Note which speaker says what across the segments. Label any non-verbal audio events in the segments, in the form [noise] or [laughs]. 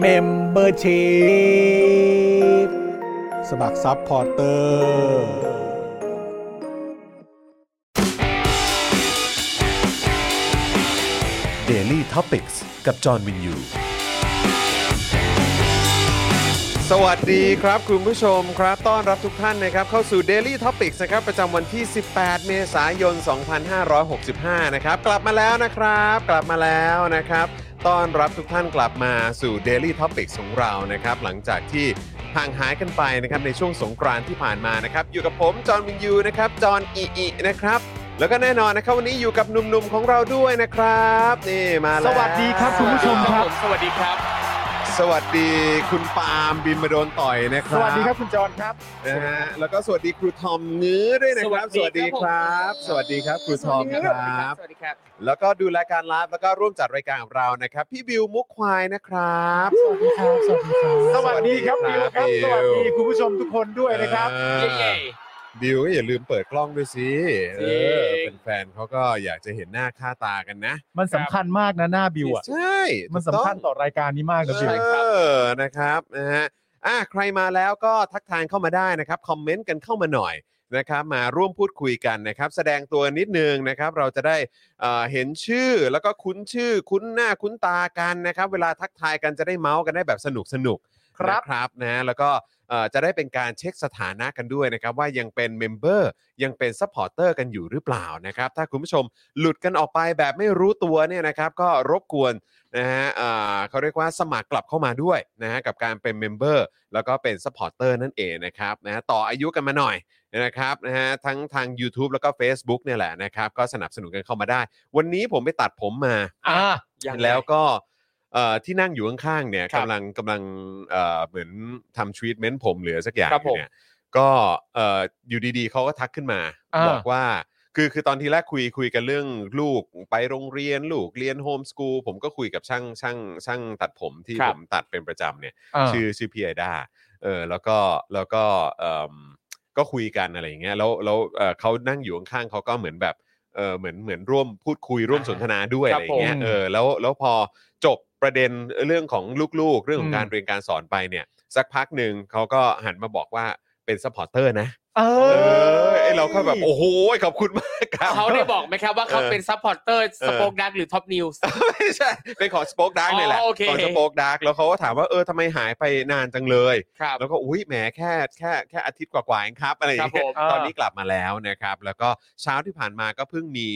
Speaker 1: เมมเบอร์ชีพสมัครซัพพอร์เตอร์
Speaker 2: Daily t o p i c กกับจอห์นวินยู
Speaker 3: สวัสดีครับคุณผู้ชมครับ ต้อนรับทุกท่านนะครับ เข้าสู่ Daily Topics นะครับ ประจำวันที่ 18 เมษายน 2565 นะครับ กลับมาแล้วนะครับ กลับมาแล้วนะครับ ต้อนรับทุกท่านกลับมาสู่ Daily Topics ของเรานะครับ หลังจากที่ห่างหายกันไปนะครับในช่วงสงกรานต์ที่ผ่านมานะครับ อยู่กับผมจอห์นวินยูนะครับจอห์นอีอีนะครับ แล้วก็แน่นอนนะครับวันนี้อยู่กับหนุ่มๆของเราด้วยนะครับนี่มาแล้ว
Speaker 4: สวัสดีครับคุณผู้ชมครับ
Speaker 5: สวัสดีครับ
Speaker 3: สวัสดีคุณปาล์มบินมาโดนต่อยนะค
Speaker 4: ส
Speaker 3: รับ
Speaker 4: วัสดีครับคุณจรครับ
Speaker 3: นะฮะแล้วก็สวัสดีครูทอมเงื้อด้วยนะครับ ส
Speaker 5: สวั
Speaker 3: วัส
Speaker 5: สดี
Speaker 3: ดีค
Speaker 5: ครั
Speaker 3: รับ
Speaker 5: บ
Speaker 3: สวัสดีครับครูทอมครับ
Speaker 5: สวัสดีครับ
Speaker 3: แล้วก็ดูรายการไลฟ์แล้วก็ร่วมจัดรายการของเรานะครับ พี่บิวมุกควายนะครับ
Speaker 4: สวัสดีครับ สวัสดีครับ สวัสดีครับ
Speaker 3: สวัสดี
Speaker 4: บิว
Speaker 3: ครับ
Speaker 4: ครับ
Speaker 3: บิว
Speaker 4: สวัสดีคุณผู้ชมทุกคนด้วยนะครับ
Speaker 3: เออ
Speaker 5: เย่
Speaker 3: บิวก็อย่าลืมเปิดกล้องด้วยสิเออ
Speaker 5: จริง
Speaker 3: แฟนๆเขาก็อยากจะเห็นหน้าค่าตากันนะ
Speaker 4: มันสำคัญมากนะหน้าบิวอ่ะ
Speaker 3: ใช่
Speaker 4: มัน
Speaker 3: ถู
Speaker 4: สำ
Speaker 3: ก
Speaker 4: คั
Speaker 3: ต้อ
Speaker 4: ญ
Speaker 3: ง
Speaker 4: ต่อรายการนี้มากนะบิว
Speaker 3: เออนะครับนะฮะอ่ะใครมาแล้วก็ทักทายเข้ามาได้นะครับ คอมเมนต์กันเข้ามาหน่อยนะครับ มาร่วมพูดคุยกันนะครับ แสดงตัวนิดนึงนะครับ เราจะได้เอ่อเห็นชื่อแล้วก็คุ้นชื่อ คุ้นหน้าคุ้นตากันนะครับ เวลาทักทายกันจะได้เมาส์กันได้แบบสนุกสนุกๆ
Speaker 4: ครับ
Speaker 3: นะครับนะฮะแล้วก็เอ่อจะได้เป็นการเช็คสถานะกันด้วยนะครับ ว่ายังเป็นเมมเบอร์ยังเป็นซัพพอร์เตอร์กันอยู่หรือเปล่านะครับ ถ้าคุณผู้ชมหลุดกันออกไปแบบไม่รู้ตัวเนี่ยนะครับ ก็รบกวน นะฮะเอ่อเขาเรียกว่าสมัครกลับเข้ามาด้วยนะฮะกับการเป็นเมมเบอร์แล้วก็เป็นสปอร์เตอร์นั่นเองนะครับนะฮะต่ออายุกันมาหน่อยนะครับนะฮะทั้งทาง YouTube แล้วก็ Facebook เนี่ยแหละนะครับก็สนับสนุนกันเข้ามาได้ วันนี้ผมไปตัดผมมา
Speaker 5: อ่า
Speaker 3: แล้วก็เอ่อที่นั่งอยู่ข้างๆเนี่ย
Speaker 5: ครับ
Speaker 3: กำลังกำลังเอ่อเหมือนทำทรีทเมนต์ผมเหลือสักอย่าง
Speaker 5: ครับ
Speaker 3: อยู่เนี่ยก็เอ่ออยู่ดีๆเขาก็ทักขึ้นมา
Speaker 5: อ่า
Speaker 3: บอกว่าคือคือตอนที่แรกคุยคุยกันเรื่องลูกไปโรงเรียนลูกเรียนโฮมสกูลผมก็คุยกับช่างช่างช่างตัดผมที่
Speaker 5: ครั
Speaker 3: ผ
Speaker 5: บ
Speaker 3: มตัดเป็นประจำเนี่ย
Speaker 4: อ่า
Speaker 3: ชื่อชื่อพี่ไอดาเออแล้วก็แล้วก็เอ่มก็คุยกันอะไรอย่างเงี้ยแล้วแล้วเอ่อเขานั่งอยู่ข้างๆเขาก็เหมือนแบบเออเหมือนเหมือนร่วมพูดคุยร่วมสนทนาด้วย
Speaker 5: ค
Speaker 3: อะ
Speaker 5: รับ
Speaker 3: ไรอย่างเงี้ย
Speaker 4: ผม
Speaker 3: เออแล้วแล้วพอจบประเด็นเรื่องของลูกๆ เรื่องของการ
Speaker 4: อืม
Speaker 3: เรียนการสอนไปเนี่ย สักพักหนึ่งเขาก็หันมาบอกว่าเป็นซัพพอร์เตอร์นะ
Speaker 4: เอ
Speaker 3: เอ
Speaker 4: อ
Speaker 3: อไอเราก็แบบโอ้โหขอบคุณมากครับ
Speaker 5: เขาได้บอกไหมครับว่า
Speaker 3: [laughs]
Speaker 5: เขา
Speaker 3: เออ
Speaker 5: เป็นซัพพอร์เตอร์
Speaker 3: เออ
Speaker 5: สปอคดักหรือท็อปนิวส์
Speaker 3: ไม่ใช่เป็นของสป o อ e ด a r k
Speaker 5: อ๋อ
Speaker 3: นี่แหละ
Speaker 5: โอเค
Speaker 3: ของสป o อ e ด a r k แล้วเขาก็ถามว่าเออทำไมหายไปนานจังเลย
Speaker 5: ครับ
Speaker 3: แล้วก็อุ้ยแหมแค่แค่แค่อาทิตย์กว่าๆเองครับอะไรอย่างเงี้ย
Speaker 5: ครับผม
Speaker 4: อ่า
Speaker 3: ตอนนี้กลับมาแล้วนะครับ แล้วก็เช้าที่ผ่านมาก็เพิ่งมี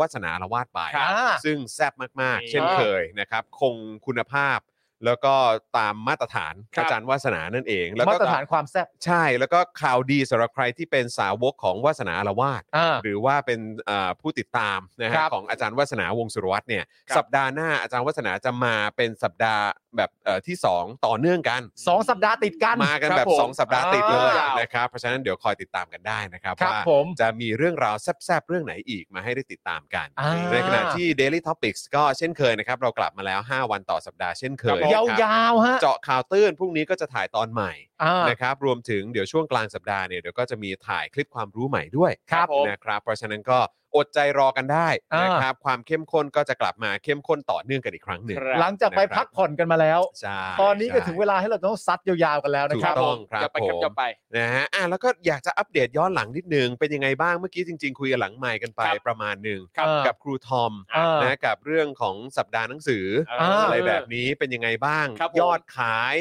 Speaker 3: วาสนาละวาดไป
Speaker 5: ครับ
Speaker 3: ซึ่งแซ่บมาก
Speaker 5: นี่
Speaker 3: ๆ เช่นเคยนะครับ คงคุณภาพ แล้วก็ตามมาตรฐาน
Speaker 5: ครั
Speaker 3: อา
Speaker 5: บ
Speaker 3: จารย์วาสนานั่นเอง แล้วก็
Speaker 4: มาตรฐานความแซ่บ
Speaker 3: ใช่แล้วก็ข่าวดีสำหรับใครที่เป็นสาวกของวาสนาละวาด
Speaker 4: อ่า
Speaker 3: หรือว่าเป็นเอ่อผู้ติดตามนะฮะ
Speaker 4: ครับ
Speaker 3: ของอาจารย์วัฒนาวงศ์สุรวัตรเนี่ย
Speaker 5: ครับ
Speaker 3: สัปดาห์หน้าอาจารย์วัฒนาจะมาเป็นสัปดาห์แบบเอ่อที่ 2 ต่อเนื่องกัน
Speaker 4: สองสัปดาห์ติดกัน
Speaker 3: มากัน
Speaker 5: ครับ
Speaker 3: แบบ
Speaker 5: ผม
Speaker 3: 2 สัปดาห์ติดเลย
Speaker 5: อ่าน
Speaker 3: นะครับเพราะฉะนั้นเดี๋ยวคอยติดตามกันได้นะครับ
Speaker 4: ครับ
Speaker 3: ว่า
Speaker 4: ผม
Speaker 3: จะมีเรื่องราวแซบๆเรื่องไหนอีกมาให้ได้ติดตามกัน
Speaker 4: อ่า
Speaker 3: ในขณะที่ Daily Topics ก็เช่นเคยนะครับ เรากลับมาแล้ว 5 วันต่อสัปดาห์เช่นเคย
Speaker 4: ย
Speaker 3: นะครับ
Speaker 4: าวๆฮะ
Speaker 3: เจาะข่าวตื้นพรุ่งนี้ก็จะถ่ายตอนใหม่
Speaker 4: อ่า
Speaker 3: นะครับรวมถึงเดี๋ยวช่วงกลางสัปดาห์เนี่ยเดี๋ยวก็จะมีถ่ายคลิปความรู้ใหม่ด้วย
Speaker 5: ครับผม
Speaker 3: นะครับเพราะฉะนั้นก็อดใจรอกันได้นะครับความเข้มข้นก็จะกลับมาเข้มข้นต่อเนื่องกันอีกครั้งหนึ่ง
Speaker 5: ครับ
Speaker 4: หลังจากไปพักผ่อนกันมาแล้ว
Speaker 3: ใช่
Speaker 4: ตอนนี้ก็ถึงเว
Speaker 3: ใช่
Speaker 4: ลาให้เราต้องซัดยาวๆกันแล้วนะ
Speaker 3: ถูก
Speaker 4: ครับ
Speaker 3: ต้องครับ
Speaker 5: จะไป
Speaker 3: ผม
Speaker 5: จะไป
Speaker 3: นะฮะอ่ะแล้วก็อยากจะอัปเดตย้อนหลังนิดนึง เป็นยังไงบ้างเมื่อกี้จริง ๆ คุยกันหลังไมค์กันไป
Speaker 5: ครับ
Speaker 3: ประมาณหนึ่ง
Speaker 4: ครับ
Speaker 3: กับครูทอม
Speaker 4: อ่า
Speaker 3: นะกับเรื่องของสัปดาห์หนังสือ
Speaker 5: เ
Speaker 4: อ่า
Speaker 3: อะไรแบบนี้เป็นยังไงบ้าง
Speaker 5: ครับผม
Speaker 3: ยอดขาย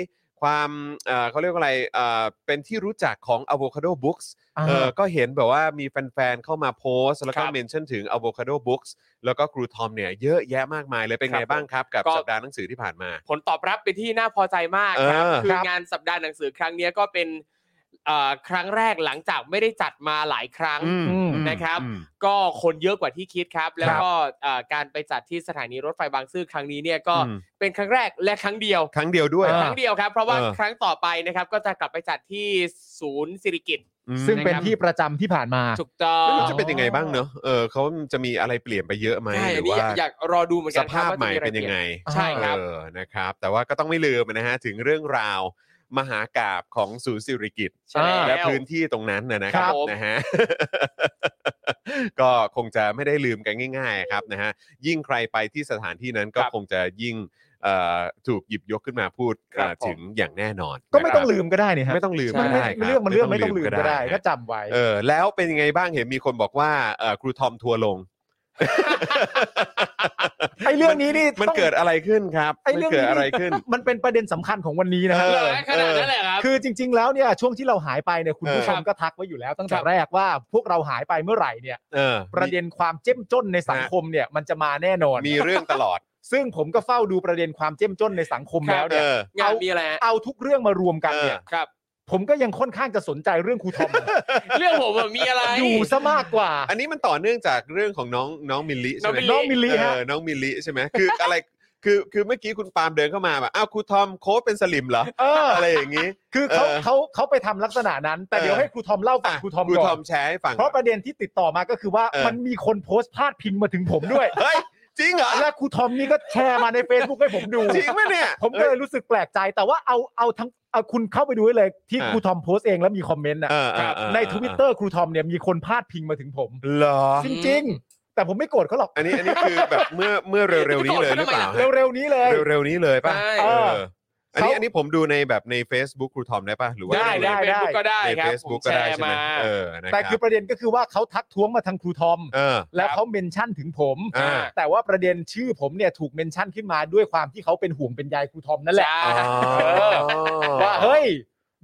Speaker 3: ความเอ่อเขาเรียกว่าอะไรเอ่อเป็นที่รู้จักของ Avocado Books
Speaker 4: อ่า
Speaker 3: เออก็เห็นแบบว่ามีแฟนๆ เข้ามาโพสต์แล้วก็
Speaker 5: ครับ
Speaker 3: เมนชั่นถึง Avocado Books แล้วก็ครูทอมเนี่ยเยอะแยะมากมายเลยเป็น
Speaker 5: ครั
Speaker 3: ไง
Speaker 5: บ
Speaker 3: บ้างครับ กับ
Speaker 5: ก็
Speaker 3: สัปดาห์หนังสือที่ผ่านมา
Speaker 5: ผลตอบรับเป็นที่น่าพอใจมากครับ
Speaker 3: เออ
Speaker 5: คือ
Speaker 4: ครับ
Speaker 5: งานสัปดาห์หนังสือครั้งเนี้ยก็เป็นเอ่อครั้งแรกหลังจากไม่ได้จัดมาหลายครั้ง
Speaker 3: อืม
Speaker 4: อืม
Speaker 5: นะครับ
Speaker 3: อืม
Speaker 5: ก็คนเยอะกว่าที่คิดครับ แล้วก็เอ่อการไปจัดที่สถานีรถไฟบางซื่อครั้งนี้เนี่ยก็
Speaker 3: อืม
Speaker 5: เป็นครั้งแรกและครั้งเดียว
Speaker 3: ครั้งเดียวด้วย
Speaker 4: อ่า
Speaker 5: ครั้งเดียวครับ เพราะว่า
Speaker 3: เออ
Speaker 5: ครั้งต่อไปนะครับก็จะกลับไปจัดที่ศูนย์สิริกิต
Speaker 3: อืม
Speaker 4: ซึ่งเป็น
Speaker 5: นะครับ
Speaker 4: ที่ประจำที่ผ่านมา
Speaker 5: ถูกต้อง
Speaker 3: ไม่รู้จะเป็นยังไงบ้างเนอะเออเขาจะมีอะไรเปลี่ยนไปเยอะไหม
Speaker 5: ใช่
Speaker 3: ห
Speaker 5: อั
Speaker 3: รื
Speaker 5: น
Speaker 3: อ
Speaker 5: นี้
Speaker 3: ว่า
Speaker 5: อยากรอดูเหมือน
Speaker 3: ส
Speaker 5: กันครั
Speaker 3: ภาพ
Speaker 5: ว่า
Speaker 3: ใหม่
Speaker 5: จะอะร
Speaker 3: เป็นยังไง
Speaker 5: ใช่ครับ
Speaker 3: เออ นะครับ แต่ว่าก็ต้องไม่ลืมนะฮะ ถึงเรื่องราวมหากาบของศูนย์สิริกิต
Speaker 5: ใช่แล้ว
Speaker 3: และพื้นที่ตรงนั้นนะนะครั
Speaker 5: ครับ บผม
Speaker 3: นะฮ [laughs] ะ ก็คงจะไม่ได้ลืมกันง่าย ๆ ครับนะฮะ ยิ่งใครไปที่สถานที่นั้นก็คงจะยิ่งเอ่อถูกหยิบยกขึ้นมาพูด
Speaker 4: ครับ
Speaker 3: เอ่อ
Speaker 4: ผม
Speaker 3: ถึงอย่างแน่นอน
Speaker 4: ก็ไม่ต้อง
Speaker 3: นะ
Speaker 4: ลืมก็ได้นี่
Speaker 3: ครั
Speaker 4: ฮะ
Speaker 3: บไม่ต้องลืม
Speaker 4: มัน
Speaker 3: ก็
Speaker 4: ไม่
Speaker 3: ได้คบ
Speaker 4: เรื่องมันเรื่องไม่ต้องลืมก็ได้
Speaker 3: ฮะ
Speaker 4: ก็จำไว้
Speaker 3: เออแล้วเป็นยังไงบ้างเห็นมีคนบอกว่าเอ่อครูทอมทัวร์ลง
Speaker 4: [laughs] ไอ้เรื่องนี้นี่
Speaker 3: มัน
Speaker 4: ต้อง
Speaker 3: เกิดอะไรขึ้นครับ
Speaker 4: ไอ้
Speaker 3: มัน
Speaker 4: เรื่อง
Speaker 3: เกิด
Speaker 4: นี้
Speaker 3: อะไรขึ้น
Speaker 4: มันเป็นประเด็นสำคัญของวันนี้นะฮะ
Speaker 3: เอ
Speaker 5: เล
Speaker 3: อ
Speaker 5: ยขนาดนั้นเลยครับ
Speaker 4: คือจริง ๆ แล้วเนี่ยช่วงที่เราหายไปเนี่ยคุณผู้ชม
Speaker 5: เออ
Speaker 4: ก็ทักไว้อยู่แล้วตั้งแต่
Speaker 5: ครับ
Speaker 4: แรกว่าพวกเราหายไปเมื่อไหร่เนี่ย
Speaker 3: เออ
Speaker 4: ประเด็นความเจ้มจนในสังคมเนี่ยมันจะมาแน่นอน
Speaker 3: มีเรื่องตลอด
Speaker 4: ซึ่งผมก็เฝ้าดูประเด็นความเจ้มจนในสังคมแล้ว
Speaker 3: เอ
Speaker 4: เนี่ย
Speaker 3: อ
Speaker 5: งานมีอะไรฮะ
Speaker 4: เอาทุกเรื่องมารวมกันเนี่ย
Speaker 5: ครับ
Speaker 4: ผมก็ยังค่อนข้างจะสนใจเรื่องครูทอม
Speaker 5: เรื่องผมอะมีอะไร
Speaker 4: อยู่ซะมากกว่า
Speaker 3: อันนี้มันต่อเนื่องจากเรื่องของน้องน้องมิลลิใช่ไหม
Speaker 5: น้
Speaker 4: น้อ
Speaker 5: อง งมิ
Speaker 4: มิล
Speaker 5: ลลิ
Speaker 4: ลี
Speaker 3: เอ
Speaker 4: ฮะ
Speaker 3: อน้องมิลลิใช่ไหมคืออะไรคือคือเมื่อกี้คุณปาล์มเดินเข้ามาแบบอ้าวครูทอมโค้ชเป็นสลิมเหรอ
Speaker 4: เออ
Speaker 3: อะไรอย่างนี้
Speaker 4: คือเขา
Speaker 3: เออ
Speaker 4: เขาเขาไปทำลักษณะนั้น แต่
Speaker 3: เออ
Speaker 4: เดี๋ยวให้ครูทอมเล่าฝั่
Speaker 3: อ่ะ
Speaker 4: งครูทอม
Speaker 3: ครู
Speaker 4: ก่
Speaker 3: ท
Speaker 4: อ
Speaker 3: อน มแชร์ให้ฟัง
Speaker 4: เพราะประเด็นที่ติดต่อมาก็คือว่า
Speaker 3: เออ
Speaker 4: มันมีคนโพสต์พาดพิงมาถึงผมด้วย
Speaker 3: เฮ้ยจริงเหรอ
Speaker 4: และครูทอมนี่ก็แชร์มาใน Facebook ให้ผมดู
Speaker 3: จริงไหมเนี่ย
Speaker 4: ผมก็เลยรู้สึกแปลกใจ แต่ว่าเอาเอาทั้งเอาคุณเข้าไปดูได้เลยที่ครูทอมโพสต์เองแล้วมีคอมเมนต์นะ
Speaker 3: เออเออเออ
Speaker 4: ในทวิตเตอร์ครูทอมเนี่ยมีคนพาดพิงมาถึงผม
Speaker 3: เหรอ
Speaker 4: จริง ๆ แต่ผมไม่โกรธเขาหรอก
Speaker 3: อันนี้อันนี้คือแบบเมื่อเมื่อเร็วๆนี้เลยหรือเปล่าฮะ
Speaker 4: เร็วๆนี้เลย
Speaker 3: เร็วๆนี้เลยป่ะ
Speaker 5: ใช่
Speaker 3: เอออั
Speaker 4: เออ
Speaker 3: นนี้
Speaker 4: เขา
Speaker 3: อันนี้ผมดูในแบบใน Facebook ครูทอมได้ป่ะ หรือว่า
Speaker 5: ได้
Speaker 3: ใน
Speaker 5: ได้
Speaker 4: ได้
Speaker 5: ได้ก็ได้
Speaker 3: ใน
Speaker 5: ครับ
Speaker 3: Facebook
Speaker 5: ผม
Speaker 3: ก็ได้
Speaker 5: แชร์
Speaker 3: ใช่ไหม
Speaker 5: มา
Speaker 3: เออนะ
Speaker 4: แต่
Speaker 3: รั
Speaker 4: คือบ ประเด็นก็คือว่าเขาทักท้วงมาทางครูทอม
Speaker 3: เออ
Speaker 4: แล้วเขาเมนชั่นถึงผม
Speaker 3: อ่า
Speaker 4: แต่ว่าประเด็นชื่อผมเนี่ยถูกเมนชั่นขึ้นมาด้วยความที่เขาเป็นห่วงเป็นใยครูทอมนั่นแหละ
Speaker 5: ใช่
Speaker 3: อ๋อ
Speaker 4: เออ ว่าเฮ้ย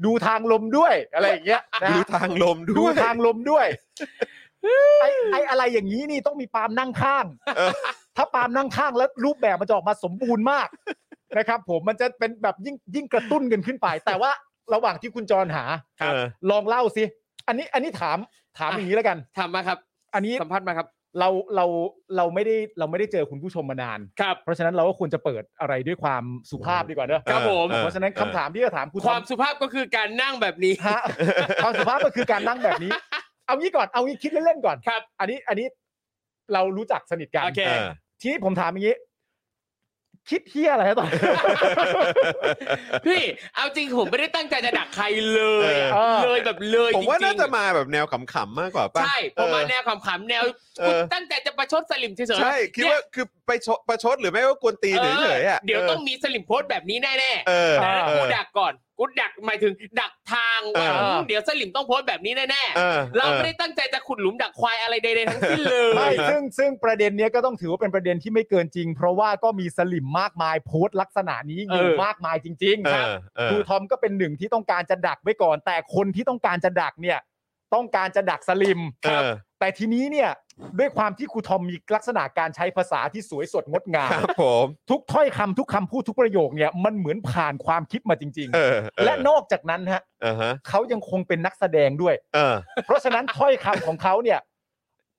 Speaker 4: ดูทางลมด้วยอะไรอย่างเงี้ยนะ
Speaker 3: ดูทางลม
Speaker 4: ดู
Speaker 3: ด้วย
Speaker 4: ทางลมด้วยไอ้ไอ้อะไรอย่างนี้นี่ต้องมีปาล์มนั่งข้าง
Speaker 3: เออ
Speaker 4: ถ้าปาล์มนั่งข้างแล้วรูปแบบมันจะออกมาสมบูรณ์มากนะครับ ผมมันจะเป็นแบบยิ่งยิ่งกระตุ้นกันขึ้นไป แต่ว่าระหว่างที่คุณจรหา
Speaker 3: เออ
Speaker 4: ลองเล่าสิ อันนี้อันนี้ถามถามอย่างนี้แล้วกัน
Speaker 5: ทำมาครับ
Speaker 4: อันนี้
Speaker 5: สัมภาษณ์มาครับ
Speaker 4: เราเราเราไม่ได้เราไม่ได้เจอคุณผู้ชมมานาน
Speaker 5: ครับ
Speaker 4: เพราะฉะนั้นเราก็ควรจะเปิดอะไรด้วยความสุภาพดีกว่าเนอะ
Speaker 5: ครับผม
Speaker 3: ออ
Speaker 4: เพราะฉะนั้นคำถามที่จะถามคุณ
Speaker 5: ความสุภาพก็คือการนั่งแบบนี้
Speaker 4: ฮะความสุภาพก็คือการนั่งแบบนี้ เอางี้ก่อนเอางี้คิดเล่นๆก่อน
Speaker 5: ครับ
Speaker 4: อันนี้อันนี้เรารู้จักสนิทกัน
Speaker 5: โอเค
Speaker 3: เออ
Speaker 4: ทีนี้ผมถามอย่างนี้ คิดเฮียอะไรนะตอน
Speaker 5: พี่ เอาจริงผมไม่ได้ตั้งใจจะดักใครเลย
Speaker 4: เออ
Speaker 5: เลยแบบเลย
Speaker 3: ผมว่า
Speaker 5: จริ
Speaker 3: น่าง จะมาแบบแนวขำๆมากกว่า
Speaker 5: ๆ
Speaker 3: ป่ะ
Speaker 5: ใช่ผมมาแนวขำๆแนว
Speaker 3: เอ
Speaker 5: คุณ
Speaker 3: อ
Speaker 5: ตั้งใจจะประชดสลิมเฉยๆ
Speaker 3: ใช่คิดว่าคือไปชดประชดหรือไม่ก็กวนตีน
Speaker 5: เออ
Speaker 3: เฉยๆอ่ะ
Speaker 5: เดี๋ยวต้องมีสลิมโพสต์แบบนี้แน่ๆ
Speaker 3: เออ
Speaker 5: แต่
Speaker 3: เอ
Speaker 5: กู
Speaker 3: อ
Speaker 5: ดักก่อน กูดักหมายถึงดักทางว่า
Speaker 3: เออ
Speaker 5: อืมเดี๋ยวสลิมต้องโพสต์แบบนี้แน่
Speaker 3: เออ
Speaker 5: ๆ เราไม่ได้ตั้งใจจะขุดหลุมดักควายอะไรใดๆทั้งสิ้นเลย
Speaker 4: ไม่ซึ่งซึ่งประเด็นเนี้ยก็ต้องถือว่าเป็นประเด็นที่ไม่เกินจริง เพราะว่าก็มีสลิมมากมายโพสต์ลักษณะนี้อยู่
Speaker 3: เออ
Speaker 4: มากมายจริง
Speaker 3: เอ
Speaker 4: ๆ ครับ
Speaker 3: อเออ
Speaker 4: ครูทอมก็เป็นหนึ่งที่ต้องการจะดักไว้ก่อน แต่คนที่ต้องการจะดักเนี่ย ต้องการจะดักสลิม
Speaker 3: เออ
Speaker 4: แต่ทีนี้เนี่ยด้วยความที่ครูทอมมีลักษณะการใช้ภาษาที่สวยสดงดงาม
Speaker 3: ครับผม
Speaker 4: ทุกถ้อยคำทุกคำพูดทุกประโยคเนี่ยมันเหมือนผ่านความคิดมาจริง
Speaker 3: เออเอ
Speaker 4: ๆ
Speaker 3: อ
Speaker 4: และนอกจากนั้นฮะ
Speaker 3: เออฮะ
Speaker 4: เขายังคงเป็นนักแสดงด้วย
Speaker 3: เออ
Speaker 4: เพราะฉะนั้นถ้อยคำของเขาเนี่ย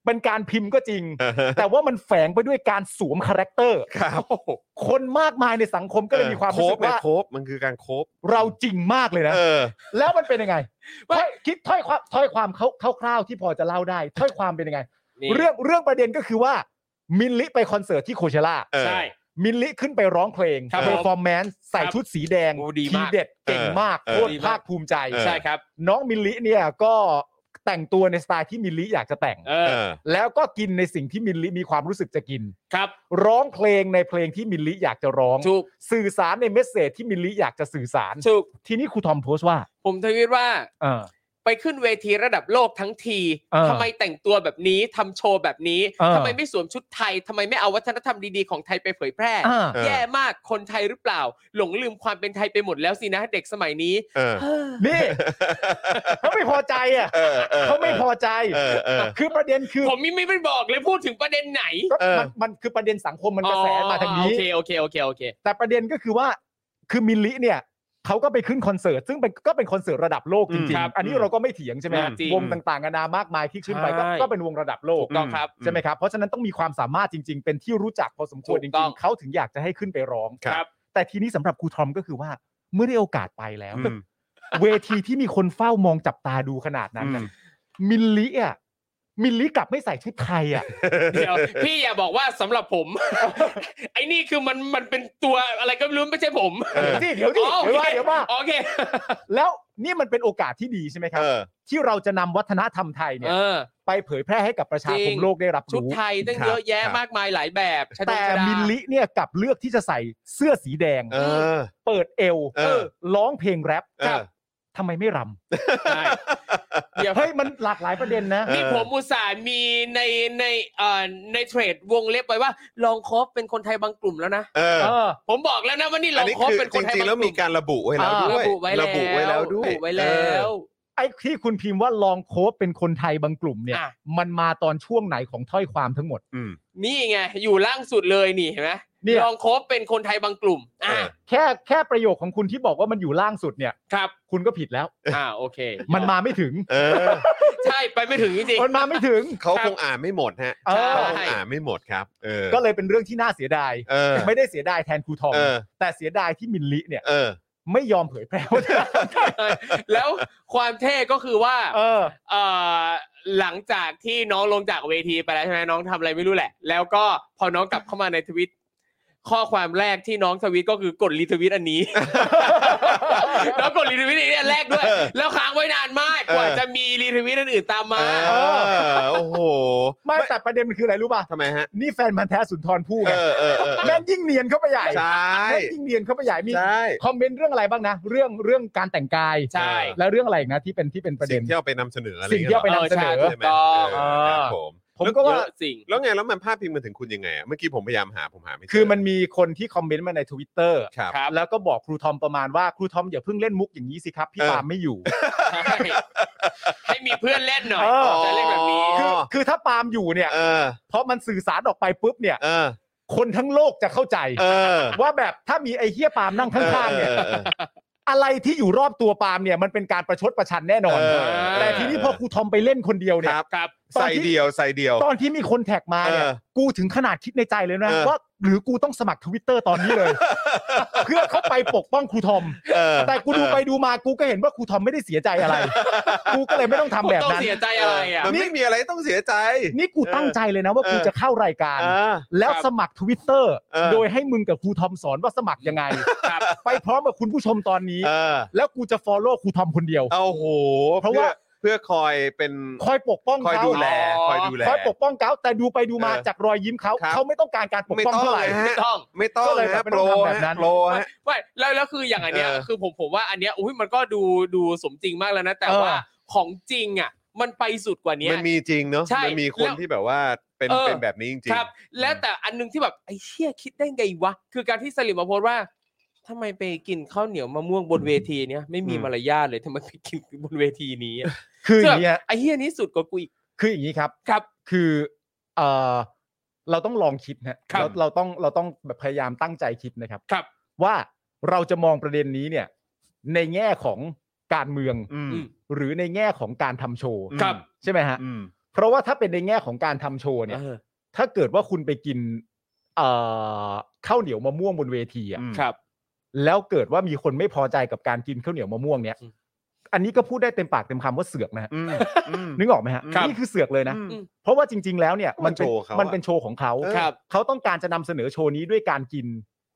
Speaker 4: เป็นการพิมพ์ก็จริง
Speaker 3: เออฮะ
Speaker 4: แต่ว่ามันแฝงไปด้วยการสวมคาแรคเตอร์
Speaker 3: [laughs] ครับ
Speaker 4: คนมากมายในสังคมก็เลยมีความรู้สึกว่า
Speaker 3: โคบไงโคบมันคือการโคบ
Speaker 4: เราจริงมากเลยนะ
Speaker 3: เออ
Speaker 4: แล้วมันเป็นยังไงถ้อยคิดถ้อยความถ้อยความเขาคร่าวๆที่พอจะเล่าได้ถ้อยความเป็นยังไง
Speaker 5: นี่
Speaker 4: เรื่องเรื่องประเด็นก็คือว่ามินลิไปคอนเสิร์ตที่โคเชล่า
Speaker 3: เออ
Speaker 5: ใช่
Speaker 4: มินลิขึ้นไปร้องเพลง
Speaker 5: ครับผม
Speaker 4: เพอร์ฟอร์แมนซ์ใส่
Speaker 5: ครับ
Speaker 4: ชุดสีแดง
Speaker 5: โอ้ดี
Speaker 4: ที
Speaker 5: มาก
Speaker 4: เด็ดเก่งมาก
Speaker 3: เอ
Speaker 4: โค
Speaker 3: อ
Speaker 4: ตร
Speaker 5: ดีมาก
Speaker 4: ภาคภูมิใจ
Speaker 3: เออ
Speaker 5: ใช่ครับ
Speaker 4: น้องมินลิเนี่ยก็แต่งตัวในสไตล์ที่มินลิอยากจะแต่ง
Speaker 5: เอ
Speaker 3: เอ
Speaker 5: อ
Speaker 3: อ
Speaker 4: แล้วก็กินในสิ่งที่มินลิมีความรู้สึกจะกิน
Speaker 5: ครับ
Speaker 4: ร้องเพลงในเพลงที่มิลลิอยากจะร้อง
Speaker 5: ถูก
Speaker 4: สื่อสารในเมสเซจที่มิลลิอยากจะสื่อสาร
Speaker 5: ถูก
Speaker 4: ทีนี้ครูทอมโพสต์ว่า
Speaker 5: ผมทวีตว่า
Speaker 4: เออ
Speaker 5: ไปขึ้นเวทีระดับโลกทั้งที
Speaker 1: เออ
Speaker 5: ทำไมแต่งตัวแบบนี้ทำโชว์แบบนี้
Speaker 1: เออ
Speaker 5: ทำไมไม่สวมชุดไทยทำไมไม่เอาวัฒนธรรมดีๆของไทยไปเผยแพร่
Speaker 1: อ่า
Speaker 3: เออ
Speaker 5: แย่มากคนไทยหรือเปล่า หลงลืมความเป็นไทยไปหมดแล้วสินะเด็กสมัยนี้
Speaker 3: เออ
Speaker 4: นี่เขาไม่พอใจอ่ะ
Speaker 3: เออเออ
Speaker 4: เขาไม่พอใจ
Speaker 3: เออเออ
Speaker 4: คือประเด็นคือ
Speaker 5: ผมไม่ไม่บอกเลยพูดถึงประเด็นไหน
Speaker 4: ก็
Speaker 3: เออ
Speaker 4: มันมันคือประเด็นสังคมมันกระแสมาทาง
Speaker 5: อ๋อ
Speaker 4: นี้
Speaker 5: โอเคโอเคโอเคโอเค
Speaker 4: แต่ประเด็นก็คือว่าคือมิลลิเนี่ยเขาก็ไปขึ้นคอนเสิร์ตซึ่งเป็นก็เป็นคอนเสิร์ตระดับโลกจ
Speaker 3: อื
Speaker 4: ริ
Speaker 3: ม
Speaker 4: ง
Speaker 5: ครับ
Speaker 4: ๆ อันนี้เราก็ไม่เถียงใช่ไหมฮะ
Speaker 5: จริง
Speaker 4: วงต่างๆนานามากมายที่ขึ้นไปก็
Speaker 5: ใช่
Speaker 4: ก็เป็นวงระดับโลก
Speaker 5: ถูกต้องครับ
Speaker 4: ใช่ไหมครับเพราะฉะนั้นต้องมีความสามารถจริง ๆ เป็นที่รู้จักพอสมควรจ
Speaker 5: ถูกต้
Speaker 4: ริ
Speaker 5: อง ง
Speaker 4: ๆเขาถึงอยากจะให้ขึ้นไปร้อง
Speaker 3: ครับ
Speaker 4: แต่ทีนี้สำหรับครูทอมก็คือว่าเมื่อได้โอกาสไปแล้ว
Speaker 3: อื
Speaker 4: แบ
Speaker 3: ม
Speaker 4: บเวทีที่มีคนเฝ้ามองจับตาดูขนาดนั้นน่ะมิลลิอ่ะมิลลิกลับไม่ใส่ชุดไทยอ่ะ
Speaker 5: เดี๋ยวพี่อย่าบอกว่าสำหรับผม [laughs] ไอ้นี่คือมันมันเป็นตัวอะไรก็ไม่รู้ไม่ใช่ผม
Speaker 3: เออ
Speaker 4: นี่เดี๋ยวดิ
Speaker 5: อ๋อโอ
Speaker 4: เดี๋ยว
Speaker 5: ค
Speaker 4: ว่าเดี๋ยวว่า
Speaker 5: โอเค
Speaker 4: แล้วนี่มันเป็นโอกาสที่ดีใช่ไหมครั
Speaker 3: เอบ อ
Speaker 4: ที่เราจะนำวัฒนธรรมไทยเนี่ย
Speaker 5: เออ
Speaker 4: ไปเผยแพร่ให้กับประชาค
Speaker 5: จริ
Speaker 4: ม
Speaker 5: ง
Speaker 4: โลกได้รับ
Speaker 5: ชุด
Speaker 4: รู้
Speaker 5: ไทยตั้ง
Speaker 3: ครับ
Speaker 5: เยอะแยะ
Speaker 3: ครับ
Speaker 5: มากมายหลายแบบชะดง
Speaker 4: แต่
Speaker 5: ชะดา
Speaker 4: มิลลิเนี่ยกลับเลือกที่จะใส่เสื้อสีแดง
Speaker 3: เออ
Speaker 4: เปิดเอว
Speaker 3: เออ
Speaker 4: ร้องเพลงแรป
Speaker 3: เออ
Speaker 4: ทำไมไม่ร
Speaker 5: ใช่เดี๋ยว
Speaker 4: ำเฮ้ยมันหลากหลายประเด็นนะ
Speaker 5: นี่ผมอุตส่าห์มีในในเอ่อในเทรดวงเล็บไว้ว่า ลองคอฟเป็นคนไทยบางกลุ่มแล้วนะ
Speaker 3: เออ
Speaker 4: เออ
Speaker 5: ผมบอกแล้วนะว่านี่ล
Speaker 3: อั
Speaker 5: อน ง
Speaker 3: นี้
Speaker 5: คอฟ
Speaker 3: คือ
Speaker 5: เป็น
Speaker 3: จ
Speaker 5: คนไทย
Speaker 3: ริงๆ แล้วมีการระบุไว้แล้ว
Speaker 4: อ่า
Speaker 3: ด้วย
Speaker 5: ระบุไว้แล้ว
Speaker 3: ระบุไว้แล้วด้
Speaker 5: ระ
Speaker 3: วย
Speaker 5: บุไว้แล้ว
Speaker 4: ไอ้ที่คุณพิมพ์ว่าลองโคบเป็นคนไทยบางกลุ่มเนี่ย
Speaker 5: อ่ะ
Speaker 4: มันมาตอนช่วงไหนของถ้อยความทั้งหมด
Speaker 3: อืม
Speaker 5: นี่ไงอยู่ล่างสุดเลยนี่เห็นไหม
Speaker 4: เนี่ย
Speaker 5: ลองคบเป็นคนไทยบางกลุ่มอ่ะ
Speaker 3: เออ
Speaker 4: แค่แค่ประโยคของคุณที่บอกว่ามันอยู่ล่างสุดเนี่ย
Speaker 5: ครับ
Speaker 4: คุณก็ผิดแล้ว
Speaker 5: อ่าโอเค
Speaker 4: มันมาไม่ถึง
Speaker 3: เออ
Speaker 5: ใช่ไปไม่ถึงจริง
Speaker 4: มันมาไม่ถึง
Speaker 3: เขาคงอ่านไม่หมดฮะ
Speaker 4: เอ
Speaker 5: ใช่
Speaker 3: เขา
Speaker 4: อ
Speaker 3: คงอ่านไม่หมดครับ เออ
Speaker 4: ก็เลยเป็นเรื่องที่น่าเสียดาย
Speaker 3: เออ
Speaker 4: ไม่ได้เสียดายแทนครูทอม
Speaker 3: เออ
Speaker 4: แต่เสียดายที่มิลลิเนี่ย
Speaker 3: เออ
Speaker 4: ไม่ยอมเผยแพร่ว่าเธอ
Speaker 5: ๆเออแล้วความเท่ก็คือว่า
Speaker 4: เออ
Speaker 5: เอ่อหลังจากที่น้องลงจากเวทีไปแล้วใช่ไหมน้องทำอะไรไม่รู้แหละ แล้วก็พอน้องกลับเข้ามาในทวิต ข้อความแรกที่น้องทวิตก็คือกดรีทวิตอัน
Speaker 4: [laughs]
Speaker 5: นี้ แล้วกดรีทวิตอันนี้อันแรก
Speaker 4: [laughs]
Speaker 5: ด้วย
Speaker 3: เออ
Speaker 5: แล้วค้างไว้นานมากกว่า
Speaker 3: เออ
Speaker 5: จะมีรีทวิตอันอื่นตาม
Speaker 3: เอ
Speaker 5: มา
Speaker 3: อโอ้โห
Speaker 4: ไม่แต่ประเด็นมันคืออะไรรู้ป่ะ
Speaker 3: ทำไมฮะ
Speaker 4: นี่แฟนมันธุ์แท้สุนทรภู่
Speaker 3: เอ
Speaker 4: ไง
Speaker 3: อเออเออ
Speaker 4: แม่งยิ่งเนียนเข้าไปใหญ่
Speaker 3: ใช่
Speaker 4: แม่งยิ่งเนียนเข้าไปใหญ่มี
Speaker 3: ใช่
Speaker 4: คอมเมนต์เรื่องอะไรบ้างนะ เรื่องเรื่องการแต่งกาย
Speaker 5: ใช่
Speaker 4: แล้วเรื่องอะไรอีกนะที่เป็นที่เป็นประเด็
Speaker 3: สิ่
Speaker 4: น
Speaker 3: งที่เอาไปนำเสนออะไร
Speaker 4: สิ่งที่เอาไปนำเสนอ
Speaker 5: เออ
Speaker 3: ใช่ไหม
Speaker 5: ใช่ถูกต้อง
Speaker 3: เออครับผม
Speaker 4: ผมก็ว่า
Speaker 5: เยอะสิ่ [laughs] ง
Speaker 3: แล้วไงแล้วมันพาดพิงมาถึงคุณยังไงอะเมื่อกี้ผมพยายามหาผมหาไม่เจ
Speaker 4: คือมันมีคนที่คอมเมนต์มาใน Twitter
Speaker 3: ครับ
Speaker 5: ครับ
Speaker 4: แล้วก็บอกครูทอมประมาณว่าครูทอมอย่าเพิ่งเล่นมุกอย่างนี้สิครับพี่
Speaker 3: เออ
Speaker 4: ปาล์มไม่อยู่
Speaker 5: ใช่ให้มีเพื่อนเล่นหน่อย
Speaker 4: เออ
Speaker 5: จะเล่นแบบนี้
Speaker 3: อ๋อ
Speaker 4: คือคือถ้าปาล์มอยู่เนี่ย
Speaker 3: เออ
Speaker 4: เพราะมันสื่อสารออกไปปุ๊บเนี่ย
Speaker 3: เออ
Speaker 4: คนทั้งโลกจะเข้าใจ
Speaker 3: เออ
Speaker 4: [laughs] ว่าแบบถ้ามีไอ้เฮียปาล์มนั่งข้างๆเนี่ย
Speaker 3: ออออ
Speaker 4: อะไรที่อยู่รอบตัวปาล์มเนี่ยมันเป็นการประชดประชันแน่นอน
Speaker 3: เออ
Speaker 4: แต่ทีนี้พอครูทอมไปเล่นคนเดียวเนี่
Speaker 3: ค
Speaker 4: ย
Speaker 3: รับ
Speaker 5: ครับ
Speaker 4: ตอน
Speaker 3: ใส่
Speaker 4: ที่
Speaker 3: เดียวใส่เดียว
Speaker 4: ตอนที่มีคนแท็กมาเนี่
Speaker 3: เอ
Speaker 4: ย
Speaker 3: อ
Speaker 4: กูถึงขนาดคิดในใจเลยนะ
Speaker 3: เออ
Speaker 4: ว่าหรือกูต้องสมัครทวิตเตอร์ตอนนี้เลย เพื่อเขาไปปกป้องครูทอม
Speaker 3: เออ
Speaker 4: แต่กูดูไปดูมากูก็เห็นว่าครูทอมไม่ได้เสียใจอะไร กูก็เลยไม่ต้องทำแบบ
Speaker 5: ต้อง
Speaker 4: นั้น
Speaker 5: เสียใจอะไรอ่ะ
Speaker 3: มันไม่มีอะไรต้องเสียใจ
Speaker 4: นี่กูตั้งใจเลยนะว่า
Speaker 3: เออ
Speaker 4: กูจะเข้ารายการ
Speaker 3: เออ
Speaker 4: แล้วสมัครทวิตเตอร์
Speaker 3: เออ
Speaker 4: โดยให้มึงกับครูทอมสอนว่าสมัครยังไง
Speaker 5: ครับ
Speaker 4: ไปพร้อมกับคุณผู้ชมตอนนี้
Speaker 3: เออ
Speaker 4: แล้วกูจะฟอลโล่ครูทอมคนเดียว
Speaker 3: เอาโห
Speaker 4: เพราะว่า
Speaker 3: เพื่อคอยเป็น
Speaker 4: คอยปกป้อง
Speaker 3: คอย
Speaker 4: เขา
Speaker 3: ดูแล
Speaker 5: อ๋อ
Speaker 3: คอยดูแล
Speaker 4: คอยปกป้องเขาแต่ดูไปดูมา
Speaker 3: เออ
Speaker 4: จากรอยยิ้มเขา
Speaker 3: ครับ
Speaker 4: เขาไม่ต้องการการปก
Speaker 3: ไม่
Speaker 4: ป้อง
Speaker 3: ต้อง
Speaker 4: เท่าไหร่
Speaker 3: นะ
Speaker 5: ไม่
Speaker 3: ฮะ
Speaker 5: ต้อง
Speaker 3: ไม่ต้อง
Speaker 4: ก็เลย
Speaker 3: นะฮะ
Speaker 4: แบบไม่
Speaker 3: โป
Speaker 4: ต้
Speaker 3: ร
Speaker 4: องทำแบบ
Speaker 3: ฮะ
Speaker 4: นั้น
Speaker 3: โปรฮะ
Speaker 5: ไม่แล้วแล้วคืออย่างอันเนี้ย
Speaker 3: เออ
Speaker 5: คือผมผมว่าอันเนี้ยอุ้ยมันก็ดูดูสมจริงมากแล้วนะ แต่
Speaker 4: เออ
Speaker 5: ว่าของจริงอ่ะ มันไปสุดกว่านี้
Speaker 3: มันมีจริงเนอะ
Speaker 5: ใช่
Speaker 3: มันมีคนที่แบบว่าเป็น
Speaker 5: เออ
Speaker 3: เป็นแบบนี้จริงๆ
Speaker 5: ครับ แล้วแต่อันนึงที่แบบไอ้เชี่ยคิดได้ไงวะ คือการที่สลิมมาโพสต์ว่าทำไมไปกินข้าวเหนียวมะม่วงบนเวทีเนี้ยไม่มี
Speaker 3: อืม
Speaker 5: มารยาทเลยทำไมไปกินบนเวทีนี้อะ
Speaker 4: คืออย่างนี้ย
Speaker 5: ไอ้เฮียนี้สุดกว่ากูอีก
Speaker 4: คืออย่างนี้ครับ
Speaker 5: ครับ
Speaker 4: คือเออเราต้องลองคิดนะครับ เราเราต้องเราต้องแบบพยายามตั้งใจคิดนะครับ
Speaker 5: ครับ
Speaker 4: ว่าเราจะมองประเด็นนี้เนี่ย ในแง่ของการเมือง
Speaker 3: อืม
Speaker 5: อืม
Speaker 4: หรือในแง่ของการทำโชว์
Speaker 3: อืม
Speaker 5: ครับ
Speaker 4: ใช่ไหมฮะ
Speaker 3: อืม
Speaker 4: เพราะว่าถ้าเป็นในแง่ของการทำโชว์เนี่ย
Speaker 5: เออ
Speaker 4: ถ้าเกิดว่าคุณไปกินเอ่อข้าวเหนียวมะม่วงบนเวทีอะ
Speaker 3: อืม
Speaker 5: ครับ
Speaker 4: แล้วเกิดว่ามีคนไม่พอใจกับการกินข้าวเหนียวมะม่วงเนี่ย
Speaker 5: อืม
Speaker 4: อันนี้ก็พูดได้เต็มปากเต็มคำว่าเสือกนะฮะ
Speaker 3: อืมอืม
Speaker 4: นึกออกไหมฮะ
Speaker 3: ครับ
Speaker 4: นี่คือเสือกเลยนะ
Speaker 3: อืม
Speaker 4: เพราะว่าจริง ๆ แล้วเนี่ย
Speaker 3: มั
Speaker 4: มัน
Speaker 3: น
Speaker 4: เป็น
Speaker 3: โชว์เขาอะ
Speaker 4: มันเป็นโชว์ของเขา
Speaker 3: เออ
Speaker 5: ครับ
Speaker 4: เขาต้องการจะนำเสนอโชว์นี้ด้วยการกิน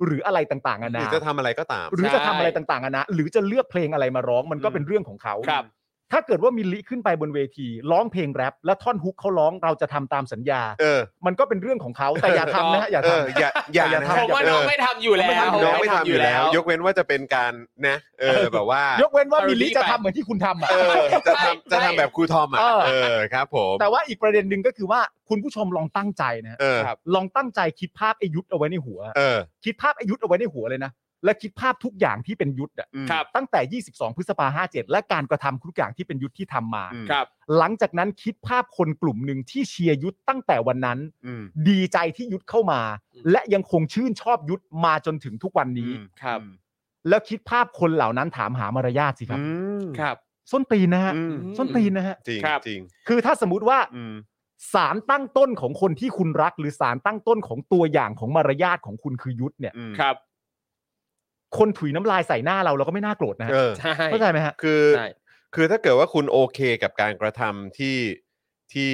Speaker 4: หรืออะไรต่างๆนา
Speaker 3: หรื
Speaker 4: นา
Speaker 3: อจะทำอะไรก็ตาม
Speaker 4: หรือจะทำอะไรต่างๆนานาหรือจะเลือกเพลงอะไรมาร้องมันก็
Speaker 3: อืม
Speaker 4: เป็นเรื่องของเขา
Speaker 5: ครับ
Speaker 4: ถ้าเกิดว่ามิลลิขึ้นไปบนเวที ร้องเพลงแรปและท่อนฮุกเขาร้องเราจะทำตามสัญญา
Speaker 3: เออ
Speaker 4: มันก็เป็นเรื่องของเขาแต่อย่าทำนะฮะอย่า
Speaker 3: เอ
Speaker 4: ท
Speaker 3: ออย่าอย่า
Speaker 4: อย่า
Speaker 3: นะ
Speaker 4: ทำ
Speaker 3: ฮะ
Speaker 5: ผมว่า
Speaker 3: เ
Speaker 5: น้องไม่ทำอยู่แล้ว
Speaker 3: น้องไม่ทำอยู่แล้ว ยกเว้นว่าจะเป็นการนะเออแบบว่า
Speaker 4: ำยกเว้นว่ามิลลิจะทำเหมือนที่คุณทำอ่ะ
Speaker 3: เออจะทำจะทำแบบครูทอมอ่ะ
Speaker 4: เออ
Speaker 3: เออครับผม
Speaker 4: แต่ว่าอีกประเด็นหนึ่งก็คือว่าคุณผู้ชมลองตั้งใจนะฮะ
Speaker 3: เออ
Speaker 5: ครับ
Speaker 4: ลองตั้งใจคิดภาพไอยุทธเอาไว้ในหัว
Speaker 3: เออ
Speaker 4: คิดภาพไอยุทธเอาไว้ในหัวเลยนะ และคิดภาพทุกอย่างที่เป็นยุทธอ่ะ
Speaker 3: อืม
Speaker 5: ครับ
Speaker 4: ตั้งแต่ 22 พฤษภา57 และการกระทำทุกอย่างที่เป็นยุทธที่ทำมา
Speaker 3: อืม
Speaker 5: ครับ
Speaker 4: หลังจากนั้นคิดภาพคนกลุ่มหนึ่งที่เชียร์ยุทธตั้งแต่วันนั้น
Speaker 3: อืม
Speaker 4: ดีใจที่ยุทธเข้ามา
Speaker 5: อืม
Speaker 4: และยังคงชื่นชอบยุทธมาจนถึงทุกวัน
Speaker 3: อื
Speaker 4: นี้
Speaker 3: ม
Speaker 5: ครับ
Speaker 4: แล้วคิดภาพคนเหล่านั้นถามหามารยาทสิครับ
Speaker 3: อืม
Speaker 5: ครับ
Speaker 4: ส้นตีนนะฮะ
Speaker 3: อืม
Speaker 4: ส้นตีนนะฮะ
Speaker 3: จริง
Speaker 5: ครับ
Speaker 3: จริง
Speaker 4: คือถ้าสมมติว่า
Speaker 3: อืม
Speaker 4: สารตั้งต้นของคนที่คุณรัก หรือสารตั้งต้นของตัวอย่างของมารยาทของคุณคือยุทธเนี่ย
Speaker 3: อืม
Speaker 5: ครับ
Speaker 4: คนถุยน้ำลายใส่หน้าเราเราก็ไม่น่าโกรธนะฮะ
Speaker 3: เออ
Speaker 5: ใช่
Speaker 4: เข้าใจไหมฮะ
Speaker 3: คือ
Speaker 5: ใช่
Speaker 3: คือถ้าเกิดว่าคุณโอเคกับการกระทำที่ที่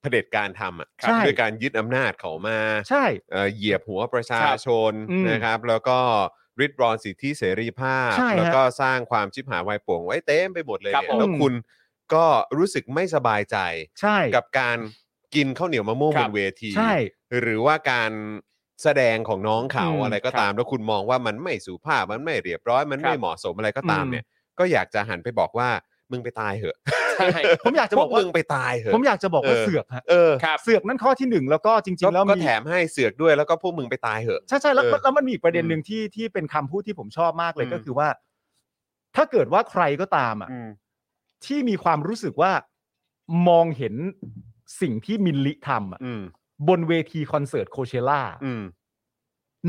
Speaker 3: เผด็จการทำอ่ะ
Speaker 4: ใช่
Speaker 3: ด้วยการยึดอำนาจเขามา
Speaker 4: ใช่
Speaker 3: เอ่อเหยียบหัวประชาชน
Speaker 4: ครับอืม
Speaker 3: นะครับ แล้วก็ริดรอนสิทธิเสรีภาพ
Speaker 4: ใช่ฮะ
Speaker 3: แล้วก็สร้างความชิบหายวายป่วงไว้เต็มไปหมดเลย
Speaker 5: ครับ
Speaker 3: เนี่ย
Speaker 5: ผม
Speaker 3: แล้ว
Speaker 4: อืม
Speaker 3: คุณก็รู้สึกไม่สบายใจ
Speaker 4: ใช่
Speaker 3: กับการกินข้าวเหนียวมะม่วง
Speaker 5: ครับ บ
Speaker 3: นเวที
Speaker 4: ใช่
Speaker 3: หรือว่าการแสดงของน้องเขา
Speaker 4: อืม
Speaker 3: อะไรก็ตามแล้วคุณมองว่ามันไม่สุภาพมันไม่เรียบร้อย มัน
Speaker 5: ค
Speaker 3: ไม่
Speaker 5: รับ
Speaker 3: เหมาะสมอะไรก็ตาม
Speaker 4: อืม
Speaker 3: เนี่ย ก็อยากจะหันไปบอกว่ามึงไปตายเหอะ
Speaker 5: ใช่
Speaker 4: ผมอยากจะ
Speaker 3: พว
Speaker 4: บอก กว่า
Speaker 3: มึงไปตายเหอะ
Speaker 4: ผมอยากจะบอกว่า
Speaker 3: เออ
Speaker 4: เสือกฮะ
Speaker 3: เออ
Speaker 5: ครับ
Speaker 4: เสือกนั่นข้อที่หนึ่งแล้วก็จริง ๆ แล้ว
Speaker 3: ก็
Speaker 4: มี
Speaker 3: แถมให้เสือกด้วยแล้วก็พวกมึงไปตายเหอะ
Speaker 4: ใช่ใช่แล้ว
Speaker 3: เออ
Speaker 4: แล้วมันมีอีกประเด็น
Speaker 3: อืม
Speaker 4: หนึ่งที่ที่เป็นคำพูดที่ผมชอบมากเลย
Speaker 3: อืม
Speaker 4: ก็คือว่า ถ้าเกิดว่าใครก็ตามอ่ะที่มีความรู้สึกว่ามองเห็นสิ่งที่มินลิทำอะ
Speaker 3: อืม
Speaker 4: บนเวทีคอนเสิร์ตโคเชล่า
Speaker 3: อืม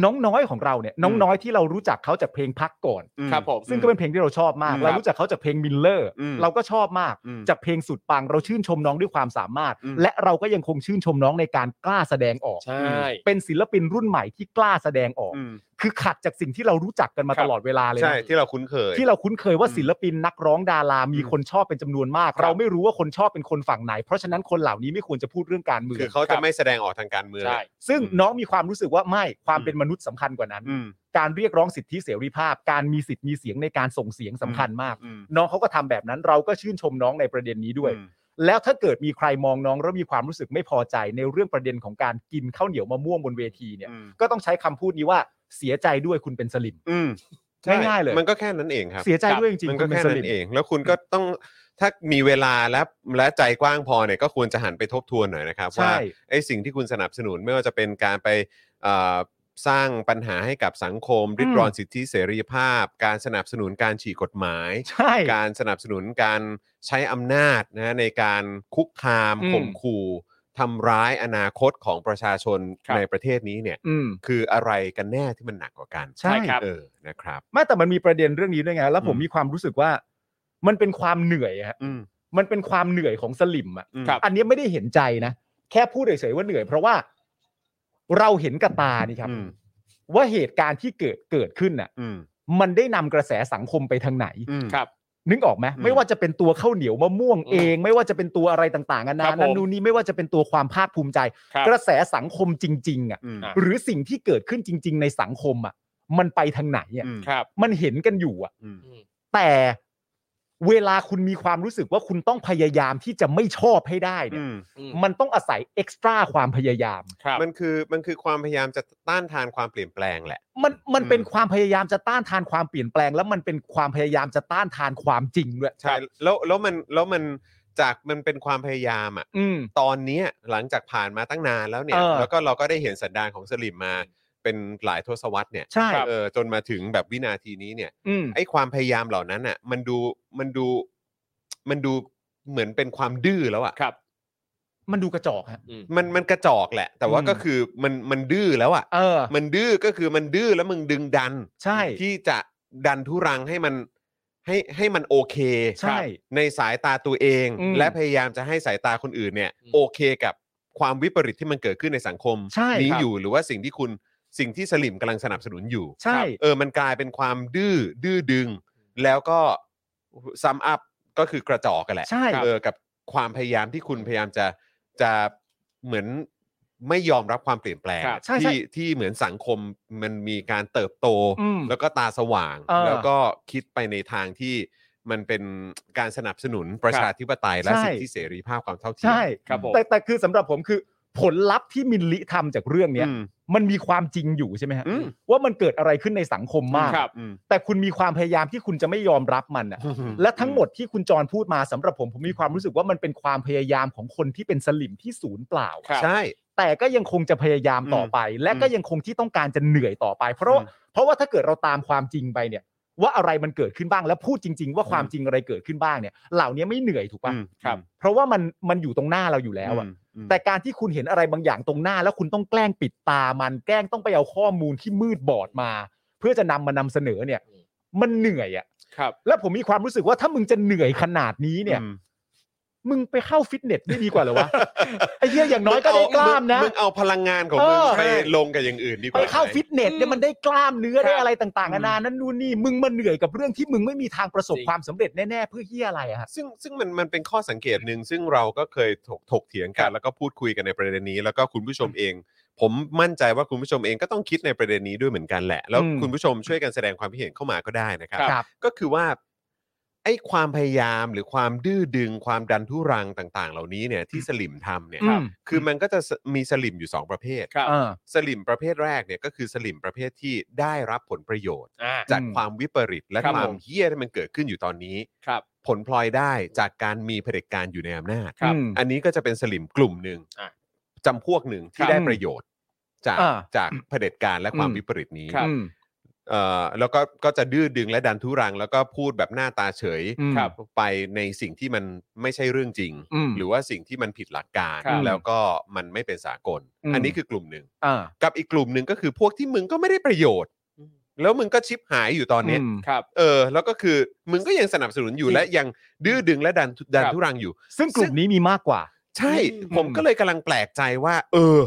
Speaker 4: น้องน้อยของเราเนี่ยน้อง
Speaker 3: อืม
Speaker 4: น้อยที่เรารู้จักเขาจากเพลงพักก่อน
Speaker 3: อืม
Speaker 5: ครับผม
Speaker 4: ซึ่งก็เป็นเพลงที่เราชอบมาก
Speaker 3: อืม
Speaker 4: เรารู้จักเขาจากเพลงมิลเลอร์
Speaker 3: อืม
Speaker 4: เราก็ชอบมาก
Speaker 3: อืม
Speaker 4: จากเพลงสุดปัง เราชื่นชมน้องด้วยความสามารถ
Speaker 3: อืม
Speaker 4: และเราก็ยังคงชื่นชมน้องในการกล้าแสดงออก
Speaker 5: ใช่
Speaker 4: เป็นศิลปินรุ่นใหม่ที่กล้าแสดงออก
Speaker 3: อืม
Speaker 4: คือขัดจากสิ่งที่เรารู้จักกันมา
Speaker 5: ค
Speaker 4: ต
Speaker 5: รับ
Speaker 4: ลอดเวลาเลย
Speaker 3: ใช่
Speaker 4: นะ
Speaker 3: ที่เราคุ้นเคย
Speaker 4: ที่เราคุ้นเคยว่า
Speaker 3: อืม
Speaker 4: ศิลปินนักร้องดารามี
Speaker 3: อืม
Speaker 4: คนชอบเป็นจำนวนมาก เราไม่รู้ว่าคนชอบเป็นคนฝั่งไหน เพราะฉะนั้นคนเหล่านี้ไม่ควรจะพูดเรื่องการเมือง
Speaker 3: คือเขาจะไม่แสดงออกทางการเมือง
Speaker 5: ใช่
Speaker 4: ซึ่ง
Speaker 3: อืม
Speaker 4: น้องมีความรู้สึกว่าไม่ความเป็นมนุษย์สำคัญกว่านั้น
Speaker 3: อืม
Speaker 4: การเรียกร้องสิทธิเสรีภาพ การมีสิทธิ์มีเสียงในการส่งเสียงสำคัญมาก
Speaker 3: อืม
Speaker 4: น้องเขาก็ทำแบบนั้นเราก็ชื่นชมน้องในประเด็นนี้ด้วย
Speaker 3: อืม
Speaker 4: แล้วถ้าเกิดมีใครมองน้องแล้วมีความรู้สึกไม่พอใจในเรื่องประเด็นของการกินข้าวเหนียวมะม่วงบนเวทีเนี่ย
Speaker 3: อืม
Speaker 4: ก็ต้องใช้คำพูดนี้ว่าเสียใจด้วยคุณเป็นสลิม
Speaker 3: อืมใช่
Speaker 4: ง่ายๆเลย
Speaker 3: มันก็แค่นั้นเองครับ
Speaker 4: เสียใจด้วยจริง
Speaker 3: มัน
Speaker 4: ๆ
Speaker 3: ก็
Speaker 4: คุณเป็
Speaker 3: แค่
Speaker 4: นสลิ
Speaker 3: นั้
Speaker 4: ม
Speaker 3: นเอง แล้วคุณก็ต้องถ้ามีเวลาและและใจกว้างพอเนี่ยก็ควรจะหันไปทบทวนหน่อยนะครับว่า
Speaker 4: ใช่
Speaker 3: ไอ้สิ่งที่คุณสนับสนุนไม่ว่าจะเป็นการไปเอ่อสร้างปัญหาให้กับสังคม ริดรอนสิทธิเสรีภาพ การสนับสนุนการฉีกกฎหมาย
Speaker 4: ใช่
Speaker 3: การสนับสนุนการใช้อำนาจนะในการคุกคาม
Speaker 4: อืม
Speaker 3: ข่มขู่ทำร้ายอนาคตของประชาชน
Speaker 5: ครับ
Speaker 3: ในประเทศนี้เนี่ย
Speaker 4: อืม
Speaker 3: คืออะไรกันแน่ที่มันหนักกว่ากัน
Speaker 4: ใช่ครับ
Speaker 3: เออนะครับ
Speaker 4: ไม่แต่มันมีประเด็นเรื่องนี้ด้วยไงแล้วผม
Speaker 3: อืม
Speaker 4: มีความรู้สึกว่า มันเป็นความเหนื่อยอะฮะ
Speaker 3: อืม
Speaker 4: มันเป็นความเหนื่อยของสลิมอะ
Speaker 3: อืม
Speaker 5: ครับ
Speaker 4: อันนี้ไม่ได้เห็นใจนะ แค่พูดเฉยๆว่าเหนื่อย เพราะว่าเราเห็นกับตานี่ครับ
Speaker 3: อืม
Speaker 4: ว่าเหตุการณ์ที่เกิดเกิดขึ้นน่ะ
Speaker 3: อืม
Speaker 4: มันได้นำกระแสสังคมไปทางไหน
Speaker 3: อืม
Speaker 5: ครับ
Speaker 4: นึกออกไหมไม่ว่าจะเป็นตัวข้าวเหนียวมะม่วงเอง ไม่ว่าจะเป็นตัวอะไรต่างๆนา
Speaker 5: ครั
Speaker 4: นา
Speaker 5: บผม
Speaker 4: นั่นนู่นนี่ไม่ว่าจะเป็นตัวความภาคภูมิใจ
Speaker 5: ครับ
Speaker 4: กระแสสังคมจริง ๆ อ่ะ
Speaker 3: อืม
Speaker 5: อ่ะ
Speaker 4: หรือสิ่งที่เกิดขึ้นจริง ๆ ในสังคมอ่ะ มันไปทางไหนอ่ะ
Speaker 3: อืม
Speaker 5: ครับ
Speaker 4: มันเห็นกันอยู่อ่ะ
Speaker 3: อืม
Speaker 4: แต่เวลาคุณมีความรู้สึกว่าคุณต้องพยายามที่จะไม่ชอบให้ได้เนี่ย
Speaker 5: อืม
Speaker 4: มันต้องอาศัยเอ็กซ์ตร้าความพยายาม
Speaker 5: ครับ
Speaker 3: มันคือมันคือความพยายามจะต้านทานความเปลี่ยนแปลงแหละ
Speaker 4: มันมัน
Speaker 3: อืม
Speaker 4: เป็นความพยายามจะต้านทานความเปลี่ยนแปลง แล้วมันเป็นความพยายามจะต้านทานความจริงด้วย
Speaker 3: ใช่แล้วแล้วมันแล้วมันจากมันเป็นความพยายามอะ
Speaker 4: อืม
Speaker 3: ตอนเนี้ยหลังจากผ่านมาตั้งนานแล้วเนี่ย
Speaker 4: เออ
Speaker 3: แล้วก็เราก็ได้เห็นสันดานของสลิมมาเป็นหลายทศวรรษเนี่ย
Speaker 4: ใช่
Speaker 5: ครับ
Speaker 3: เออจนมาถึงแบบวินาทีนี้เนี่ย
Speaker 4: อืม
Speaker 3: ไอ้ความพยายามเหล่านั้นอ่ะ มันดูมันดูมันดูเหมือนเป็นความดื้อแล้วอ่ะ
Speaker 5: ครับ
Speaker 4: มันดูกระจอกฮะ
Speaker 3: มันมันกระจอกแหละ แต่ว่า
Speaker 4: อืม
Speaker 3: ก็คือมันมันดื้อแล้วอ่ะ
Speaker 4: เออ
Speaker 3: มันดื้อก็คือมันดื้อแล้วมึงดึงดัน
Speaker 4: ใช่
Speaker 3: ที่จะดันทุรังให้มันให้ให้มันโอเค
Speaker 4: ใช่
Speaker 3: ในสายตาตัวเอง
Speaker 4: อืม
Speaker 3: และพยายามจะให้สายตาคนอื่นเนี่ย
Speaker 5: อืม
Speaker 3: โอเคกับความวิปริตที่มันเกิดขึ้นในสังคม
Speaker 4: ใช่
Speaker 3: นี้
Speaker 4: ครับ
Speaker 3: อยู่หรือว่าสิ่งที่คุณสิ่งที่สลิมกำลังสนับสนุนอยู่
Speaker 4: ใช่
Speaker 3: เออมันกลายเป็นความดื้อดื้อดึง แล้วก็ซัมอัพก็คือกระจอกกันแหละ
Speaker 4: ใช่
Speaker 3: เออกับความพยายามที่คุณพยายามจะจะเหมือนไม่ยอมรับความเปลี่ยนแปลง
Speaker 5: ครับ
Speaker 4: ใช่ใช่
Speaker 3: ที่ที่เหมือนสังคมมันมีการเติบโต
Speaker 4: อืม
Speaker 3: แล้วก็ตาสว่าง
Speaker 4: เออ
Speaker 3: แล้วก็คิดไปในทางที่ มันเป็นการสนับสนุนประชาธิปไตยและ
Speaker 4: ใช่
Speaker 3: สิทธิเสรีภาพความเท่าเทีม
Speaker 4: ใช่
Speaker 5: ครับผม
Speaker 4: แต่แต่คือสำหรับผมคือผลลัพธ์ที่มินลิทำจากเรื่องเนี้ย
Speaker 3: อืม
Speaker 4: มันมีความจริงอยู่ใช่ไหมฮะ
Speaker 3: อืม
Speaker 4: ว่ามันเกิดอะไรขึ้นในสังคมมาก
Speaker 5: ครับ
Speaker 3: อืม
Speaker 4: แต่คุณมีความพยายามที่คุณจะไม่ยอมรับมันอะและทั้งหมดที่คุณจรพูดมาสำหรับผมผมมีความรู้สึกว่ามันเป็นความพยายามของคนที่เป็นสลิมที่ศูนย์เปล่า
Speaker 5: ครับ
Speaker 3: ใช่
Speaker 4: แต่ก็ยังคงจะพยายามต่อไป และก็ยังคงที่ต้องการจะเหนื่อยต่อไป เพราะว่าเพราะว่าถ้าเกิดเราตามความจริงไปเนี่ย ว่าอะไรมันเกิดขึ้นบ้าง และพูดจริง ๆ ว่าความจริงอะไรเกิดขึ้นบ้างเนี่ย เหล่านี้ไม่เหนื่อยถูกป่ะ
Speaker 3: อืมครับ
Speaker 4: เพราะว่ามันมันอยู่ตรงหน้าเราอยู่แล้วอะ
Speaker 3: อืม
Speaker 4: แต่การที่คุณเห็นอะไรบางอย่างตรงหน้า แล้วคุณต้องแกล้งปิดตามันแกล้งต้องไปเอาข้อมูลที่มืดบอดมา เพื่อจะนำมานำเสนอเนี่ย มันเหนื่อยอะ
Speaker 5: ครับ
Speaker 4: แล้วผมมีความรู้สึกว่าถ้ามึงจะเหนื่อยขนาดนี้เนี่ย
Speaker 3: อืม
Speaker 4: มึงไปเข้าฟิตเนสไม่ดีกว่าเหรอวะ ไอ้เหี้ยอย่างน้อยก็ได้กล้ามนะ
Speaker 3: งเอาพลังงานของมึง
Speaker 4: เออ
Speaker 3: ไปลงกับอย่างอื่นดีก
Speaker 4: ไป
Speaker 3: ว่า
Speaker 4: เข้า
Speaker 3: ไหม
Speaker 4: ฟิตเนสเนี่ย
Speaker 5: อืม
Speaker 4: มันได้กล้ามเนื้อ
Speaker 5: ครับ
Speaker 4: ได้อะไรต่างๆนานานั่นนู่นนี่มึงมาเหนื่อยกับเรื่องที่มึงไม่มีทางประสบ
Speaker 5: จริง
Speaker 4: ความสำเร็จแน่ๆเพื่อเฮียอะไรอะฮะ
Speaker 3: ซึ่งซึ่งมันมันเป็นข้อสังเกตหนึ่งซึ่งเราก็เคยถกถกเถียงกัน แล้วก็พูดคุยกันในประเด็นนี้ แล้วก็คุณผู้ชมเอง ผมมั่นใจว่าคุณผู้ชมเองก็ต้องคิดในประเด็นนี้ด้วยเหมือนกันแหละ แล้ว
Speaker 4: อืม
Speaker 3: คุณผู้ชมช่วยกันแสดงความคิดเห็นเข้ามาก็ได้นะครั
Speaker 4: ครับ
Speaker 3: ก็คือว่าไอ้ความพยายามหรือความดื้อดึงความดันทุรังต่างๆ เหล่านี้เนี่ยที่สลิมทำเนี่ย
Speaker 4: อืม
Speaker 3: คือมันก็จะสมีสลิมอยู่ 2 ประเภท
Speaker 5: ครับ
Speaker 4: เออ
Speaker 3: สลิมประเภทแรกเนี่ยก็คือสลิมประเภทที่ได้รับผลประโยชน์
Speaker 5: อ่า
Speaker 3: จาก
Speaker 4: อืม
Speaker 3: ความวิปริตและ
Speaker 5: ครับ
Speaker 3: ควา
Speaker 5: ผม ม
Speaker 3: เฮี้ยที่มันเกิดขึ้นอยู่ตอนนี้
Speaker 5: ครับ
Speaker 3: ผลพลอยได้จากการมีเผด็จการอยู่ในอำนาจ
Speaker 5: ครับ
Speaker 4: อืม
Speaker 3: อันนี้ก็จะเป็นสลิมกลุ่มหนึ่ง
Speaker 5: อ่ะ
Speaker 3: จำพวกหนึ่งที่
Speaker 5: ครับ
Speaker 3: ได้ประโยชน์ จาก
Speaker 4: อ่า
Speaker 3: จากเผด็จการและความ
Speaker 4: อืม
Speaker 3: วิปริตนี้
Speaker 5: ครับ
Speaker 4: อืม
Speaker 3: เอ่อแล้วก็ก็จะดื้อดึงและดันทุรัง แล้วก็พูดแบบหน้าตาเฉย
Speaker 4: อืมครับ
Speaker 3: ไปในสิ่งที่มันไม่ใช่เรื่องจริง
Speaker 4: อืม
Speaker 3: หรือว่าสิ่งที่มันผิดหลักการ
Speaker 5: ครับ
Speaker 3: แล้วก็มันไม่เป็นสากล
Speaker 4: อืม
Speaker 3: อันนี้คือกลุ่มหนึ่ง
Speaker 4: อ่า
Speaker 3: กับอีกกลุ่มหนึ่งก็คือพวกที่มึงก็ไม่ได้ประโยชน์
Speaker 5: อืม
Speaker 3: แล้วมึงก็ชิปหายอยู่ตอนเนี้ย
Speaker 4: ม
Speaker 5: ครับ
Speaker 3: เออ แล้วก็คือมึงก็ยังสนับสนุนอยู่
Speaker 5: จริง
Speaker 3: และยังดื้อดึงและดันทุดัน
Speaker 5: ครับ
Speaker 3: ทุรังอยู่
Speaker 4: ซึ่งกลุ่มนี้มีมากกว่า
Speaker 3: ใช่
Speaker 5: อืม
Speaker 3: ผมก็เลยกำลังแปลกใจว่า เออ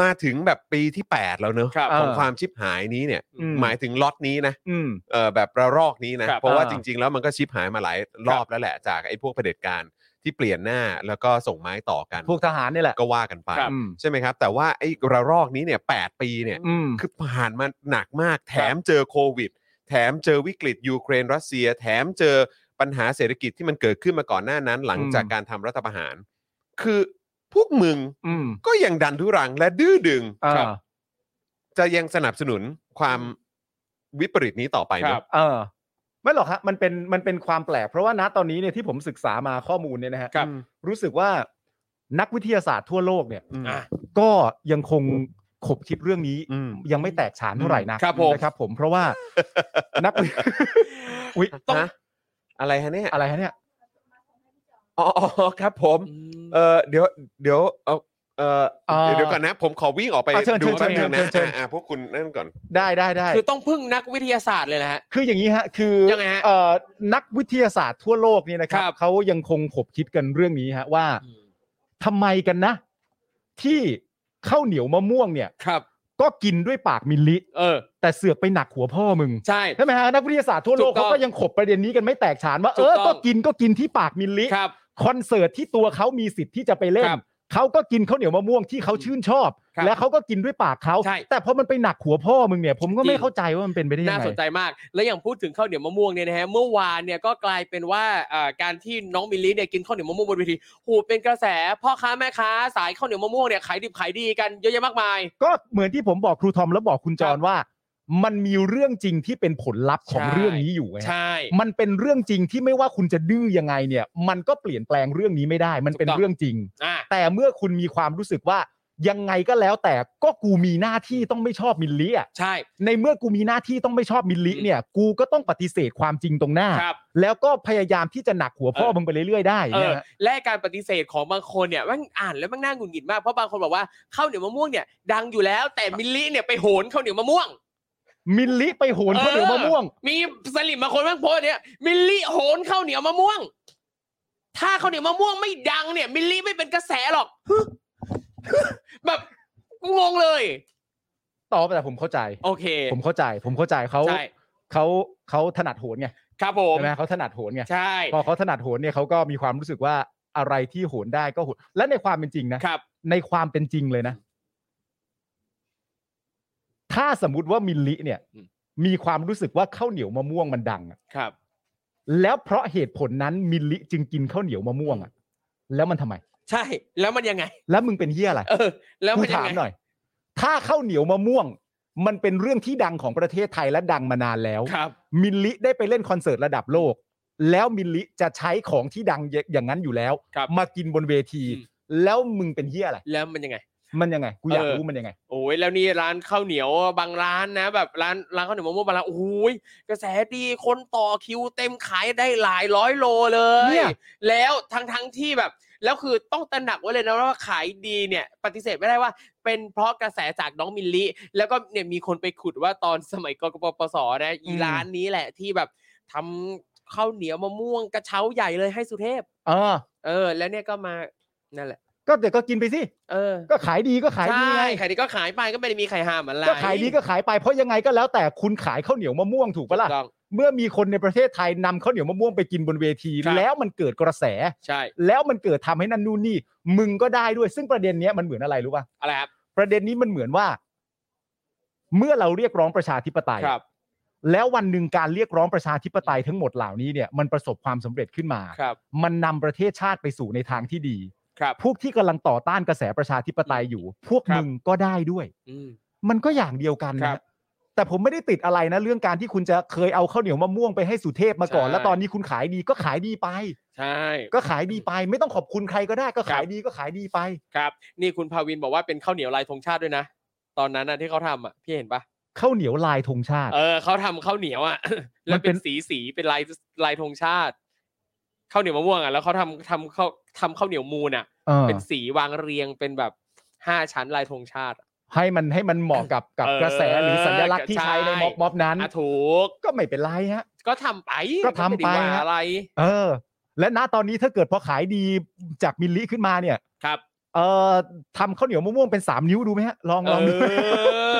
Speaker 3: มาถึงแบบปีที่แปดแล้วเนอะ
Speaker 5: ครับ
Speaker 3: ของ
Speaker 4: เออ
Speaker 3: ความชิปหายนี้เนี่ย
Speaker 4: อืม
Speaker 3: หมายถึงล็อตนี้นะ
Speaker 4: อืม
Speaker 3: เอ่อแบบระรอกนี้นะ
Speaker 5: ครับ
Speaker 3: เพราะว่า
Speaker 4: อ่า
Speaker 3: จริง ๆ แล้วมันก็ชิปหายมาหลายรอบแล้วแหละจากไอ้พวกเผด็จการที่เปลี่ยนหน้าแล้วก็ส่งไม้ต่อกัน
Speaker 4: พวกทหารเนี่ยแหละ
Speaker 3: ก็ว่ากันไป
Speaker 5: ครับ
Speaker 4: อืม
Speaker 3: ใช่ไหมครับ แต่ว่าไอ้ระรอกนี้เนี่ยแปดปีเนี่ย
Speaker 4: อืม
Speaker 3: คือผ่านมาหนักมาก แถมเจอโควิด แถมเจอวิกฤตยูเครนรัสเซีย แถมเจอปัญหาเศรษฐกิจที่มันเกิดขึ้นมาก่อนหน้านั้น หลัง
Speaker 4: อืม
Speaker 3: จากการทำรัฐประหาร คือพวกมึง
Speaker 4: อืม
Speaker 3: ก็ยังดันทุรังและดื้อดึง
Speaker 4: เออ
Speaker 3: จะยังสนับสนุนความวิปริตนี้ต่อไป
Speaker 5: ครั
Speaker 3: เนาะ
Speaker 5: บ
Speaker 4: เออไม่หรอกฮะมันเป็นมันเป็นความแปลก เพราะว่าณตอนนี้เนี่ยที่ผมศึกษามาข้อมูลเนี่ยนะฮะ
Speaker 5: ครับ
Speaker 4: รู้สึกว่านักวิทยาศาสตร์ทั่วโลกเนี่ย
Speaker 3: อืม
Speaker 5: อ่า
Speaker 4: ก็ยังคงขบคิดเรื่องนี้
Speaker 3: อืม
Speaker 4: ยังไม่แตกฉานเท่าไหร่นะครับ
Speaker 5: ผม
Speaker 4: นะครับ ผมเพราะว่านั [laughs] กวิ อุ๊ย
Speaker 5: ต้อง
Speaker 3: ฮะ [laughs] อะไรฮะเนี่ย
Speaker 4: อะไรฮะเนี่ย
Speaker 3: อ๋ออ๋ออ๋อครับผมเออเดี๋ยวเดี๋ยวเอาเออ
Speaker 4: อ่า
Speaker 3: เดี๋ยวเดี๋ยวก่อนนะ ผมขอวิ่งออกไป
Speaker 4: อ่ะเชิญ
Speaker 3: ดู
Speaker 4: เชิญ
Speaker 3: แป๊บนึงนะ
Speaker 4: เชิญเชิญ
Speaker 3: อ่ะอ่ะพวกคุณนั่นก่อน
Speaker 4: ได้ได้ได้
Speaker 5: คือต้องพึ่งนักวิทยาศาสตร์เลยนะฮะ
Speaker 4: คืออย่างนี้ฮะ คือ
Speaker 5: ยังไงฮะ
Speaker 4: เอ่อนักวิทยาศาสตร์ทั่วโลกเนี่ยนะครับ
Speaker 5: ครับ
Speaker 4: เขายังคงขบคิดกันเรื่องนี้ฮะ ว่าทำไมกันนะ ที่ข้าวเหนียวมะม่วงเนี่ย
Speaker 5: ครับ
Speaker 4: ก็กินด้วยปากมิลลิ
Speaker 5: เออ
Speaker 4: แต่เสือกไปหนักหัวพ่อมึง
Speaker 5: ใช่
Speaker 4: ใช่ไหมฮะนักวิทยาศาสตร์ทั่วโลก
Speaker 5: ถูกต้อ
Speaker 4: เขา
Speaker 5: ง
Speaker 4: ก็ยังขบประเด็นนี้กันไม่แตกฉานว่าเอ
Speaker 5: ถูก
Speaker 4: อ
Speaker 5: ต้อง
Speaker 4: ก็กินก็กินที่ปากมิลลิ
Speaker 5: ครับ
Speaker 4: คอนเสิร์ตที่ตัวเขามีสิทธิ์ที่จะไปเล่น
Speaker 5: ครับ
Speaker 4: เขาก็กินข้าวเหนียวมะม่วงที่เขาชื่นชอบ
Speaker 5: ครับ
Speaker 4: และเขาก็กินด้วยปากเขา
Speaker 5: ใช่
Speaker 4: แต่พอมันไปหนักหัวพ่อมึงเนี่ย ผมก็
Speaker 5: จริ
Speaker 4: ไม่
Speaker 5: ง
Speaker 4: เข้าใจว่ามันเป็นไปได้ยั
Speaker 5: น่าง
Speaker 4: ไง
Speaker 5: สนใจมาก และอย่างพูดถึงข้าวเหนียวมะม่วงเนี่ยนะฮะ เมื่อวานเนี่ยก็กลายเป็นว่าเอ่อการที่น้องมิลลิเนี่ยกินข้าวเหนียวมะม่วงบนเวทีโหูเป็นกระแส พ่อค้าแม่ค้าสายข้าวเหนียวมะม่วงเนี่ยขายดิบขายดีกันเยอะแยะมากมาย
Speaker 4: ก็เหมือนที่ผมบอกครูทอมแล้วบอกคุณจรว่า มันมีเรื่องจริงที่เป็นผลลัพธ์ของ
Speaker 5: ใช่
Speaker 4: เรื่องนี้อยู่ไงฮะ
Speaker 5: ใช่
Speaker 4: มันเป็นเรื่องจริงที่ไม่ว่าคุณจะดื้อยังไงเนี่ย มันก็เปลี่ยนแปลงเรื่องนี้ไม่ได้ มันเป็น
Speaker 5: ถูกต้อง
Speaker 4: เรื่องจริง
Speaker 5: อ่ะ
Speaker 4: แต่เมื่อคุณมีความรู้สึกว่ายังไงก็แล้วแต่ก็กูมีหน้าที่ต้องไม่ชอบมิลลิอะ
Speaker 5: ใช่
Speaker 4: ในเมื่อกูมีหน้าที่ต้องไม่ชอบมิลลิ
Speaker 5: อืม
Speaker 4: เนี่ย กูก็ต้องปฏิเสธความจริงตรงหน้า
Speaker 5: ครับ
Speaker 4: แล้วก็พยายามที่จะหนักหัวพ่อ
Speaker 5: เออ
Speaker 4: มึงไปเรื่อยๆได้
Speaker 5: เอ
Speaker 4: เนี่
Speaker 5: อย
Speaker 4: ฮะ
Speaker 5: และการปฏิเสธของบางคนเนี่ยแมันอ่านแล้วแมันน่าหงุดหงิดมากเพราะบางคนบอกว่าข้าวเหนียวมะม่วงเนี่ยดังอยู่แล้วแต่มิลลิเนี่ยไปโหนข้าวเหนียวมะม่วง
Speaker 4: มิลลิไปโหน
Speaker 5: เออ
Speaker 4: ข้าวเหนียวมะม่วง
Speaker 5: มีสลิมบางคนแม่งโพสต์เนี่ยมิลลิโหนข้าวเหนียวมะม่วง ถ้าข้าวเหนียวมะม่วงไม่ดังเนี่ยมิลลิไม่เป็นกระแสหรอก แบบงงเลย
Speaker 4: ต่อไปแต่ผมเข้าใจ
Speaker 5: โอเค
Speaker 4: ผมเข้าใจ ผมเข้าใจเขา
Speaker 5: ใช่
Speaker 4: เขาเขาถนัดโหนไง
Speaker 5: ครับผม
Speaker 4: ใช่ไหมเขาถนัดโหนไง
Speaker 5: ใช่
Speaker 4: พอเขาถนัดโหนเนี่ยเขาก็มีความรู้สึกว่าอะไรที่โหนได้ก็โหนและในความเป็นจริงนะครับ ในความเป็นจริงเลยนะ ถ้าสมมุติว่ามิลลิเนี่ย
Speaker 5: อืม
Speaker 4: มีความรู้สึกว่าข้าวเหนียวมะม่วงมันดังอะ
Speaker 5: ครับ
Speaker 4: แล้วเพราะเหตุผลนั้นมิลลิจึงกินข้าวเหนียวมะม่วงอ่ะ แล้วมันทำไม
Speaker 5: ใช่ แล้วมันยังไง
Speaker 4: แล้วมึงเป็นเฮียอะไร
Speaker 5: เออ แล้ว
Speaker 4: กู
Speaker 5: มันยั
Speaker 4: ถาง ม
Speaker 5: ไง
Speaker 4: หน่อย ถ้าข้าวเหนียวมะม่วง มันเป็นเรื่องที่ดังของประเทศไทยและดังมานานแล้ว
Speaker 5: ครับ
Speaker 4: มิลลิได้ไปเล่นคอนเสิร์ตระดับโลก แล้วมิลลิจะใช้ของที่ดังอย่อย่างนั้นอยู่แล้ว
Speaker 5: ครับ
Speaker 4: มากินบนเวที
Speaker 5: อืม
Speaker 4: แล้วมึงเป็นเฮียอะไร
Speaker 5: แล้วมันยังไง
Speaker 4: มันยังไง กูอยาก
Speaker 5: เออ
Speaker 4: รู้มันยังไง
Speaker 5: โอ้ยแล้วนี่ร้านข้าวเหนียวบางร้านนะ แบบร้านร้านข้าวเหนียวมะม่วงบางร้านโอ้ยกระแสดีคนต่อคิวเต็มขายได้หลายร้อยโลเลย
Speaker 4: เนี่ย
Speaker 5: แล้วทั้งทั้งที่แบบ แล้วคือต้องตระหนักไว้เลยนะว่าขายดีเนี่ย ปฏิเสธไม่ได้ว่า เป็นเพราะกระแสจากน้องมิลลิแล้วก็เนี่ยมีคนไปขุดว่าตอนสมัยกกปปสนะอีร้านนี้แหละที่แบบทำข้าวเหนียวมะม่วงกระเช้าใหญ่เลยให้สุเทพ
Speaker 4: เออ
Speaker 5: เออ แล้วเนี่ยก็มานั่นแหละ
Speaker 4: ก็เดี๋ยวก็กินไปสิ
Speaker 5: เออ
Speaker 4: ก็ขายดีก็ขายดี
Speaker 5: ใช่
Speaker 4: ไง
Speaker 5: ขายดีก็ขายไปก็ไม่ได้มีใครห้ามอะไร
Speaker 4: ก็ขายดีก็ขายไป เพราะยังไงก็แล้วแต่คุณขายข้าวเหนียวมะม่วงถูกปะล่ะ
Speaker 5: ถูกต้อง
Speaker 4: เมื่อมีคนในประเทศไทยนำข้าวเหนียวมะม่วงไปกินบนเวที
Speaker 5: ครับ
Speaker 4: แล้วมันเกิดกระแส
Speaker 5: ใช่
Speaker 4: แล้วมันเกิดทำให้นั่นนู่นนี่ มึงก็ได้ด้วย ซึ่งประเด็นเนี้ยมันเหมือนอะไรรู้ป่ะ
Speaker 5: อะไรครับ
Speaker 4: ประเด็นนี้มันเหมือนว่า เมื่อเราเรียกร้องประชาธิปไตย
Speaker 5: ครับ
Speaker 4: แล้ววันหนึ่งการเรียกร้องประชาธิปไตยทั้งหมดเหล่านี้เนี่ยมันประสบความสำเร็จขึ้นมา
Speaker 5: ครับ
Speaker 4: มันนำประเทศชาติไปสู่ในทางที่ดี
Speaker 5: ครับ
Speaker 4: พวกที่กำลังต่อต้านกระแสประชาธิปไตยอยู่ พวก
Speaker 5: ครับ
Speaker 4: มึงก็ได้ด้วย
Speaker 5: อืม
Speaker 4: มันก็อย่างเดียวกัน
Speaker 5: ครั
Speaker 4: นะ
Speaker 5: บ
Speaker 4: แต่ผมไม่ได้ติดอะไรนะ เรื่องการที่คุณจะเคยเอาข้าวเหนียวมะม่วงไปให้สุเทพมาก่อน
Speaker 5: ใช่
Speaker 4: แล้วตอนนี้คุณขายดีก็ขายดีไป
Speaker 5: ใช่
Speaker 4: ก็ขายดีไป ไม่ต้องขอบคุณใครก็ได้ ก็ขาย
Speaker 5: ครับ
Speaker 4: ดีก็ขายดีไป
Speaker 5: ครับ นี่คุณภาวินบอกว่าเป็นข้าวเหนียวลายธงชาติด้วยนะ ตอนนั้นนะที่เขาทำอ่ะ พี่เห็นปะ
Speaker 4: ข้าวเหนียวลายธงชาติ
Speaker 5: เออเขาทำข้าวเหนียวอ่ะ [laughs] แล้วเป็นสีสีเป็นลายลายธงชาติ ข้าวเหนียวมะม่วงอ่ะ แล้วเขาทำทำข้าวทำข้าวเหนียวมูนอ่ะ
Speaker 4: เออ
Speaker 5: เป็นสีวางเรียงเป็นแบบห้าชั้นลายธงชาติ
Speaker 4: ให้มันให้มันเหมาะกับกับ
Speaker 5: เออก
Speaker 4: ระแสหรือสัญลักษณ์ที่ใช้ใน
Speaker 5: ใช่
Speaker 4: ม็อบม็อบนั้น
Speaker 5: อ่ะถูก
Speaker 4: ก็ไม่เป็นไรฮะ
Speaker 5: ก็ทำไป
Speaker 4: ก็ทำไป
Speaker 5: ม่ด้ว่า
Speaker 4: ฮะ
Speaker 5: อะไร
Speaker 4: เออ และณตอนนี้ถ้าเกิดพอขายดีจากมิลลิขึ้นมาเนี่ย
Speaker 5: ครับ
Speaker 4: เอ่อทำข้าวเหนียวมะม่วงเป็นสามนิ้วดูไหมฮะลองล
Speaker 5: เอ
Speaker 4: องดู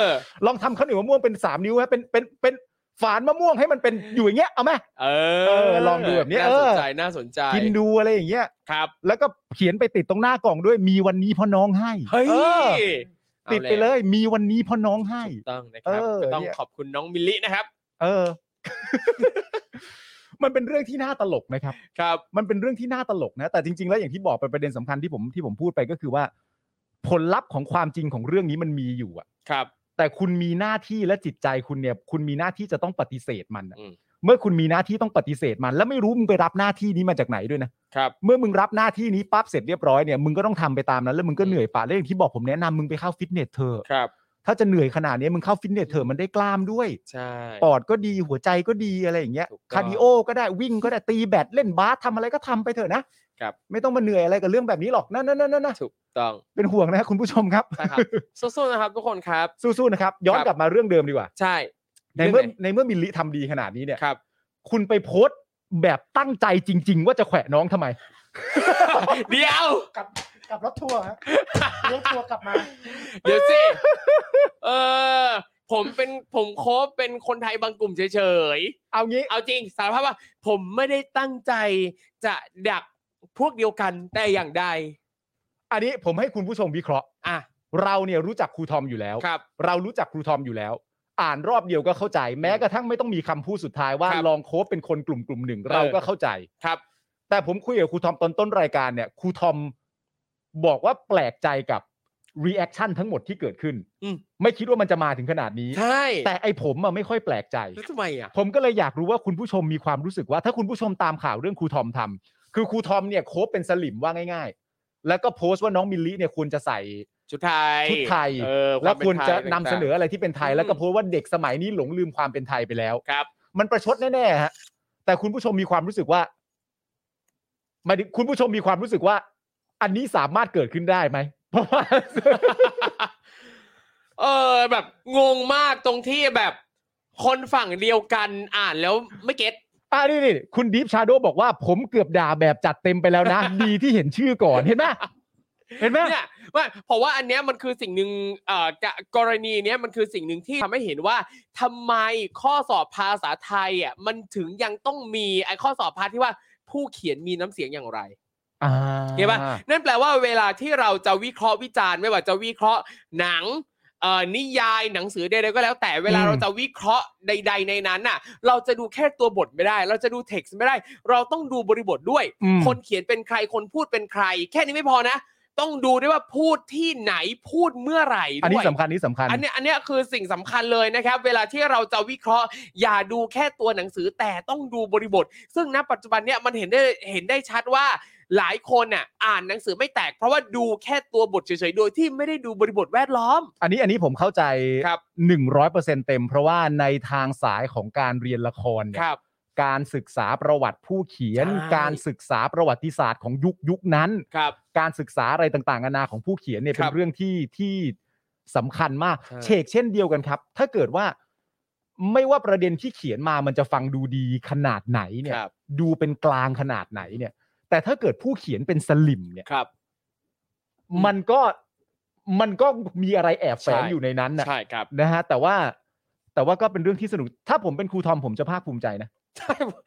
Speaker 5: อ
Speaker 4: ลองทำข้าวเหนียวมะม่วงเป็นสามนิ้วฮะเป็นเป็นเป็นฝานมะม่วงให้มันเป็นอยู่อย่างเงี้ยเอาไหม
Speaker 5: เอ
Speaker 4: เอ
Speaker 5: อ
Speaker 4: อลองดูแบบนี้
Speaker 5: น่าสนใจ
Speaker 4: เออ
Speaker 5: น่าสนใจ
Speaker 4: กินดูอะไรอย่างเงี้ย
Speaker 5: ครับ
Speaker 4: แล้วก็เขียนไปติดตรงหน้ากล่องด้วยมีวันนี้เพ่อน้องให้
Speaker 5: เฮ้ย
Speaker 4: ออ
Speaker 5: อา
Speaker 4: ติดไป
Speaker 5: แว
Speaker 4: เลยมีวันนี้เพ่อน้องให้
Speaker 5: ถูกต้องนะครับ
Speaker 4: เออ
Speaker 5: ก็ต้อง
Speaker 4: เนี่ย
Speaker 5: ขอบคุณน้องมิลลินะครับ
Speaker 4: เออ [laughs] มันเป็นเรื่องที่น่าตลกนะครับ
Speaker 5: ครับ
Speaker 4: มันเป็นเรื่องที่น่าตลกนะ แต่จริง ๆ แล้วอย่างที่บอกไปประเด็นสำคัญที่ผมที่ผมพูดไปก็คือว่า ผลลัพธ์ของความจริงของเรื่องนี้มันมีอยู่อะ
Speaker 5: ครับ
Speaker 4: แต่คุณมีหน้าที่และจิตใจคุณเนี่ย คุณมีหน้าที่จะต้องปฏิเสธมันอะ
Speaker 5: อืม
Speaker 4: เมื่อคุณมีหน้าที่ต้องปฏิเสธมัน แล้วไม่รู้มึงไปรับหน้าที่นี้มาจากไหนด้วยนะ
Speaker 5: ครับ
Speaker 4: เมื่อมึงรับหน้าที่นี้ปั๊บเสร็จเรียบร้อยเนี่ยมึงก็ต้องทำไปตามนั้นแล้วมึงก็เหนื่อยปะแล้วอย่างที่บอกผมแนะนำมึงไปเข้าฟิตเนสเถอะ
Speaker 5: ครับ
Speaker 4: ถ้าจะเหนื่อยขนาดนี้มึงเข้าฟิตเนสเถอะมันได้กล้ามด้วย
Speaker 5: ใช่
Speaker 4: ปอดก็ดีหัวใจก็ดีอะไรอย่างเงี้ย
Speaker 5: ถูกต้อง
Speaker 4: คาร์ดิโอก็ได้วิ่งก็ได้ตีแบดเล่นบาสทำอะไรก็ทำไปเถอะนะครับ ไม่ต้องมาเหนื่อยอะไรกับเรื่องแบบนี้หรอกนั่นนั่นนั่นนะ
Speaker 5: ถูกต้อง
Speaker 4: เป็นห่วงนะครับคุณผู้ชมครับ
Speaker 5: ใช่ครับ สู้ๆนะครับทุกคนครับ
Speaker 4: สู้ๆนะครับ ย้อน
Speaker 5: ครับ
Speaker 4: กลับมาเรื่องเดิมดีกว่า
Speaker 5: ใช่
Speaker 4: ในเมื่อ
Speaker 5: รื่ง
Speaker 4: ในเมื่อมิลลิทำดีขนาดนี้
Speaker 5: ไห
Speaker 4: เนี่ย [laughs]
Speaker 5: ครับ
Speaker 4: คุณไปโพสต์แบบตั้งใจจริง ๆ ว่าจะแขวะน้องทำไม
Speaker 5: เดี๋ยว
Speaker 6: กับกับรถทัวร์ฮะเรียกทัวร์กลับมา
Speaker 5: เดี๋ยวสิ เออ ผมเป็นผมโคบเป็นคนไทยบางกลุ่มเฉย
Speaker 4: เอางี้
Speaker 5: ๆ เอาจริงสารภาพว่า ผมไม่ได้ตั้งใจจะดักพวกเดียวกันแต่อย่างใด
Speaker 4: อันนี้ผมให้คุณผู้ชมวิเคราะห์
Speaker 5: อ่ะ
Speaker 4: เราเนี่ยรู้จักครูทอมอยู่แล้ว
Speaker 5: ครับ
Speaker 4: เรารู้จักครูทอมอยู่แล้ว อ่านรอบเดียวก็เข้าใจ แม้กระทั่งไม่ต้องมีคำพูดสุดท้ายว่า
Speaker 5: ครับ
Speaker 4: ลองโค้ชเป็นคนกลุ่มกลุ่มหนึ่ง
Speaker 5: เออ
Speaker 4: เราก็เข้าใจ
Speaker 5: ครับ
Speaker 4: แต่ผมคุยกับครูทอมตอนต้นรายการเนี่ยครูทอมบอกว่าแปลกใจกับรีแอคชั่นทั้งหมดที่เกิดขึ้น
Speaker 5: อืม
Speaker 4: ไม่คิดว่ามันจะมาถึงขนาดนี้
Speaker 5: ใช่
Speaker 4: แต่ไอผมอะไม่ค่อยแปลกใจ
Speaker 5: แล้วทำไมอ่ะ
Speaker 4: ผมก็เลยอยากรู้ว่าคุณผู้ชมมีความรู้สึกว่า ถ้าคุณผู้ชมตามข่าวเรื่องครูทอมทำคือครูทอมเนี่ยโคบเป็นสลิมว่าง่าย ๆ แล้วก็โพสต์ว่าน้องมิลลี่เนี่ยควรจะใส่
Speaker 5: ชุดไทย
Speaker 4: ชุดไทย
Speaker 5: เอ
Speaker 4: แล้
Speaker 5: อาว มเป็
Speaker 4: ควรจะ
Speaker 5: ไทย
Speaker 4: นำ
Speaker 5: ต่างๆ
Speaker 4: เสนออะไรที่เป็นไทย
Speaker 5: อืม
Speaker 4: แล้วก็โพสต์ว่าเด็กสมัยนี้หลงลืมความเป็นไทยไปแล้ว
Speaker 5: ครับ [laughs]
Speaker 4: มันประชดแน่ๆฮะแต่คุณผู้ชมมีความรู้สึกว่าหมายถึงคุณผู้ชมมีความรู้สึกว่า อันนี้สามารถเกิดขึ้นได้ไหมเพราะว่า [laughs]
Speaker 5: เออแบบงงมากตรงที่แบบ คนฝั่งเดียวกันอ่านแล้วไม่เก็ต
Speaker 4: อ่านี่นี่คุณดีฟชาโดบอกว่า ผมเกือบด่าแบบจัดเต็มไปแล้วนะ ดีที่เห็นชื่อก่อนเห็นไหมเห็นไหม
Speaker 5: เนี่ยว่าเพราะว่าอันเนี้ยมันคือสิ่งหนึ่งเอ่อกะกรณีเนี้ยมันคือสิ่งหนึ่งที่ทำให้เห็นว่าทำไมข้อสอบภาษาไทยอ่ะมันถึงยังต้องมีไอ้ข้อสอบพาร์ทที่ว่าผู้เขียนมีน้ำเสียงอย่างไร
Speaker 4: อ่า
Speaker 5: เข้าใจปะ นั่นแปลว่าเวลาที่เราจะวิเคราะห์วิจารณ์ไม่ว่าจะวิเคราะห์หนัง เอ่อนิยายหนังสือใดๆก็แล้วแต่เวลาเราจะวิเคราะห์ใด ๆ ในนั้นน่ะ เราจะดูแค่ตัวบทไม่ได้ เราจะดูเท็กซ์ไม่ได้ เราต้องดูบริบทด้วย
Speaker 4: อืม
Speaker 5: คนเขียนเป็นใครคนพูดเป็นใคร แค่นี้ไม่พอนะ ต้องดูด้วยว่าพูดที่ไหนพูดเมื่อไหร่ด้วย
Speaker 4: อันนี้สำคัญอันนี้สำคัญ
Speaker 5: อันเนี้ยอันเนี้ยคือสิ่งสำคัญเลยนะครับ เวลาที่เราจะวิเคราะห์ อย่าดูแค่ตัวหนังสือแต่ต้องดูบริบท ซึ่งณปัจจุบันเนี่ยมันเห็นได้เห็นได้ชัดว่าหลายคนน่ะอ่านหนังสือไม่แตก เพราะว่าดูแค่ตัวบทเฉยๆโดยที่ไม่ได้ดูบริบทแวดล้อม
Speaker 4: อันนี้อันนี้ผมเข้าใจ
Speaker 5: ครับ
Speaker 4: หนึ่งร้อยเปอร์เซ็นต์เต็ม เพราะว่าในทางสายของการเรียนละครเนี่
Speaker 5: ค
Speaker 4: ย
Speaker 5: รับ
Speaker 4: การศึกษาประวัติผู้เขียน
Speaker 5: ใช่
Speaker 4: การศึกษาประวัติศาสตร์ของยุคยุคนั้น
Speaker 5: ครับ
Speaker 4: การศึกษาอะไรต่างๆนานาของผู้เขียนเนี่ย
Speaker 5: ครับ
Speaker 4: เป็นเรื่องที่ที่สำคัญมาก
Speaker 5: ใช่
Speaker 4: เชกเช่นเดียวกันครับ ถ้าเกิดว่าไม่ว่าประเด็นที่เขียนมามันจะฟังดูดีขนาดไหนเนี่
Speaker 5: ค
Speaker 4: ย
Speaker 5: รับ
Speaker 4: ดูเป็นกลางขนาดไหนเนี่ย แต่ถ้าเกิดผู้เขียนเป็นสลิมเนี่ย
Speaker 5: ครับ อืม
Speaker 4: มันก็มันก็มีอะไรแอบแฝง
Speaker 5: ใช่
Speaker 4: อยู่ในนั้นนะ
Speaker 5: ใช่ครับ
Speaker 4: นะฮะแต่ว่าแต่ว่าก็เป็นเรื่องที่สนุก ถ้าผมเป็นครูทอมผมจะภาคภูมิใจนะ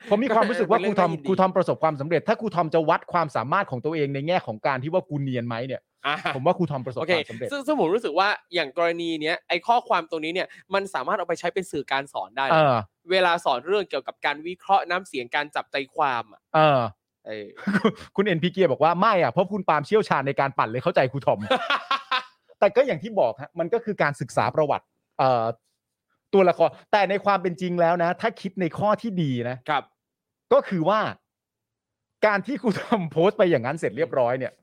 Speaker 4: ผมมีความรู้สึกว่าครูทอม
Speaker 5: เป็นเรื่องน่ายินดี
Speaker 4: ครูทอมประสบความสำเร็จ ถ้าครูทอมจะวัดความสามารถของตัวเองในแง่ของการที่ว่ากูเนียนไหมเนี่ย
Speaker 5: อ่ะ
Speaker 4: ผมว่าครูทอมประสบ
Speaker 5: โอ
Speaker 4: ค
Speaker 5: เความ
Speaker 4: สำเร็จ
Speaker 5: ซึ่งซึ่งผมรู้สึกว่าอย่างกรณีเนี้ยไอข้อความตรงนี้เนี่ยมันสามารถเอาไปใช้เป็นสื่อการสอนได้นะ
Speaker 4: เออ
Speaker 5: เวลาสอนเรื่องเกี่ยวกับการวิเคราะห์น้ำเสียงการจับใจความอ่ะ
Speaker 4: เออ
Speaker 5: เออ
Speaker 4: คุณเอ็นพีเกียบอกว่าไม่อ่ะ เพราะคุณปาล์มเชี่ยวชาญในการปั่นเลยเข้าใจครูทอม
Speaker 5: [laughs]
Speaker 4: แต่ก็อย่างที่บอกฮะมันก็คือการศึกษาประวัติเอ่อตัวละคร แต่ในความเป็นจริงแล้วนะ ถ้าคิดในข้อที่ดีนะ
Speaker 5: ครับ
Speaker 4: ก็คือว่า การที่ครูทอมโพสต์ไปอย่างนั้นเสร็จเรียบร้อยเนี่ย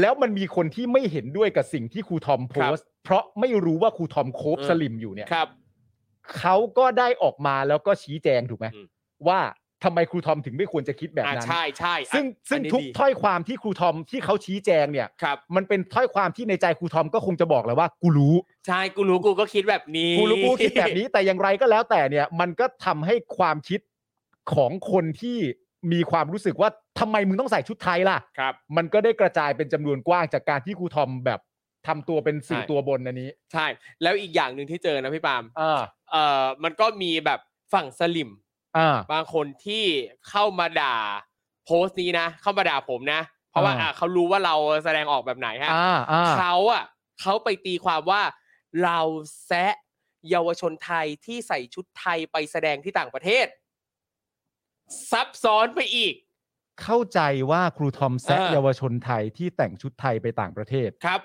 Speaker 4: แล้วมันมีคนที่ไม่เห็นด้วยกับสิ่งที่ครูทอมโพสต์ เพราะไม่รู้ว่าครูทอมโคบสลิมอยู่เนี่ย
Speaker 5: ครับ
Speaker 4: เขาก็ได้ออกมาแล้วก็ชี้แจงถูกไหม
Speaker 5: อืม
Speaker 4: ว่าทำไมครูทอมถึงไม่ควรจะคิดแบบ
Speaker 5: อ่า
Speaker 4: นั้น
Speaker 5: ใช่ใช่อ่ะ
Speaker 4: ซึ่งซึ่ง
Speaker 5: อันนี้
Speaker 4: ทุก
Speaker 5: ดี
Speaker 4: ถ้อยความที่ครูทอมที่เขาชี้แจงเนี่ย
Speaker 5: ครับ
Speaker 4: มันเป็นถ้อยความที่ในใจครูทอมก็คงจะบอกแล้วว่ากูรู้
Speaker 5: ใช่กูรู้กูก็คิดแบบนี้
Speaker 4: กูรู้กูคิดแบบนี้ แต่อย่างไรก็แล้วแต่เนี่ย มันก็ทำให้ความคิดของคนที่มีความรู้สึกว่าทำไมมึงต้องใส่ชุดไทยล่ะ
Speaker 5: ครับ
Speaker 4: มันก็ได้กระจายเป็นจำนวนกว้างจากการที่ครูทอมแบบทำตัวเป็นสื่อ
Speaker 5: ใช่
Speaker 4: ตัวบนอันนี้
Speaker 5: ใช่ แล้วอีกอย่างหนึ่งที่เจอนะพี่ปาล์ม
Speaker 4: อ่า
Speaker 5: เอ่อมันก็มีแบบฝั่งสลิม
Speaker 4: อ่า
Speaker 5: บางคนที่เข้ามาด่าโพสต์นี้นะ เข้ามาด่าผมนะ เพราะว่า
Speaker 4: อ่า
Speaker 5: อ่ะเขารู้ว่าเราแสดงออกแบบไหนฮะ
Speaker 4: อ่าอ่า
Speaker 5: เขาอ่ะเขาไปตีความว่าเราแซะเยาวชนไทยที่ใส่ชุดไทยไปแสดงที่ต่างประเทศ ซับซ้อนไปอีก
Speaker 4: เข้าใจว่าครูทอมแซะ
Speaker 5: เออ
Speaker 4: เยาวชนไทยที่แต่งชุดไทยไปต่างประเทศ
Speaker 5: ครับ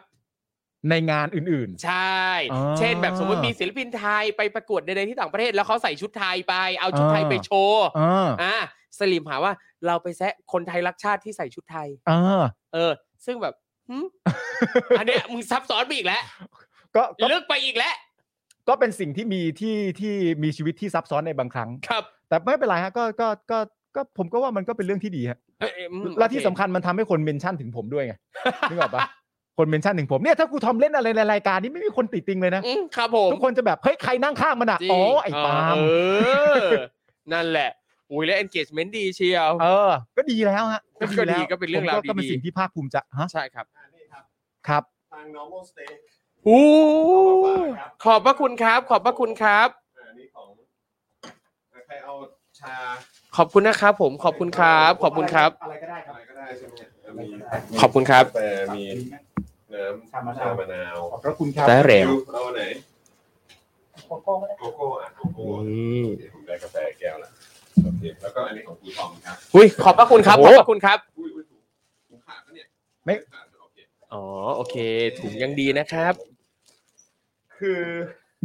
Speaker 4: ในงานอื่น
Speaker 5: ใช่
Speaker 4: อ่า
Speaker 5: เช่นแบบสมมติมีศิลปินไทยไปประกวดใดๆที่ต่างประเทศ แล้วเขาใส่ชุดไทยไป เอาชุดไทย
Speaker 4: อ่า
Speaker 5: ไปโชว์
Speaker 4: ๆอ่า
Speaker 5: อ่าสลิมหาว่าเราไปแซะคนไทยรักชาติที่ใส่ชุดไทย
Speaker 4: อ่า
Speaker 5: เออ ซึ่งแบบหึ อันเนี้ยมึงซับซ้อนไปอี
Speaker 4: [laughs]
Speaker 5: กแล้ว
Speaker 4: ก็ก็
Speaker 5: ลึกไปอีกแล้ว
Speaker 4: ก็เป็นสิ่งที่มีที่ที่มีชีวิตที่ซับซ้อนในบางครั้ง
Speaker 5: ครับ
Speaker 4: แต่ไม่เป็นไรฮะก็ก็ก็ก็ผมก็ว่ามันก็เป็นเรื่องที่ดีฮะ
Speaker 5: เอ้ยเอ้ยอืม
Speaker 4: และที่
Speaker 5: โอ
Speaker 4: สำ
Speaker 5: เค
Speaker 4: คัญมันทำให้คนเมนชั่นถึงผม
Speaker 5: [laughs]
Speaker 4: ด้วยไง นึกออกปะคนเมนชั่นถึงผมเนี่ยถ้าครูทอมเล่นอะไรในรายการนี้ไม่มีคนติติงเลยนะ
Speaker 5: อืมครับผม
Speaker 4: ทุกคนจะแบบเฮ้ยใครนั่งข้างมันอ่ะ
Speaker 5: จริง
Speaker 4: อ๋อไอ้ปาล์ม
Speaker 5: เออ นั่นแหละอุ้ยและ engagement ดีเชียว
Speaker 4: เออ ก็ดีแล้วฮะ
Speaker 5: ก็ดี
Speaker 4: แล้ว
Speaker 5: ก็เป็นเรื่องราว
Speaker 4: ผมก็ก็เป็น
Speaker 5: ดีๆ
Speaker 4: สิ่งที่ภาคภูมิใจฮะ
Speaker 5: ใช่ครับ
Speaker 4: ครับ
Speaker 6: ทาง normal stay
Speaker 5: อู้ขอบพระคุณครับ ขอบพระคุณครับ
Speaker 3: อันนี้ของใครเอาชา
Speaker 5: ขอบคุณนะครับผมขอบคุณครับ ขอบคุณครับ
Speaker 6: อะไรก็ได้ครับ
Speaker 3: อะไรก็ได้ใช่ไหมเนี่ยมี
Speaker 5: ขอบคุณครับ
Speaker 3: กาแฟมีน้ำชามะนาว
Speaker 4: ขอบพระคุณครับ
Speaker 5: ได้เร็ว
Speaker 3: ยูเอาไหน
Speaker 6: โกโก้ก็ได้
Speaker 3: โกโก้อ่ะโกโก้อ่ะโอเคผมได้กาแฟแก้วละโอเคแล้วก็อันนี้ของครูทอมครับ
Speaker 5: อุ้ยขอบพระคุณครับ ขอบพระคุณครับ
Speaker 3: อุ้ยอุ้ยถูกผมขาดปะเนี่ย
Speaker 4: ไม่
Speaker 3: ขาดโอเค
Speaker 5: อ๋อ โอเค ถุงยังดีนะครับ
Speaker 3: คือ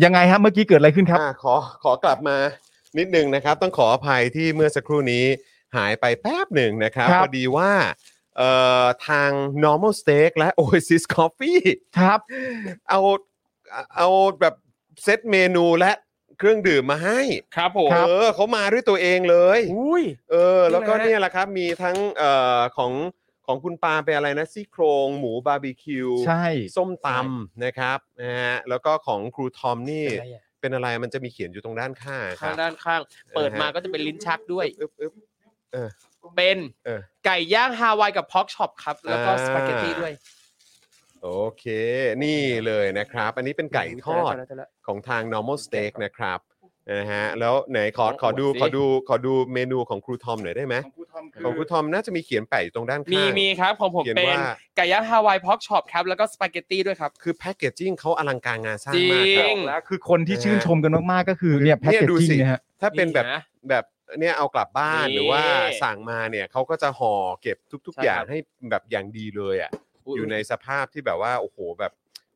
Speaker 4: ยังไงฮะเมื่อกี้เกิดอะไรขึ้นครับ
Speaker 3: อ่ะขอขอกลับมานิดนึงนะครับ ต้องขออภัยที่เมื่อสักครู่นี้หายไปแป๊บหนึ่งนะครับ
Speaker 4: ครับ
Speaker 3: พอดีว่าเอ่อทาง normal steak และ oasis coffee [laughs]
Speaker 4: ครับ
Speaker 3: เอาเอาแบบเซตเมนูและเครื่องดื่มมาให้
Speaker 5: ครับผม
Speaker 3: เออเขามาด้วยตัวเองเลย
Speaker 5: อุ้ย
Speaker 3: เออแล้วก็เนี่
Speaker 5: นี่แหละ
Speaker 3: ยแหละครับ มีทั้งเอ่อของของคุณปาเป็นอะไรนะซี่โครงหมูบาร์บีคิว
Speaker 4: ใช่
Speaker 3: ส้มตำนะครับนะฮะแล้วก็ของครูทอมนี่ เป็นอะไรมันจะมีเขียนอยู่ตรงด้านข้างครั
Speaker 5: ข้าง
Speaker 3: บ
Speaker 5: ด้านข้าง เปิดมาก็จะเป็นลิ้นชักด้วย
Speaker 3: อึ๊บอึ๊บ
Speaker 5: เป็น
Speaker 3: เออ
Speaker 5: ไก่ย่างฮาวายกับพ็อกช็อปครับ แล้วก็
Speaker 3: อ่า
Speaker 5: สปาเกตตีด้วย
Speaker 3: โอเค นี่เลยนะครับ อันนี้เป็นไก่ทอด
Speaker 5: แล้วแล้วแล้ว
Speaker 3: ของทาง normal steak นะครับนะฮะแล้วไหนขอขอดูขอดูขอดูเมนูของครูทอมหน่อยได้ไหม
Speaker 6: ของครูทอม
Speaker 3: เอ ของคุณทอมน่าจะมีเขียนแปะอยู่ตรงด้านข้าง
Speaker 5: มีมีครับของผม
Speaker 3: เขียน
Speaker 5: เป็น
Speaker 3: ว่า
Speaker 5: ไก่ย่างฮาวายพ็อกช็อปครับ แล้วก็สปาเกตตี้ด้วยครับ
Speaker 3: คือแพคเกจจิ้งเขาอลังการงานสร้าง
Speaker 5: จริ
Speaker 3: มากครับ
Speaker 5: ง
Speaker 4: แล้วคือคนที่ชื่นชมกันมากๆก็คือเนี่ยแพ็ก
Speaker 3: เนี่ย
Speaker 4: เกจ
Speaker 3: ดู
Speaker 4: จิ้
Speaker 3: สิ
Speaker 4: งเนี่ยฮะ
Speaker 3: ถ้าเป็นแบบ
Speaker 5: นี่นะ
Speaker 3: แบบเนี่ยเอากลับบ้าน
Speaker 5: นี่
Speaker 3: หรือว่าสั่งมาเนี่ยเขาก็จะห่อเก็บทุก
Speaker 5: ใช่
Speaker 3: ๆ อย่าง
Speaker 5: ครับ
Speaker 3: ให้แบบอย่างดีเลยอ่ะอยู่ในสภาพที่แบบว่าโอ้โหแบบ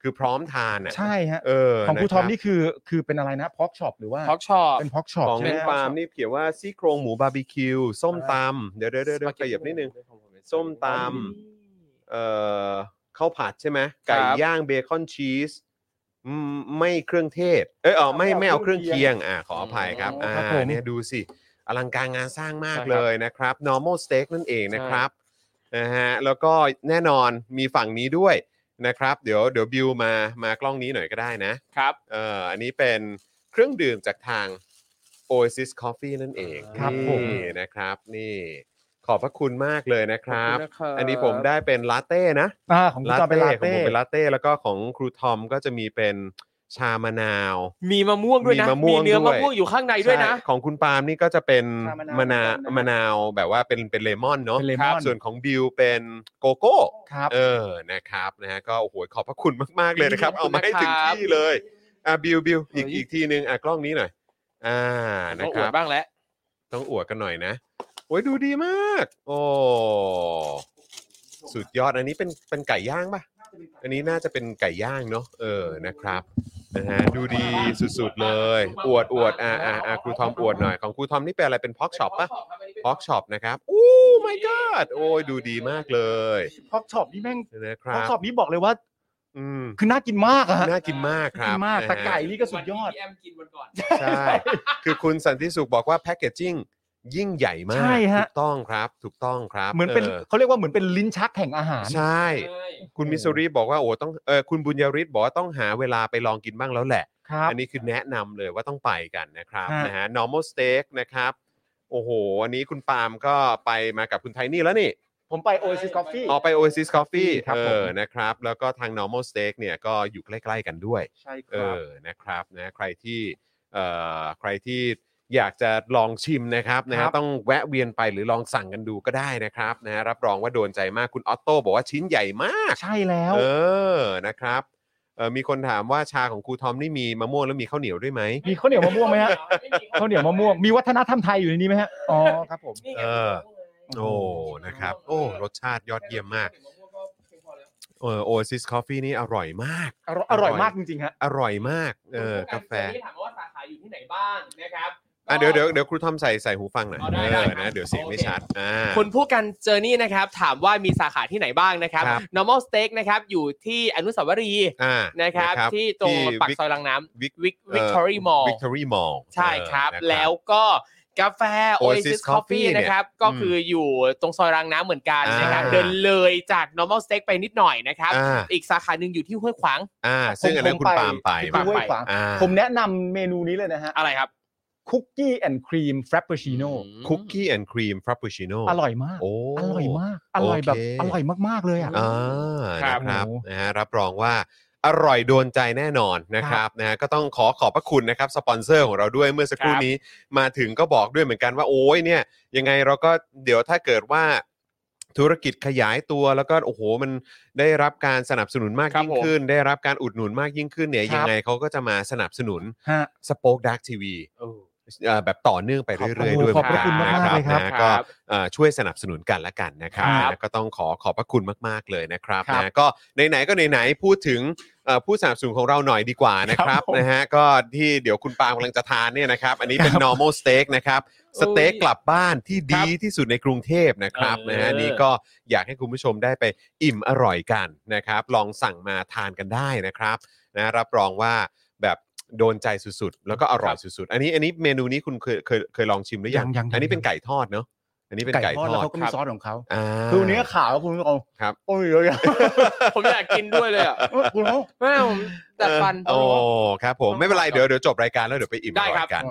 Speaker 3: คือพร้อมทานอ่ะ
Speaker 4: ใช่ฮะ
Speaker 3: เออ
Speaker 4: ของครู
Speaker 3: นะ
Speaker 4: ทอม
Speaker 3: บ
Speaker 4: นี่คือคือเป็นอะไรนะพ็อกช็อปหรือว่า
Speaker 5: พ็อกช็อป
Speaker 4: เป็นพ็อกช็อป
Speaker 3: ของ
Speaker 4: ใช่
Speaker 3: เล่
Speaker 4: ไห
Speaker 3: น
Speaker 4: ม
Speaker 3: ปาล์มนี่เขียนว่าซี่โครงหมูบาร์บีคิวส้มตำเดี๋ยวเดี๋ยวเดี๋ยวเดี๋ยวขยับนิดนึง ส้มตำเอ่อข้าวผัดใช่ไหมไก่ย่างเบคอนชีสอืมไม่เครื่องเทศ เอยเออไม่ไม่เอาเครื่องเคียงอ่ะขออภัยครับ
Speaker 5: อ๋อ
Speaker 3: อ่า
Speaker 5: ครับผม
Speaker 3: เนี่ยดูสิอลังการงานสร้างมาก
Speaker 5: ใช่ครับ
Speaker 3: เลยนะครับ normal steak นั่นเองนะ
Speaker 5: ใช่
Speaker 3: ครับนะฮะแล้วก็แน่นอนมีฝั่งนี้ด้วยนะครับ เดี๋ยวเดี๋ยวบิวมามากล้องนี้หน่อยก็ได้นะครับ เอ่ออันนี้เป็นเครื่องดื่มจากทาง Oasis Coffee นั่นเอง
Speaker 5: ครับผม
Speaker 3: นี่นะครับนี่ขอบพระคุณมากเลยนะครับ
Speaker 5: ขอณะครับ
Speaker 3: อันนี้ผมได้เป็นลาเต้นะ
Speaker 4: อ่าของครูทอมเป็นลา
Speaker 3: ของ
Speaker 4: เต้
Speaker 3: ผมเป็นลาเต้ แล้วก็ของครูทอมก็จะมีเป็นชามะนาว
Speaker 5: มีมะม่วงด้วยนะ
Speaker 3: มีมะม่วง
Speaker 5: เนื้อ
Speaker 3: ด้วย
Speaker 5: มะม่วงอยู่ข้างในด้วยนะ
Speaker 3: ใช่ของคุณปาล์มนี่ก็จะเป็น
Speaker 4: ชามะนาว
Speaker 3: มะนาว
Speaker 4: เหมือนกันนะ
Speaker 3: มะนาวแบบว่าเป็นเป็นเลมอนเนาะ
Speaker 4: เป็นเล
Speaker 5: ค
Speaker 4: ม
Speaker 5: รั
Speaker 4: อบ น
Speaker 3: ส่วนของบิวเป็นโกโก้
Speaker 4: ครับ
Speaker 3: เออนะครับนะฮะก็โอ้โหขอบพระคุณมากๆเลยนะครับ
Speaker 5: ขอ
Speaker 3: เอา
Speaker 5: บคุณ
Speaker 3: มาให้ถึง
Speaker 5: นะครับ
Speaker 3: ที่เลยอ่ะบิวบิวอีก
Speaker 5: เฮ้ย
Speaker 3: อีกทีนึงอ่ะกล้องนี้หน่อยอ่านะ
Speaker 5: ต้อง
Speaker 3: ค
Speaker 5: อว
Speaker 3: รั
Speaker 5: ด
Speaker 3: บ
Speaker 5: บ้างแล้ว
Speaker 3: ต้องอวดกันหน่อยนะโอ้ยดูดีมาก โอ้ สุดยอด อันนี้เป็นเป็นไก่ย่างปะอันนี้น่าจะเป็นไก่ย่างเนาะ เออ นะครับ นะฮะ ดูดีสุดๆเลย อวดอวดอ่าอ่าอ่าครูทอมอวดหน่อย ของครูทอมนี่เป็นอะไร เป็นพ็อกช็อปปะพ็อกช็อปนะครับ อู้ my god โอ้ยดูดีมากเลย
Speaker 4: พ็อกช็อปนี่แม่ง
Speaker 3: นะค
Speaker 4: พ็
Speaker 3: รั
Speaker 4: อก
Speaker 3: บ
Speaker 4: ช็อปนี่บอกเลยว่า
Speaker 3: อืม
Speaker 4: คือน่ากินมากอะฮะ
Speaker 3: น่ากินมากค
Speaker 4: กิ
Speaker 3: รับ
Speaker 4: นมาก
Speaker 3: นะฮะ
Speaker 4: แต่ไก่นี่ก็สุดยอด
Speaker 5: แอมกินวันก่อน
Speaker 3: ใช่ คือคุณสันติสุขบอกว่าแพคเกจจิ้งยิ่งใหญ่มาก
Speaker 4: ใช่ฮะ
Speaker 3: ถูกต้องครับ ถูกต้องครับ
Speaker 4: เหมือนเป็น
Speaker 3: ออ
Speaker 4: เขาเรียกว่าเหมือนเป็นลิ้นชักแห่งอาหาร
Speaker 3: ใช่ คุณมิสซูรีบอกว่าโอ้ต้องเออคุณบุญยริศบอกว่าต้องหาเวลาไปลองกินบ้างแล้วแหละ
Speaker 4: ครับ
Speaker 3: อันนี้คือแนะนำเลยว่าต้องไปกันนะครับ
Speaker 4: ฮะ
Speaker 3: นะฮะ normal steak นะครับ โอ้โห อันนี้คุณปาล์มก็ไปมากับคุณไทนี่แล้วนี่
Speaker 4: ผมไปโอเอซิสกาแฟ
Speaker 3: ออกไป Oasis Coffee
Speaker 4: ครับ
Speaker 3: เอ
Speaker 4: ผม
Speaker 3: อนะครับ แล้วก็ทาง normal steak เนี่ยก็อยู่ใกล้ๆกันด้วย
Speaker 4: ใช่ค
Speaker 3: เอ
Speaker 4: รับ
Speaker 3: อ นะครับ นะ ใครที่ เอ่อ ใครที่อยากจะลองชิมนะครับ นะ
Speaker 4: ค
Speaker 3: ฮะ
Speaker 4: รับ
Speaker 3: ต้องแวะเวียนไปหรือลองสั่งกันดูก็ได้นะครับ นะฮะ รับรองว่าโดนใจมาก คุณออตโต้บอกว่าชิ้นใหญ่มาก
Speaker 4: ใช่แล้ว
Speaker 3: เออ นะครับ เออมีคนถามว่าชาของครูทอมนี่มีมะม่วงแล้วมีข้าวเหนียวด้วยไหม
Speaker 4: มีข้าวเหนียวมะม่วงไหมฮะข้าวเหนียวมะม่วงมีวัฒนธรรมไทยอยู่ในนี้ไหมฮะอ๋อครับผม
Speaker 3: เออ โอ้ นะครับ โอ้ รสชาติยอดเยี่ยมมาก เออโอซิสคอฟฟี่นี่อร่อยมาก
Speaker 4: อร่อยอร่อยมากจริงๆฮะ
Speaker 3: อร่อยมาก เออ กาแฟ
Speaker 5: ที่ถามว่าสาขาอยู่ที่ไหนบ้างนะครับ
Speaker 3: อ่ะ เดี๋ยวเดี๋ยวเดี๋ยวครูทอมใส่ใส่หูฟังหน่อย
Speaker 5: อ๋อ
Speaker 3: เอ
Speaker 5: ได้ได้
Speaker 3: อ
Speaker 5: ครับ
Speaker 3: นะ เดี๋ยวเสียงไม่ชัด อ่า
Speaker 5: คุณผู้กันเจอร์นี่นะครับ ถามว่ามีสาขาที่ไหนบ้างนะครับ
Speaker 3: ครับ
Speaker 5: normal steak นะครับ อยู่ที่อนุสาวรีย์
Speaker 3: อ่า นะ
Speaker 5: นะครับ ที่ตรงปากซอยลังน้ำ
Speaker 3: วิก
Speaker 5: Vic- Victory Mall
Speaker 3: Victory Mall
Speaker 5: ใช่ครับ
Speaker 3: เออนะ
Speaker 5: แล้วก็กาแฟ
Speaker 3: Oasis
Speaker 5: Oasis
Speaker 3: Coffee
Speaker 5: Coffee
Speaker 3: เนี่ย
Speaker 5: นะครับ ก็คืออยู่ตรงซอยรางน้ำเหมือนกันนะครับ
Speaker 3: อ่า
Speaker 5: เดินเลยจาก normal steak ไปนิดหน่อยนะครับ
Speaker 3: อ่า
Speaker 5: อีกสาขาหนึ่งอยู่ที่ห้วยขวาง
Speaker 3: อ่า ซึ่งอันนั้นคุณปาล์มไป
Speaker 4: ผม
Speaker 3: มา
Speaker 4: ห้วยขวาง
Speaker 3: อ่า
Speaker 4: ผมแนะนำเมนูนี้เลยนะฮะ
Speaker 5: อะไรครับ
Speaker 4: คุกกี้แอนด์ครีมฟรปเปอร์ชิโน่
Speaker 3: คุกกี้แอนด์ครีมฟรัปปูชิโน่
Speaker 4: อร่อยมาก
Speaker 3: โอ้
Speaker 4: อร่อยมาก อร่อยแบบ
Speaker 3: โอเค
Speaker 4: อร่อยมากๆเลยอ่ะ
Speaker 3: อ่า
Speaker 5: ครั
Speaker 3: นะ
Speaker 5: บ
Speaker 3: ครับ
Speaker 4: โอ้
Speaker 3: นะฮะรับรองว่าอร่อยโดนใจแน่นอนนะครับนะฮะก็ต้องขอขอบพระคุณนะครับสปอนเซอร์ของเราด้วยเมื่อสักครู่
Speaker 5: ครับ
Speaker 3: นี้มาถึงก็บอกด้วยเหมือนกันว่าโอ้ยเนี่ย ยังไงเราก็เดี๋ยวถ้าเกิดว่าธุรกิจขยายตัวแล้วก็โอ้โหมันได้รับการสนับสนุนมากยิ่งขึ้น ได้รับการอุดหนุนมากยิ่งขึ้นเนี่ย
Speaker 4: ครับ
Speaker 3: ยังไงเขาก็จะมาสนับสนุน
Speaker 4: ฮะ
Speaker 3: สป็อคดักทีวีแบบต่อเนื่องไปเรื่อยๆ ด้วย
Speaker 4: ขอบพระคุณ
Speaker 3: เหนน
Speaker 4: มากๆเลยครับ
Speaker 3: นะ
Speaker 5: ค
Speaker 3: ก็
Speaker 5: รับ
Speaker 3: เอ่อช่วยสนับสนุนกันละกันนะครับ
Speaker 4: ครับ
Speaker 3: นะก็ต้องขอขอบพระคุณมากๆเลยนะครับ
Speaker 4: ครับ
Speaker 3: นะก็ไหนๆก็ไหนๆพูดถึงเอ่อผู้สนับสนุนของเราหน่อยดีกว่านะค
Speaker 4: ครั
Speaker 3: รับบ
Speaker 4: ผม
Speaker 3: นะฮะก็ที่เดี๋ยวคุณปาล์มกำลังจะทานเนี่ยนะครับอันนี้เป็น
Speaker 4: ครับ
Speaker 3: normal steak นะครับสเต็ก
Speaker 5: โอ้ย
Speaker 3: กลับบ้านที่ดีที่สุดในกรุงเทพนะครับ
Speaker 5: เออ
Speaker 3: นะฮะนี่ก็อยากให้คุณผู้ชมได้ไปอิ่มอร่อยกันนะครับลองสั่งมาทานกันได้นะครับนะรับรองว่าแบบโดนใจสุดๆ แล้วก็อร่อยสุดๆ อันนี้อันนี้เมนูนี้คุณเคยเคยเคยลองชิมหรือยัง
Speaker 4: ยังยังยัง
Speaker 3: อันนี้เป็นไก่ทอดเนาะอันนี้เป็นไก่ทอด
Speaker 4: แล้วเขาก็
Speaker 3: ค
Speaker 4: มี
Speaker 3: รับ
Speaker 4: ซอสของเขา
Speaker 3: อ่า
Speaker 4: คือเนื้อขาวคุณผู้ชม
Speaker 3: ครับ
Speaker 4: โอ้ยเยอะแยะ
Speaker 5: ผมอยากกินด้วยเลยอ่ะ
Speaker 4: คุณผู้ชม
Speaker 5: ไม่ผมดัดฟัน
Speaker 3: เออโอ้ครับผมไม่เป็นไรเดี๋ยวเดี๋ยวจบรายการแล้วเดี๋ยวไปอิ่มอ
Speaker 5: ได้
Speaker 3: ร่
Speaker 5: ครั
Speaker 3: อบ ยกัน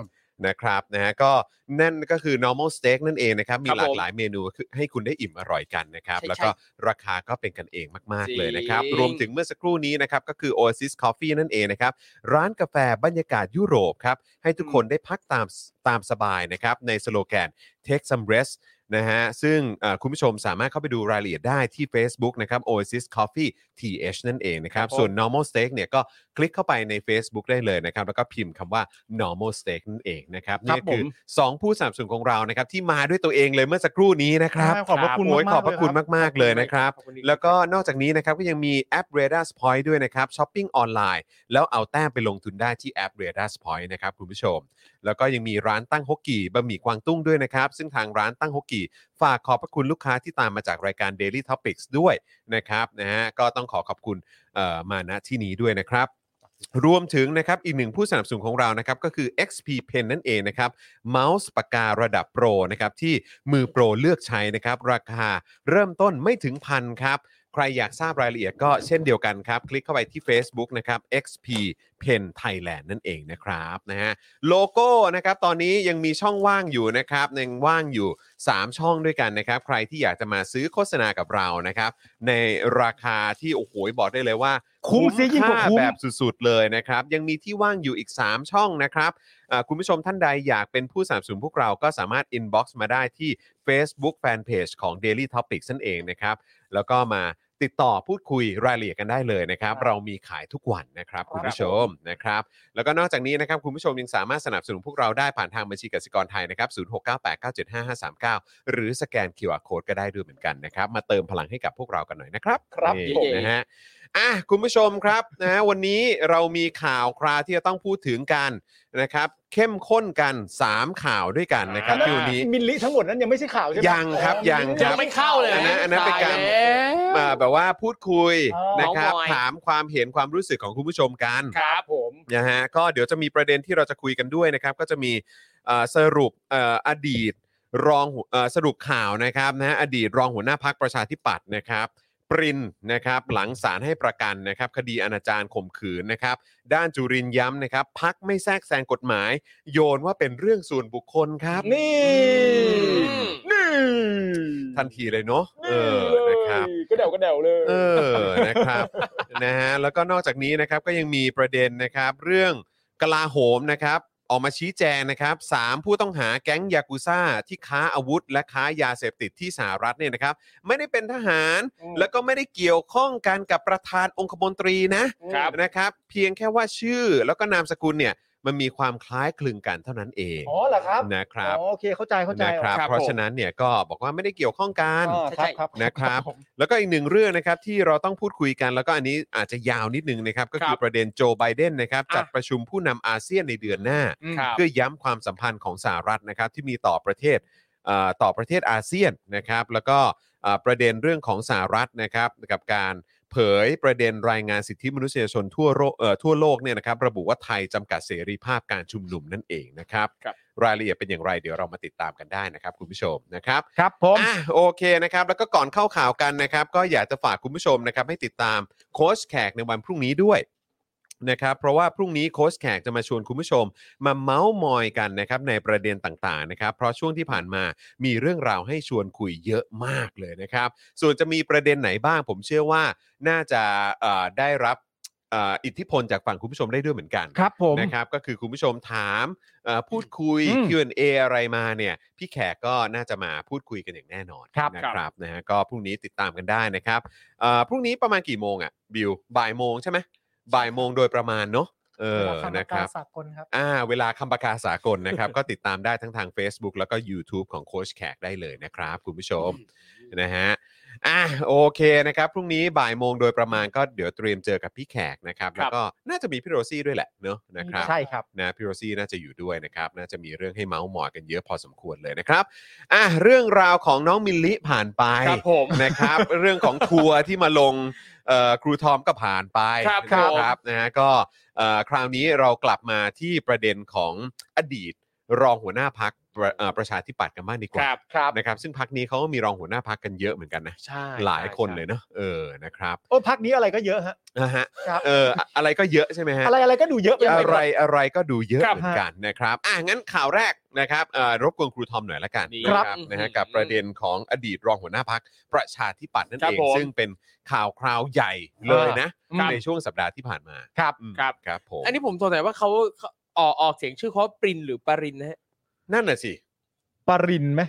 Speaker 3: นะครับนะฮะก็นั่นก็คือ normal steak นั่นเองนะครับ มี
Speaker 5: ครับ
Speaker 3: หลาก
Speaker 5: ผม
Speaker 3: หลายเมนูคือให้คุณได้อิ่มอร่อยกันนะครับ
Speaker 5: ใช่
Speaker 3: แล้วก็ราคาก็เป็นกันเองมาก ๆ เลยนะครับ
Speaker 5: จริง
Speaker 3: รวมถึงเมื่อสักครู่นี้นะครับ ก็คือ Oasis Coffee นั่นเองนะครับ ร้านกาแฟบรรยากาศยุโรปครับ ให้ทุกคนได้พักตามตามสบายนะครับ ในสโลแกน take some rest นะฮะซึ่งเอ่อคุณผู้ชมสามารถเข้าไปดูรายละเอียดได้ที่ Facebook นะครับ Oasis Coffee TH นั่นเองนะครับส่วน normal steak เนี่ยก็คลิกเข้าไปใน Facebook ได้เลยนะครับ แล้วก็พิมพ์คำว่า normal steak นั่นเองนะครับ
Speaker 5: ครับ
Speaker 3: นี่คือ
Speaker 5: ผม
Speaker 3: 2 ผู้สนับสนุนของเรานะครับที่มาด้วยตัวเองเลยเมื่อสักครู่นี้นะครับ
Speaker 4: ใช่ขอบพระคุณ
Speaker 3: โอ้ย
Speaker 4: มากๆ
Speaker 3: ขอบพระคุณ
Speaker 4: เลยครับ
Speaker 3: มาก ๆ เลยนะครับ
Speaker 5: ขอณ
Speaker 3: แล้วก็นอกจากนี้นะครับก็ยังมีแอป r a d a r Point ด้วยนะครับช้อปปิ้งออนไลน์ แล้วเอาแต้มไปลงทุนได้ที่แอป r a d a r Point นะครับคุณผู้ชม แล้วก็ยังมีร้านตั้งฮกกี่บะหมี่กวางตุ้งด้วยนะครับ ซึ่งทางร้านตั้งฮกกี่ฝากขอบพระคุณลูกค้าที่ตามมาจากรายการ Daily Topics ด้วยนะครับนะฮะก็ต้องขอขอบคุณเอ่อมาณที่นี้ด้วยนะครับ รวมถึงนะครับอีกหนึ่งผู้สนับสนุนของเรานะครับก็คือ XP Pen นั่นเองนะครับ เมาส์ปากการะดับโปรนะครับที่มือโปรเลือกใช้นะครับราคาเริ่มต้นไม่ถึงพันครับ ใครอยากทราบรายละเอียดก็เช่นเดียวกันครับ คลิกเข้าไปที่ Facebook นะครับ XP Pen Thailand นั่นเองนะครับนะฮะโลโก้นะครับตอนนี้ยังมีช่องว่างอยู่นะครับยังว่างอยู่ 3 ช่องด้วยกันนะครับ ใครที่อยากจะมาซื้อโฆษณากับเรานะครับ ในราคาที่โอ้โหบอกได้เลยว่า
Speaker 4: คุ้มเสียยิ่งกว่าคุ้ม
Speaker 3: ค่แบบสุดๆเลยนะครับ ยังมีที่ว่างอยู่อีก 3 ช่องนะครับ อ่าคุณผู้ชมท่านใดอยากเป็นผู้สนับสนุนพวกเราก็สามารถ inbox มาได้ที่ Facebook Fanpage ของ Daily Topics นั่นเองนะครับ แล้วก็มาติดต่อพูดคุยรายละเอียดกันได้เลยนะครับ เรามีขายทุกวันนะครับคุณผู้ชมนะครับ แล้วก็นอกจากนี้นะครับคุณผู้ชมยังสามารถสนับสนุนพวกเราได้ผ่านทางบัญชีกสิกรไทยนะครับ0698975539 หรือสแกน QR Code ก็ได้ด้วยเหมือนกันนะครับ มาเติมพลังให้กับพวกเรากันหน่อยนะครับ
Speaker 4: ครับ
Speaker 3: นี่
Speaker 4: ผม
Speaker 3: นะฮะอ่ะคุณผู้ชมครับนะฮะวันนี้เรามีข่าวคราวที่จะต้องพูดถึงกัน นะครับเข้มข้นกัน 3 ข่าวด้วยกันนะครับที่วันนี้
Speaker 4: มิลลิทั้งหมดนั้นยังไม่ใช่ข่าวใช่ไหม
Speaker 3: ยังครับยังค
Speaker 5: ยัง
Speaker 3: รับ
Speaker 5: ไม่เข้าเลย
Speaker 3: อันนั้นอันนั้นเป็นการ
Speaker 5: ตยแล้ว
Speaker 3: มาแบบว่าพูดคุย
Speaker 4: เออ
Speaker 3: นะครับ
Speaker 5: เมาส์มอย
Speaker 3: ถามความเห็นความรู้สึกของคุณผู้ชมกัน
Speaker 5: ครับผม
Speaker 3: นะฮะก็เดี๋ยวจะมีประเด็นที่เราจะคุยกันด้วยนะครับ ก็จะมีเอ่อสรุปเอ่ออดีตรองหัวเอ่อสรุปข่าวนะครับนะฮะอดีตรองหัวหน้าพักประชาธิปัตย์นะครับ ปรินนะครับหลังศาลให้ประกันนะครับ คดีอนาจารข่มขืนนะครับ ด้านจุรินทร์ย้ำนะครับพักไม่แทรกแซงกฎหมาย โยนว่าเป็นเรื่องส่วนบุคคลครับ
Speaker 4: นี่
Speaker 5: ม
Speaker 4: นี่
Speaker 3: ทันทีเลยเนาะเออ
Speaker 4: นี่
Speaker 3: นะครับ
Speaker 4: กระเดวกระเดวเลย
Speaker 3: เออนะครับ นะฮะแล้วก็นอกจากนี้นะครับก็ยังมีประเด็นนะครับ เรื่องกลาโหมนะครับ ออกมาชี้แจงนะครับสามผู้ต้องหาแก๊งยากุซ่า ที่ค้าอาวุธ และค้ายาเสพติดที่สหรัฐเนี่ยนะครับ ไม่ได้เป็นทหาร แล้วก็ไม่ได้เกี่ยวข้องกันกับประธานองคมนตรีนะครับ นะครับ เพียงแค่ว่าชื่อแล้วก็นามสกุลเนี่ยมันมีความคล้ายคลึงกันเท่านั้นเอง
Speaker 4: อ๋อเหรอครับ
Speaker 3: นะครับ
Speaker 4: อ๋อโอเคเข้าใจเข้าใจ
Speaker 3: นะครับ
Speaker 5: ครับ
Speaker 3: เพราะ
Speaker 5: ผม
Speaker 3: ฉะนั้นเนี่ยก็บอกว่าไม่ได้เกี่ยวข้องกัน
Speaker 4: อ่า
Speaker 5: ใช่
Speaker 4: ครับค
Speaker 5: ใช่
Speaker 4: รับ
Speaker 3: นะครับ แล้วก็อีกหนึ่งเรื่องนะครับที่เราต้องพูดคุยกัน แล้วก็อันนี้อาจจะยาวนิดนึงนะครับ ก็คือ
Speaker 5: ครับ
Speaker 3: ประเด็นโจไบเดนนะครับ
Speaker 5: อ่ะ
Speaker 3: จัดประชุมผู้นำอาเซียนในเดือนหน้า
Speaker 5: ครับ
Speaker 3: เพื่อย้ำความสัมพันธ์ของสหรัฐนะครับ ที่มีต่อประเทศเอ่อต่อประเทศอาเซียนนะครับ แล้วก็เอ่อประเด็นเรื่องของสหรัฐนะครับ กับการเผยประเด็นรายงานสิทธิมนุษยชนทั่วโลกเอ่อทั่วโลกเนี่ยนะครับ ระบุว่าไทยจำกัดเสรีภาพการชุมนุมนั่นเองนะครับ
Speaker 5: ครับ
Speaker 3: รายละเอียดเป็นอย่างไรเดี๋ยวเรามาติดตามกันได้นะครับ คุณผู้ชมนะครับ
Speaker 4: ครับผม
Speaker 3: อ่ะโอเคนะครับ แล้วก็ก่อนเข้าข่าวกันนะครับ ก็อยากจะฝากคุณผู้ชมนะครับ ให้ติดตามโค้ชแขกในวันพรุ่งนี้ด้วยนะครับ เพราะว่าพรุ่งนี้โค้ชแขกจะมาชวนคุณผู้ชม มาเมาส์มอยกันนะครับในประเด็นต่างๆนะครับ เพราะช่วงที่ผ่านมามีเรื่องราวให้ชวนคุยเยอะมากเลยนะครับ ส่วนจะมีประเด็นไหนบ้าง ผมเชื่อว่าน่าจะเอ่อได้รับเอ่ออิทธิพลจากฝั่งคุณผู้ชมได้ด้วยเหมือนกัน
Speaker 4: ครับผม
Speaker 3: นะครับก็คือคุณผู้ชมถามเอ่อพูดคุย
Speaker 4: อืม
Speaker 3: Q&A อะไรมาเนี่ยพี่แขกก็น่าจะมาพูดคุยกันอย่างแน่นอน
Speaker 4: ครับ
Speaker 3: นะครับนะฮะก็พรุ่งนี้ติดตามกันได้นะครับเอ่อพรุ่งนี้ประมาณกี่โมงอ่ะบิวบ่ายโมงใช่ไหมบ่ายโมงโดยประมาณเนาะเออนะครับ
Speaker 6: สากลครับ
Speaker 3: อ่าเวลาคำประกาศสากลนะครับ ก็ติดตามได้ทั้งทาง Facebook แล้วก็ YouTube ของโค้ชแขกได้เลยนะครับ คุณผู้ชมนะฮะอ่ะโอเคนะครับ พรุ่งนี้บ่ายโมงโดยประมาณก็เดี๋ยวเตรียมเจอกับพี่แขกนะครับ แล้วก็น่าจะมีพี่โรซี่ด้วยแหละเนอะนะครับ
Speaker 4: ใช่ครับ
Speaker 3: นะพี่โรซี่น่าจะอยู่ด้วยนะครับ น่าจะมีเรื่องให้เมาส์มอยกันเยอะพอสมควรเลยนะครับอ่ะเรื่องราวของน้องมิลลิผ่านไป
Speaker 5: ครับผม
Speaker 3: [laughs] นะครับ เรื่องของทัวร์ที่มาลงเอ่อครูทอมก็ผ่านไป
Speaker 5: ครับ
Speaker 3: นะ
Speaker 5: ผม
Speaker 3: ครับนะฮะก็เอ่อคราวนี้เรากลับมาที่ประเด็นของอดีตรองหัวหน้าพักประเอ่อประชาธิปัตย์กันบ้างดีก
Speaker 5: ค
Speaker 3: ว่า
Speaker 5: รับ
Speaker 4: ครับ
Speaker 3: นะครับซึ่งพักนี้เขาก็มีรองหัวหน้าพักกันเยอะเหมือนกันนะ
Speaker 5: ใช่
Speaker 3: หลายคนเลยเนอะเออนะครับ
Speaker 4: โอ้พักนี้อะไรก็เยอะฮะ
Speaker 3: นะฮะ
Speaker 4: ครับ
Speaker 3: เอออะอะไรก็เยอะใช่ไหมฮะ
Speaker 4: อะไรอะไรก็ดูเยอะปหมด
Speaker 3: อะไรอะไรก็ดูเยอะ
Speaker 4: ครับ
Speaker 3: เหมือนกันนะครับอ่ะงั้นข่าวแรกนะครับเอ่อรบกวนครูทอมหน่อยละกัน
Speaker 5: ดี
Speaker 3: นะครับ นะฮะกับประเด็นของอดีตรองหัวหน้าพักประชาธิปัตย์นั่น
Speaker 5: ครั
Speaker 3: เอบ ง
Speaker 5: ผม
Speaker 3: ซึ่งเป็นข่าวคราวใหญ่เลยนะ
Speaker 5: ครับ
Speaker 3: ในช่วงสัปดาห์ที่ผ่านมา
Speaker 4: ครับ
Speaker 3: อืม
Speaker 5: ครับ
Speaker 3: ครับผม
Speaker 5: อันนี้ผมสงสัยว่าเขาเขาออกออกเสียงชื่อเขาว่าปรินหรือปรินนะฮะ
Speaker 3: นั่นน่ะสิ
Speaker 4: ปรินไหม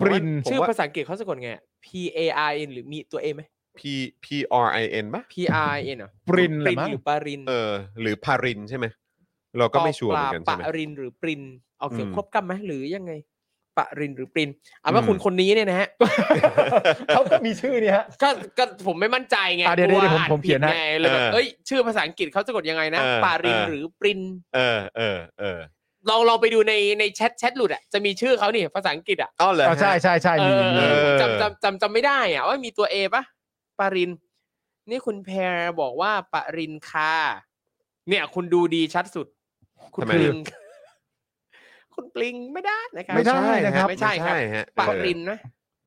Speaker 4: ปริน
Speaker 3: ผมว่า
Speaker 5: ชื่อภาษาอังกฤษเขาสะกดไง P A R N หรือมีตัว A ไหม
Speaker 3: P P R I N ปะ
Speaker 5: P R N เหรอ
Speaker 4: ปรินเหรอมั้ง
Speaker 5: หรือปริน
Speaker 3: เออ หรือพารินใช่ไหม เราก็ไม่ชัวร์เหมือนกัน
Speaker 5: ป
Speaker 3: ใช่ไหม
Speaker 5: ลาปรินหรือปรินออกเสียง
Speaker 3: อืม
Speaker 5: ครบกรรมไหมหรือยังไงปรินหรือปรินเอาว่า
Speaker 3: อืม
Speaker 5: คุณคนนี้เนี่ยนะฮะ [laughs]
Speaker 4: เขาก็มีชื่อเนี่ยฮะ
Speaker 5: ก็ก็ผมไม่มั่นใจไง
Speaker 4: อ่ะเดี๋ยว
Speaker 5: กลั
Speaker 4: เดี๋ยว
Speaker 5: อ่า
Speaker 4: ผมผมเขียน
Speaker 5: ผิด
Speaker 4: ให้
Speaker 5: ไงเลยแบบ
Speaker 3: เออ
Speaker 5: เอ้ยชื่อภาษาอังกฤษเขาสะกดยังไงนะ
Speaker 3: เออ
Speaker 5: ปาริน
Speaker 3: เออ
Speaker 5: หรือปริน
Speaker 3: [laughs] เออเออเออ
Speaker 5: ลองลองไปดูในในแชทแชทหลุดอ่ะจะมีชื่อเขานี่ภาษาอังกฤษอ่ะ
Speaker 3: เอ้าเหรอ
Speaker 4: อ๋อ
Speaker 3: ฮะ
Speaker 4: ใช่ใช่ใช่
Speaker 5: เอ
Speaker 4: มี
Speaker 5: อ
Speaker 4: มี
Speaker 5: เอ
Speaker 4: มี
Speaker 5: อ
Speaker 3: เออ
Speaker 5: จำจำจำจำไม่ได้อ่ะว่ามีตัวเอปะปาริน นี่คุณแพรบอกว่าปารินค่ะเนี่ย คุณดูดีชัดสุด คุณ
Speaker 3: ทำไม
Speaker 5: ปริง [laughs] คุณปริงไม่ได้นะครับ
Speaker 4: ไม่ได้นะครับ
Speaker 5: ไม่ใช่ครับ
Speaker 3: ฮะ
Speaker 5: ปารินนะ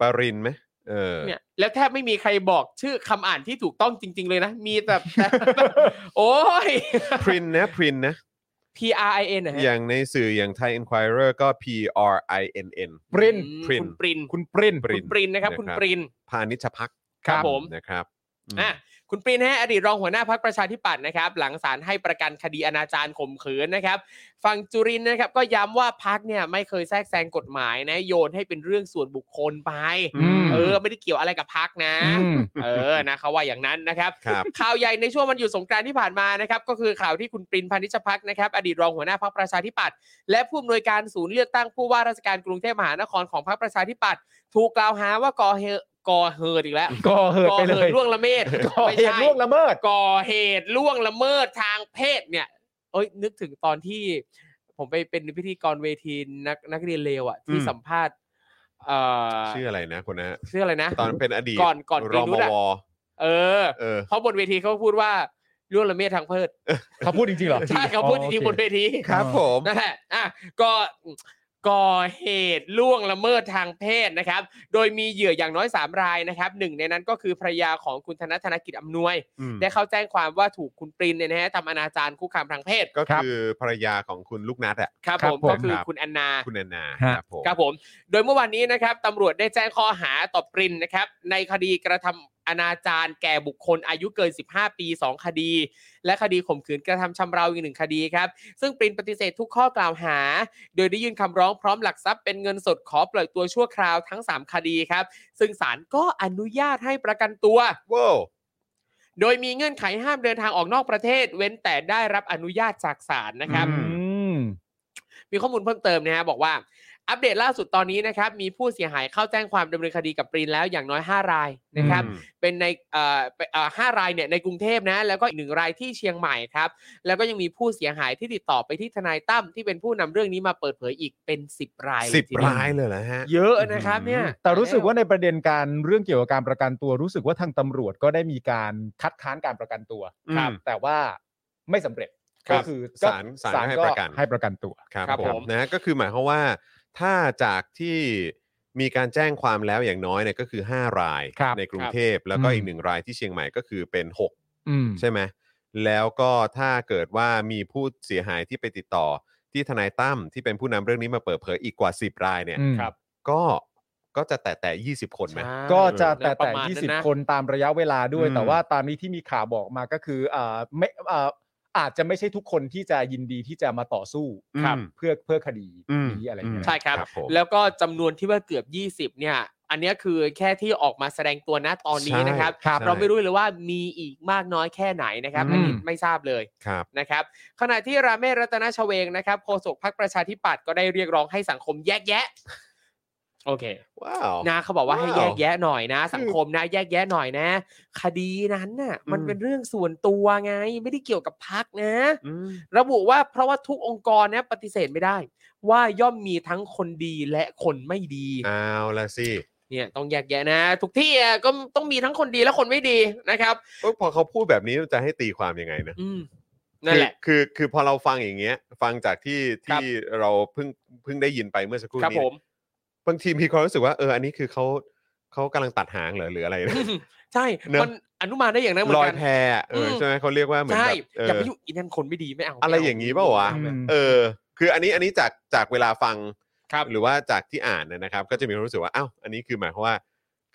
Speaker 3: ปารินไหมเออ
Speaker 5: เนี่ยแล้วแทบไม่มีใครบอกชื่อคำอ่านที่ถูกต้องจริง ๆ เลยนะ มีแต่ [laughs] แต่ โอ้ย
Speaker 3: พรินนะพรินนะ
Speaker 5: P R I N นะฮะ
Speaker 3: อย่างในสื่ออย่าง Thai Enquirer ก็ P R I N N
Speaker 4: ปริน
Speaker 5: อืม
Speaker 3: [laughs] ปริน
Speaker 5: คุณปริน
Speaker 4: คุณป
Speaker 3: ปริ
Speaker 4: ริน
Speaker 3: น
Speaker 5: ปรินนะครับ คุณปริน
Speaker 3: พานิชพัก
Speaker 5: ครับผม
Speaker 3: นะครับม
Speaker 5: อ่ะคุณปรินฮะอดีตรองหัวหน้าพักประชาธิปัตย์นะครับ หลังศาลให้ประกันคดีอนาจารข่มขืนนะครับฝั่งจุรินทร์นะครับ ก็ย้ำว่าพักเนี่ยไม่เคยแทรกแซงกฎหมายนะโยนให้เป็นเรื่องส่วนบุคคลไป
Speaker 4: อืม
Speaker 5: เออไม่ได้เกี่ยวอะไรกับพักนะ
Speaker 4: อืม
Speaker 5: เออ นะเขาว่าอย่างนั้นนะครับ
Speaker 3: ครับ
Speaker 5: ข่าวใหญ่ในช่วงวันหยุดสงกรานต์ที่ผ่านมานะครับ ก็คือข่าวที่คุณปรินพานิชพักนะครับ อดีตรองหัวหน้าพรรคประชาธิปัตย์และผู้อำนวยการศูนย์เลือกตั้งผู้ว่าราชการกรุงเทพมหานครของพรรคประชาธิปัตย์ถูกกล่าวหาว่าก่อเหตุก่อเหตุอีกแล้ว
Speaker 4: ก่อเหิด
Speaker 5: ก่อ
Speaker 4: ไป
Speaker 5: เห
Speaker 4: เลย
Speaker 5: ตุล่วงละเมิด
Speaker 4: ก่อเหตุล่วงละเมิด
Speaker 5: ก่อเหตุล่วงละเมิดทางเพศเนี่ย เอ้ยนึกถึงตอนที่ผมไปเป็นพิธีกรเวทีนักนักเรียนเลวอะที่
Speaker 3: อืม
Speaker 5: สัมภาษณ์เอ่อ
Speaker 3: ชื่ออะไรนะคนนะฮะ
Speaker 5: ชื่ออะไรนะ
Speaker 3: ตอนเป็นอดีต
Speaker 5: ก่อนก่อน
Speaker 3: ร
Speaker 5: ปี
Speaker 3: อ
Speaker 5: นู้
Speaker 3: ม
Speaker 5: นอะ
Speaker 3: ว
Speaker 5: เออ
Speaker 3: เออ
Speaker 5: เพราะบนเวทีเขาพูดว่าล่วงละเมิดทางเพศ
Speaker 4: เขาพูดจริงๆเหรอ
Speaker 5: ใช่เขาพูดจริงๆบนเวที
Speaker 3: ครับผม
Speaker 5: นั่นแหละอ่ะก็ก่อเหตุล่วงละเมิดทางเพศนะครับ โดยมีเหยื่ออย่างน้อย 3 รายนะครับหนึ่งในนั้นก็คือภรรยาของคุณธนทธนกิจอำนวย
Speaker 3: อืม
Speaker 5: ได้เข้าแจ้งความว่าถูกคุณปรินเนี่ยนะฮะทำอนาจารคุกคามทางเพศ
Speaker 3: ก็คือภรรยาของคุณลูกนัดอ่ะ
Speaker 5: ครับ
Speaker 3: ครั
Speaker 5: ผ
Speaker 3: บ
Speaker 5: มก็คือ
Speaker 3: ผมครับ
Speaker 5: คุณแอนนา
Speaker 3: คุณแอนนา
Speaker 4: ฮะ
Speaker 3: ครับผม
Speaker 5: ครับผม โดยเมื่อวานนี้นะครับตำรวจได้แจ้งข้อหาต่อปรินนะครับ ในคดีกระทำอนาจารแก่บุคคลอายุเกิน 15 ปี 2 คดี และคดีข่มขืนกระทำชำเราอีกหนึ่งคดีครับ ซึ่งปรินปฏิเสธทุกข้อกล่าวหา โดยได้ยื่นคำร้องพร้อมหลักทรัพย์เป็นเงินสดขอปล่อยตัวชั่วคราวทั้ง 3 คดีครับ ซึ่งศาลก็อนุญาตให้ประกันตัว
Speaker 3: ว้าว
Speaker 5: โดยมีเงื่อนไขห้ามเดินทางออกนอกประเทศ เว้นแต่ได้รับอนุญาตจากศาลนะครับ
Speaker 4: อืม
Speaker 5: มีข้อมูลเพิ่มเติมนะฮะบอกว่า อัปเดตล่าสุดตอนนี้นะครับ มีผู้เสียหายเข้าแจ้งความดำเนินคดีกับปรินแล้วอย่างน้อย 5 รายนะครับ
Speaker 3: อืม
Speaker 5: เป็นในเอ่อเป็นเอ่อห้ารายเนี่ยในกรุงเทพนะ แล้วก็อีกหนึ่งรายที่เชียงใหม่ครับ แล้วก็ยังมีผู้เสียหายที่ติดต่อไปที่ทนายตั้มที่เป็นผู้นำเรื่องนี้มาเปิดเผยอีกเป็น 10 รายเลย
Speaker 3: สิบ
Speaker 5: ทีเดีว
Speaker 3: รายเลยเหรอฮะ
Speaker 5: เยอะนะครับเนี่ย
Speaker 4: แต่รู้สึกว่าในประเด็นการเรื่องเกี่ยวกับการประกันตัวรู้สึกว่าทางตำรวจก็ได้มีการคัดค้านการประกันตัว
Speaker 3: ครับ
Speaker 4: แต่ว่าไม่สำเร็จ
Speaker 3: ครั
Speaker 4: ก็
Speaker 3: บ
Speaker 4: คือ
Speaker 3: ศาลศาลให้ประกัน
Speaker 4: ให้ประกันตัว
Speaker 3: ครับ
Speaker 4: ครับ
Speaker 3: ผ
Speaker 4: ผม ม
Speaker 3: นะก็คือหมายความว่า ถ้าจากที่มีการแจ้งความแล้วอย่างน้อยเนี่ยก็คือ 5 ราย
Speaker 4: ครับ
Speaker 3: ในกรุงเทพแล้วก็
Speaker 4: อืม
Speaker 3: อีกหนึ่งรายที่เชียงใหม่ก็คือเป็น
Speaker 4: อืม
Speaker 3: 6 ใช่ไหมแล้วก็ถ้าเกิดว่ามีผู้เสียหายที่ไปติดต่อที่ทนายตั้มที่เป็นผู้นำเรื่องนี้มาเปิดเผยอีกกว่า 10 รายเนี่ย
Speaker 4: อืม
Speaker 3: ครับก็ก็จะแตะแต่ยี่สิบคนไหม
Speaker 5: ใช่
Speaker 4: ก็จะแต่
Speaker 5: ป
Speaker 4: แต่
Speaker 5: ระมาณนั้นนะ
Speaker 4: ยี่สิบคนตามระยะเวลาด้วย
Speaker 3: อืม
Speaker 4: แต่ว่าตามนี้ที่มีข่าวบอกมาก็คืออ่าไม่อ่าอาจจะไม่ใช่ทุกคนที่จะยินดีที่จะมาต่อสู้
Speaker 3: ครับ
Speaker 4: เพื่อเพื่อคดี
Speaker 3: อืม
Speaker 4: นี้อะไรอย่างเงี้ย
Speaker 5: ใช่ครับ
Speaker 3: ผม
Speaker 5: แล้วก็จำนวนที่ว่าเกือบ 20 เนี่ย อันเนี้ยคือแค่ที่ออกมาแสดงตัวณตอนนี้นะครับ
Speaker 3: ใช่
Speaker 5: เราไม่รู้เลยว่ามีอีกมากน้อยแค่ไหนนะครับอันนี้ไม่ทราบเลย
Speaker 3: ครับ
Speaker 5: นะครับขณะที่ราเมศรัตนชเวงนะครับโฆษกพรรคประชาธิปัตย์ก็ได้เรียกร้องให้สังคมแยกแยะ โอเค
Speaker 3: ว้าว
Speaker 5: นะเขาบอกว่าให้แยกแยะหน่อยนะ
Speaker 3: คือ
Speaker 5: สังคมนะแยกแยะหน่อยนะ คดีนั้นน่ะ มัน
Speaker 3: อืม
Speaker 5: เป็นเรื่องส่วนตัวไง ไม่ได้เกี่ยวกับพรรคนะ
Speaker 3: อืม
Speaker 5: ระบุว่าเพราะว่าทุกองค์กรนะปฏิเสธไม่ได้ ว่าย่อมมีทั้งคนดีและคนไม่ดี
Speaker 3: เอาละสิ
Speaker 5: เนี่ยต้องแยกแยะนะ ทุกที่อะก็ต้องมีทั้งคนดีและคนไม่ดีนะครับ
Speaker 3: เอ้ยพอเขาพูดแบบนี้จะให้ตีความยังไงนะ
Speaker 5: อืมนั่นแหละ
Speaker 3: คือคือคือพอเราฟังอย่างเงี้ย ฟังจากที่
Speaker 5: ครับ
Speaker 3: ที่เราเพิ่งเพิ่งได้ยินไปเมื่อสักครู่
Speaker 5: ครับ
Speaker 3: นี้
Speaker 5: ผม [laughs]
Speaker 3: บางทีมีความรู้สึกว่าเอออันนี้คือเขาเขากำลังตัดหางเหรอหรืออะไรนะ [laughs]
Speaker 5: ใช่
Speaker 3: เนอะ
Speaker 5: มันอนุมานได้อย่างนั้นเหมือ
Speaker 3: ลอน ย
Speaker 5: กัน
Speaker 3: แพเอออ
Speaker 5: ม
Speaker 3: ใช่ไหมเขาเรียกว่าเหมือน
Speaker 5: ใช่
Speaker 3: แบบเออย่
Speaker 5: อาไปยุ่งอีนั่นคนไม่ดีไม่เอา
Speaker 3: อะไร
Speaker 5: ม่เ
Speaker 3: อย่างนี้เปล่าวะ
Speaker 5: ไม่เอาเลย
Speaker 3: เออ คืออันนี้อันนี้จากจากเวลาฟัง
Speaker 5: ครับ
Speaker 3: หรือว่าจากที่อ่านนะนะครับ ก็จะมีความรู้สึกว่าอ้าวอันนี้คือหมายความว่า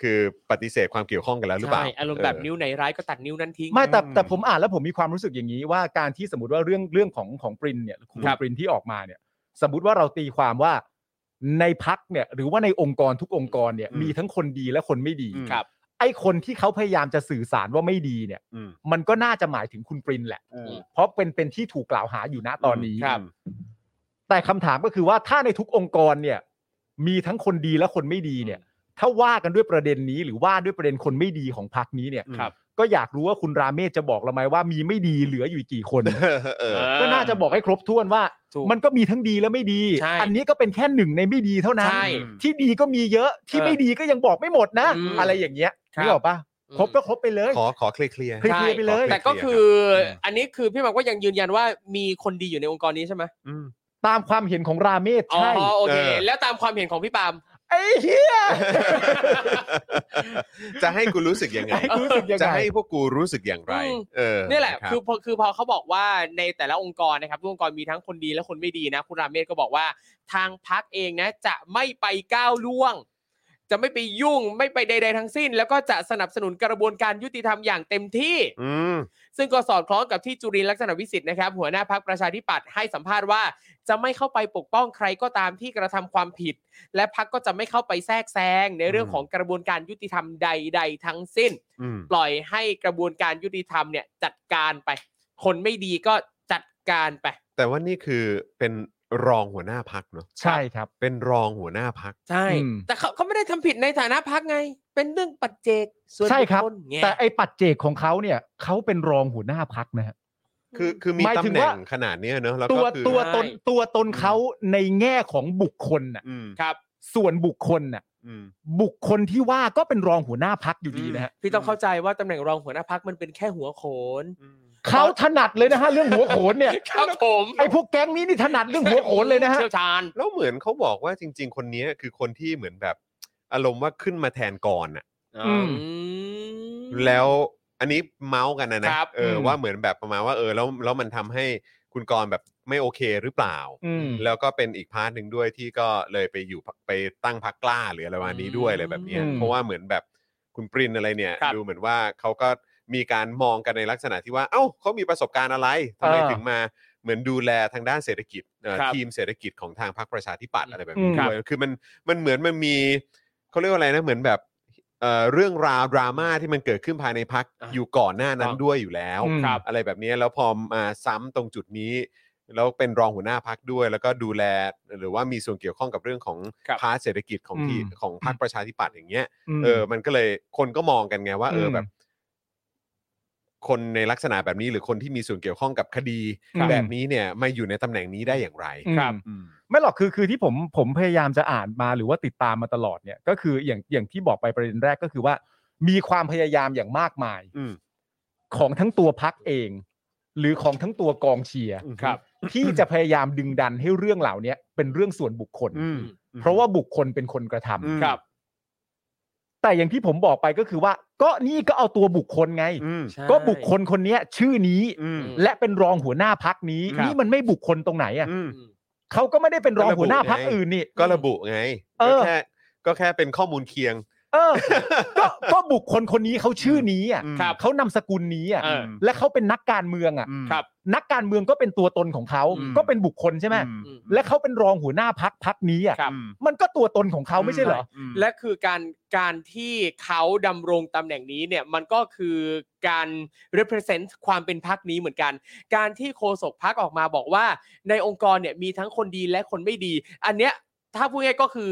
Speaker 3: คือปฏิเสธความเกี่ยวข้องกันแล้วหรือเปล่า
Speaker 5: ใช่อารมณ์แบบ
Speaker 3: เ
Speaker 5: นิ้วไหนร้ายก็ตัดนิ้วนั้นทิ้ง
Speaker 4: ไม่แต่
Speaker 3: อืม
Speaker 4: แต่ผมอ่านแล้วผมมีความรู้สึกอย่างนี้ว่าการที่สมมติว่าเรื่องเรื่องของของปรินเนี่ยคุณ
Speaker 3: ครับ
Speaker 4: ปรินที่ออกมาเนี่ย สมมติว่าเราตีความว่า ในพักเนี่ยหรือว่าในองค์กรทุกองค์กรเนี่ย
Speaker 3: อืม
Speaker 4: มีทั้งคนดีและคนไม่ดี
Speaker 3: อืม
Speaker 5: ครับ
Speaker 4: ไอ้คนที่เขาพยายามจะสื่อสารว่าไม่ดีเนี่ย
Speaker 3: อืม
Speaker 4: มันก็น่าจะหมายถึงคุณปรินแหละ
Speaker 3: อืม
Speaker 4: เพราะเป็นเป็นที่ถูกกล่าวหาอยู่ณตอนนี้
Speaker 5: ครับ
Speaker 4: แต่คำถามก็คือว่าถ้าในทุกองค์กรเนี่ย มีทั้งคนดีและคนไม่ดีเนี่ย ถ้าว่ากันด้วยประเด็นนี้หรือว่าด้วยประเด็นคนไม่ดีของพรรคนี้เนี่ย
Speaker 3: อืม
Speaker 5: ครับ
Speaker 4: ก็อยากรู้ว่าคุณราเมศจะบอกเราไหมว่ามีไม่ดีเหลืออยู่กี่คน
Speaker 3: เออเออ
Speaker 5: เออ
Speaker 4: ก็น่าจะบอกให้ครบถ้วนว่า
Speaker 5: ถูก
Speaker 4: มันก็มีทั้งดีและไม่ดี
Speaker 5: ใช่
Speaker 4: อันนี้ก็เป็นแค่หนึ่งในไม่ดีเท่านั้น
Speaker 5: ใช่
Speaker 4: ที่ดีก็มีเยอะที่
Speaker 5: เออ
Speaker 4: ไม่ดีก็ยังบอกไม่หมดนะ
Speaker 5: อืม
Speaker 4: อะไรอย่างเงี้ย
Speaker 5: ครับ
Speaker 4: นี่หรอกปะครบก็ครบไปเลย
Speaker 3: ขอขอเคลียร์ๆ
Speaker 4: เคลียร์
Speaker 5: ใช่
Speaker 4: ไปเลย
Speaker 5: แต่ก็
Speaker 3: เคลียร์
Speaker 5: คืออันนี้คือพี่หมักก็ยังยืนยันว่ามีคนดีอยู่ในองค์กรนี้ใช่ไหม
Speaker 3: อื
Speaker 5: [laughs]
Speaker 3: ม
Speaker 4: ตามความเห็นของราเมศ
Speaker 5: อ๋อ
Speaker 4: ใช่
Speaker 5: โอเค
Speaker 3: เออ
Speaker 5: แล้วตามความเห็นของพี่ปาล์ม
Speaker 4: ไอ้เหี้ย
Speaker 3: จะให้กูรู้สึกยังไง
Speaker 4: ให้กูรู้สึกยัง
Speaker 3: จะ
Speaker 4: ไง
Speaker 3: ให้พวกกูรู้สึกอย่างไร
Speaker 5: อืม
Speaker 3: เออ
Speaker 5: นี่แหละ
Speaker 3: รับ
Speaker 5: คือพอคือพอเขาบอกว่าในแต่ละองค์กรนะครับทุกองค์กรมีทั้งคนดีและคนไม่ดีนะ คุณราเมศก็บอกว่าทางพักเองนะจะไม่ไปก้าวล่วง จะไม่ไปยุ่งไม่ไปใด ๆ ทั้งสิ้น แล้วก็จะสนับสนุนกระบวนการยุติธรรมอย่างเต็มที่
Speaker 3: อืม
Speaker 5: ซึ่งก็สอดคล้องกับที่จุรินทร์ลักษณะวิสิทธิ์นะครับ หัวหน้าพักประชาธิปัตย์ให้สัมภาษณ์ว่า จะไม่เข้าไปปกป้องใครก็ตามที่กระทำความผิด และพักก็จะไม่เข้าไปแทรกแซงในเรื่อง
Speaker 3: อืม
Speaker 5: ของกระบวนการยุติธรรมใด ๆ ทั้งสิ้น
Speaker 3: อืม
Speaker 5: ปล่อยให้กระบวนการยุติธรรมเนี่ยจัดการไป คนไม่ดีก็จัดการไป
Speaker 3: แต่ว่านี่คือเป็นรองหัวหน้าพักเนาะ
Speaker 4: ใช่ครับ
Speaker 3: เป็นรองหัวหน้าพัก
Speaker 5: ใช่
Speaker 4: อืม
Speaker 5: แต่เขาเขาไม่ได้ทำผิดในฐานะพักไง เป็นเรื่องปัจเจกส่วน
Speaker 4: ใช่ครับ
Speaker 5: บุลไง
Speaker 4: แต่ไอ้ปัจเจกของเขาเนี่ยเขาเป็นรองหัวหน้าพักนะฮะ
Speaker 3: คือคือมี
Speaker 4: หมาย
Speaker 3: ตำ
Speaker 4: ถึง
Speaker 3: แหน่
Speaker 4: ว่า
Speaker 3: งขนาดเนี้ยเนอะแล้ว
Speaker 4: ตั
Speaker 3: ก็
Speaker 4: ว
Speaker 3: คือ
Speaker 4: ตัว
Speaker 5: ใช่
Speaker 4: ตนตัวตนเขาในแง่ของบุคคลน่ะ
Speaker 3: อืม
Speaker 5: ครับ
Speaker 4: ส่วนบุคคลน่ะ
Speaker 3: อืม
Speaker 4: บุคคลที่ว่าก็เป็นรองหัวหน้าพักอยู่ดี
Speaker 3: อืม
Speaker 4: นะฮะ
Speaker 5: พี่ต้องเข้าใจว่าตำแหน่งรองหัวหน้าพักมันเป็นแค่หัวโขน
Speaker 3: อืม
Speaker 4: เขาถนัดเลยนะฮะเรื่องหัวโขนเนี่ย
Speaker 5: ครับผม
Speaker 4: ไอ้พวกแก๊งนี้นี่ถนัดเรื่องหัวโขนเลยนะฮะ
Speaker 5: เชี่ยวชาญ
Speaker 3: แล้วเหมือนเขาบอกว่าจริง ๆ คนเนี้ยคือคนที่เหมือนแบบ อารมณ์ว่าขึ้นมาแทนก่อนอะ
Speaker 4: อืม
Speaker 5: อืม
Speaker 3: แล้วอันนี้เมาส์กันนะนะครับ เออ
Speaker 4: อืม
Speaker 3: ว่าเหมือนแบบประมาณว่าเออแล้วแล้วมันทำให้คุณกรณ์แบบไม่โอเคหรือเปล่า
Speaker 4: อืม
Speaker 3: แล้วก็เป็นอีกพาร์ทหนึ่งด้วยที่ก็เลยไปอยู่พรรคไปตั้งพักกล้าหรืออะไรประมาณนี้ด้วยอะไรแบบเนี้ย
Speaker 4: อืม
Speaker 3: เพราะว่าเหมือนแบบคุณปรินอะไรเนี่ย
Speaker 5: ครับ
Speaker 3: ดูเหมือนว่าเขาก็มีการมองกันในลักษณะที่ว่า เอ้าเขามีประสบการณ์อะไรทำไมถึงมาเหมือนดูแลทางด้านเศรษฐกิจเอ่อ
Speaker 5: ครับ
Speaker 3: ทีมเศรษฐกิจของทางพรรคประชาธิปัตย์อะไรแบบ
Speaker 4: อื
Speaker 3: นี้
Speaker 4: มครับ
Speaker 3: ด้วยคือมันมันเหมือนมันมีเขาเรียกว่าอะไรนะเหมือนแบบเอ่อเรื่องราวดราม่าที่มันเกิดขึ้นภายในพัก
Speaker 5: อ่ะ
Speaker 3: อยู่ก่อนหน้านั้นด้วยอยู่แล้ว
Speaker 4: อืม
Speaker 5: ครับ
Speaker 3: อะไรแบบนี้แล้วพอมาซ้ำตรงจุดนี้ แล้วเป็นรองหัวหน้าพักด้วย แล้วก็ดูแลหรือว่ามีส่วนเกี่ยวข้องกับเรื่องของ
Speaker 5: ครับ
Speaker 3: พาร์ทเศรษฐกิจของที่
Speaker 4: อืม
Speaker 3: ของพรรคประชาธิปัตย์อย่างเงี้ย
Speaker 4: ม
Speaker 3: เออมันก็เลยคนก็มองกันไงว่าเอออ
Speaker 4: ม
Speaker 3: แบบ คนในลักษณะแบบนี้หรือคนที่มีส่วนเกี่ยวข้องกับคดี
Speaker 4: ครับ
Speaker 3: แบบนี้เนี่ยมาอยู่ในตำแหน่งนี้ได้อย่างไร
Speaker 4: ม
Speaker 3: อืม
Speaker 4: ไม่หรอกคือคือที่ผมผมพยายามจะอ่านมาหรือว่าติดตามมาตลอดเนี่ยก็คืออย่างอย่างที่บอกไปประเด็นแรกก็คือว่า มีความพยายามอย่างมากมาย
Speaker 3: อืม
Speaker 4: ของทั้งตัวพักเอง หรือของทั้งตัวกองเชียร์
Speaker 5: ครับ
Speaker 4: ที่จะพยายามดึงดันให้เรื่องเหล่านี้เป็นเรื่องส่วนบุคคล
Speaker 3: อืม
Speaker 4: เพราะว่าบุคคลเป็นคนกระทำ
Speaker 3: อืม
Speaker 5: ครับ
Speaker 4: แต่อย่างที่ผมบอกไปก็คือว่า ก็นี่ก็เอาตัวบุคคลไง
Speaker 3: อืม
Speaker 5: ใช่
Speaker 4: ก็บุคคลคนเนี้ยชื่อนี้
Speaker 3: อืม
Speaker 4: และเป็นรองหัวหน้าพักนี้
Speaker 5: ครับ
Speaker 4: นี่มันไม่บุคคลตรงไหนอ่ะ
Speaker 3: อืม
Speaker 4: เขาก็ไม่ได้เป็นรองหัวหน้าพัก
Speaker 3: ก็ระบุไง
Speaker 4: อื่นนี่
Speaker 3: ก็ระบุไง
Speaker 4: เอ
Speaker 3: ก็
Speaker 4: อ
Speaker 3: แค่ก็แค่เป็นข้อมูลเคียง
Speaker 4: เออก็ก็บุคคลคนนี้เขาชื่อนี้อ่ะ
Speaker 3: อืม
Speaker 5: ครับ
Speaker 4: เขานามสกุลนี้อ่ะ
Speaker 5: เออ
Speaker 4: และเขาเป็นนักการเมืองอ่ะ
Speaker 3: อืม
Speaker 5: ครับ
Speaker 4: นักการเมืองก็เป็นตัวตนของเขา
Speaker 5: อืม
Speaker 4: ก็เป็นบุคคลใช่ไหม
Speaker 3: อื
Speaker 5: อืม
Speaker 4: และเขาเป็นรองหัวหน้าพักพักนี้อ่ะ
Speaker 5: ครับ
Speaker 3: อืม
Speaker 4: มันก็ตัวตนของเขาไม่ใช่เหรอ
Speaker 3: ม
Speaker 5: และคือการการที่เขาดำรงตำแหน่งนี้เนี่ยมันก็คือการ represent ความเป็นพักนี้เหมือนกัน การที่โฆษกพักออกมาบอกว่า ในองค์กรเนี่ยมีทั้งคนดีและคนไม่ดี อันเนี้ยถ้าพูดง่ายๆก็คือ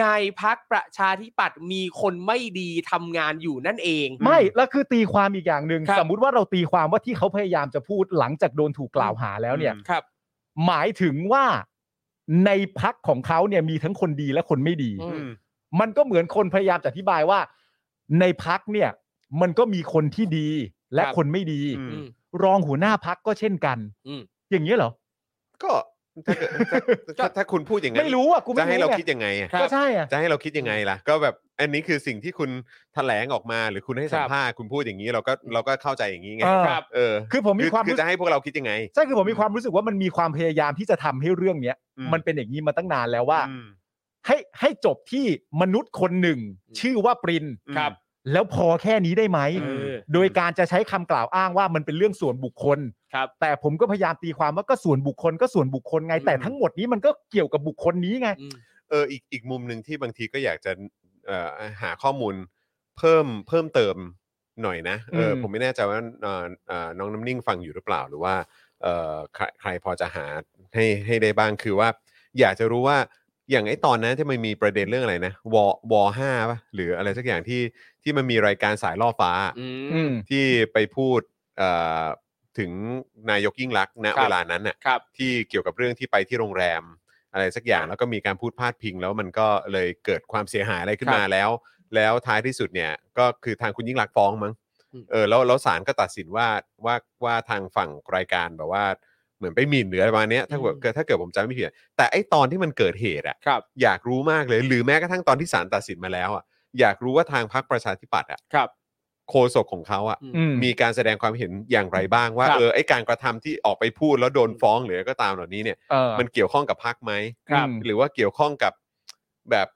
Speaker 5: ในพักประชาธิปัตย์มีคนไม่ดีทำงานอยู่นั่นเอง
Speaker 4: ไม่ แล้วคือตีความอีกอย่างหนึ่ง
Speaker 5: ครับ
Speaker 4: สมมุติว่าเราตีความว่าที่เขาพยายามจะพูดหลังจากโดนถูกกล่าวหาแล้วเนี่ย
Speaker 3: อืม
Speaker 5: ครับ
Speaker 4: หมายถึงว่าในพักของเขาเนี่ยมีทั้งคนดีและคนไม่ดี
Speaker 5: อื
Speaker 3: อืม
Speaker 4: มันก็เหมือนคนพยายามจะอธิบายว่า ในพักเนี่ย มันก็มีคนที่ดีและ
Speaker 5: ครับ
Speaker 4: คนไม่ดี
Speaker 3: อืม
Speaker 5: อืม
Speaker 4: รองหัวหน้าพักก็เช่นกัน
Speaker 5: อืม
Speaker 4: อย่างนี้ยเหรอ
Speaker 3: ก็ถ้าเกิดถ้าถ้าถ้าคุณพูด [laughs] อย่างนั้น
Speaker 4: ไม่รู้อ่ะกู
Speaker 3: จะ
Speaker 4: ไม่
Speaker 3: ให้เรา
Speaker 4: รู้ไง
Speaker 3: คิดยังไงอะ
Speaker 5: ครับ
Speaker 4: ก็ใช่อ่ะ
Speaker 3: จะให้เราคิดยังไงล่ะ ก็แบบอันนี้คือสิ่งที่คุณแถลงออกมาหรือคุณให้สั
Speaker 5: ค
Speaker 3: ม
Speaker 5: รับ
Speaker 3: ภาษณ์คุณพูดอย่างนี้เราก็เราก็เข้าใจอย่างนี้ไง
Speaker 4: เออ
Speaker 3: ครับเออ
Speaker 4: คือผมมีความ
Speaker 3: คือ
Speaker 4: รู้
Speaker 3: จะให้พวกเราคิดยังไง
Speaker 4: ใช่คือผมมีความรู้สึกว่ามันมีความพยายามที่จะทำให้เรื่องเนี้ย
Speaker 3: อืม
Speaker 4: มันเป็นอย่างนี้มาตั้งนานแล้วว่า
Speaker 3: อืม
Speaker 4: ให้ให้จบที่มนุษย์คนหนึ่ง
Speaker 5: อืม
Speaker 4: ชื่อว่าปริน
Speaker 3: ครับ
Speaker 4: แล้วพอแค่นี้ได้ไหม
Speaker 5: เออ
Speaker 4: โดยการจะใช้คำกล่าวอ้างว่ามันเป็นเรื่องส่วนบุคคล
Speaker 5: ครับ
Speaker 4: แต่ผมก็พยายามตีความว่าก็ส่วนบุคคลก็ส่วนบุคคลไง
Speaker 5: อืม
Speaker 4: แต่ทั้งหมดนี้มันก็เกี่ยวกับบุคคลนี้ไง
Speaker 5: อืม
Speaker 3: เอ อออีกอีกมุมหนึ่งที่บางทีก็อยากจะเอ่อหาข้อมูลเพิ่มเพิ่มเติมหน่อยนะเอออ
Speaker 4: ม
Speaker 3: ผมไม่แน่ใจว่าเอ่อเอ่อน้องน้ำนิ่งฟังอยู่หรือเปล่าหรือว่าเอ่อใครใครพอจะหาให้ให้ได้บ้างคือว่า อยากจะรู้ว่าอย่างไอ้ตอนนั้นที่มันมีประเด็นเรื่องอะไรนะวอวอห้าป่ะหรืออะไรสักอย่างที่ที่มันมีรายการสายล่อฟ้า
Speaker 5: อืม
Speaker 4: อืม
Speaker 3: ที่ไปพูดเอ่อถึงนายกยิ่งรักษณ์ณ
Speaker 5: ครับ
Speaker 3: เวลานั้นน่ะ
Speaker 5: ครับ
Speaker 3: ที่เกี่ยวกับเรื่องที่ไปที่โรงแรม อะไรสักอย่างแล้วก็มีการพูดพาดพิง แล้วมันก็เลยเกิดความเสียหายอะไรขึ้นมาแล้ว แล้วท้ายที่สุดเนี่ยก็คือทางคุณยิ่งรักษณ์ฟ้องมั้ง
Speaker 5: อืม
Speaker 3: เออแล้วแล้วศาลก็ตัดสินว่าว่าว่าทางฝั่งรายการแบบว่าเหมือนไปหมิ่นหรืออะไรประมาณเนี้ยถ้าเกิดถ้าเกิดผมจำไม่ผิดแต่ไอตอนที่มันเกิดเหตุอะ
Speaker 5: ครับ
Speaker 3: อยากรู้มากเลย หรือแม้กระทั่งตอนที่ศาลตัดสินมาแล้วอ่ะอยากรู้ว่าทางพรรคประชาธิปัตย์อ่ะ
Speaker 5: ครับ
Speaker 3: โคศกของเขาอ่ะ
Speaker 4: อืม
Speaker 3: มีการแสดงความเห็นอย่างไรบ้างว่า
Speaker 5: ครับ
Speaker 3: เออไอการกระทำที่ออกไปพูดแล้วโดนฟ้องหรืออะไรก็ตามเหล่านี้เนี่ย
Speaker 4: เออ
Speaker 3: มันเกี่ยวข้องกับพรรคไหม
Speaker 5: ครับ
Speaker 3: หรือว่าเกี่ยวข้องกับแบบ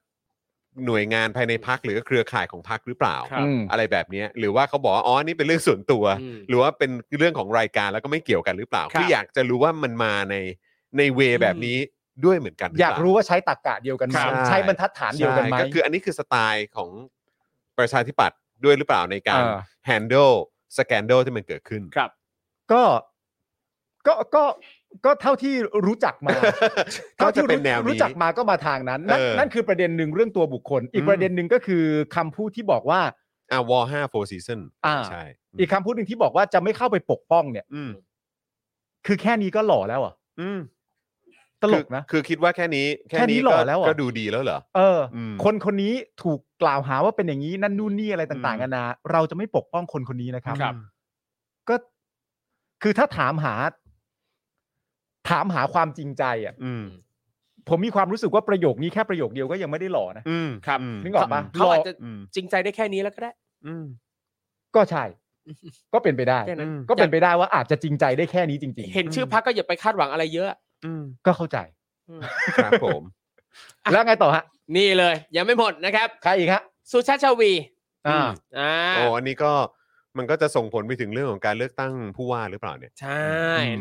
Speaker 3: หน่วยงานภายในพรรคหรือเครือข่ายของพรรคหรือเปล่า
Speaker 5: ครับ
Speaker 4: อืม
Speaker 3: อะไรแบบเนี้ยหรือว่าเขาบอกว่าอ๋อนี่เป็นเรื่องส่วนตัว
Speaker 5: อืม
Speaker 3: หรือว่าเป็นเรื่องของรายการแล้วก็ไม่เกี่ยวกันหรือเปล่า
Speaker 5: ครับ
Speaker 3: ออยากจะรู้ว่ามันมาในในเวแบบนี้ด้วยเหมือนกันหเป
Speaker 4: อ
Speaker 3: ล่
Speaker 4: ยากรู้ว่าใช้ตรรกะเดียวกันไหม
Speaker 3: ครับ
Speaker 4: ใช้บรรทัดฐานเดียวกันไหม
Speaker 3: ใช่ก็คืออันนี้คือสไตล์ของประชาธิปัตย์ด้วยหรือเปล่าในการ
Speaker 4: เออ
Speaker 3: handle scandal ที่มันเกิดขึ้น
Speaker 5: ครับ
Speaker 4: ก็ก็ก็ก็เท่าที่รู้จักมา
Speaker 3: ก็จะเป็นแนวนี้
Speaker 4: รู้จักมาก็มาทางนั้นนั่น
Speaker 3: เออ
Speaker 4: นั่นคือประเด็นหนึ่งเรื่องตัวบุคคล อีก
Speaker 3: อืม
Speaker 4: ประเด็นหนึ่งก็คือคำพูดที่บอกว่า
Speaker 3: อ่าวอห้า four season
Speaker 4: อ่า
Speaker 3: ใช่
Speaker 4: อีกคำพูดหนึ่งที่บอกว่าจะไม่เข้าไปปกป้องเนี่ย
Speaker 3: อืม
Speaker 4: คือแค่นี้ก็หล่อแล้วเหรอ่ะ
Speaker 3: อืม
Speaker 4: ตลกนะ
Speaker 3: คือคือคิดว่าแค่นี้
Speaker 4: แค่นี้หล่อแล้วเหรอ
Speaker 3: ก็ดูดีแล้วเหรอ
Speaker 4: เอออ
Speaker 3: ม
Speaker 4: คนคนนี้ถูกกล่าวหาว่าเป็นอย่างนี้นั่นนู่นนี่อะไรต่างๆนานาเราจะไม่ปกป้องคนคนนี้นะครับ
Speaker 5: ครับ
Speaker 4: ก็คือถ้าถามหา ถามหาความจริงใจอ่ะ
Speaker 3: อืม
Speaker 4: ผมมีความรู้สึกว่าประโยคนี้แค่ประโยคเดียวก็ยังไม่ได้หล่อนะ
Speaker 3: อืม
Speaker 5: ครับ
Speaker 3: อืม
Speaker 4: นึกออกปะห
Speaker 5: เขา
Speaker 4: ล่อ
Speaker 5: อาจจะ
Speaker 3: อืม
Speaker 5: จริงใจได้แค่นี้แล้วก็ได้
Speaker 3: อืม
Speaker 4: ก็
Speaker 3: [laughs]
Speaker 4: ใช่ ก็เป็นไปได้
Speaker 5: แค่นั้น
Speaker 4: ก็เป็นไปได้ว่าอาจจะจริงใจได้แค่นี้จริง
Speaker 5: เห็นชื่อพักก็อย่าไปคาดหวังอะไรเยอะ
Speaker 3: อืม
Speaker 4: ๆ ก็เข้าใจ
Speaker 3: ครับผม
Speaker 4: แล้วไงต่อฮะ
Speaker 5: นี่เลย ยังไม่หมดนะครับ
Speaker 4: ใครอีกฮะ
Speaker 5: สุชาติชาวี
Speaker 4: อ่า
Speaker 5: อ่า
Speaker 3: โอ้อันนี้ก็มันก็จะส่งผลไปถึงเรื่องของการเลือกตั้งผู้ว่าหรือเปล่าเนี่ย
Speaker 5: ใช่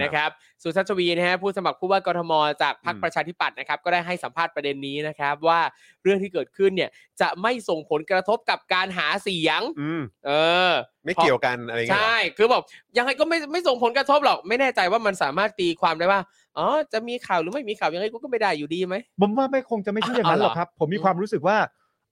Speaker 5: นะครับ สุชาติชวีนะฮะผู้สมัครผู้ว่ากทมจากพรรค
Speaker 3: อืม
Speaker 5: ประชาธิปัตย์นะครับ ก็ได้ให้สัมภาษณ์ประเด็นนี้นะครับ ว่าเรื่องที่เกิดขึ้นเนี่ยจะไม่ส่งผลกระทบกับการหาเสียง
Speaker 3: อืม
Speaker 5: เออ
Speaker 3: ไม่เกี่ยวกันอะไรเงี้ยเหรอ
Speaker 5: ใช่ คือบอกยังไงก็ไม่ไม่ส่งผลกระทบหรอก ไม่แน่ใจว่ามันสามารถตีความได้ว่า อ๋อ จะมีข่าวหรือไม่มีข่าวยังไงกูก็ไม่ได้อยู่ดีไหม
Speaker 4: ผมว่าไม่คงจะไม่ใช่อย่างนั้น
Speaker 5: อ๋อเห
Speaker 4: หร
Speaker 5: รอ
Speaker 4: อกครับ ผมมีความรู้สึกว่า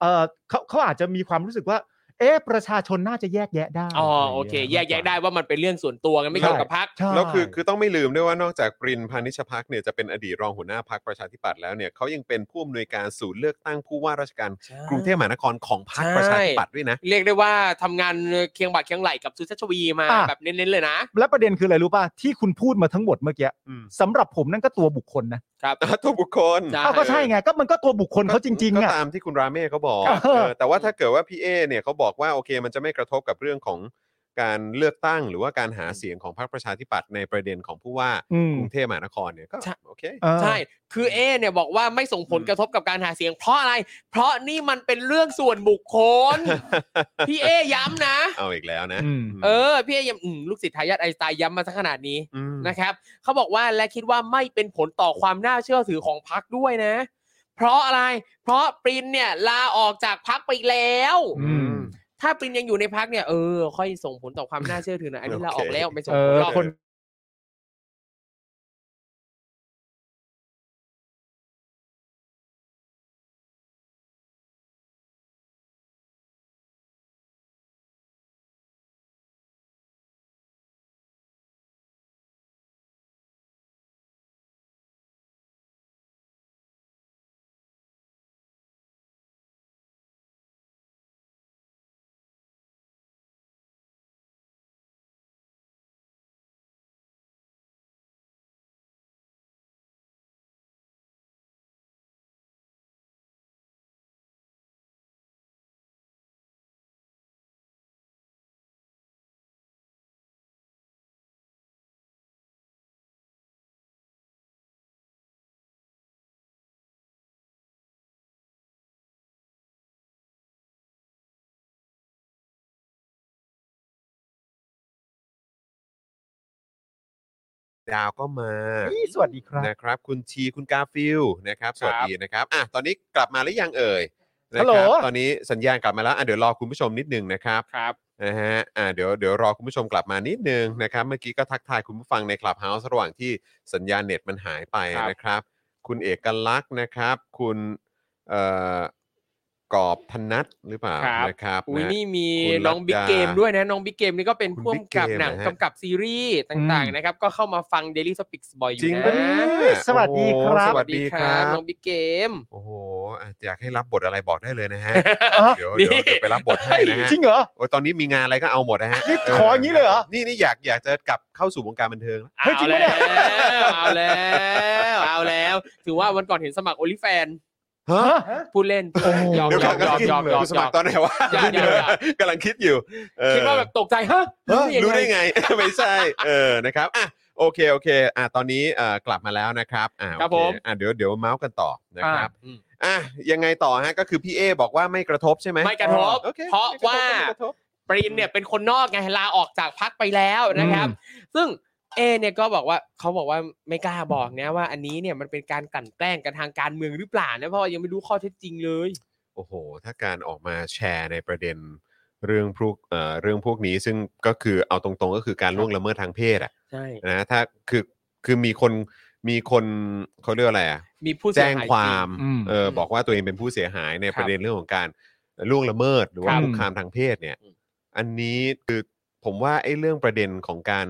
Speaker 4: เออเขาเขาอาจจะมีความรู้สึกว่า เอ๊ะประชาชนน่าจะแยกแยะได้
Speaker 5: อ๋อ โอเค แยกแยะได้ว่ามันเป็นเรื่องส่วนตัวกันไม่เกี่ยวกับพัก
Speaker 4: ใช่
Speaker 3: แล้วคือคือต้องไม่ลืมด้วยว่านอกจากปรินพานิชพักเนี่ยจะเป็นอดีตรองหัวหน้าพักประชาธิปัตย์แล้วเนี่ยเขายังเป็นผู้อำนวยการศูนย์เลือกตั้งผู้ว่าราชการกรุงเทพมหานครของพรรค
Speaker 5: ใช่
Speaker 3: ประชาธิปัตย์ด้วยนะ
Speaker 5: เรียกได้ว่าทำงานเคียงบ่าเคียงไหลกับสุชาติชวีมา
Speaker 4: อ่ะ
Speaker 5: แบบเน้นๆเลยนะ
Speaker 4: และประเด็นคืออะไรรู้ป่ะที่คุณพูดมาทั้งหมดเมื่อกี้
Speaker 3: อืม
Speaker 4: สำหรับผมนั่นก็ตัวบุคคลนะครับ
Speaker 3: ตัวบุคคล
Speaker 5: ใช่
Speaker 4: อ้าวก็ใช่ไงก็มันก็ตัวบุคคลเขาจริงๆ
Speaker 3: ก็
Speaker 4: อ่ะ
Speaker 3: ตามที่คุณราเม่เขาบอก
Speaker 4: เออ
Speaker 3: เออแต่ว่าถ้าเกิดว่าพี่เอเนี่ยเขาบอกว่าโอเค มันจะไม่กระทบกับเรื่องของการเลือกตั้ง หรือว่าการหาเสียงของพรรคประชาธิปัตย์ในประเด็นของผู้ว่า
Speaker 4: อืม
Speaker 3: กรุงเทพมหานครเนี่ยก็
Speaker 5: ใช่
Speaker 3: โอเค
Speaker 4: เออ
Speaker 5: ใช่ คือเอเนี่ยบอกว่าไม่ส่งผลกระทบกับการหาเสียง เพราะอะไร เพราะนี่มันเป็นเรื่องส่วนบุคค
Speaker 4: [laughs]
Speaker 5: ล พี่เอย้ำนะ
Speaker 3: เอาอีกแล้วนะ
Speaker 4: อืม
Speaker 5: เออ พี่เอย้ำอืมลูกศิษย์ทายาทไอน์สไตล์ย้ำมาสักขนาดนี้
Speaker 3: ม
Speaker 5: นะครับเขาบอกว่าและคิดว่าไม่เป็นผลต่อความน่าเชื่อถือของพักด้วยนะ เพราะอะไร เพราะปรินเนี่ยลาออกจากพักไปแล้ว
Speaker 4: อืม
Speaker 5: ถ้าปรินยังอยู่ในพักเนี่ยเออค่อยส่งผลต่อความน่าเชื่อถือหนะอันนี้ลาออกแล้วไม่ส่ง
Speaker 4: เอ
Speaker 5: ผล
Speaker 4: อ
Speaker 5: หรอก
Speaker 4: คน
Speaker 3: ดาวก็มา
Speaker 4: อี้สวัสดีครับ
Speaker 3: นะครับ คุณทีคุณกาฟิลนะครับ สวัสดีนะครับอ่ะตอนนี้กลับมาหรือยังเอ่ยนะ
Speaker 4: ฮัลโห
Speaker 3: ค
Speaker 4: ล
Speaker 3: รับตอนนี้สัญญาณกลับมาแล้วอ่ะเดี๋ยวรอคุณผู้ชมนิดนึงนะครับ
Speaker 5: ครับ
Speaker 3: นะฮะ อ่า เดี๋ยว เดี๋ยวรอคุณผู้ชมกลับมานิดนึงนะครับ เมื่อกี้ก็ทักทายคุณผู้ฟังในคลับเฮาส์ระหว่างที่สัญญาณเน็ตมันหายไป
Speaker 5: ครับ
Speaker 3: นะครับ คุณเอกลักษณ์นะครับ คุณ เอ่อ กอบธนัทหรือเปล่า
Speaker 5: ครับ
Speaker 3: นะครับ
Speaker 5: อุ้ย
Speaker 3: ะ
Speaker 5: นี่มี
Speaker 3: คุณ
Speaker 5: น้อง
Speaker 3: รัตดา
Speaker 5: บิ๊กเกมด้วยนะน้องบิ๊กเกมนี่ก็เป็น
Speaker 3: คุณ
Speaker 5: พ่วง
Speaker 3: Big
Speaker 5: กับ
Speaker 3: Game
Speaker 5: หนัง
Speaker 3: นะฮะ
Speaker 5: กำกับซีรีส์ต่าง
Speaker 4: อืม
Speaker 5: ๆนะครับ ก็เข้ามาฟัง Daily Topics บ่อยอยู่
Speaker 3: จริง
Speaker 5: นะ
Speaker 3: ปะเนี่ย
Speaker 4: สวัสดีครับ
Speaker 3: โอ้โหสวัสดีครับ
Speaker 5: น้องบิ๊กเกม
Speaker 3: โอ้โหอ่ะอยากให้รับบทอะไรบอกได้เลยนะฮะ
Speaker 4: อ่ะ
Speaker 3: เดี๋ยว
Speaker 5: นี่
Speaker 3: เดี๋ยวเดี๋ยวไปรับบทให้นะฮะ
Speaker 4: จริงเหรอ
Speaker 3: โอ้ยตอนนี้มีงานอะไรก็เอาหมดนะฮะ
Speaker 4: นี่ขออย่างนี้เลยเหรอ
Speaker 3: นี่นี่อยากอยากจะกลับเข้าสู่วงการบันเทิงแล้ว
Speaker 4: เฮ้ยจริงปะเนี่ย
Speaker 5: เอาแล้วเอาแล้ว ถือว่าวันก่อนเห็นสมัครโอลิแฟน
Speaker 3: ฮะ
Speaker 4: ฮะ
Speaker 5: พูดเล่นพูดเล่นยอม
Speaker 3: เดี๋ยวย ก่
Speaker 5: อ
Speaker 3: อ
Speaker 5: ม
Speaker 3: น
Speaker 5: ยอมยอมยอม
Speaker 3: คุณสมัครต
Speaker 5: ย
Speaker 3: อ
Speaker 5: อม
Speaker 3: นไหนวะ
Speaker 5: ยอมยอมยอม
Speaker 3: กำลังคิดอยู่เออ
Speaker 5: คิดว่าแบบตกใจฮะ
Speaker 3: เออรู้
Speaker 5: รู้
Speaker 3: ได้
Speaker 5: ได้ไง
Speaker 3: ไง ไม่ใช่ เออนะครับอ่ะโอเคโอเคอ่ะตอนนี้เอ่อกลับมาแล้วนะครับอ่ะ
Speaker 5: ครับ
Speaker 3: โอเ
Speaker 5: ผม
Speaker 3: อ่ะเดี๋ยวเดี๋ยวเมาส์กันต่อนะครับ
Speaker 5: อืม
Speaker 3: อ่ะยังไงต่อฮะก็คือพี่เอบอกว่าไม่กระทบใช่ไหม
Speaker 5: ไม่กระทบ
Speaker 3: โอค
Speaker 5: เพราะว่า
Speaker 3: ไม่กระทบ
Speaker 5: ปรินเนี่ยเป็นคนนอกไงลาออกจากพักไปแล้วนะครับ ซึ่งเอเนี่ยก็บอกว่าเขาบอกว่าไม่กล้าบอกนะว่าอันนี้เนี่ยมันเป็นการกลั่นแกล้งกันทางการเมืองหรือเปล่านะเพราะว่ายังไม่รู้ข้อเท็จจริงเลย
Speaker 3: โอ้โห ถ้าการออกมาแชร์ในประเด็นเรื่องพวกเอ่อเรื่องพวกนี้ซึ่งก็คือเอาตรงๆ ก็คือการล่วงละเมิดทางเพศอ่ะ
Speaker 5: ใช่
Speaker 3: นะถ้าคือคือมีคนมีคนเขาเรียกว่าอะไรอ่ะ
Speaker 5: มีผู้เสีย
Speaker 3: แจ้ง
Speaker 5: หายจริ
Speaker 3: ความ
Speaker 4: อืม
Speaker 3: เออบอกว่าตัวเองเป็นผู้เสียหายในประเด็นเรื่องของการล่วงละเมิดหรือว่า
Speaker 4: ครับ
Speaker 3: คุกคามทางเพศเนี่ย
Speaker 5: อืม
Speaker 3: อันนี้คือผมว่าไอ้เรื่องประเด็นของการ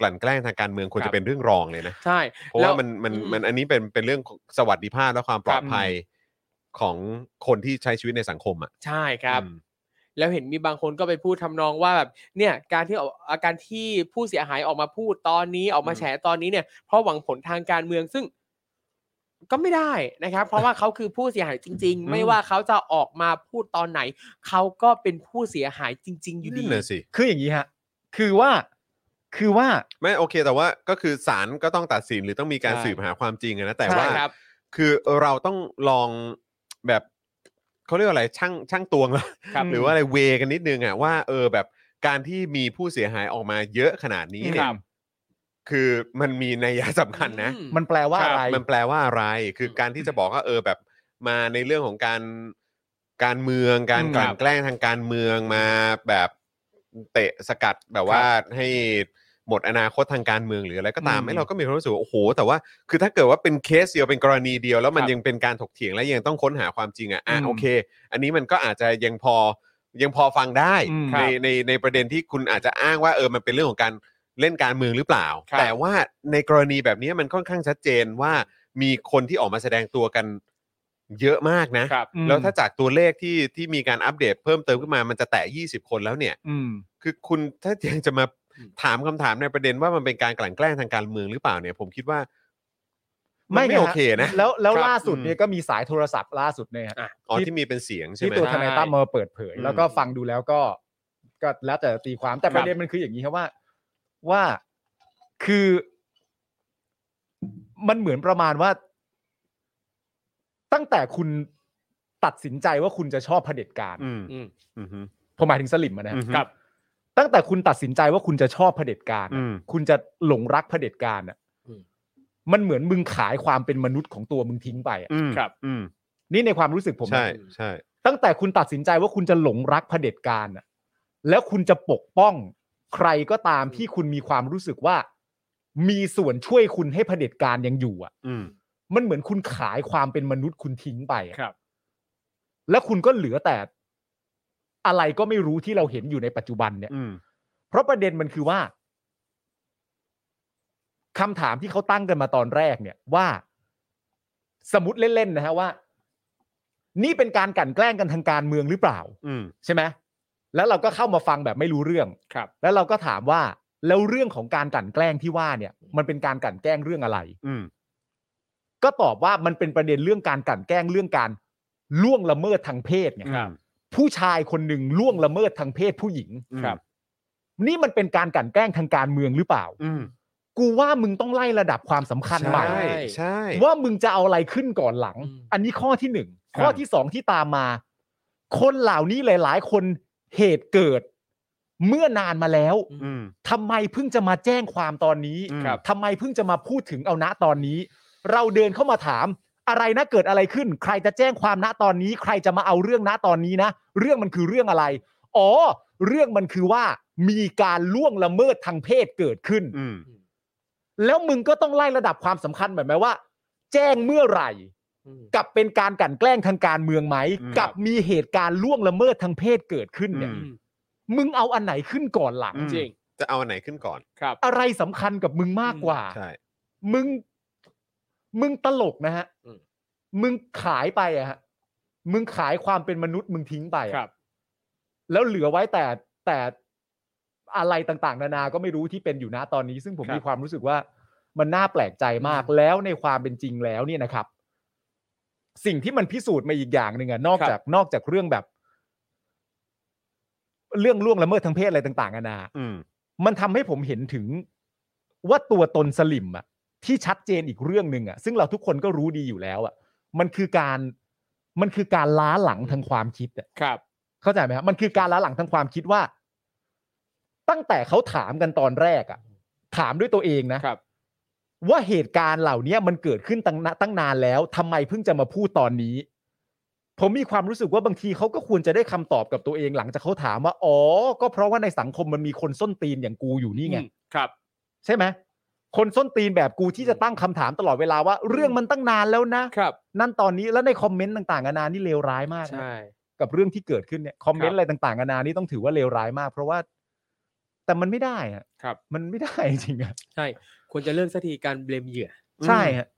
Speaker 3: กลั่นแกล้งทางการเมืองควร
Speaker 5: ครับ
Speaker 3: จะเป็นเรื่องรองเลยนะ
Speaker 5: ใช่
Speaker 3: เพ
Speaker 5: แล้ว
Speaker 3: ราะ่าว มันมัน
Speaker 5: อืม
Speaker 3: มันอันนี้เป็นเป็นเรื่องของสวัสดิภาพและความปลอด
Speaker 5: ครับ
Speaker 3: ภัยของคนที่ใช้ชีวิตในสังคมอ่ะ
Speaker 5: ใช่ครับ
Speaker 3: อืม
Speaker 5: แล้วเห็นมีบางคนก็ไปพูดทำนองว่าแบบเนี่ยการที่ออกอาการที่ผู้เสียหายออกมาพูดตอนนี้ออกมา
Speaker 3: อืม
Speaker 5: แฉตอนนี้เนี่ย เพราะหวังผลทางการเมืองซึ่ง ก็ไม่ได้นะครับ เพราะว่าเขาคือผู้เสียหายจริง ๆ ไม่ว่าเขาจะออกมาพูดตอนไหน เขาก็เป็นผู้เสียหายจริง ๆ อยู่ดี
Speaker 3: นั่นนะสิ
Speaker 4: คืออย่างนี้ฮะ คือว่า คือว่า
Speaker 3: ไม่โอเคแต่ว่าก็คือศาลก็ต้องตัดสินหรือต้องมีการสืบหาความจริงอะนะแต่
Speaker 5: ใช่
Speaker 3: ว่า
Speaker 5: ครับ
Speaker 3: คือเราต้องลองแบบเขาเรียกว่าอะไรช่างช่างตวงเหรอ
Speaker 5: ครับ
Speaker 3: หรือว่าอะไรเวกันนิดนึงอะว่าเออแบบการที่มีผู้เสียหายออกมาเยอะขนาดนี้เนี่
Speaker 4: ครั
Speaker 3: ย
Speaker 4: บ
Speaker 3: คือมันมีนัยยะสำคัญนะ
Speaker 5: อืม
Speaker 4: มันแปลว่าอะไร
Speaker 3: มันแปลว่าอะไรคือการที่จะบอกว่าเออแบบมาในเรื่องของการการเมืองการ
Speaker 4: อืม
Speaker 3: กลั่นแกล้งทางการเมืองมาแบบเตะสกัดแบบว่าให้หมดอนาคตทางการเมืองหรืออะไรก็ตาม
Speaker 4: อืม
Speaker 3: ไอ้เราก็มีความรู้สึกว่าโอ้โห แต่ว่า คือถ้าเกิดว่าเป็นเคสเดียวเป็นกรณีเดียว แล้วมัน
Speaker 5: ครับ
Speaker 3: ยังเป็นการถกเถียงและยังต้องค้นหาความจริงอ่ะอ่ะ
Speaker 4: อืม
Speaker 3: โอเค อันนี้มันก็อาจจะยังพอยังพอฟังได้
Speaker 4: อืม
Speaker 3: ในในในประเด็นที่คุณอาจจะอ้างว่าเออมันเป็นเรื่องของการเล่นการเมืองหรือเปล่า
Speaker 5: ครับ
Speaker 3: แต่ว่าในกรณีแบบนี้มันค่อนข้างชัดเจนว่ามีคนที่ออกมาแสดงตัวกันเยอะมากนะ
Speaker 5: ครับ
Speaker 4: อืม
Speaker 3: แล้วถ้าจากตัวเลขที่ที่มีการอัปเดตเพิ่มเติมขึ้นมามันจะแตะ20 คนแล้วเนี่ย
Speaker 4: อืม
Speaker 3: คือคุณถ้ายังจะมา
Speaker 5: อืม
Speaker 3: ถามคำถามในประเด็นว่ามันเป็นการกลั่นแกล้งทางการเมืองหรือเปล่าเนี่ย ผมคิดว่ามัน
Speaker 4: ไม่
Speaker 3: ไม่
Speaker 4: ไงฮะ
Speaker 3: โอเคนะ
Speaker 4: แล้วแล้ว
Speaker 3: ครับ
Speaker 4: ล่าสุด
Speaker 3: อืม
Speaker 4: เนี่ยก็มีสายโทรศัพท์ล่าสุดเนี่ยฮะ
Speaker 3: อ๋อ
Speaker 4: ที่
Speaker 3: ที่มีเป็นเสียงใช่
Speaker 4: ที่
Speaker 3: ไหม
Speaker 4: ตัว
Speaker 5: ใช่
Speaker 4: ทนายตั้มมาเปิดเผย
Speaker 3: อืม
Speaker 4: แล้วก็ฟังดูแล้วก็ก็แล้วแต่ตีความแต่
Speaker 5: ครับ
Speaker 4: ประเด็นมันคืออย่างนี้ครับว่าว่าคือ มันเหมือนประมาณว่า ตั้งแต่คุณตัดสินใจว่าคุณจะชอบเผด็จการ
Speaker 3: อืม
Speaker 5: อืม
Speaker 3: อืม
Speaker 4: ผมหมายถึงสลิมอะนะฮะ
Speaker 3: อือฮึครับ
Speaker 4: ตั้งแต่คุณตัดสินใจว่าคุณจะชอบเผด็จการ
Speaker 3: อื
Speaker 4: อะ
Speaker 3: ม
Speaker 4: คุณจะหลงรักเผด็จการอ่ะ
Speaker 5: อืม
Speaker 4: มันเหมือนมึงขายความเป็นมนุษย์ของตัวมึงทิ้งไปอะ
Speaker 3: อืม
Speaker 5: ครับ
Speaker 3: อืม
Speaker 4: นี่ในความรู้สึกผมนะ
Speaker 3: ใช่ใช่
Speaker 4: ตั้งแต่คุณตัดสินใจว่าคุณจะหลงรักเผด็จการน่ะ แล้วคุณจะปกป้องใครก็ตามที่คุณมีความรู้สึกว่า มีส่วนช่วยคุณให้เผด็จการยังอยู่อ่ะ
Speaker 3: อืม
Speaker 4: มันเหมือนคุณขายความเป็นมนุษย์คุณทิ้งไปอะ
Speaker 5: ครับ
Speaker 4: แล้วคุณก็เหลือแต่ อะไรก็ไม่รู้ที่เราเห็นอยู่ในปัจจุบันเนี่ย
Speaker 3: อืม
Speaker 4: เพราะประเด็นมันคือว่าคำถามที่เขาตั้งกันมาตอนแรกเนี่ยว่า สมมติเล่นๆนะฮะว่า นี่เป็นการกลั่นแกล้งกันทางการเมืองหรือเปล่า
Speaker 3: อืม
Speaker 4: ใช่ไหมแล้วเราก็เข้ามาฟังแบบไม่รู้เรื่อง
Speaker 5: ครับ
Speaker 4: แล้วเราก็ถามว่า แล้วเรื่องของการกลั่นแกล้งที่ว่าเนี่ย มันเป็นการกลั่นแกล้งเรื่องอะไร
Speaker 3: อืม
Speaker 4: ก็ตอบว่ามันเป็นประเด็นเรื่องการกลั่นแกล้งเรื่องการล่วงละเมิดทางเพศไง
Speaker 5: ครับ
Speaker 4: ผู้ชายคนหนึ่งล่วงละเมิดทางเพศผู้หญิง
Speaker 3: อืม
Speaker 5: ครับ
Speaker 4: นี่มันเป็นการกลั่นแกล้งทางการเมืองหรือเปล่า
Speaker 3: อืม
Speaker 4: กูว่ามึงต้องไล่ระดับความสำคัญใหม่
Speaker 3: ใช่ใช่
Speaker 4: ว่ามึงจะเอาอะไรขึ้นก่อนหลัง
Speaker 5: อืม
Speaker 4: อันนี้ข้อที่หนึ่ง
Speaker 3: ครับ
Speaker 4: ข้อที่สองที่ตามมา คนเหล่านี้หลาย ๆ คนเหตุเกิด เมื่อนานมาแล้ว
Speaker 3: อืม
Speaker 4: ทำไมเพิ่งจะมาแจ้งความตอนนี้
Speaker 3: ครับ
Speaker 4: ทำไมเพิ่งจะมาพูดถึงเอาณตอนนี้ เราเดินเข้ามาถาม อะไรนะเกิดอะไรขึ้น ใครจะแจ้งความณตอนนี้ ใครจะมาเอาเรื่องณตอนนี้นะ เรื่องมันคือเรื่องอะไร อ๋อ เรื่องมันคือว่ามีการล่วงละเมิดทางเพศเกิดขึ้น
Speaker 3: อืม
Speaker 4: แล้วมึงก็ต้องไล่ระดับความสำคัญแบบไหมว่า แจ้งเมื่อไหร่ กับเป็นการกลั่นแกล้งทางการเมืองไหม
Speaker 3: อืม
Speaker 4: กับมีเหตุการณ์ล่วงละเมิดทางเพศเกิดขึ้นเนี่ย
Speaker 3: อืม
Speaker 4: มึงเอาอันไหนขึ้นก่อนหลัง
Speaker 3: อืม
Speaker 5: จริง
Speaker 3: จะเอาอันไหนขึ้นก่อน
Speaker 5: ครับ
Speaker 4: อะไรสำคัญกับมึงมากกว่า
Speaker 3: ใช่
Speaker 4: มึง มึงตลกนะฮะ
Speaker 5: อืม
Speaker 4: มึงขายไปอะฮะมึงขายความเป็นมนุษย์มึงทิ้งไปอะ
Speaker 5: ครับ
Speaker 4: แล้วเหลือไว้แต่แต่อะไรต่างๆ นานาก็ไม่รู้ที่เป็นอยู่นะตอนนี้ ซึ่งผม
Speaker 5: ครับ
Speaker 4: มีความรู้สึกว่า มันน่าแปลกใจมากแล้วในความเป็นจริงแล้วเนี่ยนะครับ สิ่งที่มันพิสูจน์มาอีกอย่างหนึ่งอะนอก
Speaker 5: ครับ
Speaker 4: จากนอกจากเรื่องแบบ เรื่องล่วงละเมิดทางเพศอะไรต่างๆนานา
Speaker 3: อืม
Speaker 4: มันทำให้ผมเห็นถึงว่าตัวตนสลิมอะที่ชัดเจนอีกเรื่องหนึ่งอะซึ่งเราทุกคนก็รู้ดีอยู่แล้วอะมันคือการมันคือการล้าหลังทางความคิดอะ
Speaker 5: ครับ
Speaker 4: เข้าใจไหมครับมันคือการล้าหลังทางความคิดว่า ตั้งแต่เขาถามกันตอนแรกอะถามด้วยตัวเองนะครับ ว่าเหตุการณ์เหล่านี้มันเกิดขึ้นตั้งนตั้งนานแล้วทำไมเพิ่งจะมาพูดตอนนี้ ผมมีความรู้สึกว่าบางทีเขาก็ควรจะได้คำตอบกับตัวเองหลังจากเขาถามว่าอ๋อ ก็เพราะว่าในสังคมมันมีคนส้นตีนอย่างกูอยู่นี่ไง
Speaker 5: อืมครับ
Speaker 4: ใช่ไหมคนส้นตีนแบบกูที่จะตั้งคำถามตลอดเวลาว่า เรื่องมันตั้งนานแล้วนะ
Speaker 5: ครับ
Speaker 4: นั่นตอนนี้แล้วในคอมเมนต์ต่างๆนานานี่เลวร้ายมากนะ
Speaker 5: ใช่
Speaker 4: กับเรื่องที่เกิดขึ้นเนี่ยคอมเมนต์อะไรต่างๆนานานี่ต้องถือว่าเลวร้ายมาก เพราะว่า แต่มันไม่ได้อะ
Speaker 5: ครับ
Speaker 4: มันไม่ได้ [laughs] จริงๆอะ
Speaker 5: ใช่ ควรจะเลิกสักทีการเบลมเหยื่อ
Speaker 4: ใช่ฮะ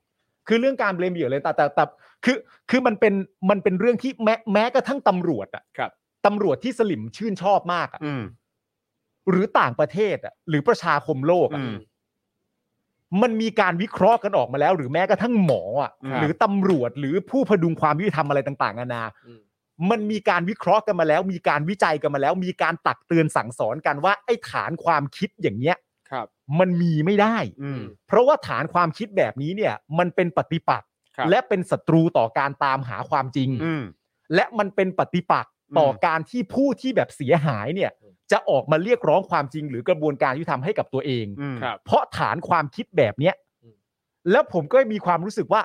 Speaker 4: คือเรื่องการเบลมเหยื่อเลยแต่แต่แต่คือคือมันเป็นมันเป็นเรื่องที่แม้แม้กระทั่งตำรวจอะ
Speaker 5: ครับ
Speaker 4: ตำรวจที่สลิมชื่นชอบมากอะ
Speaker 3: อืม
Speaker 4: หรือต่างประเทศอะหรือประชาคมโลก
Speaker 3: อื
Speaker 4: อะ
Speaker 3: ม
Speaker 4: มันมีการวิเคราะห์กันออกมาแล้ว หรือแม้กระทั่งหมออ่ะ
Speaker 3: ครับ
Speaker 4: หรือตำรวจหรือผู้พดุงความยุติธรรมอะไรต่างๆนานา
Speaker 5: อืม
Speaker 4: มันมีการวิเคราะห์กันมาแล้ว มีการวิจัยกันมาแล้ว มีการตักเตือนสั่งสอนกันว่าไอ้ฐานความคิดอย่างเนี้ย
Speaker 5: ครับ
Speaker 4: มันมีไม่ได้
Speaker 3: อืม
Speaker 4: เพราะว่าฐานความคิดแบบนี้เนี่ย มันเป็นปฏิปักษ์
Speaker 5: ครับ
Speaker 4: และเป็นศัตรูต่อการตามหาความจริง
Speaker 3: อืม
Speaker 4: และมันเป็นปฏิปักษ์ต่อ
Speaker 3: ม
Speaker 4: อการที่ผู้ที่แบบเสียหายเนี่ย จะออกมาเรียกร้องความจริง หรือกระบวนการยุติธรรมให้กับตัวเอง
Speaker 3: อืม
Speaker 5: ครับ
Speaker 4: เพราะฐานความคิดแบบเนี้ย
Speaker 5: อืม
Speaker 4: แล้วผมก็มีความรู้สึกว่า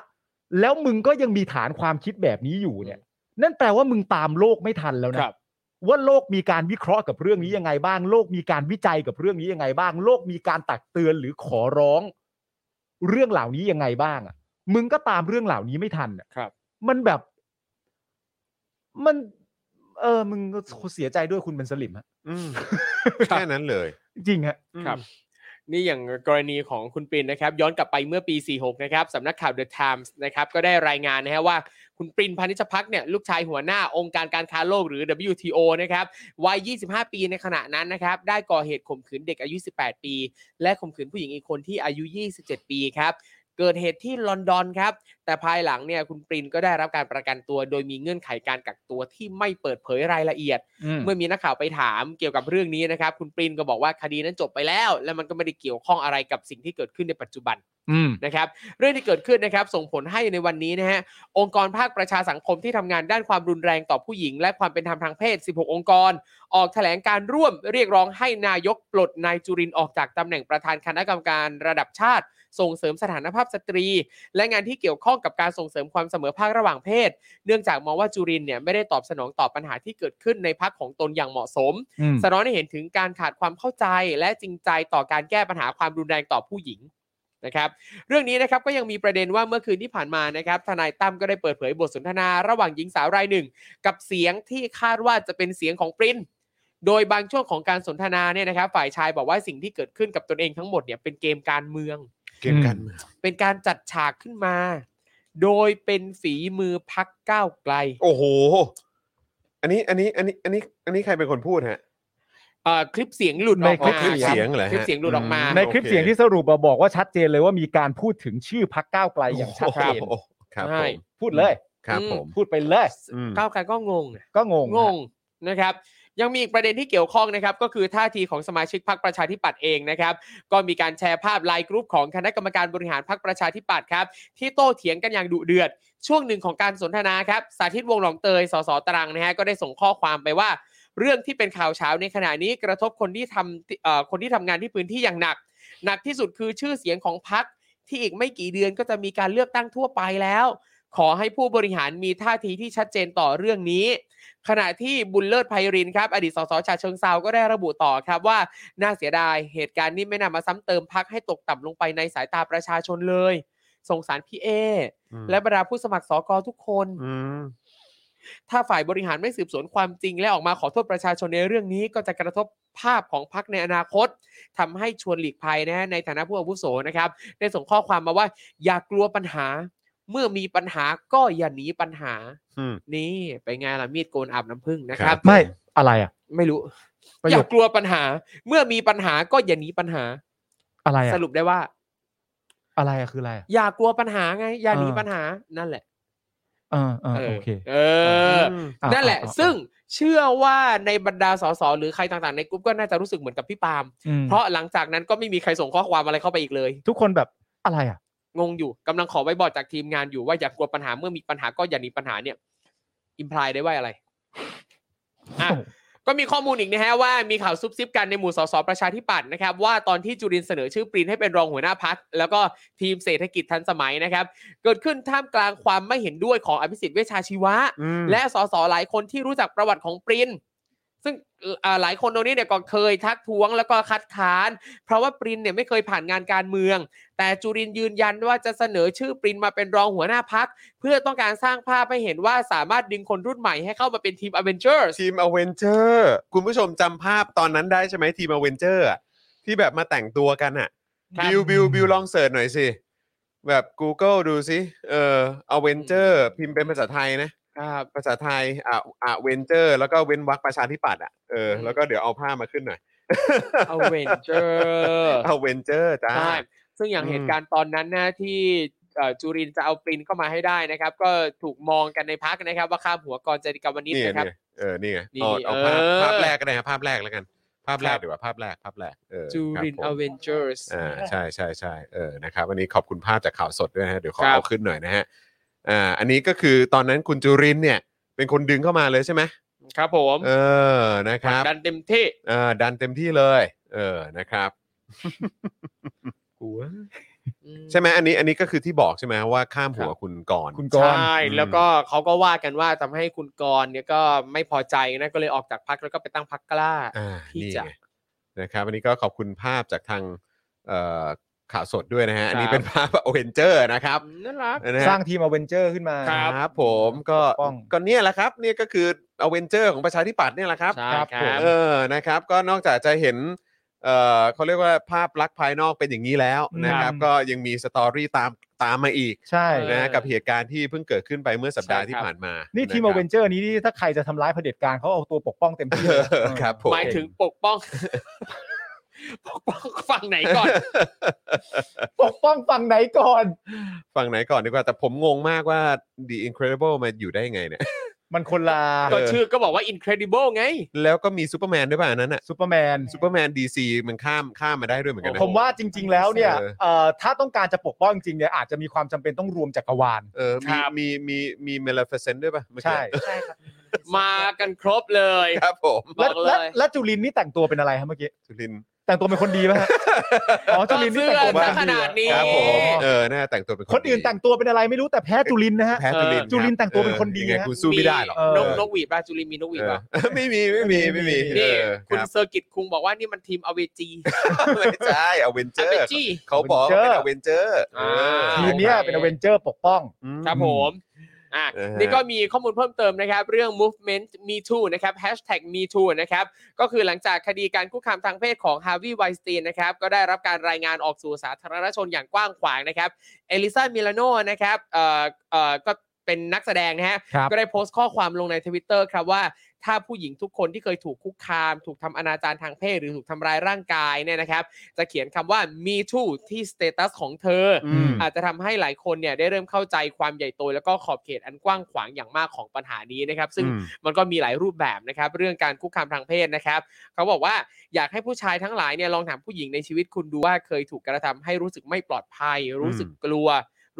Speaker 4: แล้วมึงก็ยังมีฐานความคิดแบบนี้อยู่เนี่ย นั่นแปลว่ามึงตามโลกไม่ทันแล้วนะครับ ว่าโลกมีการวิเคราะห์กับเรื่องนี้ยังไงบ้าง โลกมีการวิจัยกับเรื่องนี้ยังไงบ้าง โลกมีการตักเตือนหรือขอร้อง เรื่องเหล่านี้ยังไงบ้างอ่ะ มึงก็ตามเรื่องเหล่านี้ไม่ทันอะ
Speaker 5: ครับ
Speaker 4: มันแบบ มัน เออมึงก็เสียใจด้วยคุณเป็นสลิมฮะ
Speaker 3: อืมแค่นั้นเลย
Speaker 4: จริงฮะ
Speaker 5: ครับ นี่อย่างกรณีของคุณปรินนะครับ ย้อนกลับไปเมื่อปี 46 นะครับสำนักข่าว The Times นะครับก็ได้รายงานนะฮะว่าคุณปรินพานิชพักเนี่ยลูกชายหัวหน้าองค์การการค้าโลกหรือ WTO นะครับวัย 25 ปีในขณะนั้นนะครับ ได้ก่อเหตุข่มขืนเด็กอายุ 18 ปี และข่มขืนผู้หญิงอีกคนที่อายุ 27 ปีครับ เกิดเหตุที่ลอนดอนครับ แต่ภายหลังเนี่ยคุณปรินก็ได้รับการประกันตัว โดยมีเงื่อนไขการกักตัวที่ไม่เปิดเผยรายละเอียด เมื่อมีนักข่าวไปถามเกี่ยวกับเรื่องนี้นะครับ คุณปรินก็บอกว่าคดีนั้นจบไปแล้ว และมันก็ไม่ได้เกี่ยวข้องอะไรกับสิ่งที่เกิดขึ้นในปัจจุบัน
Speaker 4: อืม
Speaker 5: นะครับ เรื่องที่เกิดขึ้นนะครับ ส่งผลให้ในวันนี้นะฮะองค์กรภาคประชาสังคมที่ทำงานด้านความรุนแรงต่อผู้หญิง และความเป็นธรรมทางเพศ 16 องค์กร ออกแถลงการร่วมเรียกร้องให้นายกปลดนายจุรินทร์ออกจากตำแหน่งประธานคณะกรรมการระดับชาติ ส่งเสริมสถานภาพสตรี และงานที่เกี่ยวข้องกับการส่งเสริมความเสมอภาคระหว่างเพศ เนื่องจากมองว่าจุรินทร์เนี่ยไม่ได้ตอบสนองต่อปัญหาที่เกิดขึ้นในพักของตนอย่างเหมาะสม
Speaker 4: อืม
Speaker 5: สะท้อนให้เห็นถึงการขาดความเข้าใจและจริงใจต่อการแก้ปัญหาความรุนแรงต่อผู้หญิงนะครับ เรื่องนี้นะครับก็ยังมีประเด็นว่าเมื่อคืนที่ผ่านมานะครับทนายตั้มก็ได้เปิดเผยบทสนทนาระหว่างหญิงสาวรายหนึ่ง กับเสียงที่คาดว่าจะเป็นเสียงของปรินโดยบางช่วงของการสนทนาเนี่ยนะครับ ฝ่ายชายบอกว่าสิ่งที่เกิดขึ้นกับตนเองทั้งหมดเนี่ยเป็นเกมการเมือง
Speaker 3: เกมกันเมือง
Speaker 5: เป็นการจัดฉากขึ้นมา โดยเป็นฝีมือพักก้าวไกล
Speaker 3: โอ้โห อันนี้ อันนี้ อันนี้ อันนี้ อันนี้ใครเป็นคนพูดฮะ
Speaker 5: เอ่อคลิปเสียงหลุดออก
Speaker 4: ในคลิ
Speaker 5: มา
Speaker 4: ป
Speaker 5: รับ
Speaker 3: เสียงเหรอฮะ
Speaker 5: คลิปเสียงหลุดออกมา
Speaker 4: ในคลิป
Speaker 3: โอเค
Speaker 4: เสียงที่สรุปอะบอกว่าชัดเจนเลยว่ามีการพูดถึงชื่อพักก้าวไกลอย่างชัดเจน
Speaker 3: โอ้โหครับผ
Speaker 5: ใช่
Speaker 3: ม
Speaker 4: พูดเลย
Speaker 3: ครับ
Speaker 5: อืม
Speaker 3: ผม
Speaker 4: พูดไปเลย
Speaker 3: อืม
Speaker 5: ก้าวไกลก็งง
Speaker 4: ก็งง
Speaker 5: งงนะครับ ยังมีอีกประเด็นที่เกี่ยวข้องนะครับ ก็คือท่าทีของสมาชิกพรรคประชาธิปัตย์เองนะครับ ก็มีการแชร์ภาพไลน์กรุ๊ปของคณะกรรมการบริหารพรรคประชาธิปัตย์ครับ ที่โต้เถียงกันอย่างดุเดือด ช่วงหนึ่งของการสนทนาครับ สาธิตวงศ์หลองเตยสสตรังนะฮะก็ได้ส่งข้อความไปว่า เรื่องที่เป็นข่าวเช้าในขณะนี้กระทบคนที่ทำเอ่อคนที่ทำงานที่พื้นที่อย่างหนัก หนักที่สุดคือชื่อเสียงของพรรคที่อีกไม่กี่เดือนก็จะมีการเลือกตั้งทั่วไปแล้ว ขอให้ผู้บริหารมีท่าทีที่ชัดเจนต่อเรื่องนี้ ขณะที่บุญเลิศไพรินทร์ครับ อดีตสสชาเชิงเซาก็ได้ระบุต่อครับว่า น่าเสียดายเหตุการณ์นี้ไม่นำมาซ้ำเติมพักให้ตกต่ำลงไปในสายตาประชาชนเลย สงสารพี่เอ และบรรดาผู้สมัครสอกอทุกคน
Speaker 3: อืม
Speaker 5: ถ้าฝ่ายบริหารไม่สืบสวนความจริง และออกมาขอโทษประชาชนในเรื่องนี้ก็จะกระทบภาพของพรรคในอนาคตทำให้ชวนหลีกภัยนะฮะในฐานะผู้อาวุโสนะครับ ได้ส่งข้อความมาว่า อย่ากลัวปัญหา เมื่อมีปัญหาก็อย่าหนีปัญหา
Speaker 3: อืม
Speaker 5: นี่ไปนไงล่ะมีดโกนอาบน้ำผึ้งนะค
Speaker 3: ครั
Speaker 5: รับ
Speaker 3: บ
Speaker 4: ไม่อะไรอ่ะ
Speaker 5: ไม่รู้
Speaker 4: ประ
Speaker 5: อ
Speaker 4: โย
Speaker 5: ย่า
Speaker 4: ค
Speaker 5: กลัวปัญหา เมื่อมีปัญหาก็อย่าหนีปัญหา
Speaker 4: อะไรอ่ะ
Speaker 5: สรุปได้ว่า
Speaker 4: อะไรอ่ะคืออะไรอ่ะ
Speaker 5: อย่ากลัวปัญหาไง อย่าหนี
Speaker 4: เออ
Speaker 5: ปัญหานั่นแหละ
Speaker 4: เออเออโอเค
Speaker 5: เออ
Speaker 4: อ่
Speaker 5: นั่นแหละ
Speaker 4: อ่อ่
Speaker 5: ซึ่งเชื่อว่าในบรรดาสสหรือใครต่างๆในกลุ่มก็น่าจะรู้สึกเหมือนกับพี่ปาล์ม
Speaker 4: อืม
Speaker 5: เพราะหลังจากนั้นก็ไม่มีใครส่งข้อความอะไรเข้าไปอีกเลย
Speaker 4: ทุกคนแบบอะไรอ่ะ
Speaker 5: งงอยู่กำลังขอไว้บอร์ดจากทีมงานอยู่ว่าอย่ากลัวปัญหาเมื่อมีปัญหาก็อย่าหนีปัญหาเนี่ยอิมพลายได้ว่าอะไรอ่ะ ก็มีข้อมูลอีกนะฮะว่ามีข่าวซุบซิบกันในหมู่สสประชาธิปัตย์นะครับ ว่าตอนที่จุรินทร์เสนอชื่อปรีนให้เป็นรองหัวหน้าพักแล้วก็ทีมเศรษฐกิจทันสมัยนะครับ เกิดขึ้นท่ามกลางความไม่เห็นด้วยของอภิสิทธิ์เวชชาชีวะ
Speaker 3: อืม
Speaker 5: และสสหลายคนที่รู้จักประวัติของปริน ซึ่งเอ่อหลายคนตรงนี้เนี่ยก็เคยทักท้วงแล้วก็คัดค้าน เพราะว่าปรินเนี่ยไม่เคยผ่านงานการเมือง แต่จุรินทร์ยืนยันว่าจะเสนอชื่อปรินมาเป็นรองหัวหน้าพัก เพื่อต้องการสร้างภาพให้เห็นว่าสามารถดึงคนรุ่นใหม่ให้เข้ามาเป็นทีมอเวนเจอร์
Speaker 3: ทีมอเวนเจอร์คุณผู้ชมจำภาพตอนนั้นได้ใช่ไหมทีมอเวนเจอร์ที่แบบมาแต่งตัวกันอะ
Speaker 5: ครับ
Speaker 3: บิวบิวบิวลองเสิร์ชหน่อยสิ แบบ Google ดูสิเอออเวนเจอร์พิมพ์เป็นภาษาไทยนะ [laughs]
Speaker 5: ครับ
Speaker 3: ภาษาไทยอ่ะอ่ะเวนเจอร์แล้วก็เว้นวรรคประชาธิปัตย์อ่ะเออแล้วก็เดี๋ยวเอาภาพมาขึ้นหน่อย
Speaker 5: อเวนเจอร์
Speaker 3: อเวนเจอร์จ้า
Speaker 5: ใช่ซึ่งอย่าง
Speaker 3: อืม
Speaker 5: เหตุการณ์ตอนนั้นนะที่เอ่อจุรินทร์จะเอาปรินเข้ามาให้ได้นะครับ ก็ถูกมองกันในพักนะครับ ว่าข้ามหัวกรจริกาวนิช
Speaker 3: นี่ไง
Speaker 5: นะครับ
Speaker 3: นี่ไงเออนี่ไง
Speaker 5: นี่
Speaker 3: เอาเอาภาพ
Speaker 5: เออ
Speaker 3: ภาพแรกก็ได้ฮะภาพแรกแล้วกัน ภาพแร
Speaker 5: ค
Speaker 3: ก
Speaker 5: รับ
Speaker 3: ดีกว่าภาพแรกภาพแรกเออ
Speaker 5: จูริน
Speaker 3: ครับผม
Speaker 5: อเวนเจอร์ส
Speaker 3: อ่าใช่ใช่ใช่เออนะครับวันนี้ขอบคุณภาพจากข่าวสดด้วยนะฮะเดี๋ยวขอ
Speaker 5: ครับ
Speaker 3: เอาขึ้นหน่อยนะฮะอ่าอันนี้ก็คือตอนนั้นคุณจุรินทร์เนี่ย เป็นคนดึงเข้ามาเลยใช่ไหม
Speaker 5: ครับผม
Speaker 3: เออนะครับ
Speaker 5: ดันเต็มที่
Speaker 3: เออดันเต็มที่เลย เออ
Speaker 5: [laughs]
Speaker 3: นะครับ ใช่ไหมอันนี้อันนี้ก็คือที่บอกใช่ไหมว่าข้ามหัวคุณก่อน
Speaker 4: คุณก
Speaker 5: ใช
Speaker 4: รณ์
Speaker 5: ่ แล้วก็เขาก็ว่ากันว่าทำให้คุณกรณ์เนี่ยก็ไม่พอใจนะก็เลยออกจากพักแล้วก็ไปตั้งพักกล้า
Speaker 3: อ่า
Speaker 5: ที่
Speaker 3: นี่
Speaker 5: จะ
Speaker 3: ไงนะครับวันนี้ก็ขอบคุณภาพจากทางเอ่อข่าวสดด้วยนะฮะอันนี้ [laughs]
Speaker 5: ครับ
Speaker 3: เป็นภาพโอเวนเจอร์นะครับ
Speaker 5: น่ารัก
Speaker 3: นะฮะ
Speaker 4: สร้างทีมอเวนเจอร์ขึ้นมา
Speaker 5: ครับ
Speaker 3: ครับผมก็
Speaker 4: ปกป้อง
Speaker 3: ก็เนี่ยแหละครับเนี่ยก็คืออเวนเจอร์ของประชาธิปัตย์เนี่ยแหละครับ
Speaker 5: ใช่ครับ
Speaker 3: ผมเออนะครับ ก็นอกจากจะเห็นเออเขาเรียกว่าภาพลักษณ์ภายนอกเป็นอย่างนี้แล้วนะครับ
Speaker 4: อืม
Speaker 3: ก็ยังมีสตอรี่ตามตามมาอีก
Speaker 4: ใช่
Speaker 5: เออ
Speaker 3: นะกับเหตุการณ์ที่เพิ่งเกิดขึ้นไปเมื่อสัปดาห์
Speaker 5: ใช่
Speaker 3: ที่
Speaker 5: ครับ
Speaker 3: ผ่านมา
Speaker 4: นี่ทีม
Speaker 3: ะค
Speaker 4: อ
Speaker 3: รับ
Speaker 4: เวนเจอร์นี้นี่ถ้าใครจะทำร้ายเผด็จการเขาเอาตัวปกป้องเต็มที่เลย
Speaker 3: เออครับผม
Speaker 5: หมายถึงปกป้อง [laughs] ปกป้องฝั่งไหนก่อน
Speaker 4: ปกป้องฝั่งไหนก่อน
Speaker 3: ฝั่งไหนก่อนดีกว่าแต่ผมงงมากว่า The Incredible มาอยู่ได้ยังไงเนี่ย
Speaker 4: มันคนละ
Speaker 5: ก็
Speaker 3: เออ
Speaker 5: ชื่อก็บอกว่า incredible ไง
Speaker 3: แล้วก็มีซูเปอร์แมนด้วยป่ะอันนั้นอ่ะ
Speaker 4: ซูเปอร์แมน
Speaker 3: ซูเปอร์แมนดีซีมันข้ามข้ามมาได้ด้วยเหมือนกันนะ
Speaker 4: ผมว่าจริง ๆ แล้วเนี่ย
Speaker 3: เออ
Speaker 4: เอ่อถ้าต้องการจะปกป้องจริงๆเนี่ยอาจจะมีความจำเป็นต้องรวมจักรวาล
Speaker 3: เออ
Speaker 5: ค
Speaker 3: มี
Speaker 5: รับ
Speaker 3: มีมีมีเมลาเฟเซนด้วยป่ะเมื่อกี้
Speaker 4: ใช่
Speaker 6: ใช่ครับ
Speaker 5: มากันครบเลย
Speaker 3: ครับผม
Speaker 5: บ
Speaker 4: และ
Speaker 5: อกเลย
Speaker 4: และและจุลินนี่แต่งตัวเป็นอะไรฮะเมื่อกี้
Speaker 3: สุรินทร์
Speaker 4: แต่งตัวเป็นคนดีไหมฮะ อ๋อจุ
Speaker 5: ก็
Speaker 4: ลินนี่
Speaker 5: เสื้
Speaker 4: แต่ง
Speaker 5: อ
Speaker 4: ตัวเป็
Speaker 5: ซะ
Speaker 4: นค
Speaker 5: ข
Speaker 4: นดี
Speaker 5: นาดนี้
Speaker 3: ครับผมเออน่าแต่งตัวเป็น
Speaker 4: คนอื่นแต่งตัวเป็นอะไรไม่รู้แต่แพ้จุลินนะฮะ
Speaker 3: แพ้จุลินทร์
Speaker 4: จุลินทร์แต่งตัวเป็นคนดี
Speaker 3: ยังไง
Speaker 4: ฮะ
Speaker 3: กูสู้ไม่ได้หรอก
Speaker 4: เออ
Speaker 5: นกนกหวีดป่ะจุลินมีนกหวีด
Speaker 3: เออ
Speaker 5: ป่ะ
Speaker 3: ไม่มีไม่มีไม่มี
Speaker 5: นี่
Speaker 3: เออ
Speaker 5: คุณ
Speaker 3: รับ
Speaker 5: เซอร์กิตคุงบอกว่านี่มันทีมอเวจี
Speaker 3: ไม่ใช่อเวนเจ
Speaker 5: อ
Speaker 3: อ
Speaker 5: เว
Speaker 3: ร์
Speaker 5: จี
Speaker 3: เขาบอกว่าเป็นอเวนเจอร์
Speaker 5: อ่า
Speaker 4: ทีมเนี้ยเป็นอเวนเจอร์ปกป้อง
Speaker 5: ครับผมอ่ะ
Speaker 3: เออฮะ
Speaker 5: นี่ก็มีข้อมูลเพิ่มเติมนะครับ เรื่อง movement me too นะครับ hashtag me too นะครับ ก็คือหลังจากคดีการคุกคามทางเพศของฮาวิ e ไวส t ตีนนะครับ ก็ได้รับการรายงานออกสู่สาธารณชนอย่างกว้างขวางนะครับ เอลิซามิลาโนนะครับเอ่อเอ่อก็เป็นนักแสดงนะฮะ
Speaker 4: ครับ
Speaker 5: ก็ได้โพสต์ข้อความลงในทวิตเตอร์ครับว่า ถ้าผู้หญิงทุกคนที่เคยถูกคุกคาม ถูกทำอนาจารทางเพศหรือถูกทำร้ายร่างกายเนี่ยนะครับ จะเขียนคำว่า me too ที่สเตตัสของเธออ
Speaker 3: ม
Speaker 5: อาจจะทำให้หลายคนเนี่ยได้เริ่มเข้าใจความใหญ่โต แล้วก็ขอบเขตอันกว้างขวางอย่างมากของปัญหานี้นะครับ ซึ่งมันก็มีหลายรูปแบบนะครับ เรื่องการคุกคามทางเพศนะครับ เขาบอกว่าอยากให้ผู้ชายทั้งหลายเนี่ยลองถามผู้หญิงในชีวิตคุณดูว่าเคยถูกกระทำให้รู้สึกไม่ปลอดภัย รู้สึกกลัว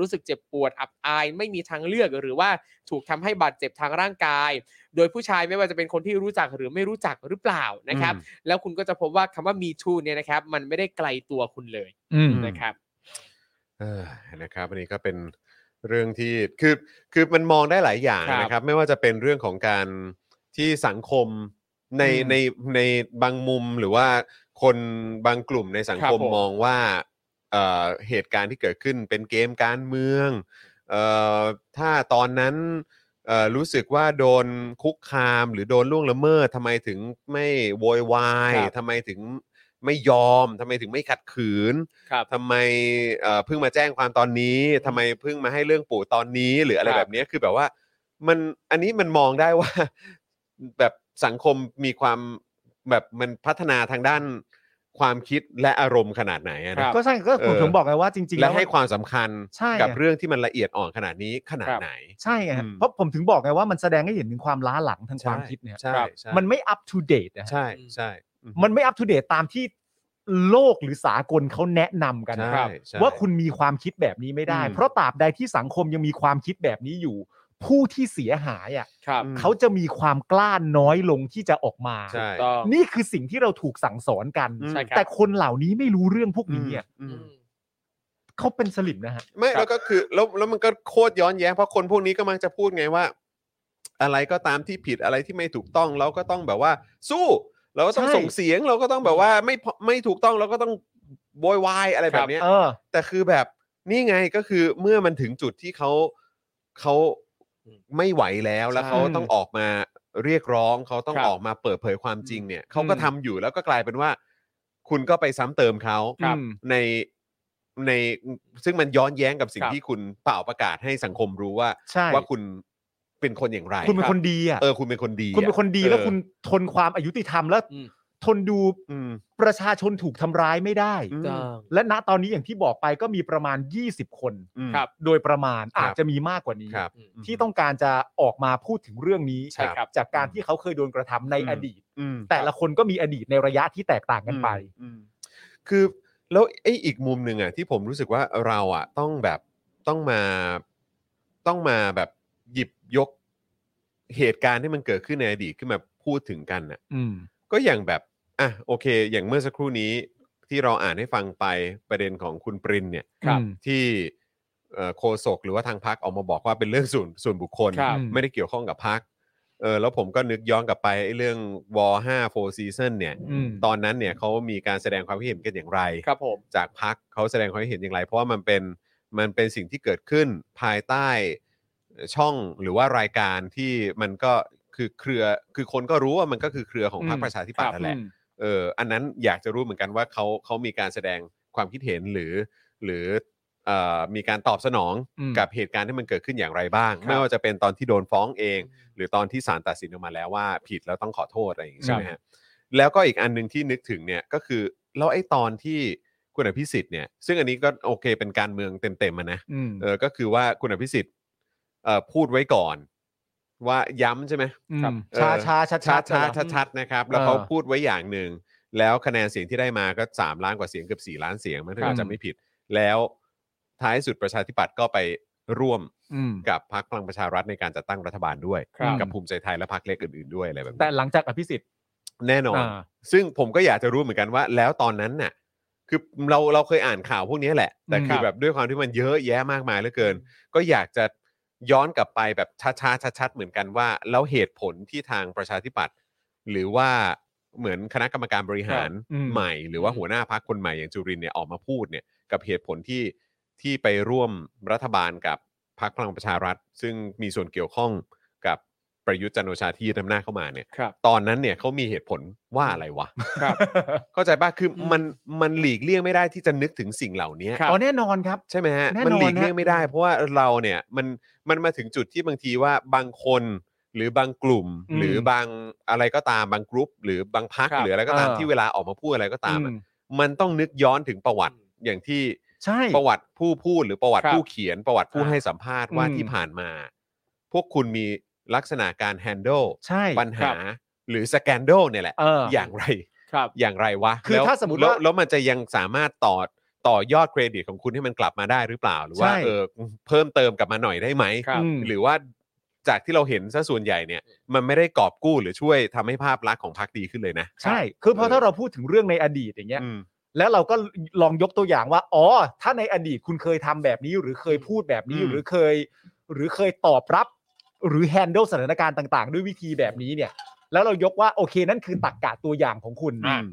Speaker 5: รู้สึกเจ็บปวดอับอาย ไม่มีทางเลือกหรือว่าถูกทำให้บาดเจ็บทางร่างกาย โดยผู้ชายไม่ว่าจะเป็นคนที่รู้จักหรือไม่รู้จักหรือเปล่านะครับ แล้วคุณก็จะพบว่าคำว่า me too เนี่ยนะครับ มันไม่ได้ไกลตัวคุณเลย
Speaker 4: อืม
Speaker 5: นะครับ
Speaker 3: เออนะครับอันนี้ก็เป็นเรื่องที่คือคือมันมองได้หลายอย่าง
Speaker 5: ครับ
Speaker 3: นะครับ ไม่ว่าจะเป็นเรื่องของการที่สังคมใน
Speaker 5: อืม
Speaker 3: ในในบางมุมหรือว่าคนบางกลุ่มในสังคม
Speaker 5: ครับผม
Speaker 3: มองว่าเอ่อเหตุการณ์ที่เกิดขึ้นเป็นเกมการเมืองเอ่อถ้าตอนนั้นเอ่อรู้สึกว่าโดนคุกคาม หรือโดนล่วงละเมิดทำไมถึงไม่โวยวาย
Speaker 5: ครับ
Speaker 3: ทำไมถึงไม่ยอมทำไมถึงไม่ขัดขืน
Speaker 5: ครับ
Speaker 3: ทำไมเอ่อเพิ่งมาแจ้งความตอนนี้ทำไมเพิ่งมาให้เรื่องปู่ตอนนี้หรืออะไร
Speaker 5: ครับ
Speaker 3: แบบเนี้ยคือแบบว่ามันอันนี้มันมองได้ว่า [laughs] แบบสังคมมีความแบบมันพัฒนาทางด้านความคิดและอารมณ์ขนาดไหนอะ
Speaker 5: ค
Speaker 3: นะ
Speaker 5: รับ
Speaker 4: ก็ใช่ก็ผม
Speaker 3: เออ
Speaker 4: ถึงบอกไงว่าจริง ๆ
Speaker 3: และ
Speaker 4: แล้ว
Speaker 3: ให้ความสำคัญ
Speaker 4: ใช่
Speaker 3: กับ
Speaker 4: ไง
Speaker 3: เรื่องที่มันละเอียดอ่อนขนาดนี้ขนาด
Speaker 5: ครับ
Speaker 3: ไหน
Speaker 4: ใช่ไงครับ
Speaker 3: อืม
Speaker 4: เพราะผมถึงบอกไงว่ามันแสดงให้เห็นถึงความล้าหลังทางความคิดเนี่ย
Speaker 3: ใช่
Speaker 5: ครับ
Speaker 3: ใช่
Speaker 4: มันไม่อัปทูเดตนะฮะ
Speaker 3: ใช่ใช่อืม
Speaker 4: มันไม่อัป o d เดตตามที่โลกหรือสากลเขาแนะนำกันนะ
Speaker 3: ใช่ใช่
Speaker 4: ว่าคุณมีความคิดแบบนี้ไม่ได้
Speaker 3: อืม
Speaker 4: เพราะตราบใดที่สังคมยังมีความคิดแบบนี้อยู่ ผู้ที่เสียหายอ่ะ
Speaker 5: ครับ
Speaker 3: อืม
Speaker 4: เขาจะมีความกล้าน้อยลงที่จะออกมา
Speaker 3: ใช่
Speaker 5: ต่อ
Speaker 4: นี่คือสิ่งที่เราถูกสั่งสอนกัน
Speaker 3: อืม
Speaker 5: ใช่ครับ
Speaker 4: แต่คนเหล่านี้ไม่รู้เรื่องพวกนี้อ่ะ
Speaker 3: อืม
Speaker 4: เขาเป็นสลิมนะฮะ
Speaker 3: ไม่
Speaker 5: ครับ
Speaker 3: แล้วก็คือแล้วแล้วมันก็โคตรย้อนแย้งเพราะคนพวกนี้ก็มักจะพูดไงว่า อะไรก็ตามที่ผิดอะไรที่ไม่ถูกต้องเราก็ต้องแบบว่า สู้เราก็ต้อง
Speaker 4: ใช่
Speaker 3: ส่งเสียงเราก็ต้องแบบว่าไม่พอไม่ถูกต้องเราก็ต้องโวยวายอะไร
Speaker 5: ค
Speaker 3: แบ
Speaker 5: รั
Speaker 3: บบ เนี้ย
Speaker 4: เออ
Speaker 3: แต่คือแบบนี่ไงก็คือเมื่อมันถึงจุดที่เขาเขาไม่ไหวแล้วแล้ว
Speaker 5: ใช่
Speaker 3: เขาต้องออกมาเรียกร้องเขาต้อง
Speaker 5: ครับ
Speaker 3: ออกมาเปิดเผยความจริงเนี่ยเขาก็
Speaker 5: อืม
Speaker 3: ทำอยู่แล้วก็กลายเป็นว่า คุณก็ไปซ้ำเติมเขา
Speaker 5: ครับ
Speaker 3: ในในซึ่งมันย้อนแย้งกับสิ่ง
Speaker 5: ครับ
Speaker 3: ที่คุณเป่าประกาศให้สังคมรู้ว่า
Speaker 4: ใช่
Speaker 3: ว่าคุณเป็นคนอย่างไร
Speaker 4: คุณเป็นคนดีอ่ะ
Speaker 3: เออคุณเป็นคนดีอะ
Speaker 4: คุณเป็นคนดีแล้ว
Speaker 3: ออ
Speaker 4: คุณทนความอายุติธรรมแล้ว
Speaker 5: อืม
Speaker 4: ทนดู
Speaker 3: อืม
Speaker 4: ประชาชนถูกทำร้ายไม่ได้
Speaker 3: อืม
Speaker 4: และณตอนนี้อย่างที่บอกไปก็มีประมาณ 20 คน
Speaker 3: อืม
Speaker 5: ครับ
Speaker 4: โดยประมาณ
Speaker 3: ครับ
Speaker 4: อาจจะมีมากกว่านี้
Speaker 3: ครับ
Speaker 4: ที่ต้องการจะออกมาพูดถึงเรื่องนี้
Speaker 5: ใช่ครับ
Speaker 4: จากการที่เขาเคยโดนกระทำใน
Speaker 3: อืม
Speaker 4: อดีต
Speaker 3: อืม
Speaker 4: แต่ละคนก็มีอดีตในระยะที่แตกต่างกันไป
Speaker 3: อืมคือแล้วไอ้อีกมุมหนึ่งอ่ะที่ผมรู้สึกว่าเราอ่ะต้องแบบต้องมาต้องมาแบบหยิบยกเหตุการณ์ที่มันเกิดขึ้นในอดีตขึ้นมาพูดถึงกันน่ะ
Speaker 4: อืม
Speaker 3: ก็อย่างแบบอ่ะโอเค อย่างเมื่อสักครู่นี้ที่เราอ่านให้ฟังไปประเด็นของคุณปรินเนี่ย
Speaker 5: ครับ
Speaker 3: ที่เอ่อโคศกหรือว่าทางพักออกมาบอกว่าเป็นเรื่องส่วน [laughs] ส่วนบุคคล
Speaker 5: ครับ
Speaker 3: ไม่ได้เกี่ยวข้องกับพักเออแล้วผมก็นึกย้อนกลับไปไอ้เรื่องวอ5 4 season เนี่ย
Speaker 4: อืม
Speaker 3: ตอนนั้นเนี่ยเขามีการแสดงความคิดเห็นกันอย่างไร
Speaker 5: ครับผม
Speaker 3: จากพักเขาแสดงความคิดเห็นอย่างไร เพราะว่ามันเป็นมันเป็นสิ่งที่เกิดขึ้นภายใต้ช่องหรือว่ารายการที่มันก็คือเครือคือคนก็รู้ว่ามันก็คือเครือของพรรค
Speaker 4: อืม
Speaker 3: ประชาธิปัตย์นั่นแหละ
Speaker 4: อืม
Speaker 3: เอออันนั้นอยากจะรู้เหมือนกันว่าเขาเขามีการแสดงความคิดเห็นหรือ หรือเอ่อมีการตอบสนอง
Speaker 4: อืม
Speaker 3: กับเหตุการณ์ที่มันเกิดขึ้นอย่างไรบ้าง
Speaker 5: ครับ
Speaker 3: ไม่ว่าจะเป็นตอนที่โดนฟ้องเอง หรือตอนที่ศาลตัดสินออกมาแล้วว่าผิดแล้วต้องขอโทษอะไรอย่างนี้ใช่ไหมฮะแล้วก็อีกอันหนึ่งที่นึกถึงเนี่ยก็คือแล้วไอ้ตอนที่คุณอภิสิทธิ์เนี่ยซึ่งอันนี้ก็โอเคเป็นการเมืองเต็มๆมานะ
Speaker 4: อืม
Speaker 3: เออก็คือว่าคุณอภิสิทธิ์เอ่อพูดไว้ก่อน ว่าย้ำใช่ไหม
Speaker 4: ครับ
Speaker 3: เออ
Speaker 4: ช้าช้าช้าช้า
Speaker 3: ชัด
Speaker 4: ช้า
Speaker 3: ๆชัดๆนะครับ แล้วเขา
Speaker 4: เออ
Speaker 3: พูดไว้อย่างหนึ่งแล้วคะแนนเสียงที่ได้มาก็ 3 ล้านกว่าเสียงเกือบ4ล้านเสียงมั้งถ้า
Speaker 4: ครับ
Speaker 3: จำไม่ผิด แล้วท้ายสุดประชาธิปัตย์ก็ไปร่วม
Speaker 4: อืม
Speaker 3: กับพรรคพลังประชารัฐในการจัดตั้งรัฐบาลด้วย
Speaker 4: ครับ
Speaker 3: กับภูมิใจไทยและพรรคเล็กอื่นๆด้วยอะไรแบบนี้
Speaker 4: แต่หลังจากอภิสิทธิ์
Speaker 3: แน่นอน
Speaker 4: อ่า
Speaker 3: ซึ่งผมก็อยากจะรู้เหมือนกันว่า แล้วตอนนั้นน่ะ คือเราเราเคยอ่านข่าวพวกนี้แหละ แต่
Speaker 4: อืม
Speaker 3: คือแบบด้วยความที่มันเยอะแยะมากมายเหลือเกิน ก็อยากจะย้อนกลับไปแบบช้าๆชัดๆเหมือนกันว่า แล้วเหตุผลที่ทางประชาธิปัตย์หรือว่าเหมือนคณะกรรมการบริหาร
Speaker 4: อืม
Speaker 3: ใหม่ หรือว่าหัวหน้าพักคนใหม่อย่างจุรินทร์เนี่ยออกมาพูดเนี่ยกับเหตุผลที่ที่ไปร่วมรัฐบาลกับพรรคพลังประชารัฐ ซึ่งมีส่วนเกี่ยวข้องกับประยุทธ์จันทร์โอชาที่ยึดอำนาจเข้ามาเนี่ย
Speaker 5: ครับ
Speaker 3: ตอนนั้นเนี่ยเขามีเหตุผลว่าอะไรวะ
Speaker 5: ครับ
Speaker 3: เข้าใจป่ะ คืออ
Speaker 5: ม
Speaker 3: มันมันหลีกเลี่ยงไม่ได้ที่จะนึกถึงสิ่งเหล่านี้
Speaker 5: ครับ
Speaker 4: อ๋อแน่นอนครับ
Speaker 3: ใช่ไหมฮะ
Speaker 4: แน่นอน
Speaker 3: มัหลีก
Speaker 4: ฮะ
Speaker 3: เลี่ยงไม่ได้ เพราะว่าเราเนี่ยมันมันมาถึงจุดที่บางทีว่าบางคนหรือบางกลุ่ม
Speaker 4: อืม
Speaker 3: หรือบางอะไรก็ตามบางกรุ๊ป หรือบางพัก
Speaker 5: ครับ
Speaker 3: หรืออะไรก็ตามที่เวลาออกมาพูดอะไรก็ตามอะมันต้องนึกย้อนถึงประวัติอย่างที่
Speaker 4: ใช่
Speaker 3: ประวัติผู้พูดหรือประวัติ
Speaker 5: ครับ
Speaker 3: ผู้เขียน ประวัติผู้
Speaker 5: อ่า
Speaker 3: ให้สัมภาษณ์ว่า
Speaker 4: อืม
Speaker 3: ที่ผ่านมา พวกคุณมีลักษณะการ handle
Speaker 4: ใช่
Speaker 3: ปัญหาหรือสแกนโดเนี่ยแหละ
Speaker 4: เออ
Speaker 3: อย่างไร [laughs]
Speaker 5: ครับ
Speaker 3: อย่างไรวะ
Speaker 4: คือ
Speaker 3: แล้ว
Speaker 4: ถ้าสมมุติ
Speaker 3: แล้ว
Speaker 4: ว่า
Speaker 3: แล้วมันจะยังสามารถต่อ ต่อยอดเครดิตของคุณให้มันกลับมาได้หรือเปล่า หรือว่า
Speaker 4: ใช่
Speaker 3: เออเพิ่มเติมกลับมาหน่อยได้ไหม
Speaker 5: ครับ
Speaker 4: อืม
Speaker 3: หรือว่าจากที่เราเห็นซะส่วนใหญ่เนี่ยมันไม่ได้กอบกู้หรือช่วยทำให้ภาพลักษณ์ของพรรคดีขึ้นเลยนะ
Speaker 4: ใช่ คือเพราะ
Speaker 3: เออ
Speaker 4: ถ้าเราพูดถึงเรื่องในอดีตอย่างเงี้ย
Speaker 3: อืม
Speaker 4: แล้วเราก็ลองยกตัวอย่างว่า อ๋อ ถ้าในอดีตคุณเคยทำแบบนี้หรือเคยพูดแบบนี้
Speaker 3: อืม
Speaker 4: หรือเคย หรือเคยตอบรับ หรือแฮนเดิลสถานการณ์ต่าง ๆ ด้วยวิธีแบบนี้เนี่ย แล้วเรายกว่าโอเคนั่นคือตรรกกะตัวอย่างของคุณ
Speaker 3: อืม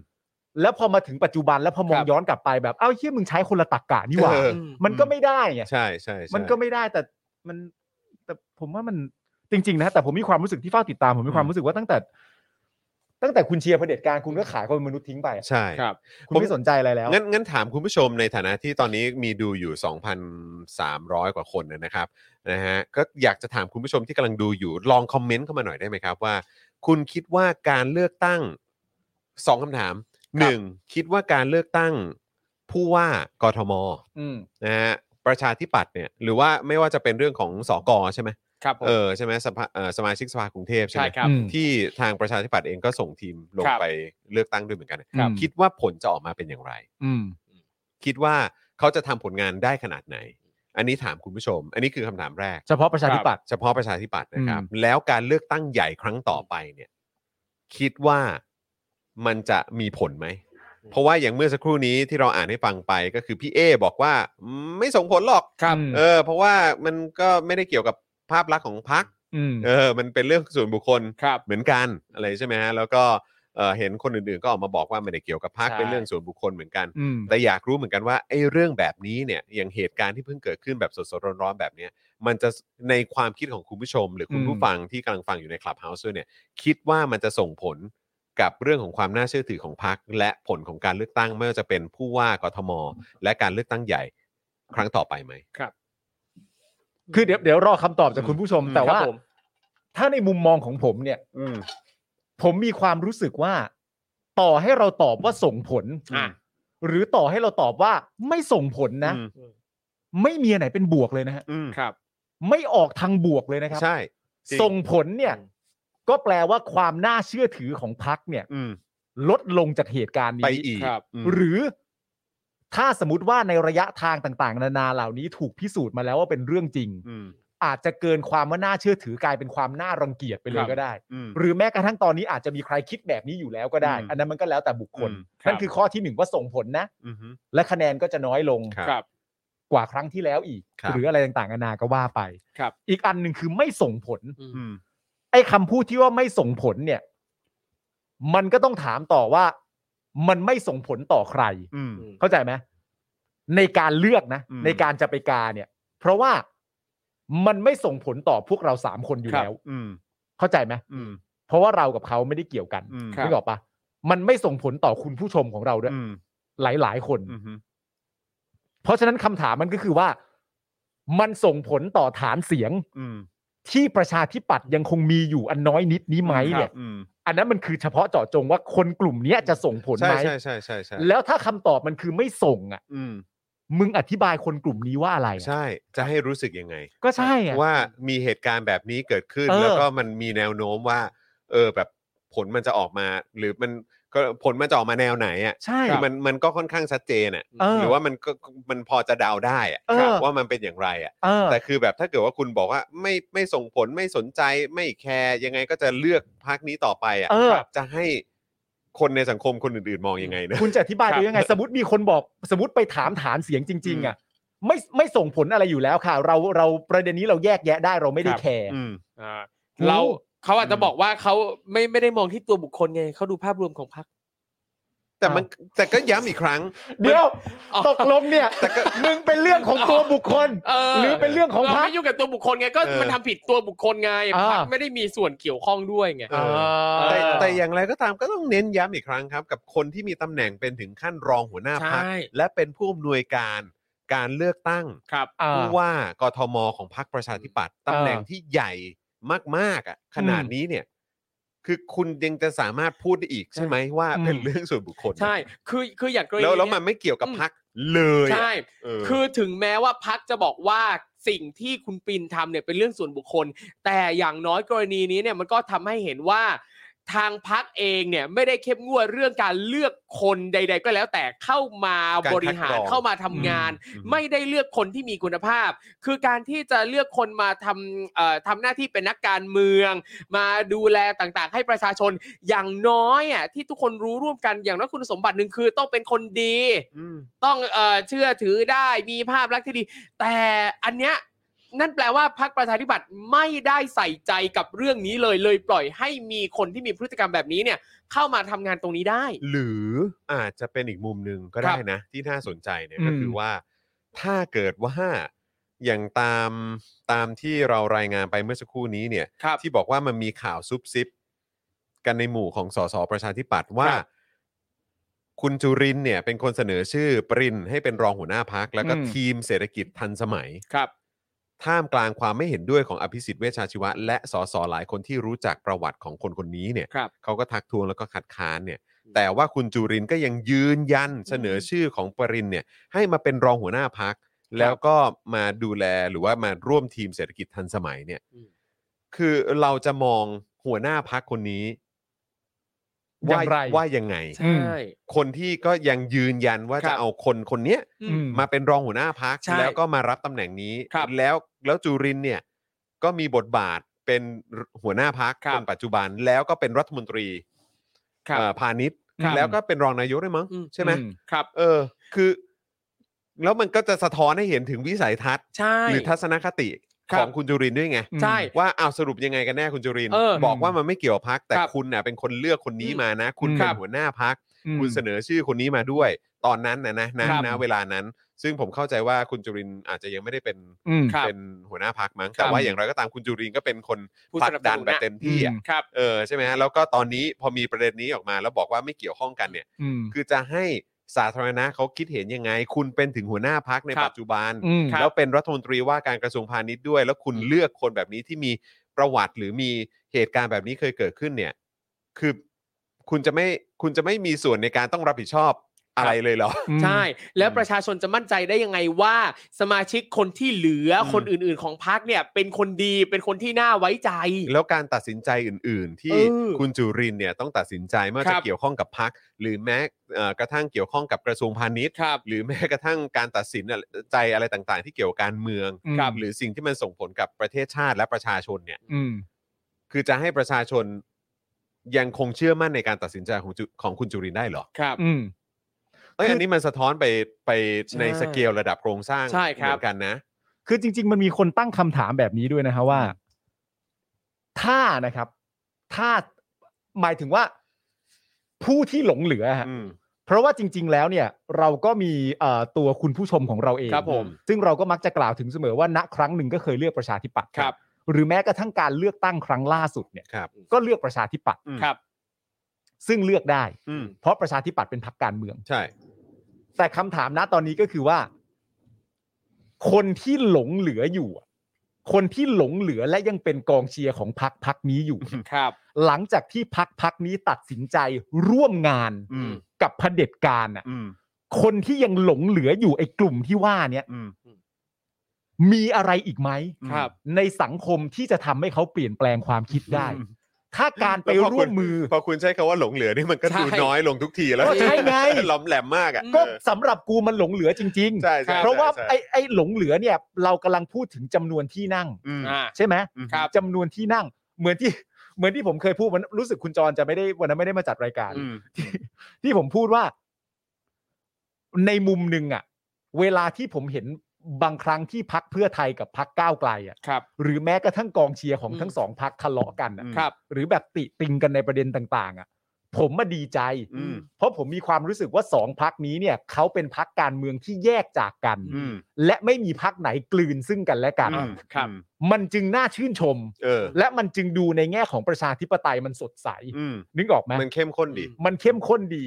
Speaker 4: แล้วพอมาถึงปัจจุบันแล้วพอมอง
Speaker 5: ครับ
Speaker 4: ย้อนกลับไปแบบเอ้าเฮียมึงใช้คนละตรรกกะนี่หว่า
Speaker 3: เออ
Speaker 4: มันก็ไม่ได้ไง
Speaker 3: ใช่ใช่ใช่
Speaker 4: มันก็ไม่ได้แต่มันแต่ผมว่ามันจริง ๆ นะ แต่ผมมีความรู้สึกที่เฝ้าติดตาม ผมมีความรู้สึกว่าตั้งแต่ ตั้งแต่คุณเชียร์เผด็จการคุณก็ขายความเป็นมนุษย์ทิ้งไปอะ
Speaker 3: ใช่
Speaker 5: ครับ
Speaker 4: คุณไม่สนใจอะไรแล้ว
Speaker 3: งั้นงั้นถามคุณผู้ชมในฐานะที่ตอนนี้มีดูอยู่ 2,300 กว่าคนนะครับนะฮะก็อยากจะถามคุณผู้ชมที่กำลังดูอยู่ลองคอมเมนต์เข้ามาหน่อยได้ไหมครับว่า คุณคิดว่าการเลือกตั้งสองคำถามหนึ่งคิดว่าการเลือกตั้งผู้ว่ากทม
Speaker 4: อืม
Speaker 3: นะฮะประชาธิปัตย์เนี่ยหรือว่าไม่ว่าจะเป็นเรื่องของสกใช่ไหม
Speaker 5: ครับผม
Speaker 3: เออใช่ไหมสภาเอ่อสมาชิกสภากรุงเทพใช่
Speaker 5: ใช่
Speaker 3: ไหม
Speaker 5: ครับ
Speaker 4: อืม
Speaker 3: ที่ทางประชาธิปัตย์เองก็ส่งทีมลง
Speaker 5: ครับ
Speaker 3: ไปเลือกตั้งด้วยเหมือนกันเนี่ย
Speaker 4: ครับ
Speaker 3: คิดว่าผลจะออกมาเป็นอย่างไร
Speaker 4: อืม
Speaker 3: คิดว่าเขาจะทำผลงานได้ขนาดไหน อันนี้ถามคุณผู้ชม อันนี้คือคำถามแรก
Speaker 4: เฉพาะประชาธิปัตย์
Speaker 3: เฉพาะประชาธิปัตย์นะครับ
Speaker 4: อืม
Speaker 3: แล้วการเลือกตั้งใหญ่ครั้งต่อไปเนี่ย คิดว่ามันจะมีผลไหม เพราะว่าอย่างเมื่อสักครู่นี้ที่เราอ่านให้ฟังไปก็คือพี่เอบอกว่าอืมไม่ส่งผลหรอก
Speaker 5: ครับ
Speaker 4: อืม
Speaker 3: เออ เพราะว่ามันก็ไม่ได้เกี่ยวกับภาพลักษณ์ของพรรค
Speaker 4: ม
Speaker 3: เออ มันเป็นเรื่องส่วนบุคคล
Speaker 5: ครับ
Speaker 3: เหมือนกันอะไรใช่ไหมฮะ แล้วก็เอ่อเห็นคนอื่นๆ ก็ออกมาบอกว่าไม่ได้เกี่ยวกับพรรค
Speaker 5: ใช่
Speaker 3: เป็นเรื่องส่วนบุคคลเหมือนกัน
Speaker 4: อืม
Speaker 3: แต่อยากรู้เหมือนกันว่าไอ้เรื่องแบบนี้เนี่ยอย่างเหตุการณ์ที่เพิ่งเกิดขึ้นแบบสดๆร้อนๆแบบเนี้ยมันจะในความคิดของคุณผู้ชม หรือคุณ
Speaker 4: อืม
Speaker 3: ผู้ฟังที่กำลังฟังอยู่ในคลับเฮาส์ด้วยเนี่ย คิดว่ามันจะส่งผลกับเรื่องของความน่าเชื่อถือของพรรคและผลของการเลือกตั้งไม่ว่าจะเป็นผู้ว่ากทม และการเลือกตั้งใหญ่ครั้งต่อไปไหม
Speaker 4: คือเดี๋ยวเดี๋ยวรอคำตอบจากคุณผู้ชม
Speaker 3: อืม
Speaker 4: แต่ว่า
Speaker 5: ครับผม
Speaker 4: ถ้าในมุมมองของผมเนี่ย
Speaker 3: อืม
Speaker 4: ผมมีความรู้สึกว่า ต่อให้เราตอบว่าส่งผล
Speaker 3: อ่ะ
Speaker 4: หรือต่อให้เราตอบว่าไม่ส่งผลนะ
Speaker 3: อืม
Speaker 4: ไม่มีอันไหนเป็นบวกเลยนะฮะ
Speaker 3: อืม
Speaker 5: ครับ
Speaker 4: ไม่ออกทางบวกเลยนะครับ
Speaker 3: ใช่ จริง
Speaker 4: ส่งผลเนี่ย
Speaker 5: อืม
Speaker 4: ก็แปลว่าความน่าเชื่อถือของพักเนี่ย
Speaker 3: อืม
Speaker 4: ลดลงจากเหตุการณ์
Speaker 3: ไป
Speaker 4: นี้
Speaker 3: อีก
Speaker 5: ครับ
Speaker 3: อืม
Speaker 4: หรือ ถ้าสมมติว่าในระยะทางต่าง ๆ นานาเหล่านี้ถูกพิสูจน์มาแล้วว่าเป็นเรื่องจริง
Speaker 3: ม
Speaker 4: อาจจะเกินความว่าน่าเชื่อถือกลายเป็นความน่ารังเกียจไปเล
Speaker 5: ครั
Speaker 4: ย
Speaker 5: บ
Speaker 4: ก็ได้
Speaker 3: อืม
Speaker 4: หรือแม้กระทั่งตอนนี้อาจจะมีใครคิดแบบนี้อยู่แล้วก็ได้
Speaker 3: อืม
Speaker 4: อันนั้นมันก็แล้วแต่บุคคล
Speaker 3: อืมครับ
Speaker 4: นั่นคือข้อที่หนึ่งว่าส่งผลนะ
Speaker 3: อืม
Speaker 4: และคะแนนก็จะน้อยลง
Speaker 3: ครับ
Speaker 5: ครับ
Speaker 4: กว่าครั้งที่แล้วอีก
Speaker 3: ครับ
Speaker 4: หรืออะไรต่างๆนานาก็ว่าไป
Speaker 5: ครับ
Speaker 4: อีกอันหนึ่งคือไม่ส่งผล
Speaker 5: อืม
Speaker 3: อืม
Speaker 4: ไอ้คำพูดที่ว่าไม่ส่งผลเนี่ย มันก็ต้องถามต่อว่า มันไม่ส่งผลต่อใคร
Speaker 3: อืม
Speaker 5: อืม
Speaker 4: เข้าใจไหมในการเลือกนะ
Speaker 3: อืม
Speaker 4: ในการจะไปกาเนี่ย เพราะว่ามันไม่ส่งผลต่อพวกเราสามคนอยู่
Speaker 5: ครับ
Speaker 4: แล้ว
Speaker 3: อืม
Speaker 4: เข้าใจไหม
Speaker 3: อืม
Speaker 4: เพราะว่าเรากับเขาไม่ได้เกี่ยวกัน
Speaker 3: อืม
Speaker 5: ครับ
Speaker 4: นึกออกปะมันไม่ส่งผลต่อคุณผู้ชมของเราด้วย
Speaker 3: อืม
Speaker 4: หลาย ๆ คน
Speaker 3: อืมอืม
Speaker 4: เพราะฉะนั้นคำถามมันก็คือว่า มันส่งผลต่อฐานเสียง
Speaker 3: อืม
Speaker 4: ที่ประชาธิปัตย์ยังคงมีอยู่อันน้อยนิดนี้ไหมเนี่ย
Speaker 3: อืม
Speaker 4: อันนั้นมันคือเฉพาะเจาะจงว่าคนกลุ่มเนี้ยจะส่งผล
Speaker 3: ใช่
Speaker 4: ไหม
Speaker 3: ใช่ใช่ใช่ใช่
Speaker 4: แล้วถ้าคำตอบมันคือไม่ส่งอ่ะ
Speaker 3: อืม
Speaker 4: มึงอธิบายคนกลุ่มนี้ว่าอะไรอะ
Speaker 3: ใช่ จะให้รู้สึกยังไง
Speaker 4: ก็ใช่อ่ะ
Speaker 3: ว่ามีเหตุการณ์แบบนี้เกิดขึ้น
Speaker 4: เออ
Speaker 3: แล้วก็มันมีแนวโน้มว่า เออแบบผลมันจะออกมา หรือมันก็ผลมันจะออกมาแนวไหนอ่ะ
Speaker 4: ใช่
Speaker 3: คือมันมันก็ค่อนข้างชัดเจนอ่ะ
Speaker 4: เออ
Speaker 3: หรือว่ามันก็มันพอจะเดาได้อ่ะ
Speaker 4: เออ
Speaker 3: ว่ามันเป็นอย่างไรอ่ะ
Speaker 4: เออ
Speaker 3: แต่คือแบบถ้าเกิดว่าคุณบอกว่าไม่ไม่ส่งผลไม่สนใจไม่แคร์ยังไงก็จะเลือกพักนี้ต่อไปอ่ะ
Speaker 4: เออ
Speaker 3: ครับจะให้คนในสังคมคนอื่นๆ มองยังไงนะ
Speaker 4: คุณจะอธิบาย
Speaker 5: ครั
Speaker 4: ไป
Speaker 5: บ
Speaker 4: ยังไง สมมติมีคนบอกสมมติไปถามฐานเสียงจริง ๆ อ่ะ ไม่ไม่ส่งผลอะไรอยู่แล้วค่ะ เราเราประเด็นนี้เราแยกแยะได้เราไม่ได้แคร์
Speaker 3: อืม
Speaker 5: อ่า
Speaker 4: โอ้
Speaker 5: เราเขาอาจจะ
Speaker 3: อืม
Speaker 5: บอกว่าเขาไม่ไม่ได้มองที่ตัวบุคคลไงเขาดูภาพรวมของพรรค
Speaker 3: แต่มันแต่ก็ย้ำอีกครั้ง
Speaker 4: เดี๋ยวตกลงเนี่ยมึงเป็นเรื่องของตัวบุคคล
Speaker 5: เออ
Speaker 4: หรือเป็นเรื่องของ
Speaker 5: เรา
Speaker 4: พรรค
Speaker 5: ไม่ยุ่งกับตัวบุคคลไงก็
Speaker 3: เออ
Speaker 5: มันทำผิดตัวบุคคลไง
Speaker 4: อ่า
Speaker 5: พรรคไม่ได้มีส่วนเกี่ยวข้องด้วยไง
Speaker 3: เออ แต่แต่อย่างไรก็ตามก็ต้องเน้นย้ำอีกครั้งครับ กับคนที่มีตำแหน่งเป็นถึงขั้นรองหัวหน้าพัก
Speaker 5: ใช่
Speaker 3: และเป็นผู้อำนวยการการเลือกตั้ง
Speaker 5: ครับ
Speaker 4: อ่า
Speaker 3: ผู้ว่ากทมของพรรคประชาธิปัตย์ตำแหน่งที่ใหญ่มากๆอ่ะขนาดนี้เนี่ย คือคุณยังจะสามารถพูดได้อีกใช่ไหมว่า
Speaker 4: อืม
Speaker 3: เป็นเรื่องส่วนบุคคล
Speaker 5: ใช่คือคืออย่างกรณี
Speaker 3: แล้วแล้วมัน
Speaker 5: เย
Speaker 3: ไม่เกี่ยวกับพรรคเลยอะ
Speaker 5: ใช่
Speaker 3: เออ
Speaker 5: คือถึงแม้ว่าพักจะบอกว่าสิ่งที่คุณปินทำเนี่ยเป็นเรื่องส่วนบุคคล แต่อย่างน้อยกรณีนี้เนี่ยมันก็ทำให้เห็นว่า ทางพักเองเนี่ยไม่ได้เข้มงวดเรื่องการเลือกคนใด ๆ ก็แล้วแต่เข้ามาบริหาร
Speaker 3: การคัดกรอง
Speaker 5: เข้ามาทำงาน ไม่ได้เลือกคนที่มีคุณภาพ คือการที่จะเลือกคนมาทำเอ่อทำหน้าที่เป็นนักการเมือง มาดูแลต่างๆ ให้ประชาชนอย่างน้อยอ่ะที่ทุกคนรู้ร่วมกันอย่างน้อยคุณสมบัติหนึ่งคือต้องเป็นคนดี ต้องเอ่อเชื่อถือได้มีภาพลักษณ์ที่ดี แต่อันเนี้ยนั่นแปลว่าพรรคประชาธิปัตย์ไม่ได้ใส่ใจกับเรื่องนี้เลยเลยปล่อยให้มีคนที่มีพฤติกรรมแบบนี้เนี่ย เข้ามาทำงานตรงนี้ได้
Speaker 3: หรืออาจจะเป็นอีกมุมหนึ่งก็
Speaker 5: ครั
Speaker 3: ได้
Speaker 5: บ
Speaker 3: นะ ที่น่าสนใจเนี่ย
Speaker 4: อืม
Speaker 3: ก็คือว่าถ้าเกิดว่าอย่างตามตามที่เรารายงานไปเมื่อสักครู่นี้เนี่ย
Speaker 5: ครับ
Speaker 3: ที่บอกว่ามันมีข่าวซุบซิบกันในหมู่ของสสประชาธิปัตย์ว่า
Speaker 5: ครับ
Speaker 3: คุณจุรินทร์เนี่ยเป็นคนเสนอชื่อปรินให้เป็นรองหัวหน้าพัก แล้วก็
Speaker 4: อืม
Speaker 3: ทีมเศรษฐกิจทันสมัย
Speaker 5: ครับ
Speaker 3: ท่ามกลางความไม่เห็นด้วยของอภิสิทธิ์เวชชาชีวะ และสสหลายคนที่รู้จักประวัติของคนคนนี้เนี่ย
Speaker 5: ครับ
Speaker 3: เขาก็ทักทวงแล้วก็คัดค้านเนี่ย แต่ว่าคุณจุรินทร์ก็ยังยืนยันเสนอชื่อของปรินเนี่ย ให้มาเป็นรองหัวหน้าพัก แล้วก็มาดูแลหรือว่ามาร่วมทีมเศรษฐกิจทันสมัยเนี่ย
Speaker 5: อืม
Speaker 3: คือเราจะมองหัวหน้าพักคนนี้ ว่า
Speaker 4: อย่างไร
Speaker 3: ว่ายังไง
Speaker 5: ใช่
Speaker 3: คนที่ก็ยังยืนยันว่า
Speaker 5: ครับ
Speaker 3: จะเอาคนคนเนี้ย
Speaker 5: อื
Speaker 4: อื
Speaker 5: ม
Speaker 3: มาเป็นรองหัวหน้าพัก
Speaker 5: ใช่
Speaker 3: แล้วก็มารับตำแหน่งนี้
Speaker 5: ครับ
Speaker 3: แล้วแล้วจุรินทร์เนี่ยก็มีบทบาทเป็นหัวหน้าพัก
Speaker 5: ครับ
Speaker 3: คนปัจจุบันแล้วก็เป็นรัฐมนตรี
Speaker 5: ครับ
Speaker 3: เอ่อพาณิชย์
Speaker 5: ครับ
Speaker 3: แล้วก็เป็นรองนายกด้วยมั้ง
Speaker 5: อืม
Speaker 3: ใช่ไหม
Speaker 5: ครับ
Speaker 3: เออ คือ แล้วมันก็จะสะท้อนให้เห็นถึงวิสัยทัศน์
Speaker 5: ใช่
Speaker 3: หรือทัศนคติ
Speaker 5: ครั
Speaker 3: ข
Speaker 5: บ
Speaker 3: องคุณจุรินทร์ด้วยไง
Speaker 5: ใช่
Speaker 3: ว่าเอาวสรุปยังไงกันแน่คุณจุรินทร์
Speaker 5: เออ
Speaker 3: บอกว่ามันไม่เกี่ยวพักแต่
Speaker 5: ครับ
Speaker 3: คุณน่ะเป็นคนเลือกคนนี้
Speaker 5: อืม
Speaker 3: มานะ คุณเป็
Speaker 5: ครั
Speaker 3: น
Speaker 5: บ
Speaker 3: หัวหน้าพัก คุณเสนอชื่อคนนี้มาด้วย ตอนนั้นนะนะนะครับ นะเวลานั้น ซึ่งผมเข้าใจว่าคุณจุรินทร์อาจจะยังไม่ได้เป็น
Speaker 4: อืม
Speaker 5: ครับ
Speaker 3: เป็นหัวหน้าพักมั้ง
Speaker 5: ครับ
Speaker 3: แต่ว่าอย่างไรก็ตามคุณจุรินทร์ก็เป็นคน
Speaker 5: ผู้
Speaker 3: ผลั
Speaker 5: ส
Speaker 3: ก
Speaker 5: นับสนุน
Speaker 3: ดันแบบ
Speaker 5: น่ะ
Speaker 3: เต็มที่อ่ะ
Speaker 4: อืม
Speaker 5: ครับ
Speaker 3: เออใช่ไหมฮะแล้วก็ตอนนี้พอมีประเด็นนี้ออกมา แล้วบอกว่าไม่เกี่ยวข้องกันเนี่ย
Speaker 4: อืม
Speaker 3: คือจะให้สาธารณะเขาคิดเห็นยังไง คุณเป็นถึงหัวหน้าพักใน
Speaker 5: ครับ
Speaker 3: ปัจจุบัน
Speaker 4: อืม
Speaker 5: ครับ
Speaker 3: แล้วเป็นรัฐมนตรีว่าการกระทรวงพาณิชย์ด้วย แล้วคุณเลือกคนแบบนี้ที่มีประวัติหรือมีเหตุการณ์แบบนี้เคยเกิดขึ้นเนี่ย คือคุณจะไม่คุณจะไม่มีส่วนในการต้องรับผิดชอบอะไรเลยเหรอ
Speaker 5: ใช่ แล้วประชาชนจะมั่นใจได้ยังไงว่า สมาชิกคนที่เหลือ
Speaker 3: ม
Speaker 5: คนอื่นๆ ของพักเนี่ยเป็นคนดีเป็นคนที่น่าไว้ใจ
Speaker 3: [laughs] แล้วการตัดสินใจอื่น ๆ ที่
Speaker 5: เออ
Speaker 3: คุณจุรินทร์เนี่ยต้องตัดสินใจไม่ว่า
Speaker 5: ครั
Speaker 3: จะ
Speaker 5: บ
Speaker 3: เกี่ยวข้องกับพัก หรือแม้เอ่อกระทั่งเกี่ยวข้องกับกระทรวงพาณิชย์
Speaker 5: ครับ
Speaker 3: หรือแม้กระทั่งการตัดสินอะไรใจอะไรต่างๆ ที่เกี่ยวกับการเมือง
Speaker 4: ครับ
Speaker 3: หรือสิ่งที่มันส่งผลกับประเทศชาติและประชาชนเนี่ย
Speaker 4: อืม
Speaker 3: คือจะให้ประชาชนยังคงเชื่อมั่นในการตัดสินใจของจุของคุณจุรินทร์ได้เหรอ
Speaker 5: ครับ
Speaker 4: อืม
Speaker 3: เอ้ย
Speaker 4: คืออั
Speaker 3: อันนี้มันสะท้อนไปไป
Speaker 5: ใช่
Speaker 3: ในสเกลระดับโครงสร้าง
Speaker 5: ใช่ครับ
Speaker 3: เหมือนกันนะ
Speaker 4: คือจริง ๆ มันมีคนตั้งคำถามแบบนี้ด้วยนะฮะว่า ถ้านะครับ ถ้าหมายถึงว่าผู้ที่หลงเหลือฮะ
Speaker 3: อืม
Speaker 4: เพราะว่าจริง ๆ แล้วเนี่ยเราก็มีเอ่อตัวคุณผู้ชมของเราเอง
Speaker 5: ครับผม
Speaker 4: ซึ่งเราก็มักจะกล่าวถึงเสมอว่าณครั้งหนึ่งก็เคยเลือกประชาธิปัตย์
Speaker 5: ครับ
Speaker 4: หรือแม้กระทั่งการเลือกตั้งครั้งล่าสุดเนี่ย
Speaker 3: ครับ
Speaker 4: ก็เลือกประชาธิปัตย์
Speaker 3: อืม
Speaker 5: ครับ
Speaker 4: ซึ่งเลือกได้
Speaker 3: อืม
Speaker 4: เพราะประชาธิปัตย์เป็นพรรคการเมือง
Speaker 3: ใช่
Speaker 4: แต่คำถามณตอนนี้ก็คือว่า คนที่หลงเหลืออยู่อะคนที่หลงเหลือและยังเป็นกองเชียร์ของพรรคพรรคนี้อยู่
Speaker 5: ครับ
Speaker 4: หลังจากที่พรรคพรรคนี้ตัดสินใจร่วมงาน
Speaker 3: อืม
Speaker 4: กับเผด็จการอ่ะ
Speaker 3: อืม
Speaker 4: คนที่ยังหลงเหลืออยู่ไอ้กลุ่มที่ว่าเนี่ย
Speaker 3: อืม
Speaker 4: มีอะไรอีกไหม
Speaker 5: ครับ
Speaker 4: ในสังคมที่จะทำให้เขาเปลี่ยนแปลงความคิดได้
Speaker 3: อืม
Speaker 4: ถ้าการไปร่วมมือ
Speaker 3: พอคุณใช้คาว่าหลงเหลือนี่มันก็
Speaker 5: ใช่
Speaker 3: ดูน้อยลงทุกทีแล้ว
Speaker 4: ก็ใช่ไง
Speaker 3: ล้อมแหลมมากอ่ะ
Speaker 4: ก็
Speaker 3: เออ
Speaker 4: สำหรับกูมันหลงเหลือจริง
Speaker 3: ใช่ใช่
Speaker 4: ๆ เพราะว่า
Speaker 3: ใช่
Speaker 4: ไอ้ไอ้หลงเหลือเนี่ย เรากำลังพูดถึงจำนวนที่นั่ง
Speaker 3: อืม
Speaker 5: อ่า
Speaker 4: ใช่ไหม
Speaker 5: ครับ
Speaker 4: จำนวนที่นั่ง เหมือนที่เหมือนที่ผมเคยพูดวันรู้สึกคุณจรจะไม่ได้วันนั้นไม่ได้มาจัดรายการ
Speaker 3: อืม
Speaker 4: ที่ผมพูดว่า ในมุมหนึ่งอะเวลาที่ผมเห็นบางครั้งที่พักเพื่อไทยกับพักก้าวไกลอะ
Speaker 5: ครับ
Speaker 4: หรือแม้กระทั่งกองเชียร์ของ
Speaker 5: อืม
Speaker 4: ทั้งสองพักทะเลาะกันนะครับ หรือแบบติติงกันในประเด็นต่างๆอ่ะผมมาดีใจ
Speaker 3: อืม
Speaker 4: เพราะผมมีความรู้สึกว่าสองพักนี้เนี่ยเขาเป็นพักการเมืองที่แยกจากกัน
Speaker 3: อืม
Speaker 4: และไม่มีพักไหนกลืนซึ่งกันและกัน
Speaker 3: อืม
Speaker 5: ครับ
Speaker 4: มันจึงน่าชื่นชม
Speaker 3: เออ
Speaker 4: และมันจึงดูในแง่ของประชาธิปไตยมันสดใส
Speaker 3: อืม
Speaker 4: นึกออกไหม
Speaker 3: มันเข้มข้นดี
Speaker 4: มันเข้มข้นดี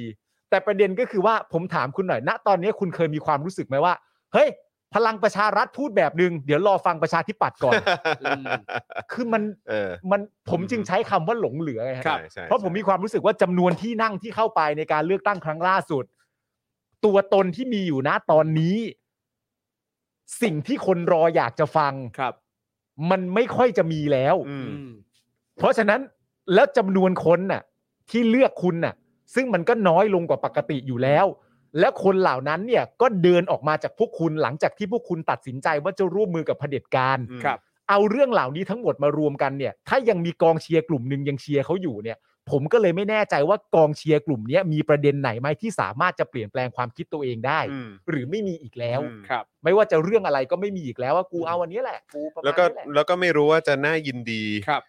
Speaker 4: แต่ประเด็นก็คือว่าผมถามคุณหน่อยณตอนนี้คุณเคยมีความรู้สึกไหมว่าเฮ้ยพลังประชารัฐพูดแบบนึงเดี๋ยวรอฟังประชาธิปัตย์
Speaker 3: [laughs]
Speaker 4: ก่อน
Speaker 5: อืม
Speaker 4: คือมัน
Speaker 3: เออ
Speaker 4: มันผม
Speaker 3: อืม
Speaker 4: จึงใช้คำว่าหลงเหลือไง
Speaker 3: ใช่
Speaker 4: บ
Speaker 3: ใช่
Speaker 4: เพราะผมมีความรู้สึกว่าจำนวนที่นั่งที่เข้าไปในการเลือกตั้งครั้งล่าสุด ตัวตนที่มีอยู่นะตอนนี้ สิ่งที่คนรออยากจะฟัง
Speaker 5: ครับ
Speaker 4: มันไม่ค่อยจะมีแล้ว
Speaker 3: อืม
Speaker 5: อืม
Speaker 4: เพราะฉะนั้นแล้วจำนวนคนน่ะ ที่เลือกคุณน่ะ ซึ่งมันก็น้อยลงกว่าปกติอยู่แล้ว และคนเหล่านั้นเนี่ยก็เดินออกมาจากพวกคุณหลังจากที่พวกคุณตัดสินใจว่าจะร่วมมือกับเผด็จการ
Speaker 3: อืม
Speaker 5: ครับ
Speaker 4: เอาเรื่องเหล่านี้ทั้งหมดมารวมกันเนี่ย ถ้ายังมีกองเชียร์กลุ่มหนึ่งยังเชียร์เขาอยู่เนี่ย ผมก็เลยไม่แน่ใจว่ากองเชียร์กลุ่มเนี้ยมีประเด็นไหนไหมที่สามารถจะเปลี่ยนแปลงความคิดตัวเองได้
Speaker 3: อืม
Speaker 4: หรือไม่มีอีกแล้ว
Speaker 3: อืม
Speaker 5: ครับ
Speaker 4: ไม่ว่าจะเรื่องอะไรก็ไม่มีอีกแล้วว่ากูเอาอันนี้แหละกูประมาณ
Speaker 3: แล้วก็
Speaker 4: นี้แหละ
Speaker 3: แล้วก็ไม่รู้ว่าจะน่ายินดี
Speaker 5: ครับ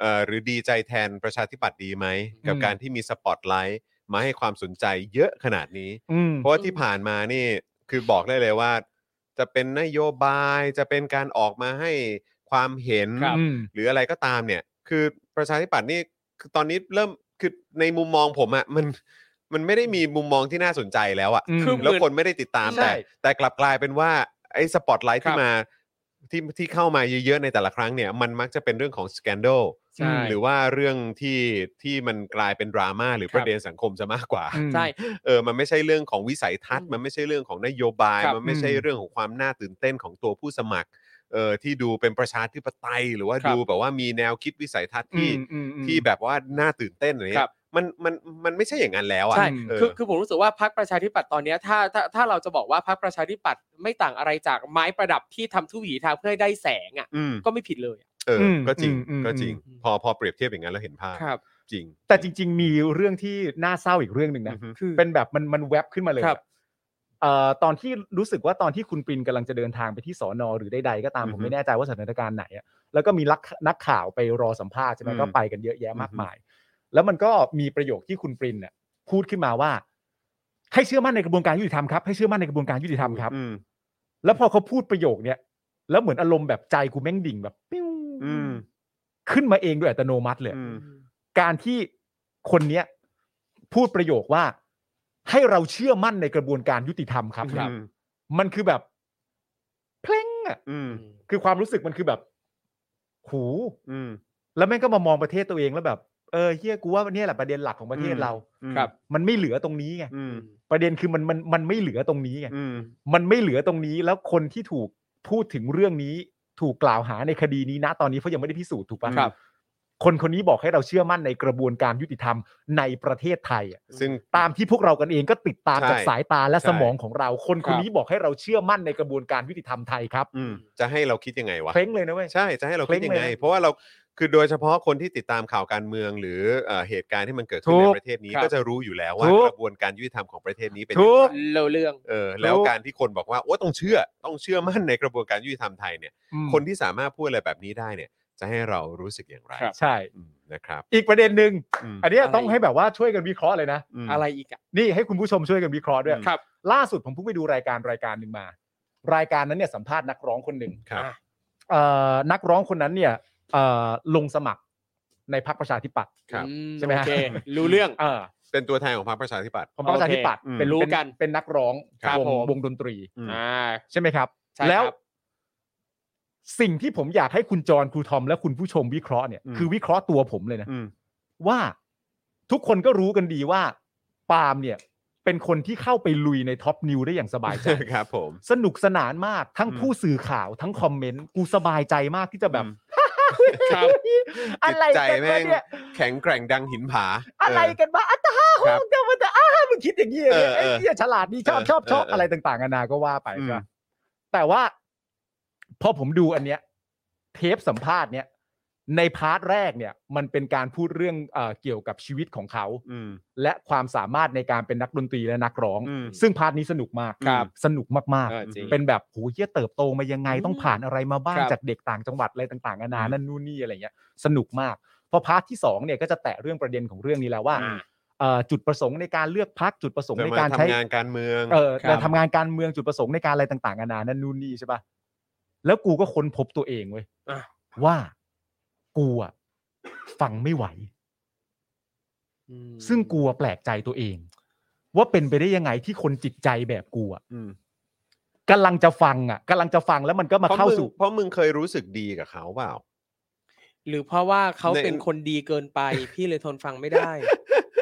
Speaker 3: เอ่อหรือดีใจแทนประชาธิปัตย์ดีไหม กับ
Speaker 4: อืม
Speaker 3: การที่มีสปอตไลท์มาให้ความสนใจเยอะขนาดนี้
Speaker 4: อืม
Speaker 3: เพราะว่าที่ผ่านมานี่คือบอกได้เลยว่า จะเป็นนโยบายจะเป็นการออกมาให้ความเห็น
Speaker 5: ครับ
Speaker 4: อืม
Speaker 3: หรืออะไรก็ตามเนี่ย คือประชาธิปัตย์นี่คือตอนนี้เริ่มคือในมุมมองผมอะ่ะมันมันไม่ได้มีมุมมองที่น่าสนใจแล้วอะ่ะ
Speaker 4: อืม
Speaker 5: คือ
Speaker 3: แล้วคนไม่ได้ติดตาม
Speaker 5: ใช่
Speaker 3: แต่แต่กลับกลายเป็นว่าไอ้สปอตไลท์
Speaker 5: ครั
Speaker 3: ที่
Speaker 5: บ
Speaker 3: มาที่ที่เข้ามาเยอะๆในแต่ละครั้งเนี่ย มันมักจะเป็นเรื่องของสแกนโดล
Speaker 5: ใช่
Speaker 3: หรือว่าเรื่องที่ที่มันกลายเป็นดราม่าหรือประเด็นสังคมซะมากกว่า
Speaker 5: ใช่
Speaker 3: เออ มันไม่ใช่เรื่องของวิสัยทัศน์ มันไม่ใช่เรื่องของนโยบาย
Speaker 5: ครับ
Speaker 3: มันไม่ใช่เรื่องของความน่าตื่นเต้นของตัวผู้สมัคร เออ ที่ดูเป็นประชาธิปไตย หรือว่า
Speaker 5: ครับ
Speaker 3: ดูแบบว่ามีแนวคิดวิสัยทัศน์
Speaker 4: อื
Speaker 3: ที่
Speaker 4: มอืมอืม
Speaker 3: ที่แบบว่าน่าตื่นเต้นอะไร
Speaker 5: ค
Speaker 3: เงี้ย
Speaker 5: รับ
Speaker 3: มันมันมันไม่ใช่อย่างนั้นแล้วอ่ะ
Speaker 5: ใช่
Speaker 3: เออ
Speaker 5: คือคือผมรู้สึกว่าพรรคประชาธิปัตย์ตอนเนี้ยถ้าถ้าถ้าเราจะบอกว่าพรรคประชาธิปัตย์ไม่ต่างอะไรจากไม้ประดับที่ทำทุกหวีทางเพื่อให้ได้แสงอ่ะ
Speaker 3: อืม
Speaker 5: ก็ไม่ผิดเลยอะ
Speaker 3: เอออ
Speaker 4: ม
Speaker 3: ก็จริง
Speaker 4: อืม
Speaker 3: ก็จริง
Speaker 5: อืม
Speaker 3: พอพอเปรียบเทียบอย่างนั้นแล้วเห็นภาพ จริง
Speaker 4: แต่จริง ๆ มีเรื่องที่น่าเศร้าอีกเรื่องหนึ่งนะ
Speaker 3: อือฮึ
Speaker 5: คือ
Speaker 4: เป็นแบบมันมันแวบขึ้นมาเลย
Speaker 5: ครับ
Speaker 4: เอ่อตอนที่รู้สึกว่าตอนที่คุณปรินกำลังจะเดินทางไปที่สอนอหรือใดๆก็ตาม
Speaker 3: อือฮึ
Speaker 4: ผมไม่แน่ใจว่าสถานการณ์ไหนอะแล้วก็มีนักนักข่าวไปรอสัมภาษณ์ใช่ไหม
Speaker 3: อืม
Speaker 4: ก็ไปกันเยอะแยะมากมาย แล้วมันก็มีประโยคที่คุณปรินเนี่ยพูดขึ้นมาว่า ให้เชื่อมั่นในกระบวนการยุติธรรมครับให้เชื่อมั่นในกระบวนการยุติธรรมครับ
Speaker 3: อืม
Speaker 4: แล้วพอเขาพูดประโยคเนี้ยแล้วเหมือนอารมณ์แบบใจกูแม่งดิ่งแบบปิ้ว
Speaker 3: อืม
Speaker 4: ขึ้นมาเองโดยอัตโนมัติเลย
Speaker 3: อืม
Speaker 4: การที่คนเนี้ยพูดประโยคว่า ให้เราเชื่อมั่นในกระบวนการยุติธรรมครับ
Speaker 3: ครับ
Speaker 4: มันคือแบบเพลงอ่ะ
Speaker 3: อืม
Speaker 4: คือความรู้สึกมันคือแบบ หู
Speaker 3: อืม
Speaker 4: แล้วแม่งก็มามองประเทศตัวเองแล้วแบบ เออเฮียกูว่าเนี่ยแหละประเด็นหลักของประเทศเรา
Speaker 5: ครับ
Speaker 4: มันไม่เหลือตรงนี้ไง
Speaker 3: อืม
Speaker 4: ประเด็นคือมันมันมันไม่เหลือตรงนี้ไง
Speaker 3: อืม
Speaker 4: มันไม่เหลือตรงนี้ แล้วคนที่ถูกพูดถึงเรื่องนี้ ถูกกล่าวหาในคดีนี้นะ ตอนนี้เขายังไม่ได้พิสูจน์ถูกปะ
Speaker 5: ครับ
Speaker 4: คนคนนี้บอกให้เราเชื่อมั่นในกระบวนการยุติธรรมในประเทศไทยอะ
Speaker 3: ซึ่ง
Speaker 4: ตามที่พวกเรากันเองก็ติดตาม
Speaker 3: ใช่
Speaker 4: จากสายตาและ
Speaker 3: ใช่
Speaker 4: สมองของเรา คนคน
Speaker 5: ครับ
Speaker 4: นี้บอกให้เราเชื่อมั่นในกระบวนการยุติธรรมไทยครับ
Speaker 3: อืม จะให้เราคิดยังไงวะ
Speaker 4: เพลงเลยนะเว้ย
Speaker 3: ใช่ จะให้เราคิดยังไง
Speaker 4: เคว้งเลยนะ
Speaker 3: เพราะว่าเราคือโดยเฉพาะคนที่ติดตามข่าวการเมือง หรือเอ่อเหตุการณ์ที่มันเกิดขึ้น
Speaker 4: ถู
Speaker 3: ใน
Speaker 4: ก
Speaker 3: ประเทศนี้
Speaker 5: ครับ
Speaker 3: ก็จะรู้อยู่แล้วว่า
Speaker 4: ถูก
Speaker 3: กระบวนการยุติธรรมของประเทศนี้เป็นยัง
Speaker 4: ถูก
Speaker 3: ไง
Speaker 5: เราเรื่อง
Speaker 3: เออแล้วการที่คนบอกว่าโอ้ต้องเชื่อต้องเชื่อมั่นในกระบวนการยุติธรรมไทยเนี่ย
Speaker 4: อืม
Speaker 3: คนที่สามารถพูดอะไรแบบนี้ได้เนี่ย จะให้เรารู้สึกอย่างไร
Speaker 5: ครับ
Speaker 4: ใช่
Speaker 3: อืมนะครับ
Speaker 4: อีกประเด็นหนึ่ง
Speaker 3: อืม
Speaker 4: อันเนี้ย
Speaker 5: อะไร
Speaker 4: ต้องให้แบบว่าช่วยกันวิเคราะห์เลยนะ
Speaker 3: ม
Speaker 5: อะไรอีกอ่ะ
Speaker 4: นี่ให้คุณผู้ชมช่วยกันวิเคราะห์ด้วย
Speaker 3: อืม
Speaker 5: ครับ
Speaker 4: ล่าสุดผมเพิ่งไปดูรายการรายการหนึ่งมา รายการนั้นเนี่ยสัมภาษณ์นักร้องคนหนึ่ง
Speaker 3: ครับ
Speaker 4: เอ่อนักร้องคนนั้นเนี่ยเอ่อลงสมัครในพรรคประชาธิปัตย์
Speaker 3: ครับ
Speaker 5: อื
Speaker 4: ใช่ไหมฮะ
Speaker 5: โอเครู้เรื่อง
Speaker 4: เออ
Speaker 3: เป็นตัวแทนของพรรคประชาธิปัตย์
Speaker 4: ของพรรคประชาธิปัตย์
Speaker 3: โอเค
Speaker 4: เป็
Speaker 5: รู้กัน
Speaker 4: เป็เป็นนักร้อง
Speaker 5: ครับ
Speaker 4: วง
Speaker 5: ผม
Speaker 4: วงดนตรี
Speaker 3: อืม
Speaker 5: อ่า
Speaker 4: ใช่ไหมครับ
Speaker 5: ใช่ครับ
Speaker 4: แล้วสิ่งที่ผมอยากให้คุณจรครูทอมและคุณผู้ชมวิเคราะห์เนี่ย
Speaker 3: อืม
Speaker 4: คือวิเคราะห์ตัวผมเลยนะ
Speaker 3: อืม
Speaker 4: ว่าทุกคนก็รู้กันดีว่า ปาล์มเนี่ย เป็นคนที่เข้าไปลุยในท็อปนิวได้อย่างสบายใจ
Speaker 3: ครับผม
Speaker 4: สนุกสนานมากทั้ง
Speaker 3: อืม
Speaker 4: ผู้สื่อข่าวทั้งคอมเมนต์กูสบายใจมากที่จะแบบ
Speaker 3: อืม
Speaker 5: ครับ
Speaker 4: อะไร
Speaker 3: จิตใจ
Speaker 4: กัน
Speaker 3: แม่
Speaker 4: วะ
Speaker 3: ง
Speaker 4: เนี่ย
Speaker 3: แข็งแกร่งดังหินผา
Speaker 4: อะไร
Speaker 3: เ
Speaker 4: กันวะอัตห้าห
Speaker 3: ครับ
Speaker 4: งเดี๋ยวมันจะอ้ามึงคิดอย่างนี้เลย
Speaker 3: เออ
Speaker 4: ไอ้
Speaker 3: เออ
Speaker 4: เหี้ยฉลาดนี่ชอบ
Speaker 3: เออ
Speaker 4: ชอบชอ
Speaker 3: เออ
Speaker 4: บ
Speaker 3: เอออ
Speaker 4: อะไรต่างๆนานาก็ว่าไป
Speaker 3: อืม
Speaker 4: ใช่ปะแต่ว่าพอผมดูอันเนี้ย เทปสัมภาษณ์เนี้ยในพาร์ทแรกเนี่ย มันเป็นการพูดเรื่องเอ่อเกี่ยวกับชีวิตของเขา
Speaker 3: อืม
Speaker 4: และความสามารถในการเป็นนักดนตรีและนักร้อง
Speaker 3: อืม
Speaker 4: ซึ่งพาร์ทนี้สนุกมาก
Speaker 5: ครับ
Speaker 4: สนุกมาก
Speaker 5: เออจริง
Speaker 4: ๆ เป็นแบบโหเหี้ยเติบโตมายังไงต้องผ่านอะไรมาบ้าง
Speaker 5: ครับ
Speaker 4: จากเด็กต่างจังหวัดอะไรต่างๆนานานั่นนู่นนี่อะไรเงี้ย สนุกมากพอพาร์ทที่สองเนี่ยก็จะแตะเรื่องประเด็นของเรื่องนี้แล้วว่า
Speaker 5: อ่า
Speaker 4: เอ่อจุดประสงค์ในการเลือกพักจุดประสงค์
Speaker 3: จะ
Speaker 4: ใน
Speaker 3: มา
Speaker 4: การใช้
Speaker 3: ทำงานการเมือง
Speaker 4: เอ่อ
Speaker 5: ครับ
Speaker 4: จะทำงานการเมืองจุดประสงค์ในการอะไรต่างๆนานานั่นนู่นนี่ใช่ป่ะแล้วกูก็ค้นพบตัวเองเว้ย
Speaker 5: อ่ะ
Speaker 4: ว่ากูอะฟังไม่ไหว
Speaker 5: อืม
Speaker 4: ซึ่งกูอะแปลกใจตัวเอง ว่าเป็นไปได้ยังไงที่คนจิตใจแบบกูอะ
Speaker 3: อืม
Speaker 4: กำลังจะฟังอะกำลังจะฟังแล้วมันก็มา
Speaker 3: เพราะ
Speaker 4: เข้า
Speaker 3: มึง
Speaker 4: สู่
Speaker 3: เพราะมึงเคยรู้สึกดีกับเขาเปล่า
Speaker 5: หรือเพราะว่าเขา
Speaker 3: ใน
Speaker 5: เป็นคนดีเกิน
Speaker 3: [laughs]
Speaker 5: ไป พี่เลยทนฟังไม่ได้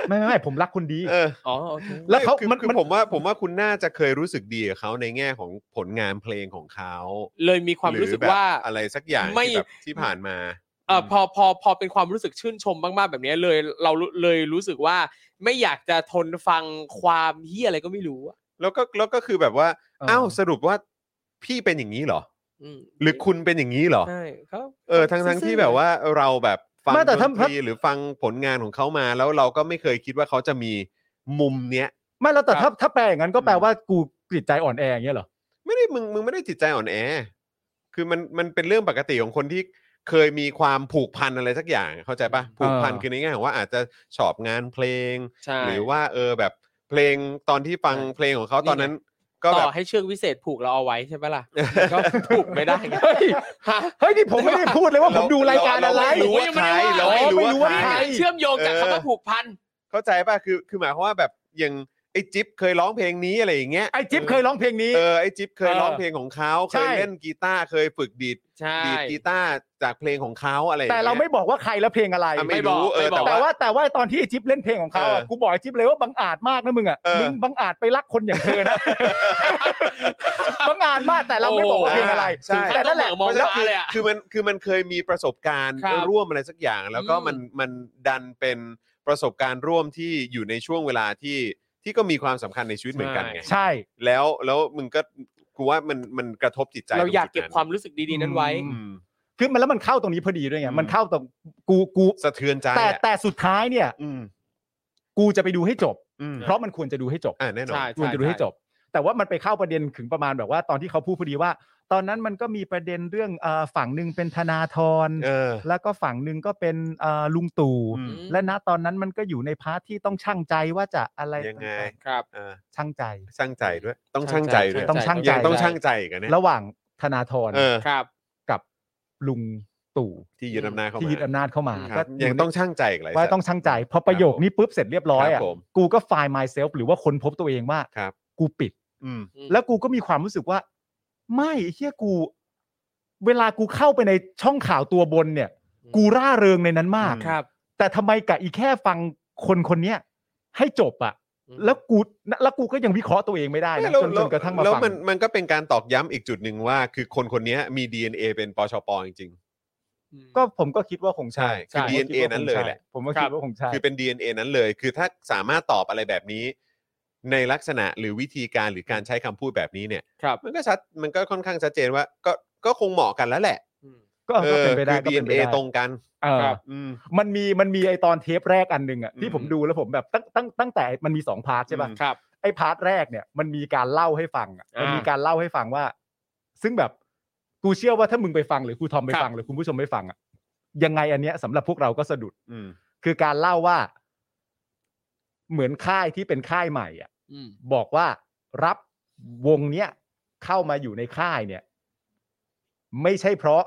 Speaker 4: ไม่ไม่ไม่ผมรักคนดี
Speaker 3: เออ
Speaker 5: อ๋อโอเค
Speaker 4: แล้วเขา
Speaker 3: คือ
Speaker 4: มัน
Speaker 3: คือ
Speaker 4: มัน
Speaker 3: ผมว่าผมว่าคุณน่าจะเคยรู้สึกดีกับเขาในแง่ของผลงานเพลงของเขา
Speaker 5: เลยมีความรู้สึกว่า
Speaker 3: หอแบบอะไรสักอย่าง
Speaker 5: ไม่
Speaker 3: ที่แบบที่ผ่านมา
Speaker 5: เออพอพอพอเป็นความรู้สึกชื่นชมมากๆแบบเนี้ยเลยเราเลยรู้สึกว่าไม่อยากจะทนฟังความเฮี้ยอะไรก็ไม่รู้อะ
Speaker 3: แล้วก็แล้วก็คือแบบว่า
Speaker 4: เออ
Speaker 3: เอ้าวสรุปว่าพี่เป็นอย่างนี้เหรอ
Speaker 5: อืม
Speaker 3: หรือคุณเป็นอย่างนี้เหรอ
Speaker 5: ใช่ครับ
Speaker 3: เออทั้งทั้งที่แบบว่าเราแบบฟัง
Speaker 4: ไม่แต่
Speaker 3: ด
Speaker 4: ถ้านถ้า
Speaker 3: ตรีหรือฟังผลงานของเขามา แล้วเราก็ไม่เคยคิดว่าเขาจะมีมุมเนี้ย
Speaker 4: ไม่แล้วแต่
Speaker 3: ครั
Speaker 4: ถ้า
Speaker 3: บ
Speaker 4: ถ้าแปลอย่างนั้นก็แปลว่ากูจิตใจอ่อนแออย่างเงี้ยเหรอ
Speaker 3: ไม่ได้มึงมึงไม่ได้จิตใจอ่อนแอ คือมันมันเป็นเรื่องปกติของคนที่เคยมีความผูกพันอะไรสักอย่างเข้าใจปะผูกพัน
Speaker 4: อ่า
Speaker 3: คือในแง่ของว่าอาจจะชอบงานเพลง
Speaker 5: ใช่
Speaker 3: หรือว่าเออแบบเพลงตอนที่ฟัง
Speaker 5: ใช่
Speaker 3: เพลงของเขาตอนนั้น
Speaker 5: นี่
Speaker 3: ก็แบ
Speaker 5: ต่
Speaker 3: บ
Speaker 5: อให้เชือกวิเศษผูกเราเอาไว้ใช่ไหมล่ะ
Speaker 3: [laughs]
Speaker 5: มันก็ [laughs] ผูกไม่ได้ไง
Speaker 4: [laughs] เฮ้ย
Speaker 5: ฮะ
Speaker 4: เฮ้ยนี่ผมไม่ได้พูดเลยว่าผมดูรายการ
Speaker 3: เ
Speaker 4: อะไร
Speaker 5: เร
Speaker 3: รู้ว่าใครเราไม่รู้
Speaker 4: อ๋อไม่รู้
Speaker 3: ว่า
Speaker 4: ว่า
Speaker 3: ใค
Speaker 4: ใค
Speaker 3: ร
Speaker 4: ร
Speaker 5: เชื่อมโยงจากคำว่าผูกพัน
Speaker 3: เข้าใจป่ะคือคือหมายความว่าแบบอย่างไอ้จิ๊บเคยร้องเพลงนี้อะไรอย่างเงี้ย
Speaker 4: ไอ้จิ๊บเคยร้องเพลงนี้
Speaker 3: เออไอ้จิ๊บเคย
Speaker 4: เออ
Speaker 3: ร้องเพลงของเขาเค
Speaker 4: ใช่
Speaker 3: ยเล่นกีตาร์เคยฝึกดีด
Speaker 5: ใช่
Speaker 3: ดีดกีตาร์จากเพลงของเขาอะไรอย่ง
Speaker 4: แต่
Speaker 3: งี้ย
Speaker 4: เราไม่บอกว่าใครและเพลงอะไร
Speaker 3: อ่ะไม่รู้เออแต่
Speaker 4: แต่
Speaker 3: ว่า
Speaker 4: ว่าแต่ว่าตอนที่ไอ้จิ๊บเล่นเพลงของเขา
Speaker 3: เอ
Speaker 4: อะ
Speaker 3: อ
Speaker 4: กูบอกไอ้จิ๊บเลยว่าบังอาจมากนะมึงอ่ะ
Speaker 3: เออ
Speaker 4: มึงบังอาจไปรักคนอย่างเธอนะ บังอาจมากแต่เราไม่บอกว่าเพลงอะไร
Speaker 3: ใช่
Speaker 4: แต่นั่นแหละ
Speaker 5: มอง
Speaker 3: แล้วคื
Speaker 5: ฟ้า
Speaker 3: อ
Speaker 5: เลยอะ
Speaker 3: คือมันคือมันเคยมีประสบการณ์
Speaker 5: ครับ
Speaker 3: ร่วมอะไรสักอย่าง แล้วก็
Speaker 5: อืม
Speaker 3: มันมันดันเป็นประสบการณ์ร่วมที่อยู่ในช่วงเวลาที่ที่ก็มีความสำคัญในชีวิตเหมือนกันไง
Speaker 4: ใช่
Speaker 3: แล้วแล้วมึงก็กูว่ามันมันกระทบจิตใจ
Speaker 5: เราอยาก
Speaker 3: ตงจุ
Speaker 5: เก็
Speaker 3: ด
Speaker 5: บ
Speaker 3: นั้น
Speaker 5: ความรู้สึกดีๆนั้นไว้
Speaker 4: อื
Speaker 3: อืม
Speaker 4: คือมันแล้วมันเข้าตรงนี้พอดีด้วยไง
Speaker 3: อืม
Speaker 4: มันเข้าตรงกูกู
Speaker 3: สะเทือนใจ
Speaker 4: แต่
Speaker 3: อะ
Speaker 4: แต่สุดท้ายเนี่ย
Speaker 3: อืม
Speaker 4: กูจะไปดูให้จบ
Speaker 3: อืม
Speaker 4: เพราะมันควรจะดูให้จบ
Speaker 3: อ่าแน่นอน
Speaker 5: ใช่
Speaker 4: ควรจะดูให้จบ แต่ว่ามันไปเข้าประเด็นถึงประมาณแบบว่าตอนที่เขาพูดพอดีว่า ตอนนั้นมันก็มีประเด็นเรื่องเอ่อฝั่งหนึ่งเป็นธนาธร
Speaker 3: เออ
Speaker 4: แล้วก็ฝั่งหนึ่งก็เป็นเอ่อลุงตู่
Speaker 3: อืม
Speaker 4: และณตอนนั้นมันก็อยู่ในพาร์ทที่ต้องช่างใจว่าจะอะไร
Speaker 3: ยังไง
Speaker 4: ต่า
Speaker 5: ครับ
Speaker 3: เออ
Speaker 4: ๆช่างใจ
Speaker 3: ช่างใจด้วย ต้องช่างใจด้วย
Speaker 4: ต้องช่างใจ
Speaker 3: ยังต้องช่างใจอีกันเนี่ย
Speaker 4: ระหว่างธนาธร
Speaker 3: เออ
Speaker 5: ครับ
Speaker 4: กับลุงตู่
Speaker 3: ที่ยึดอำนาจเข้ามา
Speaker 4: ที่ยึดอำนาจเข้ามา
Speaker 3: ครับ
Speaker 4: อ
Speaker 3: ยัง
Speaker 4: ใน
Speaker 3: ต้องช่างใจอีกหลาย
Speaker 4: ว่า
Speaker 3: สัป
Speaker 4: ต้องช่างใจพอประโยคนี้ปุ๊บเสร็จเรียบร้อ
Speaker 3: ค
Speaker 4: ย
Speaker 3: รั
Speaker 4: อ่ะ
Speaker 3: บผม
Speaker 4: กูก็ find myself หรือว่าค้นพบตัวเองว่า
Speaker 3: ครับ
Speaker 4: กูปิด
Speaker 3: อืม
Speaker 5: อืม
Speaker 4: แล้วกูก็มีความรู้สึกว่า ไม่ไอ้เฮียกู เวลากูเข้าไปในช่องข่าวตัวบนเนี่ย
Speaker 5: อืม
Speaker 4: กูร่าเริงในนั้นมาก
Speaker 3: อืม
Speaker 5: ครับ
Speaker 4: แต่ทำไมกะอีแค่ฟังคนคนเนี้ยให้จบอ่ะ แล้วกูแล้วกูก็ยังวิเคราะห์ตัวเองไม่ได้นะ
Speaker 3: แล้ว
Speaker 4: จนจ
Speaker 3: แล้ว
Speaker 4: นกระทั่งมา
Speaker 3: แล้ว
Speaker 4: ฟัง
Speaker 3: มันมันก็เป็นการตอกย้ำอีกจุดหนึ่งว่า คือคนคนนี้มี DNA เป็นปชปจริง
Speaker 5: อืม
Speaker 4: ก็ผมก็คิดว่าคงใช่
Speaker 3: ใช่คือ DNA
Speaker 4: ผมก็คิดว่าคง
Speaker 3: นั้นเลย
Speaker 4: ใช่
Speaker 3: แหละ
Speaker 4: ผมก็
Speaker 5: ครั
Speaker 4: คิด
Speaker 5: บ
Speaker 4: ว่าคงใช่
Speaker 3: ๆ คือเป็น DNA นั้นเลย คือถ้าสามารถตอบอะไรแบบนี้ ในลักษณะหรือวิธีการหรือการใช้คำพูดแบบนี้เนี่ย
Speaker 5: ครับ
Speaker 3: มันก็ชัดมันก็ค่อนข้างชัดเจนว่า ก็ก็คงเหมาะกันแล้วแหละ
Speaker 5: อืม
Speaker 4: ก็ก็เป็นไปได้
Speaker 3: คือ
Speaker 4: ก็เป็นไป
Speaker 3: DNA
Speaker 4: ได้
Speaker 3: ตรงกัน
Speaker 4: เออ
Speaker 5: ครับ
Speaker 3: อืม
Speaker 4: มันมีมันมีไอตอนเทปแรกอันหนึ่งอ่ะ
Speaker 3: อื
Speaker 4: ที่
Speaker 3: ม
Speaker 4: ผมดูแล้วผมแบบตั้งตั้งตั้งแต่มันมีสองพาร์ทใช่ป่ะ
Speaker 3: อืม
Speaker 5: ครับ
Speaker 4: ไอพาร์ทแรกเนี่ยมันมีการเล่าให้ฟังอะ
Speaker 5: อ่ามั
Speaker 4: มันมีการเล่าให้ฟังว่า ซึ่งแบบกูเชื่อว่าถ้ามึงไปฟังหรือครูทอมไป
Speaker 5: ครับ
Speaker 4: ฟังหรือคุณผู้ชมไปฟังอ่ะยังไงอันเนี้ยสำหรับพวกเราก็สะดุด
Speaker 3: อืม
Speaker 4: คือการเล่าว่า เหมือนค่ายที่เป็นค่ายใหม่อ่ะ
Speaker 5: อืม
Speaker 4: บอกว่ารับวงเนี้ยเข้ามาอยู่ในค่ายเนี่ย ไม่ใช่เพราะ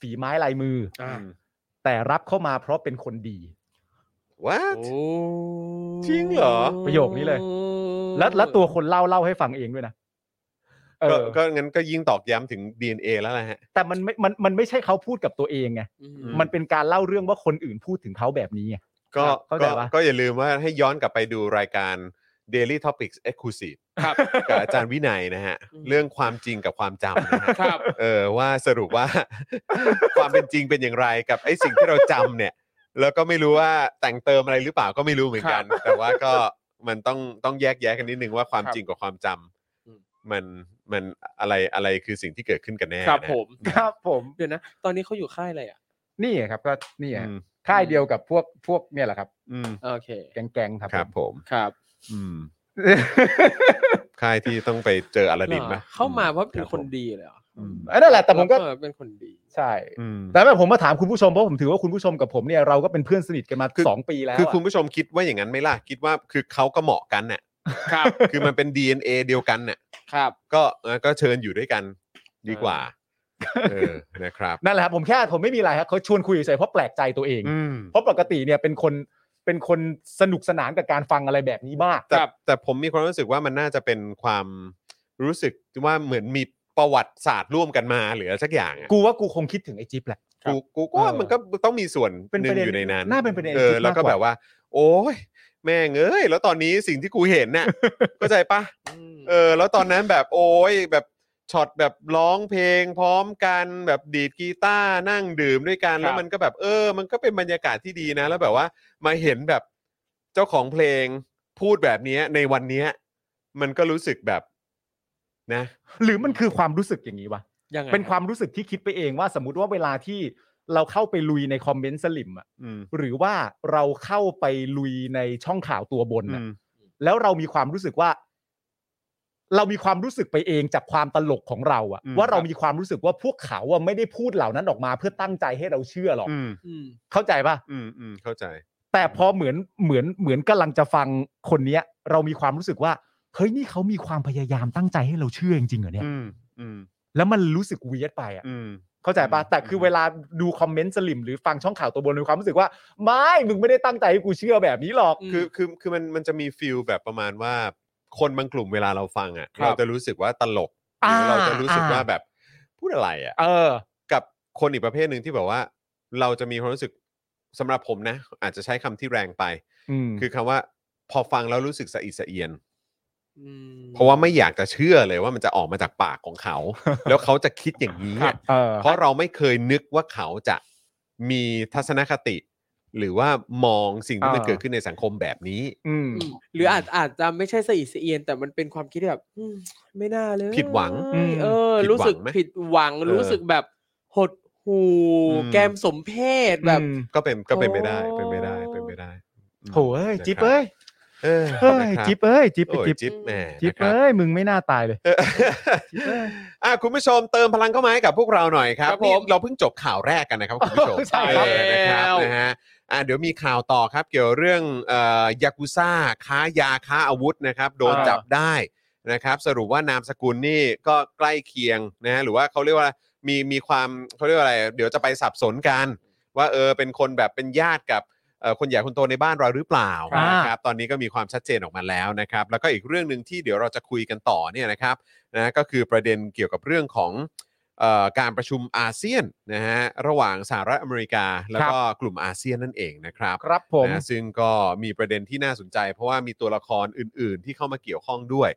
Speaker 4: ฝีไม้ลายมืออา แต่รับเข้ามาเพราะเป็นคนดี
Speaker 3: what
Speaker 5: โอ้
Speaker 3: จริงเหรอ
Speaker 4: ประโยคนี้เลย และและตัวคนเล่าเล่าให้ฟังเองด้วยนะเอ
Speaker 3: ก็
Speaker 4: อ
Speaker 3: ก็งั้นก็ยิ่งตอกย้ำถึง DNA แล้วนะฮะ
Speaker 4: แต่มันไม่มันมันไม่ใช่เขาพูดกับตัวเองไง
Speaker 5: อืม
Speaker 4: มันเป็นการเล่าเรื่องว่าคนอื่นพูดถึงเขาแบบนี้ไง
Speaker 3: ก็
Speaker 4: ครับเข้าใจ
Speaker 3: ก็
Speaker 4: ปะ
Speaker 3: ก็อย่าลืมว่าให้ย้อนกลับไปดูรายการ Daily Topics Exclusive
Speaker 5: ครับ
Speaker 3: กับอาจารย์วินัยนะฮะ
Speaker 5: อืม
Speaker 3: เรื่องความจริงกับความจำนะฮะ
Speaker 5: [laughs] ครับ
Speaker 3: เออว่าสรุปว่า [laughs] ความเป็นจริงเป็นอย่างไรกับไอ้สิ่งที่เราจำเนี่ย แล้วก็ไม่รู้ว่าแต่งเติมอะไรหรือเปล่าก็ไม่รู้เหมือนกัน แต่ว่าก็มันต้องต้องแยกแยะกันนิดนึงว่าความ
Speaker 5: ครับ
Speaker 3: จริงกับความจำ
Speaker 5: อืม
Speaker 3: มันมันอะไรอะไรคือสิ่งที่เกิดขึ้นกันแน่
Speaker 5: ครับ
Speaker 3: นะ
Speaker 5: ผ
Speaker 3: ฮะ
Speaker 5: ม
Speaker 4: ครับ ผม
Speaker 5: เดี๋ยวนะ ตอนนี้เขาอยู่ค่ายอะไรอ่ะ
Speaker 4: นี่ไงครับ ก็นี่ไง
Speaker 3: อืม
Speaker 4: ค่ายเดียวกับพวกพวกเนี่ยแหละครับ
Speaker 3: อืม
Speaker 5: โอเค
Speaker 4: แกงแกงๆครับ
Speaker 3: ครับ
Speaker 4: ผม
Speaker 3: ผม
Speaker 5: ครับ
Speaker 3: อืมค่ายที่ต้องไปเจออลาดิน
Speaker 5: เหร
Speaker 3: ปะ
Speaker 5: อเข้ามาเพราะเป็
Speaker 3: รั
Speaker 5: น
Speaker 3: บ
Speaker 5: คน
Speaker 3: ผม
Speaker 5: ดีเลยเหรอ
Speaker 3: อืม
Speaker 4: อันนั่นแหละแต่ผมก็
Speaker 5: เออเป็นคนดี
Speaker 4: ใช่
Speaker 3: อืม
Speaker 4: แต่แบบผมมาถามคุณผู้ชมเพราะผมถือว่าคุณผู้ชมกับผมเนี่ยเราก็เป็นเพื่อนสนิทกันมาสองปีแล้วะ
Speaker 3: คือคุณผู้ชมคิดว่าอย่างนั้นไหมล่ะ คิดว่าคือเขาก็เหมาะกันน่ะ
Speaker 5: ครับ
Speaker 3: [laughs] คือมันเป็น DNA เดียวกันน่ะ
Speaker 5: ครับ
Speaker 3: ก็เออก็เชิญอยู่ด้วยกันดีกว่า เออ นะครับ
Speaker 4: นั่นแหละครับผมแค่ผมไม่มีอะไรครับเขาชวนคุยเฉยๆเพราะแปลกใจตัวเอง
Speaker 3: อืม
Speaker 4: เพราะปกติเนี่ยเป็นคนเป็นคนสนุกสนานกับการฟังอะไรแบบนี้มาก
Speaker 3: แต่
Speaker 5: ครับ
Speaker 3: แต่ผมมีความรู้สึกว่ามันน่าจะเป็นความรู้สึกว่าเหมือนมีประวัติศาสตร์ร่วมกันมาหรืออะไรสักอย่างอะ
Speaker 4: กูว่ากูคงคิดถึงไอ้จิ๊บแหละ
Speaker 3: กูกูก็ว่า
Speaker 4: เออ
Speaker 3: มันก็ต้องมีส่วน
Speaker 4: เป็น
Speaker 3: หนึ่
Speaker 4: ป
Speaker 3: ง
Speaker 4: ระเด็น
Speaker 3: อยู่ในนั้น
Speaker 4: น่าเป็นประเด็น
Speaker 3: เออ
Speaker 4: คิดมากกว่า
Speaker 3: แล้วก็แบบว่า โอ้ยแม่งเอ้ย
Speaker 4: [laughs]
Speaker 3: แล้วตอนนี้สิ่งที่กูเห็นน่ะ เข้าใจปะ
Speaker 5: อืม
Speaker 3: เออแล้วตอนนั้นแบบโอ้ยแบบ ช็อตแบบร้องเพลง พร้อมกันแบบดีดกีตาร์นั่งดื่มด้วยกันแล้วมันก็แบบเออ มันก็เป็นบรรยากาศที่ดีนะ แล้วแบบว่ามาเห็นแบบเจ้าของเพลงพูดแบบเนี้ยในวันเนี้ยมันก็รู้สึกแบบนะ
Speaker 4: หรือมันคือความรู้สึกอย่างนี้วะ
Speaker 5: ยังไง
Speaker 4: เป็นความรู้สึกที่คิดไปเองว่าสมมติว่าเวลาที่เราเข้าไปลุยในคอมเมนต์สลิมอะ
Speaker 3: อืม
Speaker 4: หรือว่าเราเข้าไปลุยในช่องข่าวตัวบน
Speaker 3: อื
Speaker 4: อะ
Speaker 3: ม
Speaker 4: แล้วเรามีความรู้สึกว่า เรามีความรู้สึกไปเองจากความตลกของเราอะว่าเรามีความรู้สึกว่าพวกเขาอะไม่ได้พูดเหล่านั้นออกมา เพื่อตั้งใจให้เราเชื่อหรอก
Speaker 3: อืม
Speaker 5: อืม
Speaker 4: เข้าใจปะ
Speaker 3: อืมอืมเข้าใจ
Speaker 4: แต่พอเหมือนเหมือนเหมือนกำลังจะฟังคนเนี้ย เรามีความรู้สึกว่าเฮ้ยนี่เขามีความพยายามตั้งใจให้เราเชื่อจริงๆเหรอเนี่ย
Speaker 3: อืมอืม
Speaker 4: แล้วมันรู้สึกเวียดไปอะ
Speaker 3: อืม
Speaker 4: เข้าใจปะ
Speaker 3: อืม
Speaker 4: แต่คือเวลาดูคอมเมนต์สลิมหรือฟังช่องข่าวตัวบนมีความรู้สึกว่า ไม่มึงไม่ได้ตั้งใจให้กูเชื่อแบบนี้หรอก
Speaker 5: อืม
Speaker 3: คือคือคือมันมันจะมีฟิลแบบประมาณว่าคนบางกลุ่มเวลาเราฟังอ่ะ
Speaker 5: ครับ
Speaker 3: เราจะรู้สึกว่าตลกห
Speaker 4: อ่า
Speaker 3: รือเราจะรู้สึก
Speaker 4: อ่า
Speaker 3: ว่าแบบพูดอะไรอ่ะ
Speaker 4: เออ
Speaker 3: กับคนอีกประเภทหนึ่งที่แบบว่า เราจะมีความรู้สึกสำหรับผมนะ อาจจะใช้คำที่แรงไป
Speaker 4: อืม
Speaker 3: คือคำว่าพอฟังแล้วรู้สึกสะอิดสะเอียน
Speaker 5: อืม
Speaker 3: เพราะว่าไม่อยากจะเชื่อเลยว่ามันจะออกมาจากปากของ
Speaker 4: [laughs]
Speaker 3: เขา แล้วเขาจะคิดอย่างนี้อะ
Speaker 4: เออ
Speaker 3: เพราะเราไม่เคยนึกว่าเขาจะมีทัศนคติ หรือว่ามองสิ่งที่มันเกิดขึ้นในสังคมแบบนี้
Speaker 4: อืม
Speaker 5: อืมหรืออาจอาจจะไม่ใช่สะอิดสะเอียน แต่มันเป็นความคิดที่แบบอืมไม่น่าเลย
Speaker 3: ผิดหวัง
Speaker 4: อืม
Speaker 5: เออ
Speaker 3: ผิดหวัง
Speaker 5: รู้สึก
Speaker 3: ไหม
Speaker 5: ผิดหวัง
Speaker 3: เออ
Speaker 5: รู้สึกแบบหดหู่
Speaker 3: อืม
Speaker 5: แกมสมเพศแบบ
Speaker 4: อืม
Speaker 3: ก็เป็นก็เป็นไปได้
Speaker 5: โอ้
Speaker 3: เป็นไปได้เป็นไปได้อืม
Speaker 4: โหเอ้ย
Speaker 3: นะครับ
Speaker 4: จิ๊บเอ้ย
Speaker 3: เออ
Speaker 4: เฮ้ย
Speaker 3: นะครับ
Speaker 4: จิ๊บเอ้ยจิ๊บ
Speaker 3: โอ้ย
Speaker 4: จิ๊บ
Speaker 3: จิ๊บแหม
Speaker 4: จิ๊บ
Speaker 3: นะครั
Speaker 4: เอ้ยมึงไม่น่าตายเลย
Speaker 3: เอ [laughs] ออ่ะคุณผู้ชมเติมพลังเข้ามาให้กับพวกเราหน่อยครับ
Speaker 5: ครับผม
Speaker 3: นี่เราเพิ่งจบข่าวแรกกัน
Speaker 4: [laughs]
Speaker 3: นะครับคุณผู้ชม
Speaker 4: ใช่ครับ
Speaker 3: เออนะครับ
Speaker 5: แล้ว
Speaker 3: นะฮะอ่ะเดี๋ยวมีข่าวต่อครับเกี่ยวเรื่องเอ่อยากุซ่าค้ายาค้าอาวุธนะครับ โดนจับได้นะครับสรุปว่านามสกุลนี่ก็ใกล้เคียงนะฮะหรือว่าเขาเรียกว่ามีมีความเขาเรียกว่าอะไร เดี๋ยวจะไปสับสนกัน ว่าเออเป็นคนแบบเป็นญาติกับเอ่อคนใหญ่คนโตในบ้านเราหรือเปล่า
Speaker 4: ครับ
Speaker 3: นะครับตอนนี้ก็มีความชัดเจนออกมาแล้วนะครับ แล้วก็อีกเรื่องหนึ่งที่เดี๋ยวเราจะคุยกันต่อเนี่ยนะครับนะก็คือประเด็นเกี่ยวกับเรื่องของเอ่อการประชุมอาเซียนนะฮะระหว่างสหรัฐอเมริกา แล้วก็กลุ่มอาเซียนนั่นเองนะครับ
Speaker 4: ครับผม
Speaker 3: นะซึ่งก็มีประเด็นที่น่าสนใจ เพราะว่ามีตัวละครอื่น ๆ ที่เข้ามาเกี่ยวข้องด้วย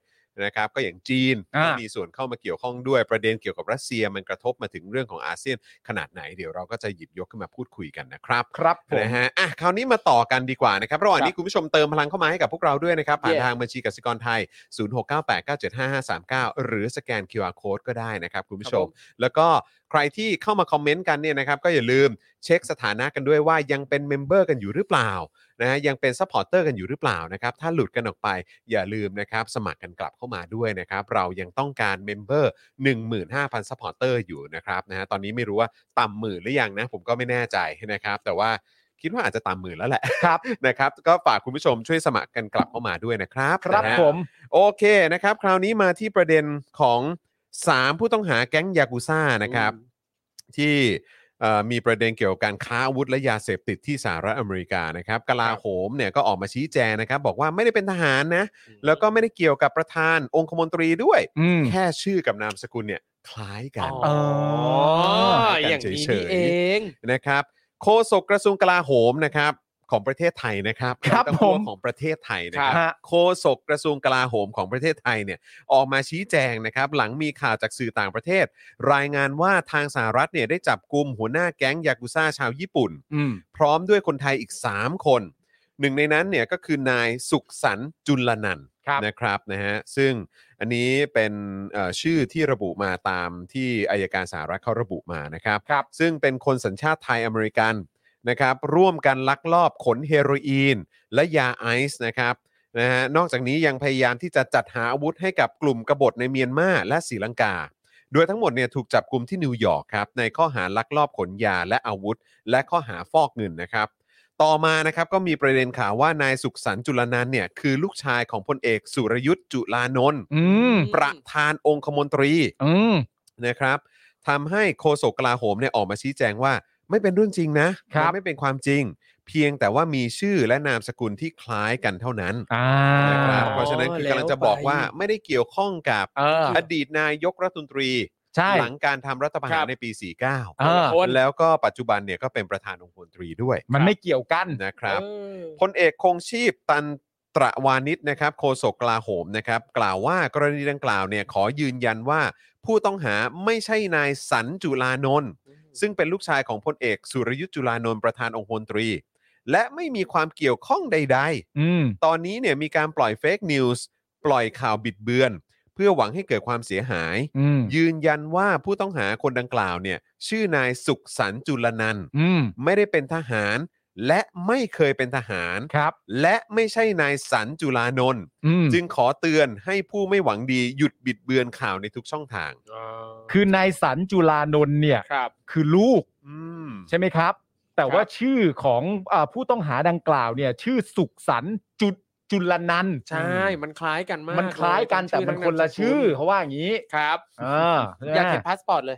Speaker 3: นะครับก็อย่างจีน
Speaker 4: อ่า
Speaker 3: ก็มีส่วนเข้ามาเกี่ยวข้องด้วยประเด็นเกี่ยวกับรัสเซียมันกระทบมาถึงเรื่องของอาเซียนขนาดไหนเดี๋ยวเราก็จะหยิบยกขึ้นมาพูดคุยกันนะครับ
Speaker 4: ครับผม
Speaker 3: นะฮะ อ่ะ คราวนี้มาต่อกันดีกว่านะครับ ระหว่าง
Speaker 5: ครับ
Speaker 3: นี้คุณผู้ชมเติมพลังเข้ามาให้กับพวกเราด้วยนะครับ ผ่าน
Speaker 5: Yeah
Speaker 3: ทางบัญชีกสิกรไทย 0698975539 หรือสแกน QR Code ก็ได้นะครับ คุณผู้ชม
Speaker 5: ครับผ
Speaker 3: แล้วก็ใครที่เข้ามาคอมเมนต์กันเนี่ยนะครับ ก็อย่าลืมเช็คสถานะกันด้วยว่ายังเป็นเมมเบอร์กันอยู่หรือเปล่า นะฮะยังเป็นซัพพอร์ตเตอร์กันอยู่หรือเปล่านะครับ ถ้าหลุดกันออกไปอย่าลืมนะครับ สมัครกันกลับเข้ามาด้วยนะครับ เรายังต้องการเมมเบอร์ 15,000ซัพพอร์ตเตอร์อยู่นะครับนะฮะตอนนี้ไม่รู้ว่าต่ำหมื่นหรือยังนะ ผมก็ไม่แน่ใจนะครับ แต่ว่าคิดว่าอาจจะต่ำหมื่นแล้วแหละ
Speaker 4: ครับ
Speaker 3: [laughs] นะครับ ก็ฝากคุณผู้ชมช่วยสมัครกันกลับเข้ามาด้วยนะครับ
Speaker 4: ครับ
Speaker 3: นะฮะ
Speaker 4: ผม
Speaker 3: โอเคนะครับ คราวนี้มาที่ประเด็นของ 3 ผู้ต้องหาแก๊งยากุซ่านะครับ
Speaker 5: อืม
Speaker 3: ที่เอ่อมีประเด็นเกี่ยวกับการค้าอาวุธและยาเสพติดที่สหรัฐอเมริกานะครับกลาโหมเนี่ยก็ออกมาชี้แจงนะครับ บอกว่าไม่ได้เป็นทหารนะ แล้วก็ไม่ได้เกี่ยวกับประธานองคมนตรีด้วย
Speaker 4: อืม
Speaker 3: แค่ชื่อกับนามสกุลเนี่ยคล้ายกัน
Speaker 5: อ๋
Speaker 3: อ
Speaker 5: อ
Speaker 3: อ
Speaker 5: อย่างนี้
Speaker 3: เฉ
Speaker 5: นี่
Speaker 3: ยๆ
Speaker 5: เอง
Speaker 3: นะครับโฆษกกระทรวงกลาโหมนะครับของประเทศไทยนะครับ
Speaker 4: ครับ
Speaker 3: ไต้องกลัว
Speaker 4: ผม
Speaker 3: ของประเทศไทยนะครับ
Speaker 4: ครับ
Speaker 3: โฆษกกระทรวงกลาโหมของประเทศไทยเนี่ยออกมาชี้แจงนะครับหลังมีข่าวจากสื่อต่างประเทศ รายงานว่าทางสหรัฐเนี่ยได้จับกลุ่มหัวหน้าแก๊งยากุซ่าชาวญี่ปุ่น
Speaker 4: อืม
Speaker 3: พร้อมด้วยคนไทยอีก 3 คนหนึ่งในนั้นเนี่ยก็คือนายสุขสันต์จุลนันท์
Speaker 4: ครับ
Speaker 3: นะครับนะฮะซึ่งอันนี้เป็นเอ่อชื่อที่ระบุมาตามที่อายการสหรัฐเขาระบุมานะครับ
Speaker 4: ครับ
Speaker 3: ซึ่งเป็นคนสัญชาติไทยอเมริกันนะครับ ร่วมกันลักลอบขนเฮโรอีน และยาไอซ์นะครับนะฮะนอกจากนี้ยังพยายามที่จะจัดหาอาวุธให้กับกลุ่มกบฏในเมียนมาและศรีลังกา โดยทั้งหมดเนี่ยถูกจับกลุ่มที่นิวยอร์กครับในข้อหาลักลอบขนยาและอาวุธ และข้อหาฟอกเงินนะครับ ต่อมานะครับก็มีประเด็นข่าวว่านายสุขสันต์จุลนันท์เนี่ยคือลูกชายของพลเอกสุรยุทธ์จุลานนท์
Speaker 4: อืม
Speaker 3: ประธานองคมนตรี
Speaker 4: อืม
Speaker 3: นะครับทำให้โฆษกกลาโหมเนี่ยออกมาชี้แจงว่าไม่เป็นเรื่องจริงนะครับ ไม่เป็นความจริง เพียงแต่ว่ามีชื่อและนามสกุลที่คล้ายกันเท่านั้น
Speaker 4: อ่า
Speaker 3: นะครับเพราะฉะนั้นคือกำลังจะบอกว่าไม่ได้เกี่ยวข้องกับ
Speaker 4: เออ
Speaker 3: อดีตนายกรัฐมนตรี
Speaker 4: ใช่
Speaker 3: หลังการทำรัฐประหา
Speaker 5: ค
Speaker 3: ร
Speaker 5: รับ
Speaker 3: ในปี
Speaker 4: เออ
Speaker 5: คน
Speaker 3: 49 แล้วก็ปัจจุบันเนี่ยก็เป็นประธานองคมนตรีด้วย
Speaker 4: มันไม่เกี่ยวกัน
Speaker 3: นะครับ
Speaker 5: เออ
Speaker 3: พลเอกคงชีพตัน ตระวานิชนะครับโฆษกกลาโหมนะครับกล่าวว่ากรณีดังกล่าวเนี่ยขอยืนยันว่าผู้ต้องหาไม่ใช่นายสันจุลานนท์ซึ่งเป็นลูกชายของพลเอกสุรยุทธ์จุลานนท์ประธานองคมนตรี และไม่มีความเกี่ยวข้องใด ๆ
Speaker 4: อืม
Speaker 3: ตอนนี้เนี่ยมีการปล่อยเฟกนิวส์ปล่อยข่าวบิดเบือน เพื่อหวังให้เกิดความเสียหาย
Speaker 4: อืม
Speaker 3: ยืนยันว่าผู้ต้องหาคนดังกล่าวเนี่ยชื่อนายสุขสันต์จุลนันท์
Speaker 4: อืม
Speaker 3: ไม่ได้เป็นทหาร และไม่เคยเป็นทหาร
Speaker 4: ครับ
Speaker 3: และไม่ใช่นายสันต์จุลานนท์
Speaker 4: อืม
Speaker 3: จึงขอเตือนให้ผู้ไม่หวังดีหยุดบิดเบือนข่าวในทุกช่องทาง
Speaker 4: คือนายสันจุลานนท์เนี่ย
Speaker 5: ครับ
Speaker 4: คือลูก
Speaker 3: อืม
Speaker 4: ใช่ไหมครับ แต่
Speaker 5: ครับ
Speaker 4: ว่าชื่อของอาผู้ต้องหาดังกล่าวเนี่ย ชื่อสุขสันต์จุจุลนันท์
Speaker 5: ใช่ มันคล้ายกันมาก
Speaker 4: มันคล้ายกัน
Speaker 5: เล
Speaker 4: แต่
Speaker 5: ทั้ง
Speaker 4: มันค
Speaker 5: ชื่อ
Speaker 4: นละ
Speaker 5: ทั้ง
Speaker 4: ชื่อน
Speaker 5: ามสกุ
Speaker 4: เขาว่าอย่างนี้
Speaker 5: ครับ
Speaker 4: อ่าใช่ไหม
Speaker 5: อยากเห็นพาสปอร์ตเลย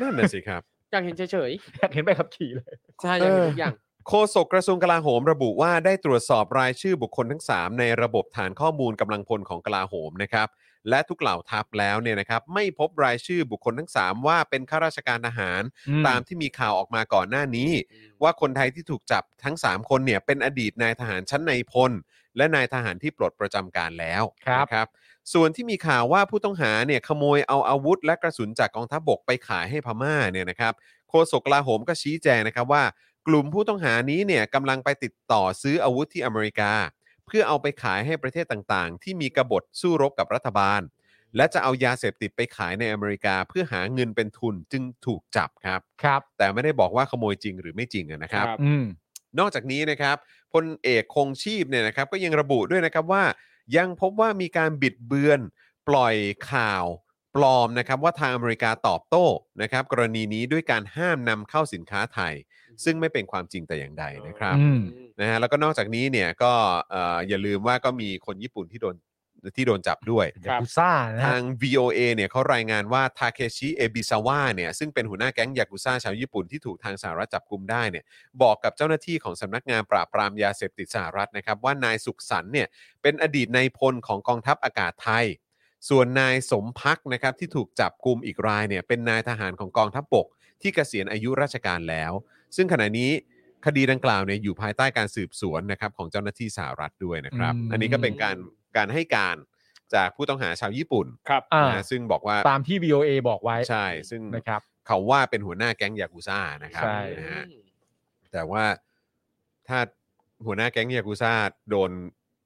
Speaker 3: นั่นน่ะสิครับ
Speaker 5: อยากเห็นเฉย
Speaker 4: อยากเห็นใบขับขี่เลย
Speaker 5: ๆใช่อยากเห็นทุกอย่าง
Speaker 3: โฆษกกระทรวงกลาโหมระบุว่าได้ตรวจสอบรายชื่อบุคคลทั้ง 3 ในระบบฐานข้อมูลกำลังพลของกลาโหมนะครับและทุกเหล่าทัพแล้วเนี่ยนะครับไม่พบรายชื่อบุคคลทั้ง 3 ว่าเป็นข้าราชการทหาร ตามที่มีข่าวออกมาก่อนหน้านี้ ว่าคนไทยที่ถูกจับทั้ง 3 คนเนี่ยเป็นอดีตนายทหารชั้นในพล และนายทหารที่ปลดประจำการแล้ว
Speaker 4: ครับ
Speaker 3: นะครับ ส่วนที่มีข่าวว่าผู้ต้องหาเนี่ยขโมยเอาอาวุธ และกระสุนจากกองทัพบกไปขายให้พม่าเนี่ยนะครับโฆษกกลาโหมก็ชี้แจงนะครับว่า กลุ่มผู้ต้องหานี้เนี่ยกำลังไปติดต่อซื้ออาวุธที่อเมริกา เพื่อเอาไปขายให้ประเทศต่างๆ ที่มีกบฏสู้รบกับรัฐบาล และจะเอายาเสพติดไปขายในอเมริกา เพื่อหาเงินเป็นทุนจึงถูกจับครับ
Speaker 4: ครับ
Speaker 3: แต่ไม่ได้บอกว่าขโมยจริงหรือไม่จริงอะนะครับ
Speaker 5: ครับ
Speaker 4: อืม
Speaker 3: นอกจากนี้นะครับพลเอกคงชีพเนี่ยนะครับก็ยังระบุด้วยนะครับว่า ยังพบว่ามีการบิดเบือน ปล่อยข่าวปลอมนะครับว่าทางอเมริกาตอบโต้นะครับ กรณีนี้ด้วยการห้ามนำเข้าสินค้าไทย ซึ่งไม่เป็นความจริงแต่อย่างใดนะครับ
Speaker 4: อืม
Speaker 3: นะฮะแล้วก็นอกจากนี้เนี่ยก็เอ่ออย่าลืมว่าก็มีคนญี่ปุ่นที่โดนที่โดนจับด้วย
Speaker 5: ครับ
Speaker 4: ยากุซ่านะฮะ
Speaker 3: ทาง VOA เนี่ยเขารายงานว่าทาเคชิเอบิซาวะเนี่ยซึ่งเป็นหัวหน้าแก๊งยากุซ่าชาวญี่ปุ่นที่ถูกทางสหรัฐจับกลุ่มได้เนี่ยบอกกับเจ้าหน้าที่ของสำนักงานปราบปรามยาเสพติดสหรัฐนะครับ ว่านายสุขสันต์เนี่ยเป็นอดีตนายพลของกองทัพอากาศไทย ส่วนนายสมพักนะครับที่ถูกจับกลุ่มอีกรายเนี่ยเป็นนายทหารของกองทัพบก ที่เกษียณอายุราชการแล้ว ซึ่งขณะนี้คดีดังกล่าวเนี่ยอยู่ภายใต้การสืบสวนนะครับของเจ้าหน้าที่สหรัฐด้วยนะครับ อันนี้ก็เป็นการการให้การจากผู้ต้องหาชาวญี่ปุ่น
Speaker 5: ครับ
Speaker 4: อ่า
Speaker 3: นะซึ่งบอกว่า
Speaker 4: ตามที่ VOA บอกไว้
Speaker 3: ใช่ ซึ่ง
Speaker 4: นะครับ
Speaker 3: เขาว่าเป็นหัวหน้าแก๊งยากุซ่านะครับ
Speaker 4: ใช่
Speaker 3: นะฮะแต่ว่าถ้าหัวหน้าแก๊งยากุซ่าโดน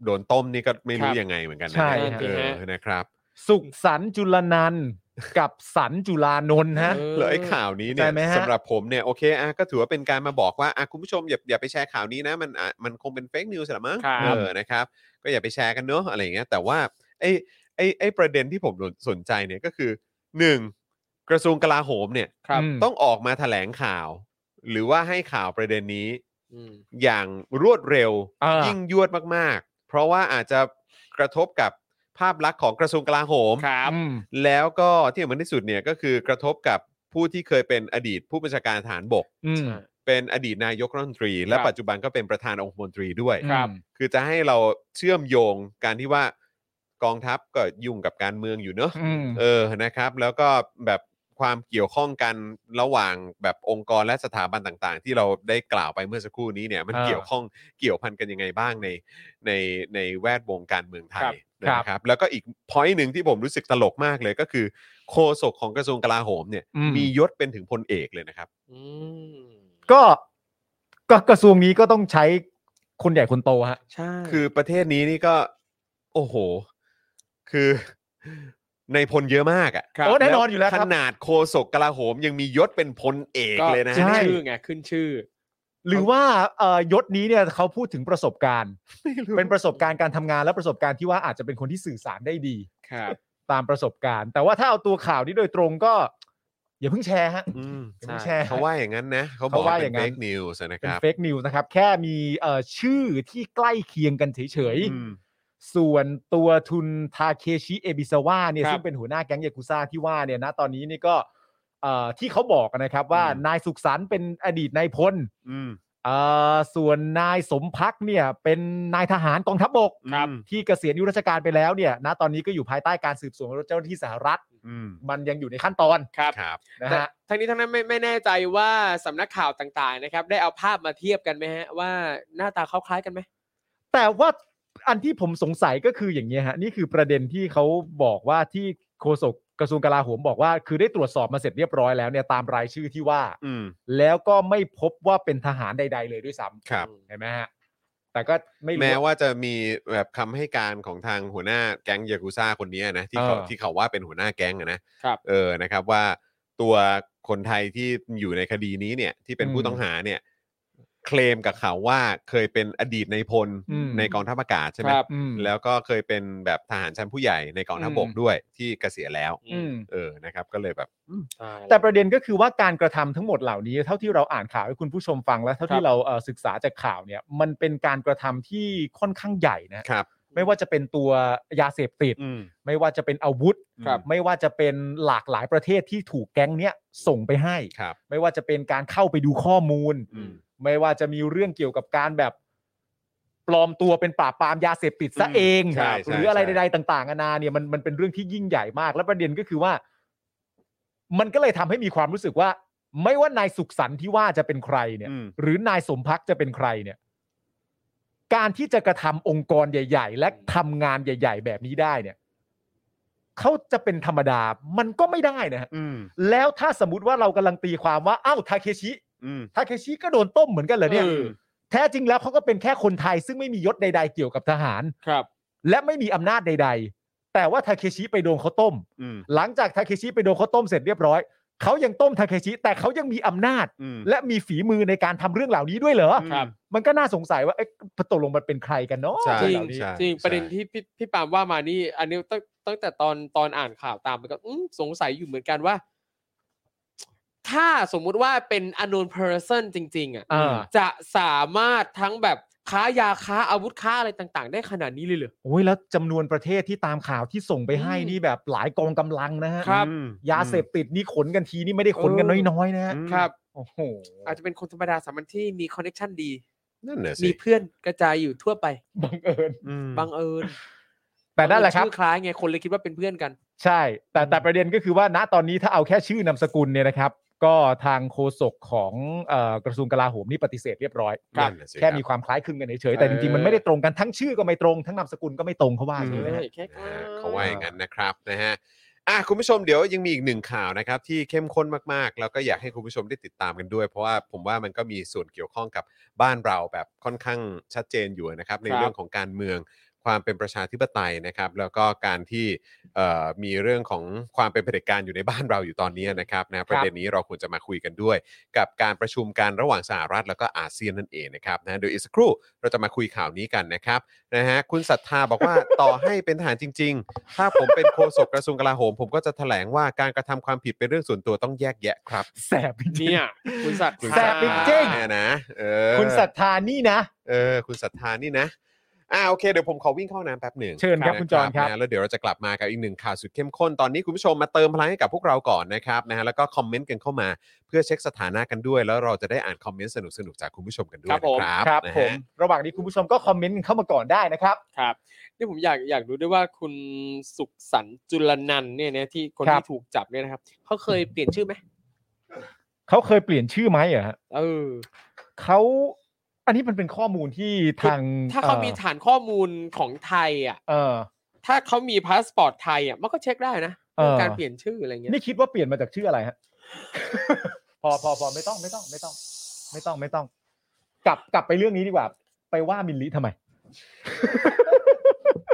Speaker 3: โดนต้มนี่ก็ไม่รู้
Speaker 5: ครับ
Speaker 3: ยังไงเหมือนกันนะ
Speaker 4: ใช่
Speaker 5: ฮะ
Speaker 3: เออนะครับ
Speaker 4: สุขสันต์จุลนันท์กับสันต์จุลานนท์ฮะ
Speaker 3: แล้วไอ้ข่าวนี้เนี่
Speaker 4: ใช่
Speaker 3: ย
Speaker 4: ไหมฮะ
Speaker 3: สำหรับผมเนี่ยโอเคอ่ะก็ถือว่าเป็นการมาบอกว่าอ่ะคุณผู้ชมอย่าอย่าไปแชร์ข่าวนี้นะมันอ่ะมันคงเป็นเฟกนิวส์แหละมั้ง
Speaker 5: ครับ
Speaker 3: เออนะครับก็อย่าไปแชร์กันเนอะอะไรอย่างเงี้ยแต่ว่าไอ้ไอ้ไอ้ประเด็นที่ผมสนใจเนี่ยก็คือหนึ่งกระทรวงกลาโหมเนี่ย
Speaker 5: ครับ
Speaker 4: อืม
Speaker 3: ต้องออกมาแถลงข่าว หรือว่าให้ข่าวประเด็นนี้
Speaker 5: อืม
Speaker 3: อย่างรวดเร็ว
Speaker 4: อ่ายิ่
Speaker 3: ยิ่งยวดมากๆ เพราะว่าอาจจะกระทบกับภาพลักษณ์ของกระทรวงกลาโหม
Speaker 5: ครับ
Speaker 3: แล้วก็ที่สำคัญที่สุดเนี่ยก็คือกระทบกับผู้ที่เคยเป็นอดีตผู้บัญชาการฐานบก
Speaker 4: อืม
Speaker 3: เป็นอดีตนายกรัฐมนตรี และ
Speaker 5: ครับ
Speaker 3: ปัจจุบันก็เป็นประธานองคมนตรีด้วย
Speaker 5: ครับ
Speaker 3: คือจะให้เราเชื่อมโยงการที่ว่ากองทัพก็ยุ่งกับการเมืองอยู่เนอะ
Speaker 4: อืม
Speaker 3: เออ นะครับ แล้วก็แบบความเกี่ยวข้องกันระหว่างแบบองค์กรและสถาบันต่างๆ ที่เราได้กล่าวไปเมื่อสักครู่นี้เนี่ยมัน
Speaker 4: อ่า
Speaker 3: เกี่ยวข้องเกี่ยวพันกันยังไงบ้างในในในแวดวงการเมืองไทย
Speaker 4: ครั
Speaker 3: นะ
Speaker 4: บ
Speaker 3: ครับ แล้วก็อีกพอยต์หนึ่งที่ผมรู้สึกตลกมากเลยก็คือโฆษกของกระทรวงกลาโหมเนี่ย
Speaker 4: อืม
Speaker 3: มียศเป็นถึงพลเอกเลยนะครับ
Speaker 5: อืม
Speaker 4: ก็ก็กระทรวงนี้ก็ต้องใช้คนใหญ่คนโตฮะ
Speaker 5: ใช่
Speaker 3: คือประเทศนี้นี่ก็ โอ้โห คือ ในพลเยอะมากอ่ะ
Speaker 5: ครับ
Speaker 4: โอ้แน่นอนอยู่แล้วค
Speaker 3: ข
Speaker 4: รับ
Speaker 3: นาดโฆษกกลาโหมยังมียศเป็นพลเอก
Speaker 5: ก็
Speaker 3: เลยนะ
Speaker 5: ขึ้น
Speaker 4: ใช่
Speaker 5: ชื่อไงขึ้นชื่อ
Speaker 4: หรือว่าเอ่อยศนี้เนี่ยเขาพูดถึงประสบการณ์ เป็นประสบการณ์การทำงานและประสบการณ์ที่ว่าอาจจะเป็นคนที่สื่อสารได้ดี
Speaker 5: ครับ
Speaker 4: ตามประสบการณ์ แต่ว่าถ้าเอาตัวข่าวนี้โดยตรงก็ อย่าเพิ่งแชร์ฮะ
Speaker 3: อืม
Speaker 4: ใช่แชร์
Speaker 3: เขาว่าอย่างนั้นนะ เขาบ
Speaker 4: เขา
Speaker 3: อก
Speaker 4: ว่า
Speaker 3: ว่า
Speaker 4: อ
Speaker 3: เป็
Speaker 4: ย่าน งนั้
Speaker 3: เฟ
Speaker 4: น
Speaker 3: กนิวส์นะค
Speaker 4: เป็น
Speaker 3: รับ
Speaker 4: เฟกนิวส์นะครับ แค่มีเอ่อชื่อที่ใกล้เคียงกันเฉย
Speaker 3: อืม
Speaker 4: ๆ ส่วนตัวทุนทาเคชิเอบิซาวะเนี่ย
Speaker 5: ครับ
Speaker 4: ซึ่งเป็นหัวหน้าแก๊งยากุซ่าที่ว่าเนี่ยนะตอนนี้นี่ก็เอ่อที่เขาบอกนะครับว่า
Speaker 3: อืม
Speaker 4: นายสุขสันต์เป็นอดีตนายพล
Speaker 3: อืม
Speaker 4: เอ่อส่วนนายสมพักเนี่ยเป็นนายทหารกองทัพบก
Speaker 3: ครับ
Speaker 4: ที่เกษียณอายุราชการไปแล้วเนี่ยนะตอนนี้ก็อยู่ภายใต้การสืบสวนของเจ้าหน้าที่สหรัฐ
Speaker 3: อืม
Speaker 4: มันยังอยู่ในขั้นตอน
Speaker 5: ครับ
Speaker 3: ครับ
Speaker 4: นะ
Speaker 5: แต่
Speaker 4: ฮะ
Speaker 5: ทั้งนี้ทั้งนั้นไม่ไม่แน่ใจว่าสำนักข่าวต่างๆนะครับ ได้เอาภาพมาเทียบกันไหมฮะว่าหน้าตาเขาคล้ายกันไหม
Speaker 4: แต่ว่า อันที่ผมสงสัยก็คืออย่างนี้ยฮะนี่คือประเด็นที่เขาบอกว่าที่โฆษกกระทรวงกลาโหมบอกว่า คือได้ตรวจสอบมาเสร็จเรียบร้อยแล้วเนี่ยตามรายชื่อที่ว่า
Speaker 3: อืม
Speaker 4: แล้วก็ไม่พบว่าเป็นทหารใด ๆ เลยด้วยซ้
Speaker 3: ครับ
Speaker 4: ำเห็นไหมฮะแต่ก็ไม่รู้
Speaker 3: แม้ว่าจะมีแบบคำให้การของทางหัวหน้าแก๊งยากุซ่าคนนี้นะที่เขา
Speaker 4: เออ
Speaker 3: ที่เขาว่าเป็นหัวหน้าแก๊งอะนะครับ เออนะครับว่าตัวคนไทยที่อยู่ในคดีนี้เนี่ยที่เป็นผู้ต้องหาเนี่ย เคลมกับเขาว่าเคยเป็นอดีตในายพล
Speaker 4: อืม
Speaker 3: ในกองทัพอากาศใช่ไหม
Speaker 5: ครับ
Speaker 4: อืม
Speaker 3: แล้วก็เคยเป็นแบบทหารชั้นผู้ใหญ่ในกองทัพบก
Speaker 4: อืม
Speaker 3: ด้วยที่เกษียณแล้ว
Speaker 4: อืม
Speaker 3: เออนะครับ ก็เลยแบบ
Speaker 4: แต่ประเด็นก็คือว่าการกระทำทั้งหมดเหล่านี้ เท่าที่เราอ่านข่าวให้คุณผู้ชมฟังและเท่าที่เราเอ่อศึกษาจากข่าวเนี่ย มันเป็นการกระทำที่ค่อนข้างใหญ่นะครับ ไม่ว่าจะเป็นตัวยาเสพติด
Speaker 3: อืม
Speaker 4: ไม่ว่าจะเป็นอาวุธ
Speaker 5: ครับ
Speaker 4: ไม่ว่าจะเป็นหลากหลายประเทศที่ถูกแก๊งเนี้ยส่งไปให้
Speaker 3: ครับ
Speaker 4: ไม่ว่าจะเป็นการเข้าไปดูข้อมูล
Speaker 3: อืม
Speaker 4: ไม่ว่าจะมีเรื่องเกี่ยวกับการแบบปลอมตัวเป็นปราบปรามยาเสพติดซะเอง
Speaker 3: ใช่ใช่
Speaker 4: หรืออะไร
Speaker 3: ใช่
Speaker 4: ใดๆต่างๆนานาเนี่ยมันมันเป็นเรื่องที่ยิ่งใหญ่มาก และประเด็นก็คือว่า มันก็เลยทำให้มีความรู้สึกว่า ไม่ว่านายสุขสันต์ที่ว่าจะเป็นใครเนี่ย
Speaker 3: อืม
Speaker 4: หรือนายสมพักจะเป็นใครเนี่ย การที่จะกระทำองค์กรใหญ่ ๆ และทำงานใหญ่ ๆ แบบนี้ได้เนี่ยเขาจะเป็นธรรมดามันก็ไม่ได้นะฮะ
Speaker 3: อืม
Speaker 4: แล้วถ้าสมมติว่าเรากำลังตีความว่าอ้าวทาเคชิ
Speaker 3: อืม
Speaker 4: ทาเคชิก็โดนต้มเหมือนกันเหรอเนี่ย
Speaker 5: เออ
Speaker 4: แท้จริงแล้วเขาก็เป็นแค่คนไทยซึ่งไม่มียศใด ๆ เกี่ยวกับทหาร
Speaker 5: ครับ
Speaker 4: และไม่มีอำนาจใด ๆ แต่ว่าทาเคชิไปโดนเขาต้ม
Speaker 3: อืม
Speaker 4: หลังจากทาเคชิไปโดนเขาต้มเสร็จเรียบร้อยเขายังต้มทาเคชิแต่เขายังมีอำนาจ
Speaker 3: อืม
Speaker 4: และมีฝีมือในการทำเรื่องเหล่านี้ด้วยเหรอ
Speaker 3: ครับ
Speaker 4: มันก็น่าสงสัยว่าเอ๊ะตกลงมันเป็นใครกันเนาะ
Speaker 3: ใช่
Speaker 5: จริง
Speaker 4: เหล่านี้
Speaker 3: ใช่
Speaker 5: จริงประเด็น
Speaker 3: ใช่
Speaker 5: ที่พี่พี่ปาล์มว่ามานี่ อันนี้ตั้งตั้งแต่ตอนตอนอ่านข่าวตามไปก็อืมสงสัยอยู่เหมือนกันว่า ถ้าสมมุติว่าเป็น unknown person จริง ๆ อ่ะ
Speaker 4: อ่า
Speaker 5: จะสามารถทั้งแบบค้ายาค้าอาวุธค้าอะไรต่าง ๆ ได้ขนาดนี้เลยเหรอ
Speaker 4: โอ้ยแล้วจำนวนประเทศที่ตามข่าวที่ส่งไปให้
Speaker 5: อืม
Speaker 4: นี่แบบหลายกองกำลังนะฮะ
Speaker 5: ครับ
Speaker 3: อืม
Speaker 4: ยาเสพติดนี่ขนกันทีนี่ไม่ได้ขนกันน้อยๆนะฮะ
Speaker 3: อืม
Speaker 5: ครับ
Speaker 4: โอ้โห
Speaker 5: อาจจะเป็นคนธรรมดาสามัญที่มีคอนเน t ชันดี
Speaker 3: นั่นแหละ
Speaker 5: มี
Speaker 3: สิ
Speaker 5: เพื่อนกระจายอยู่ทั่วไป
Speaker 4: บังเอิญ
Speaker 3: อืม
Speaker 5: บังเอิญ
Speaker 4: แต่นั่นแหละครับ
Speaker 5: ชื่อคล้ายไงคนเลยคิดว่าเป็นเพื่อนกัน
Speaker 4: ใช่ แต่แต่ประเด็นก็คือว่าณตอนนี้ถ้าเอาแค่ชื่อนามสกุลเนี่ยนะครับ ก็ทางโฆษกของเอ่อกระทรวงกลาโหมนี่ปฏิเสธเรียบร้อย
Speaker 3: ครับนั่นน่ะสิครับ
Speaker 4: แค่มีความคล้ายคลึงกันเฉยๆแต่จริงๆมันไม่ได้ตรงกันทั้งชื่อก็ไม่ตรงทั้งนามสกุลก็ไม่ตรงเขาว่าอย่างนี้นะฮะ
Speaker 5: แค่
Speaker 3: นะฮะเขาว่าอย่างนั้นนะครับนะฮะอ่ะคุณผู้ชมเดี๋ยวยังมีอีกหนึ่งข่าวนะครับ ที่เข้มข้นมากๆ แล้วก็อยากให้คุณผู้ชมได้ติดตามกันด้วย เพราะว่าผมว่ามันก็มีส่วนเกี่ยวข้องกับบ้านเราแบบค่อนข้างชัดเจนอยู่นะครับ ในเรื่องของการเมืองความเป็นประชาธิปไตยนะครับ แล้วก็การที่เอ่อมีเรื่องของความเป็นเผด็จการอยู่ในบ้านเราอยู่ตอนนี้นะครับนะประเด็นนี้เราควรจะมาคุยกันด้วย กับการประชุมการระหว่างสหรัฐแล้วก็อาเซียนนั่นเองนะครับนะเดี๋ยวอีกสักครู่เราจะมาคุยข่าวนี้กันนะครับ นะฮะคุณศรัทธาบอกว่า ต่อให้เป็นทหารจริง ๆ ถ้าผมเป็นโฆษกกระทรวงกลาโหม ผมก็จะแถลงว่าการกระทำความผิดเป็นเรื่องส่วนตัวต้องแยกแยะครับ
Speaker 4: แสบจริง
Speaker 5: เนี่ยคุณสัตว์
Speaker 3: คุณ
Speaker 4: แสบจริง
Speaker 3: เนี่ยนะเออ
Speaker 4: ๆคุณศรัทธานี่นะ
Speaker 3: เออคุณศรัทธานี่นะอ่าโอเคเดี๋ยวผมขอวิ่งเข้าน้ำแป๊บหนึ่ง
Speaker 4: เชิญครับ
Speaker 3: นะ
Speaker 4: คุณจอนครับ
Speaker 3: นะแล้วเดี๋ยวเราจะกลับมากับอีกหนึ่งข่าวสุดเข้มข้นตอนนี้คุณผู้ชมมาเติมพลังให้กับพวกเราก่อนนะครับนะฮะแล้วก็คอมเมนต์กันเข้ามา เพื่อเช็คสถานะกันด้วย แล้วเราจะได้อ่านคอมเมนต์สนุกๆจากคุณผู้ชมกันด้วย
Speaker 5: ครับผม
Speaker 3: นะครับ
Speaker 4: ครับ
Speaker 3: นะ
Speaker 4: ผ
Speaker 3: ฮะ
Speaker 4: มระหว่างนี้คุณผู้ชมก็คอมเมนต์เข้ามาก่อนได้นะครับ
Speaker 5: ครับนี่ผมอยากอยากรู้ด้วยว่าคุณสุขสันต์จุลนันท์เนี่ยนะที่คน
Speaker 4: ครับ
Speaker 5: ที่ถูกจับเนี่ยนะครับเขาเคยเปลี่ยนชื่อไหม
Speaker 4: เขาเคยเปลี่ยนชื่อไหมเหรอฮะ
Speaker 5: เออ
Speaker 4: เขาอันนี้มันเป็นข้อมูลที่ทาง
Speaker 5: ถ้าเขามี
Speaker 4: อ่อ
Speaker 5: ฐานข้อมูลของไทยอ่ะ
Speaker 4: เออ
Speaker 5: ถ้าเขามีพาสปอร์ตไทยอ่ะมันก็เช็คได้นะ
Speaker 4: เออ
Speaker 5: เรื่องการเปลี่ยนชื่ออะไรเงี้ย
Speaker 4: นี่คิดว่าเปลี่ยนมาจากชื่ออะไร
Speaker 5: [laughs]
Speaker 4: ฮะ พอพอพอไม่ต้องไม่ต้องไม่ต้อง ไม่ต้องไม่ต้อง กลับกลับไปเรื่องนี้ดีกว่า ไปว่ามินลิทำไม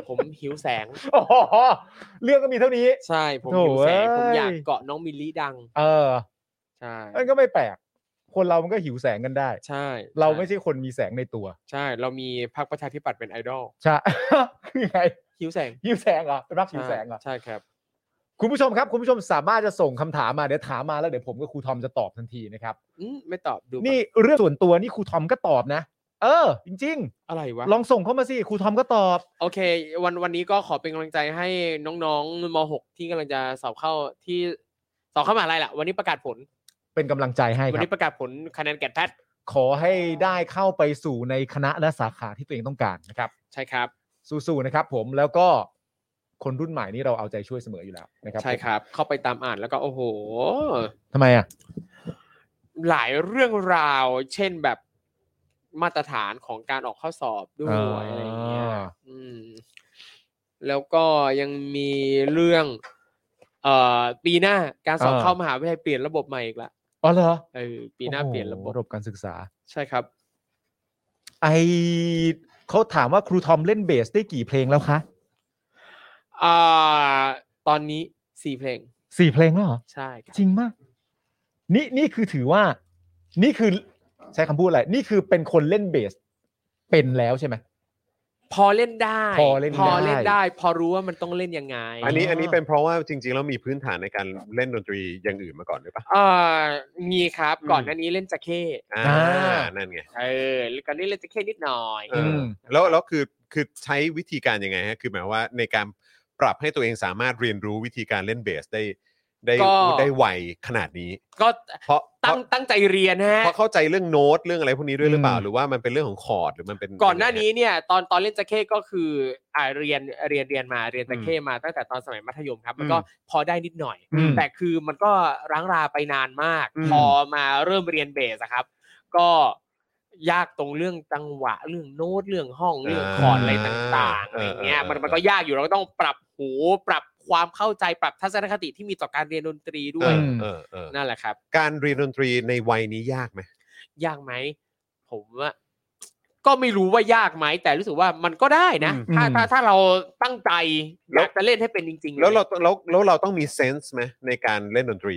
Speaker 5: ผมหิวแสง
Speaker 4: อ๋อเรื่องก็มีเท่านี้
Speaker 5: ใช่ผมหิวแสง
Speaker 4: โถ่เอ้ย
Speaker 5: ผมอยากเกาะน้องมิลลี่ดัง
Speaker 4: เออ
Speaker 5: ใช่
Speaker 4: มันก็ไม่แปลก คนเรามันก็หิวแสงกันได้
Speaker 5: ใช่
Speaker 4: เราไม่ใช่คนมีแสงในตัว
Speaker 5: ใช่ เรามีพรรคประชาธิปัตย์เป็นไอดอล
Speaker 4: ใช่ [laughs] คือยังไง
Speaker 5: หิวแสง
Speaker 4: หิวแสงเหรอเป็นรักหิวแสงเหรอ
Speaker 5: ใช่ครับ
Speaker 4: คุณผู้ชมครับ คุณผู้ชมสามารถจะส่งคำถามมาเดี๋ยวถามมาแล้วเดี๋ยวผมกับครูทอมจะตอบทันทีนะครับ
Speaker 5: อืมไม่ตอบดู
Speaker 4: นี่เรื่องส่วนตัวนี่ครูทอมก็ตอบนะเออ จริง
Speaker 5: อะไรวะ
Speaker 4: ๆ ลองส่งเข้ามาสิครูทอมก็ตอบ
Speaker 5: โอเค วันวันนี้ก็ขอเป็นกำลังใจให้น้องๆม .6 ที่กำลังจะสอบเข้าที่สอบเข้ามหาลัยแหละวันนี้ประกาศผล
Speaker 4: เป็นกำลังใจให้ค
Speaker 5: วั
Speaker 4: รับ
Speaker 5: นี้ประกาศผลคะแนนแกดแพทย์
Speaker 4: ขอให้ได้เข้าไปสู่ในคณะและสาขาที่ตัวเองต้องการนะครับ
Speaker 5: ใช่ครับ
Speaker 4: สู้ๆนะครับผมแล้วก็คนรุ่นใหม่นี่เราเอาใจช่วยเสมออยู่แล้วนะครับ
Speaker 5: ใช่ครับ เข้าไปตามอ่านแล้วก็โอ้โห
Speaker 4: ทำไมอ่ะ
Speaker 5: หลายเรื่องราว เช่นแบบ มาตรฐานของการออกข้อสอบด้วยอะไรอย่างเงี้ย
Speaker 4: อ่า
Speaker 5: อืม แล้วก็ยังมีเรื่อง เอ่อ ปีหน้าการสอบ
Speaker 4: เออ
Speaker 5: เข้ามหาวิทยาลัยเปลี่ยนระบบใหม่อีกละ
Speaker 4: อ๋อเหรอ
Speaker 5: เออปีหน้า
Speaker 4: โอ้โ
Speaker 5: เปลี่ยนระบบ
Speaker 4: ระบบการศึกษา
Speaker 5: ใช่ครับ
Speaker 4: ไอเขาถามว่าครูทอมเล่นเบสได้กี่เพลงแล้วคะ
Speaker 5: อ่า ตอนนี้สี่เพลง
Speaker 4: สี่เพลงแล้วเหรอ
Speaker 5: ใช่ครับ
Speaker 4: จริงมาก นี่นี่คือถือว่า นี่คือใช้คำพูดอะไร นี่คือเป็นคนเล่นเบส เป็นแล้วใช่ไหม
Speaker 5: พอเล่นได้
Speaker 4: พอเล่น
Speaker 5: พอเล่น
Speaker 4: ได้
Speaker 5: ได้ พอรู้ว่ามันต้องเล่นยังไง
Speaker 3: อันนี้อันนี้เป็นเพราะว่าจริง ๆ แล้วมีพื้นฐานในการเล่นดนตรีอย่างอื่นมาก่อนหรือเปล่า
Speaker 5: เอ่อมีครับก่อนหน้านี้เล่นจะเข้
Speaker 3: อ่า
Speaker 4: อ่า
Speaker 3: นั่นไง
Speaker 5: เออแล้วก่อนนี้เล่นจะเข้นิดหน่อย
Speaker 3: เออ
Speaker 4: ม
Speaker 3: แล้วแล้วคือคือใช้วิธีการยังไงฮะคือหมายว่าในการปรับให้ตัวเองสามารถเรียนรู้วิธีการเล่นเบสได้ได้ได้ไวขนาดนี้
Speaker 5: ก็
Speaker 3: เพราะเพ
Speaker 5: ตั้
Speaker 3: ราะ
Speaker 5: งตั้งใจเรียนฮะ
Speaker 3: เพราะเข้าใจเรื่องโน้ตเรื่องอะไรพวกนี้ด้วยหรือเปล่า
Speaker 4: อืม
Speaker 3: หรือว่ามันเป็นเรื่องของคอร์ดหรือมันเป็น
Speaker 5: ก่อนหน้านี้เนี่ย ตอนตอนเล่นจะเข้ก็คืออ่าเรียนเรียนเรียนมาเรียนจะเข้มาตั้งแต่ตอนสมัยมัธยมครับ มันก็พอได้นิดหน่อย
Speaker 4: อืม
Speaker 5: แต่คือมันก็ร้างราไปนานมาก
Speaker 4: อืม
Speaker 5: พอมาเริ่มเรียนเบสอะครับ ก็ยากตรงเรื่องจังหวะเรื่องโน้ตเรื่องห้องเรื่องคอร์ดอะไรต่างๆอะไรเงี้ยมันมันก็ยากอยู่เราก็ต้องปรับหูปรับความเข้าใจปรับทัศนคติที่มีต่อการเรียนดนตรีด้
Speaker 3: เอ
Speaker 5: วย
Speaker 3: อเออเออ
Speaker 5: นั่นแหละครับ
Speaker 3: การเรียนดนตรีในวัยนี้ยากไหม
Speaker 5: ยากไหมผมว่าก็ไม่รู้ว่ายากไหมแต่รู้สึกว่ามันก็ได้นะ
Speaker 4: อืม
Speaker 5: ถ้า
Speaker 4: อืม
Speaker 5: ถ้าถ้าเราตั้งใจ
Speaker 3: แล้ว
Speaker 5: อยากจะเล่นให้เป็นจริงๆ
Speaker 3: แล้วเรา
Speaker 5: ย
Speaker 3: แล้วแล้วเราต้องมีเซนส์ไหมในการเล่นดนตรี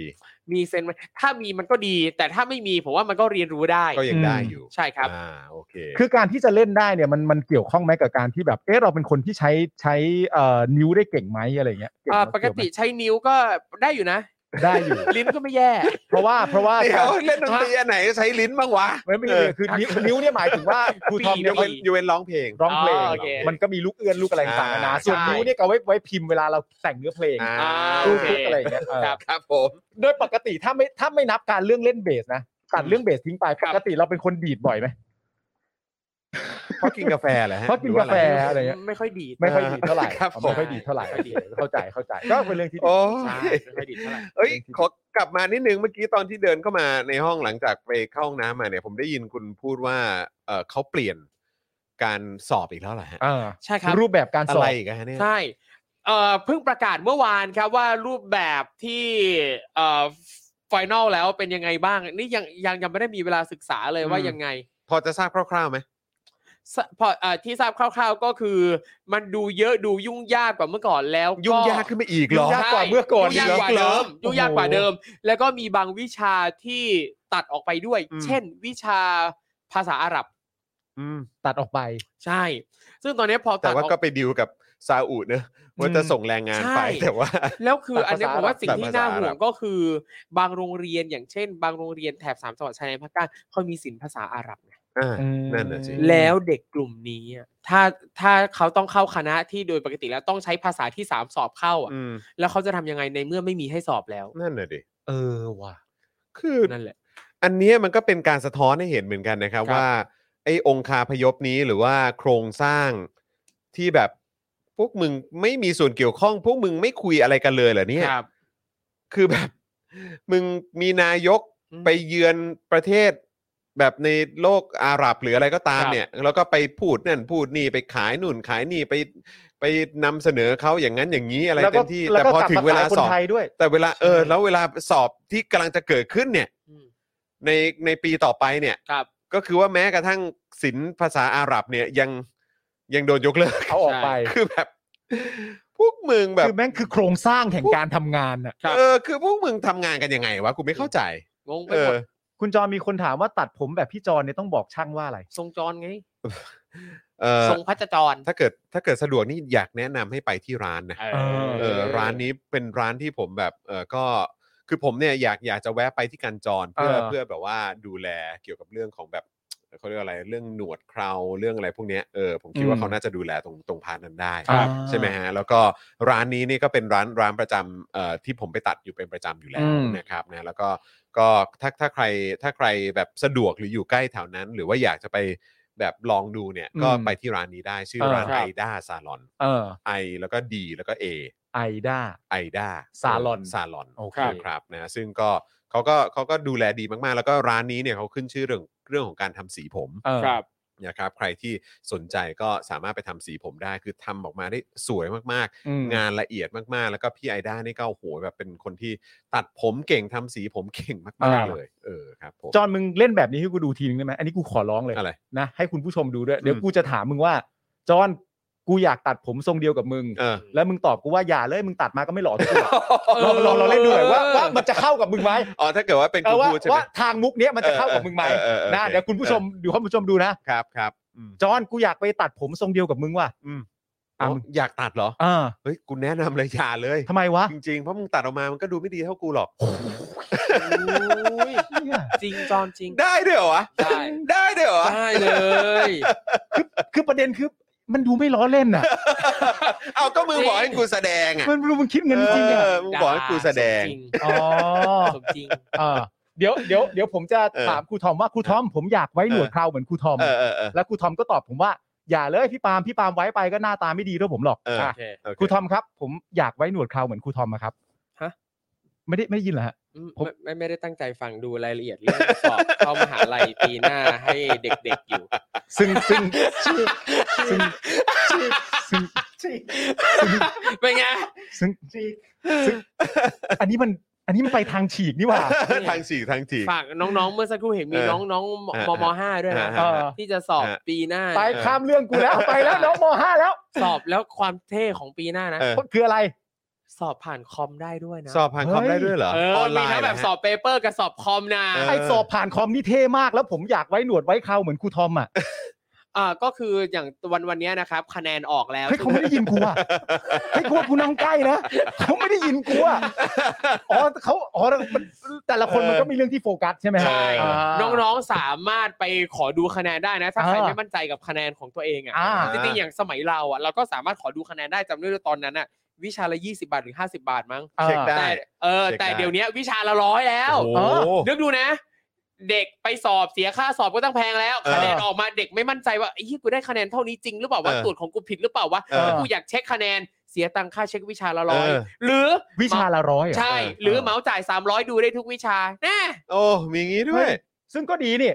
Speaker 5: มีเซนส์ไหมถ้ามีมันก็ดี แต่ถ้าไม่มีผมว่ามันก็เรียนรู้ได้
Speaker 3: ก็ยัง
Speaker 4: อืม
Speaker 3: ได้อยู่
Speaker 5: ใช่ครับ
Speaker 3: อ่าโอเค
Speaker 4: คือการที่จะเล่นได้เนี่ยมันมันเกี่ยวข้องไหมกับการที่แบบ เอ๊ะเราเป็นคนที่ใช้ใช้เอ่อนิ้วได้เก่งไหมอะไรเงี้ยเงไหม
Speaker 5: อ่าปกติใช้นิ้วก็ได้อยู่นะ
Speaker 4: ได้อยู่
Speaker 5: [laughs] ลิ้นก็ไม่แย่
Speaker 4: เพราะว่าเพราะว่า
Speaker 3: เดี๋ยวเล่นดนตรีอันไหนใช้ลิ้นบ้างวะ
Speaker 4: ไม่ไม่เลยคือนิ้วนิ้วเนี่ยหมายถึงว่าครูทอม
Speaker 3: ย
Speaker 4: เนี่ย
Speaker 3: กเว้นยกเว้นร้องเพลง
Speaker 4: ร้องเพลง
Speaker 5: าโอเค
Speaker 4: มันก็มีลูกเอื้อนลูกอะไรต่างๆนานา
Speaker 3: อ่า
Speaker 4: ส่วน
Speaker 5: ใช่
Speaker 4: นิ้วเนี่ยก็เอาไว้ไว้พิมพ์เวลาเราแต่งเนื้อเพลง
Speaker 3: อ่า
Speaker 5: อ่าโอ
Speaker 4: ตู้
Speaker 5: เค
Speaker 4: ทุกอะไรอย่างเงี้ยเออ
Speaker 5: ครับ
Speaker 3: ครับผม
Speaker 4: โดยปกติถ้าไม่ถ้าไม่นับการเรื่องเล่นเบสนะตัดเรื่องเบสทิ้งไป
Speaker 5: ครั
Speaker 4: ป
Speaker 5: บ
Speaker 4: กติเราเป็นคนดีดบ่อยไหม
Speaker 3: เพราะกินกาแฟเหรอฮะ
Speaker 4: เพราะกินกาแฟอะไรเงี้ย
Speaker 5: ไม่ค่อยดีด
Speaker 4: ไม่ค่อยดีดเท่าไหร่
Speaker 3: ครับผ
Speaker 4: ไม่
Speaker 3: ม
Speaker 4: ค่อยดีดเท่าไหร่
Speaker 5: ไม่ค่อยดี
Speaker 4: เข้าใจเข้าใจก็เป็นเรื่องที่ดี
Speaker 3: โอ้
Speaker 5: ใช่
Speaker 3: ย
Speaker 5: ไม่ค่อยดีดเท่าไหร่
Speaker 3: เอ้ยขอกลับมานิดนึงเมื่อกี้ตอนที่เดินเข้ามาในห้องหลังจากไปเข้าห้องน้ำมาเนี่ยผมได้ยินคุณพูดว่าเออเขาเปลี่ยนการสอบอีกแล้วเหรอฮะ
Speaker 4: อ่า
Speaker 5: ใช่ครับ
Speaker 4: รูปแบบการ
Speaker 3: อะ
Speaker 4: สอ
Speaker 3: ไร
Speaker 4: บ
Speaker 3: อีกฮะเนี่ย
Speaker 5: ใช่เอ่อเพิ่งประกาศเมื่อวานครับว่ารูปแบบที่เอ่อฟิแนลแล้วเป็นยังไงบ้าง นี่ยังยังยังไม่ได้มีเวลาศึกษาเลยว่ายังไง
Speaker 3: พอจะทราบคร่าวๆไหม
Speaker 5: สพอเอ่อที่ทราบคร่าวๆก็คือ มันดูเยอะดูยุ่งยากกว่าเมื่อก่อนแล้ว
Speaker 3: ยุ่งยากขึ้นไปอีกเหรอ
Speaker 4: ยุ่งยากกว่าเมื่อก่อน
Speaker 5: ยุ่งยากกว่า
Speaker 3: อีกเหรอ
Speaker 5: เดิมยุ่งยากกว่าเดิ
Speaker 4: โอ้โ
Speaker 5: ม แล้วก็มีบางวิชาที่ตัดออกไปด้วย
Speaker 3: อืม
Speaker 5: เช่น วิชาภาษาอาหรับ
Speaker 3: อืม
Speaker 4: หตัดออกไป
Speaker 5: ใช่ ซึ่งตอนนี้พอ
Speaker 3: แต่
Speaker 5: ตัดอ
Speaker 3: ว่า
Speaker 5: อก
Speaker 3: ก็ไปดีลกับซาอุเนอะว่าจะส่งแรงงานไป
Speaker 5: ใช่
Speaker 3: แต่ว่า
Speaker 5: แล้วคืออันเนี้ย
Speaker 4: ภา
Speaker 5: ผ
Speaker 4: ษาม
Speaker 5: ว่าสิ่ง
Speaker 3: แบบ
Speaker 5: ที่
Speaker 3: ภาษา
Speaker 5: น่าห่ว
Speaker 3: อาหรั
Speaker 5: ง
Speaker 3: บ
Speaker 5: ก็คือบางโรงเรียนอย่างเช่น บางโรงเรียนแถบสามจังหวัดชายแดนภาคใต้เขามีสินภาษาอาหรับนะ
Speaker 3: อ่า
Speaker 4: อืม
Speaker 3: นั่นน่ะสิ
Speaker 4: อืม
Speaker 5: แล้วเด็กกลุ่มนี้อะถ้าถ้าเขาต้องเข้าคณะที่โดยปกติแล้วต้องใช้ภาษาที่สามสอบเข้าอ่ะ
Speaker 3: อืม
Speaker 5: แล้วเขาจะทำยังไงในเมื่อไม่มีให้สอบแล้ว
Speaker 3: นั่นน่ะดิ
Speaker 4: เออว่ะ
Speaker 3: คือ
Speaker 5: นั่นแหละ
Speaker 3: อันเนี้ยมันก็เป็นการสะท้อนให้เห็นเหมือนกันนะครับ
Speaker 5: ครับ
Speaker 3: ว่าไอ้องคาพยพนี้หรือว่าโครงสร้างที่แบบพวกมึงไม่มีส่วนเกี่ยวข้อง พวกมึงไม่คุยอะไรกันเลยเหรอเนี่ย
Speaker 5: ครับ
Speaker 3: คือแบบ [laughs] มึงมีนายก
Speaker 5: อืม
Speaker 3: ไปเยือนประเทศ แบบในโลกอาหรับหรืออะไรก็ตาม
Speaker 5: ครับ
Speaker 3: เนี่ย แล้วก็ไปพูดนั่นพูดนี่ไปขายนู่นขายนี่ไปไปนำเสนอเขาอย่างนั้นอย่างนี้อะไร
Speaker 4: แล้ว
Speaker 3: เต็
Speaker 4: ก็
Speaker 3: มที่
Speaker 4: แล้
Speaker 3: แต่
Speaker 4: วก็
Speaker 3: พอก
Speaker 4: ลับ
Speaker 3: ถึ
Speaker 4: มาง
Speaker 3: เวลา
Speaker 4: ขายคน
Speaker 3: สอบ
Speaker 4: ไทยด้วย
Speaker 3: แต่เวลาเออ แล้วเวลาสอบที่กำลังจะเกิดขึ้นเนี่ย
Speaker 5: อืม
Speaker 3: ในในปีต่อไปเนี่ย
Speaker 5: ครับ
Speaker 3: ก็คือว่าแม้กระทั่งศิลป์ภาษาอาหรับเนี่ยยังยังโดนยกเลิ [laughs] ก
Speaker 4: เอาออกไป
Speaker 3: คือแบบ พวกมึงแบบ
Speaker 4: คือแม่งคือโครงสร้างแห่งการทำงานอ่ะ
Speaker 5: ครับ
Speaker 3: เออคือพวกมึงทำงานกันยังไงวะกูไม่เข้าใจ
Speaker 5: งงไป
Speaker 3: เอ
Speaker 5: หม
Speaker 3: อ
Speaker 5: ด
Speaker 4: คุณจอมีคนถามว่าตัดผมแบบพี่จอเนี่ยต้องบอกช่างว่าอะไร
Speaker 5: ทรงจรไง
Speaker 3: เออ
Speaker 5: ทรงพัชจร
Speaker 3: ถ้าเกิดถ้าเกิดสะดวกนี่อยากแนะนำให้ไปที่ร้านนะ
Speaker 5: เอ
Speaker 4: อ
Speaker 3: เออร้านนี้เป็นร้านที่ผมแบบเออก็คือผมเนี่ยอยากอยากจะแวะไปที่กันจรเพื่อ
Speaker 4: เออ
Speaker 3: เพื่อแบบว่าดูแลเกี่ยวกับเรื่องของแบบเขาเรียกอะไรเรื่องหนวดเคราเรื่องอะไรพวกเนี้ยเออผมคิดว่าเขาน่าจะดูแลตรงตรงพาร์ทนั้นได้
Speaker 4: อ่า
Speaker 3: ใช่ไหมฮะแล้วก็ร้านนี้นี่ก็เป็นร้านร้านประจำเอ่อที่ผมไปตัดอยู่เป็นประจำอยู่แล้
Speaker 4: อื
Speaker 3: ว
Speaker 4: ม
Speaker 3: นะครับนะแล้วก็ก็ถ้าถ้าใครถ้าใครแบบสะดวกหรืออยู่ใกล้แถวนั้น หรือว่าอยากจะไป แบบลองดูเนี่ยก็
Speaker 4: อืม
Speaker 3: ไปที่ร้านนี้ได้ชื่อ
Speaker 4: เออ
Speaker 3: ร้าน
Speaker 4: ครั
Speaker 3: ไอบ ด้าซาลอน
Speaker 4: เออ
Speaker 3: ไอแล้วก็ดีแล้วก็เอ
Speaker 4: ไอด้า
Speaker 3: ไอด้า
Speaker 4: Salon
Speaker 3: ซาลอน
Speaker 4: โอเค
Speaker 3: ครับนะซึ่งก็เขาก็เขาก็ดูแลดีมากๆ แล้วก็ร้านนี้เนี่ยเขาขึ้นชื่อเรื่องเรื่องของการทำสีผม
Speaker 4: เออ
Speaker 5: ครับ
Speaker 3: นะครับใครที่สนใจก็สามารถไปทำสีผมได้ คือทำออกมาได้สวยมาก
Speaker 4: อืม
Speaker 3: ๆ งานละเอียดมากๆ แล้วก็พี่ไอด้านี่ก็โอ้โหแบบเป็นคนที่ตัดผมเก่งทำสีผมเก่งมากๆเลย เออครับผม
Speaker 4: จอห์นมึงเล่นแบบนี้ให้กูดูทีนึงได้ไหมอันนี้กูขอร้องเลย
Speaker 3: อะไร
Speaker 4: นะให้คุณผู้ชมดูด้วยเดี๋ยว
Speaker 3: อืม
Speaker 4: กูจะถามมึงว่า จอห์นกูอยากตัดผมทรงเดียวกับมึง
Speaker 3: เออ
Speaker 4: แล้วมึงตอบกูว่าอย่าเลยมึงตัดมาก็ไม่หล่อทุก
Speaker 3: [laughs]
Speaker 4: คนลองลองลองเล่นดูหน่อยว่าว่ามันจะเข้ากับมึงไหม
Speaker 3: อ๋อถ้าเกิดว่าเป็น
Speaker 4: เอ
Speaker 3: คุ
Speaker 4: อ
Speaker 3: ณ
Speaker 4: ว่า
Speaker 3: พูดใช่ไหม
Speaker 4: ว่าทางมุกเนี้ยมันจะเข้ากับมึงไหม
Speaker 3: เออเออเออ
Speaker 4: นะ
Speaker 3: โอ
Speaker 4: เดี๋ยวคุณผู้ชมเดี๋ยวคุณผู้ชมดูนะครับ
Speaker 3: ครับอืม
Speaker 4: จอห์นกูอยากไปตัดผมทรงเดียวกับมึงว่ะ
Speaker 3: อืม
Speaker 4: อ่ะ
Speaker 3: อ๋อ
Speaker 4: มึง
Speaker 3: อยากตัดเหรอ
Speaker 4: อ่า
Speaker 3: เฮ้ยกูแนะนำเลยอย่าเลย
Speaker 4: ทำไมวะ
Speaker 3: [laughs] จริงๆเพราะมึงตัดออกมามันก็ดูไม่ดีเท่ากูหรอก
Speaker 5: จริงจอนจริง
Speaker 3: ได้ด้วยเหรอวะ
Speaker 5: ได้
Speaker 3: ได้ด้วยเหรอวะ
Speaker 5: ได้เลย
Speaker 4: คือประเด็นคือมันดูไม่ล้อเล่น
Speaker 3: [laughs]
Speaker 4: น่ะ
Speaker 3: [laughs] เอาก็มึงบอกให้กูแสดงอ่ะ
Speaker 4: มันดูมึงคิดเงินจริงอ่ะ
Speaker 3: เออมึงบอกให้กูแสดง
Speaker 4: อ๋อ
Speaker 5: สมจริง
Speaker 4: อ่าเดี๋ยวเดี๋ยวเดี๋ยวผมจะ
Speaker 3: เออ
Speaker 4: ถามครูทอมว่าครูทอมผมอยากไว้หนว
Speaker 3: เอ
Speaker 4: ด
Speaker 3: อ
Speaker 4: เคราเหมือนครูทอม
Speaker 3: เออเออเออ
Speaker 4: [laughs] แล้วครูทอมก็ตอบผมว่า อย่าเลยพี่ปาล์มพี่ปาล์มไว้ไปก็หน้าตาไม่ดีด้วยผมหรอก
Speaker 3: เออ
Speaker 4: อ่ะ
Speaker 5: โอเค
Speaker 3: โเ
Speaker 4: ครูทอมครับ ผมอยากไว้หนวดเคราเหมือนครูทอมอะครับ
Speaker 5: ฮะ
Speaker 4: ไม่ได้ไม่ได้ยินเหรอฮะ
Speaker 5: อืม
Speaker 4: ผม
Speaker 5: ไม่ไม่ไม่ได้ตั้งใจฟังดูรายละเอียดเรื่องสอบ เข้ามหาลัยปีหน้าให้เด็กๆอยู่
Speaker 4: ซึ่งซึ่ง [laughs] ซึ่งซึ่งซึ่ง
Speaker 5: เป็นไง
Speaker 4: ซึ่งซึ่งอันนี้มันอันนี้มันไปทางฉีกนี่หว่า
Speaker 3: ท [laughs] างฉีกทางฉีก
Speaker 5: ฝากน้องๆ เมื่อสักครู่เห็นมี
Speaker 3: เออ
Speaker 5: น้องน้องๆม
Speaker 3: เออ
Speaker 5: มห้าด้วยนะ
Speaker 3: เออ
Speaker 4: เออ
Speaker 5: ที่จะสอบ
Speaker 3: เออ
Speaker 5: ปีหน้า
Speaker 4: ไปข้ามเรื่องกูแล้วไปแล้วน้องมห้าแล้ว
Speaker 5: สอบแล้วความเท่ของปีหน้านะ
Speaker 3: เออ
Speaker 4: คืออะไร
Speaker 5: สอบผ่านคอมได้ด้วยนะ
Speaker 3: สอบผ่านคอม
Speaker 4: เฮ้ย
Speaker 3: ได้ด้วยเหรอ
Speaker 5: เออ
Speaker 3: ออนไล
Speaker 5: มีทั้ง
Speaker 3: น์
Speaker 5: แบบ
Speaker 3: นะฮะ
Speaker 5: สอบเปเปอร์กับสอบคอมนะ
Speaker 3: เอ
Speaker 4: ไอสอบผ่านคอมนี่เท่มากแล้วผมอยากไว้หนวดไว้เคราเหมือนครูทอมอ่ะ
Speaker 5: อ่าก็คืออย่างวันวันเนี้ยนะครับ คะแนนออกแล้ว
Speaker 4: เฮ้ยเขาไม่ได้ยินกูอ่ะ ไอ้ยกูว่ากูนั่งใกล้นะเขาไม่ได้ยินกูอะอ๋อเขาอ๋อมันแต่ละคนมันก็มีเรื่องที่โฟกัสใช่ไหมฮะ
Speaker 5: ใช่
Speaker 4: อ่า
Speaker 5: น้องๆสามารถไปขอดูคะแนนได้นะ ถ้าใคร
Speaker 4: อ่า
Speaker 5: ไม่มั่นใจกับคะแนนของตัวเองอ่ะ
Speaker 4: อ่า
Speaker 5: จริงๆอย่างสมัยเราอ่ะเราก็สามารถขอดูคะแนนได้จำได้ว่าตอนนั้นอ่ะวิชาละ20 บาทหรือ 50 บาทมั้ง
Speaker 4: อ่า
Speaker 3: เช็คได้
Speaker 5: แต่เออ
Speaker 3: เช็คได้
Speaker 5: แต่เดี๋ยวเนี้ยวิชาละร้อยแล้ว
Speaker 3: โอ้โห
Speaker 5: นึกดูนะ เด็กไปสอบเสียค่าสอบก็ต้องแพงแล้ว
Speaker 3: เออ
Speaker 5: คะแนนออกมาเด็กไม่มั่นใจว่าไอ้ที่กูได้คะแนนเท่านี้จริงหรือเปล่าว่า
Speaker 3: เออ
Speaker 5: ตรวจของกูผิดหรือเปล่าวะ
Speaker 3: เออ
Speaker 5: กูอยากเช็คคะแนนเสียตังค่าเช็ควิชาละร้อย
Speaker 3: เออ
Speaker 5: หรือ
Speaker 4: วิชาละร้อยเหรอ
Speaker 5: ใช่
Speaker 3: เออ
Speaker 5: หรือเหมาจ่าย 300 ดูได้ทุกวิชาแน่
Speaker 3: โอ้มีอย่างงี้ด้วย
Speaker 4: ซึ่งก็ดีนี่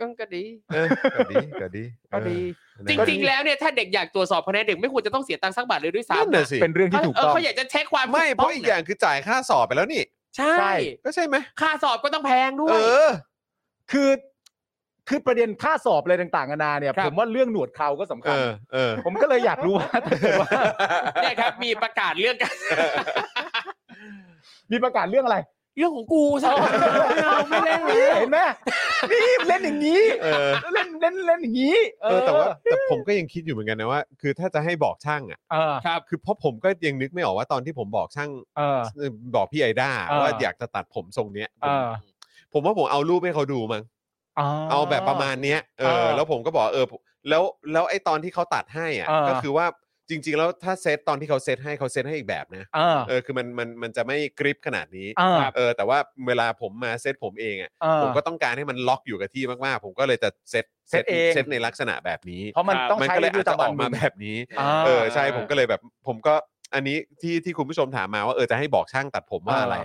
Speaker 5: ก็ก็ดี
Speaker 3: เออก็ดีก็ดี
Speaker 4: ก็ดี
Speaker 3: เออ
Speaker 5: จริง ๆ แล้วเนี่ยถ้าเด็กอยากตรวจสอบคะแนนเด็กไม่ควรจะต้องเสียตังค์สักบาทเลยด้วยซ้ำ
Speaker 3: นั่นน่ะสิ
Speaker 4: เป็นเรื่องที่ถูก
Speaker 5: เออ
Speaker 4: ต้อง
Speaker 5: เขาอยากจะเช็คความ
Speaker 3: ไม่
Speaker 5: ถู
Speaker 3: เพราะอีกอย่างคือจ่ายค่าสอบไปแล้วนี่
Speaker 5: ใช่
Speaker 4: ใช่
Speaker 3: ก็ใช่ไหม
Speaker 5: ค่าสอบก็ต้องแพงด้ว
Speaker 3: เอย อ
Speaker 4: คือ คือประเด็นค่าสอบอะไรต่างๆนานาเนี่ย
Speaker 5: ครับ
Speaker 4: ผมว่าเรื่องหนวดเคราก็สำ
Speaker 3: เอ
Speaker 4: คัญ
Speaker 3: อเออ
Speaker 4: ผมก็เลยอยากรู้ว่าถ้าเกิดว่า
Speaker 5: เนี่ยครับมีประกาศเรื่องการ
Speaker 4: มีประกาศเรื่องอะไร
Speaker 5: เรื่องของกูซะก่อนเราไม่เล่นเล
Speaker 4: นี่
Speaker 5: ย
Speaker 4: เห็นไหมนี่เล่นอย่างนี้
Speaker 3: เออ
Speaker 4: เล่นเล่นเล่นอย่างนี้
Speaker 3: เออแต่ว่าแต่ผมก็ยังคิดอยู่เหมือนกันนะว่า คือถ้าจะให้บอกช่างอ่ะ
Speaker 4: เออ
Speaker 5: ครับ
Speaker 3: คือเพราะผมก็ยังนึกไม่ออกว่าตอนที่ผมบอกช่าง
Speaker 4: เออ
Speaker 3: บอกพี่ไอด้า
Speaker 4: เออ
Speaker 3: ว่าอยากจะตัดผมทรงเนี้ย
Speaker 4: เออ
Speaker 3: ผมว่าผมเอารูปให้เขาดูมั้ง เอาแบบประมาณเนี้ยเออ
Speaker 4: เออ
Speaker 3: แล้วผมก็บอกเออแล้วแล้วไอ้ตอนที่เขาตัดให้อ่ะ
Speaker 4: เออ
Speaker 3: ก็คือว่าจริง ๆ แล้วถ้าเซตตอนที่เขาเซตให้เขาเซตให้อีกแบบนะ
Speaker 4: เออ
Speaker 3: เออคือมันมันมันจะไม่กริปขนาดนี้
Speaker 4: เออ
Speaker 3: เออแต่ว่าเวลาผมมาเซตผมเองอ่ะ
Speaker 4: เออ
Speaker 3: ผมก็ต้องการให้มันล็อกอยู่กับที่มากๆ ผมก็เลยจะเซต
Speaker 4: เซตเอง
Speaker 3: เซตในลักษณะแบบนี้
Speaker 4: เพราะมัน
Speaker 5: ครับ
Speaker 4: ต้อง
Speaker 3: มัน
Speaker 4: ใช้
Speaker 3: ก็เลย
Speaker 4: ฤดู
Speaker 3: อาจจะอ
Speaker 4: ตะวั
Speaker 3: อน กมา
Speaker 4: หนึ่ง
Speaker 3: แบบนี้
Speaker 4: อ่า
Speaker 3: เออใช่ผมก็เลยแบบผมก็อันนี้ที่ที่คุณผู้ชมถามมาว่าเออจะให้บอกช่างตัดผมว่าอะไร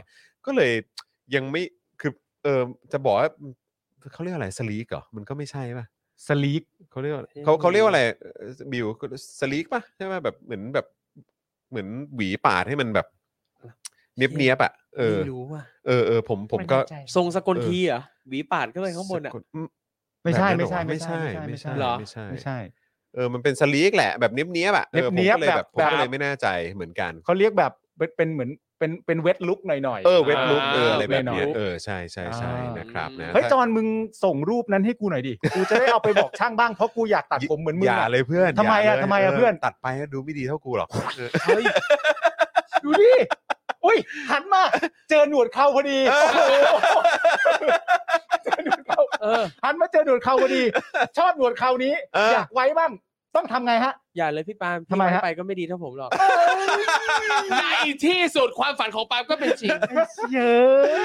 Speaker 3: ก็เลยยังไม่คือเออจะบอกว่าเขาเรียกอะไรสลีกเหรอมันก็ไม่ใช่ป่ะ
Speaker 4: สลีก
Speaker 3: เขาเรียกว่าอะไร
Speaker 5: เอ๊ะ
Speaker 3: เขา
Speaker 5: มัน
Speaker 3: เขาเรียกว่าอะไรเอ่อบิวสลีกปะใช่ไหมแบบเหมือนแบบเหมือนหวีปาดให้มันแบบเนียบเนียบๆอะเออ
Speaker 5: ไม่รู้อ่ะ
Speaker 3: เออเออผมผมก็
Speaker 5: ทรงสกลทีเหรอหวีปาดขึ้นไปข้างบนอ่ะ
Speaker 3: สกลม
Speaker 4: ไม่ใช่
Speaker 3: แบบ
Speaker 4: ไม่
Speaker 3: นั้นเหร
Speaker 4: ใช่
Speaker 3: อ
Speaker 4: ไม่ใช่
Speaker 3: ไม่ใช่
Speaker 5: เหรอ
Speaker 3: ไม่ใช่
Speaker 4: ไม่ใช่
Speaker 3: เออมันเป็นสลีกแหละแบบเนียบเนียบๆอะเออผม
Speaker 4: เนียบ
Speaker 3: ก็เลย
Speaker 4: ๆ
Speaker 3: แบบ
Speaker 4: แบบ
Speaker 3: ผมก็เลยไม่แน่ใจเหมือนกัน
Speaker 4: เขาเรียกแบบเป็นเป็นเหมือนเป็นเป็นเวทลุกหน่อยๆ
Speaker 3: เออเวทลุก
Speaker 5: อ่า
Speaker 3: เอออะไรแบบเนี้ย
Speaker 5: เวทลุค
Speaker 3: เออใช่ใช่ใช่
Speaker 4: อ่าน
Speaker 3: นะครับนะ
Speaker 4: เฮ้ย
Speaker 3: ถ้า
Speaker 4: จอนมึงส่งรูปนั้นให้กูหน่อยดิกูจะได้เอาไปบอกช่างบ้างเพราะกูอยากตัดผมเหมือนมึง
Speaker 3: ย่า
Speaker 4: อะ
Speaker 3: เลยเพื่อน
Speaker 4: ทำไมอะ
Speaker 3: ย่าลย
Speaker 4: ทำไมอะเพื่อน
Speaker 3: ตัดไปแล้วดูไม่ดีเท่ากูหร [laughs] อกเออ
Speaker 4: เฮ้ยดูดิอุ้ยหันมา เจอหนวดเขาพอดี
Speaker 3: เอ
Speaker 4: โอ้
Speaker 3: อ
Speaker 4: โหเจอหนวดเขา
Speaker 5: เออ
Speaker 4: หันมาเจอหนวดเขาพอดี ชอบหนวดเขานี้
Speaker 3: เอออ
Speaker 4: อยากไว้บ้าง ต้องทำไงฮะ
Speaker 5: อย่าเลยพี่ปาล์ม
Speaker 4: ทำไมฮะ
Speaker 5: พี่ไปก็ไม่ดีเท่าผมหรอกในที่สุดความฝันของปาล์มก็เป็นจริง
Speaker 4: เย้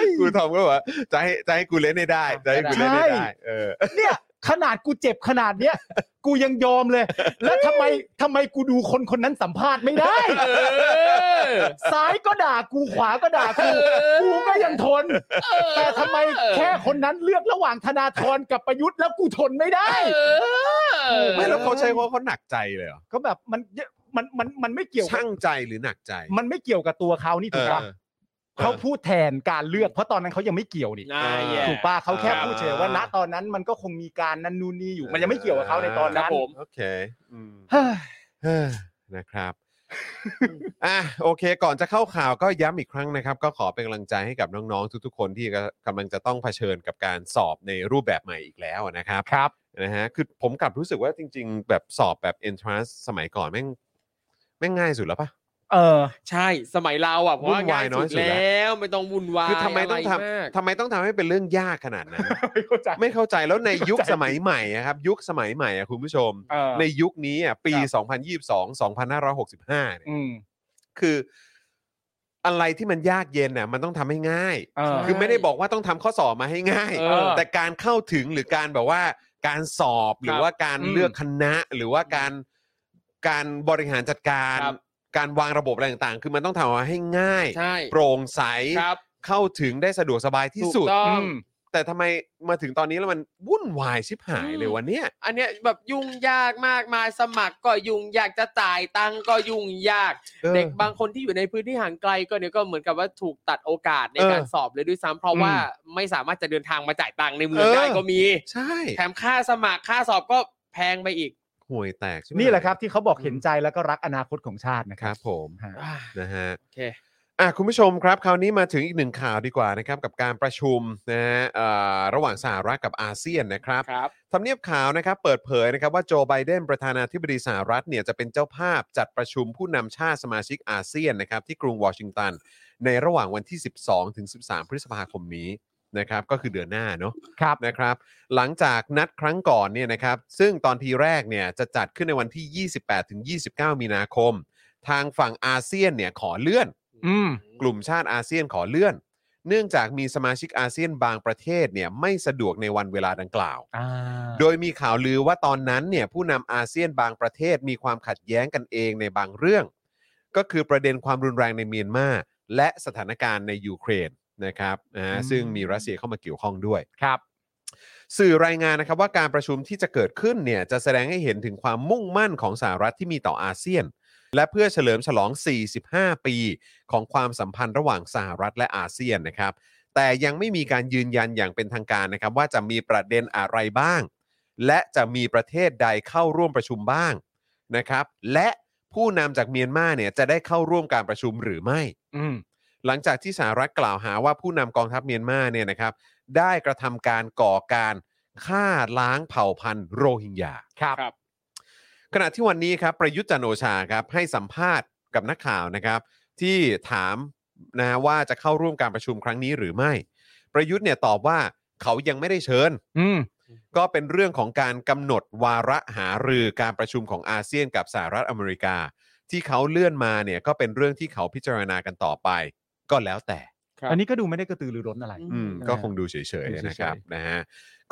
Speaker 4: ย
Speaker 3: กูทอมก็บอกว่าจะให้จะให้กูเล่นให้ได้จะให้กูเล่นให้ได้ เออ
Speaker 4: เนี่ย ขนาดกูเจ็บขนาดเนี้ย กูยังยอมเลย แล้วทำไมทำไมกูดูคนคนนั้นสัมภาษณ์ไม่ได้
Speaker 3: [laughs]
Speaker 5: เออ
Speaker 4: ซ้ายก็ด่ากูขวาก็ด่ากู
Speaker 5: อ
Speaker 4: กูก็ยังทน แต่ทำไมแค่คนนั้นเลือกระหว่างธนาธรกับประยุทธ์แล้วกูทนไม่ได้
Speaker 5: เออ
Speaker 3: ไม่แล้วเขาใช้ว่าเขาหนักใจเลยเหรอ
Speaker 4: ก็แบบมันมันมันมันไม่เกี่ยวกับ
Speaker 3: ช่างใจหรือหนักใจ
Speaker 4: มันไม่เกี่ยวกับตัวเขานี่
Speaker 3: เอ
Speaker 4: ถูก
Speaker 3: อ
Speaker 4: ปะเขาพูดแทนการเลือกเพราะตอนนั้นเขายังไม่เกี่ยวนี่
Speaker 5: น่าแย่
Speaker 4: ถูกปะเขาแค่
Speaker 3: อ่า
Speaker 4: พูดเฉยว่าณตอนนั้นมันก็คงมีการนันนูนนี่อยู่มันยังไม่เกี่ยวกับเขาในตอน
Speaker 5: ครั
Speaker 4: นั้น
Speaker 5: บผม
Speaker 3: โอเคอืม
Speaker 4: เฮ้ย
Speaker 3: เฮ้อนะครับ อ่ะโอเค ก่อนจะเข้าข่าวก็ย้ำอีกครั้งนะครับ ก็ขอเป็นกำลังใจให้กับน้องๆ ทุกๆ คนที่กำลังจะต้องเผชิญกับการสอบในรูปแบบใหม่อีกแล้วนะครับ
Speaker 4: ครับ
Speaker 3: นะฮะคือผมกลับรู้สึกว่าจริง ๆ แบบสอบแบบ entrance สมัยก่อนแม่งแม่งง่ายสุดแล้วปะ
Speaker 4: เออ
Speaker 5: ใช่สมัยเราอ่ะผม
Speaker 3: วุ่
Speaker 5: ว่าน
Speaker 3: วา
Speaker 5: ง่าย ย
Speaker 3: น้อย
Speaker 5: สุด
Speaker 3: สุดแล้ว
Speaker 5: แล้วไม่ต้องวุ่นวาย
Speaker 3: คือทำไมต้อง
Speaker 5: ะรมา
Speaker 3: ทำ
Speaker 5: ก
Speaker 3: ทำไมต้องทำให้เป็นเรื่องยากขนาดนั้น
Speaker 4: ไม่เข้าใจ
Speaker 3: ไม่เข้าใจแล้วในยุคสมัยใหม่อะครับ ยุคสมัยใหม่อะคุณผู้ชม
Speaker 4: เออ
Speaker 3: ในยุคนี้อะปี 2022 2565เนี่ย
Speaker 4: อืม
Speaker 3: คืออะไรที่มันยากเย็นเนี่ยมันต้องทำให้ง่าย
Speaker 4: เออ
Speaker 3: คือไม่ได้บอกว่าต้องทำข้อสอบมาให้ง่าย
Speaker 5: เออ
Speaker 3: แต่การเข้าถึงหรือการแบบว่าการสอบหรือว่าการ
Speaker 5: อืม
Speaker 3: เลือกคณะ หรือว่าการการบริหารจัดการ
Speaker 5: ครับ
Speaker 3: การวางระบบอะไรต่างๆ คือมันต้องทำออกมาให้ง่าย
Speaker 5: ใช่
Speaker 3: โปร่งใส
Speaker 5: ครับ
Speaker 3: เข้าถึงได้สะดวกสบายที่
Speaker 5: ถูก
Speaker 3: สุด
Speaker 5: ต้อง
Speaker 4: อืม
Speaker 3: แต่ทำไมมาถึงตอนนี้แล้วมันวุ่นวายชิบหายเลย
Speaker 5: อืม
Speaker 3: วันเนี้ย
Speaker 5: อันเนี้ยแบบยุ่งยากมากมายสมัครก็ยุ่งยากจะจ่ายตังค์ก็ยุ่งยาก
Speaker 3: เออ
Speaker 5: เด็กบางคนที่อยู่ในพื้นที่ห่างไกลก็เนี่ยก็เหมือนกับว่าถูกตัดโอกาสใน
Speaker 3: เออ
Speaker 5: การสอบเลยด้วยซ้ำเพราะว่าไม่สามารถจะเดินทางมาจ่ายตังค์ในเมือง
Speaker 3: เออ
Speaker 5: ได้ก็มี
Speaker 3: ใช่
Speaker 5: แถมค่าสมัครค่าสอบก็แพงไปอีก
Speaker 3: ห่วยแตกชิบาย
Speaker 4: นี่แหละครับที่เขาบอกเห็นใจแล้วก็รักอนาคตของชาตินะค
Speaker 3: ค
Speaker 4: รั
Speaker 3: รั
Speaker 4: บบ
Speaker 3: ผม
Speaker 4: ฮะ
Speaker 5: อ่า
Speaker 3: นะฮะ
Speaker 5: โอเค
Speaker 3: อ่ะคุณผู้ชมครับ คราวนี้มาถึงอีกหนึ่งข่าวดีกว่านะครับ กับการประชุมนะฮะเอ่อระหว่างสหรัฐกับอาเซียนนะครับ
Speaker 5: ครับ
Speaker 3: ทำเนียบข่าวนะครับ เปิดเผยนะครับว่าโจไบเดนประธานาธิบดีสหรัฐเนี่ยจะเป็นเจ้าภาพจัดประชุมผู้นำชาติสมาชิกอาเซียนนะครับ ที่กรุงวอชิงตัน ในระหว่างวันที่ 12 ถึง 13 พฤษภาคมนี้นะครับ ก็คือเดือนหน้าเนาะ
Speaker 4: ครับ
Speaker 3: นะครับหลังจากนัดครั้งก่อนเนี่ยนะครับซึ่งตอนทีแรกเนี่ยจะจัดขึ้นในวันที่ 28ถึง29 มีนาคม ทางฝั่งอาเซียนเนี่ยขอเลื่อน
Speaker 4: อืม
Speaker 3: กลุ่มชาติอาเซียนขอเลื่อน เนื่องจากมีสมาชิกอาเซียนบางประเทศเนี่ยไม่สะดวกในวันเวลาดังกล่าว
Speaker 4: อ่า
Speaker 3: โดยมีข่าวลือว่าตอนนั้นเนี่ยผู้นำอาเซียนบางประเทศมีความขัดแย้งกันเองในบางเรื่อง ก็คือประเด็นความรุนแรงในเมียนมาและสถานการณ์ในยูเครนนะครับนะฮะ
Speaker 4: อืม
Speaker 3: ซึ่งมีรัสเซียเข้ามาเกี่ยวข้องด้วย
Speaker 4: ครับ
Speaker 3: สื่อรายงานนะครับว่าการประชุมที่จะเกิดขึ้นเนี่ยจะแสดงให้เห็นถึงความมุ่งมั่นของสหรัฐที่มีต่ออาเซียน และเพื่อเฉลิมฉลอง 45 ปีของความสัมพันธ์ระหว่างสหรัฐและอาเซียนนะครับ แต่ยังไม่มีการยืนยันอย่างเป็นทางการนะครับ ว่าจะมีประเด็นอะไรบ้าง และจะมีประเทศใดเข้าร่วมประชุมบ้างนะครับ และผู้นำจากเมียนมาเนี่ยจะได้เข้าร่วมการประชุมหรือไม่
Speaker 4: อืม
Speaker 3: หลังจากที่สหรัฐกล่าวหาว่าผู้นำกองทัพเมียนมาเนี่ยนะครับ ได้กระทำการก่อการฆ่าล้างเผ่าพันธุ์โรฮิงญา
Speaker 4: ครับ
Speaker 5: ครับ
Speaker 3: ขณะที่วันนี้ครับ ประยุทธ์จันทร์โอชาครับให้สัมภาษณ์กับนักข่าวนะครับ ที่ถามนะฮะว่าจะเข้าร่วมการประชุมครั้งนี้หรือไม่ ประยุทธ์เนี่ยตอบว่าเขายังไม่ได้เชิญ
Speaker 4: อืม
Speaker 3: ก็เป็นเรื่องของการกำหนดวาระหารือการประชุมของอาเซียนกับสหรัฐอเมริกา ที่เขาเลื่อนมาเนี่ยก็เป็นเรื่องที่เขาพิจารณากันต่อไป ก็แล้วแต่
Speaker 5: ครับ
Speaker 4: อันนี้ก็ดูไม่ได้กระตือรือร้นอะไร
Speaker 3: อืม
Speaker 4: นะฮะ
Speaker 3: ก็คงดูเฉยๆ
Speaker 4: ดูเฉยๆ
Speaker 3: นะครับนะฮะ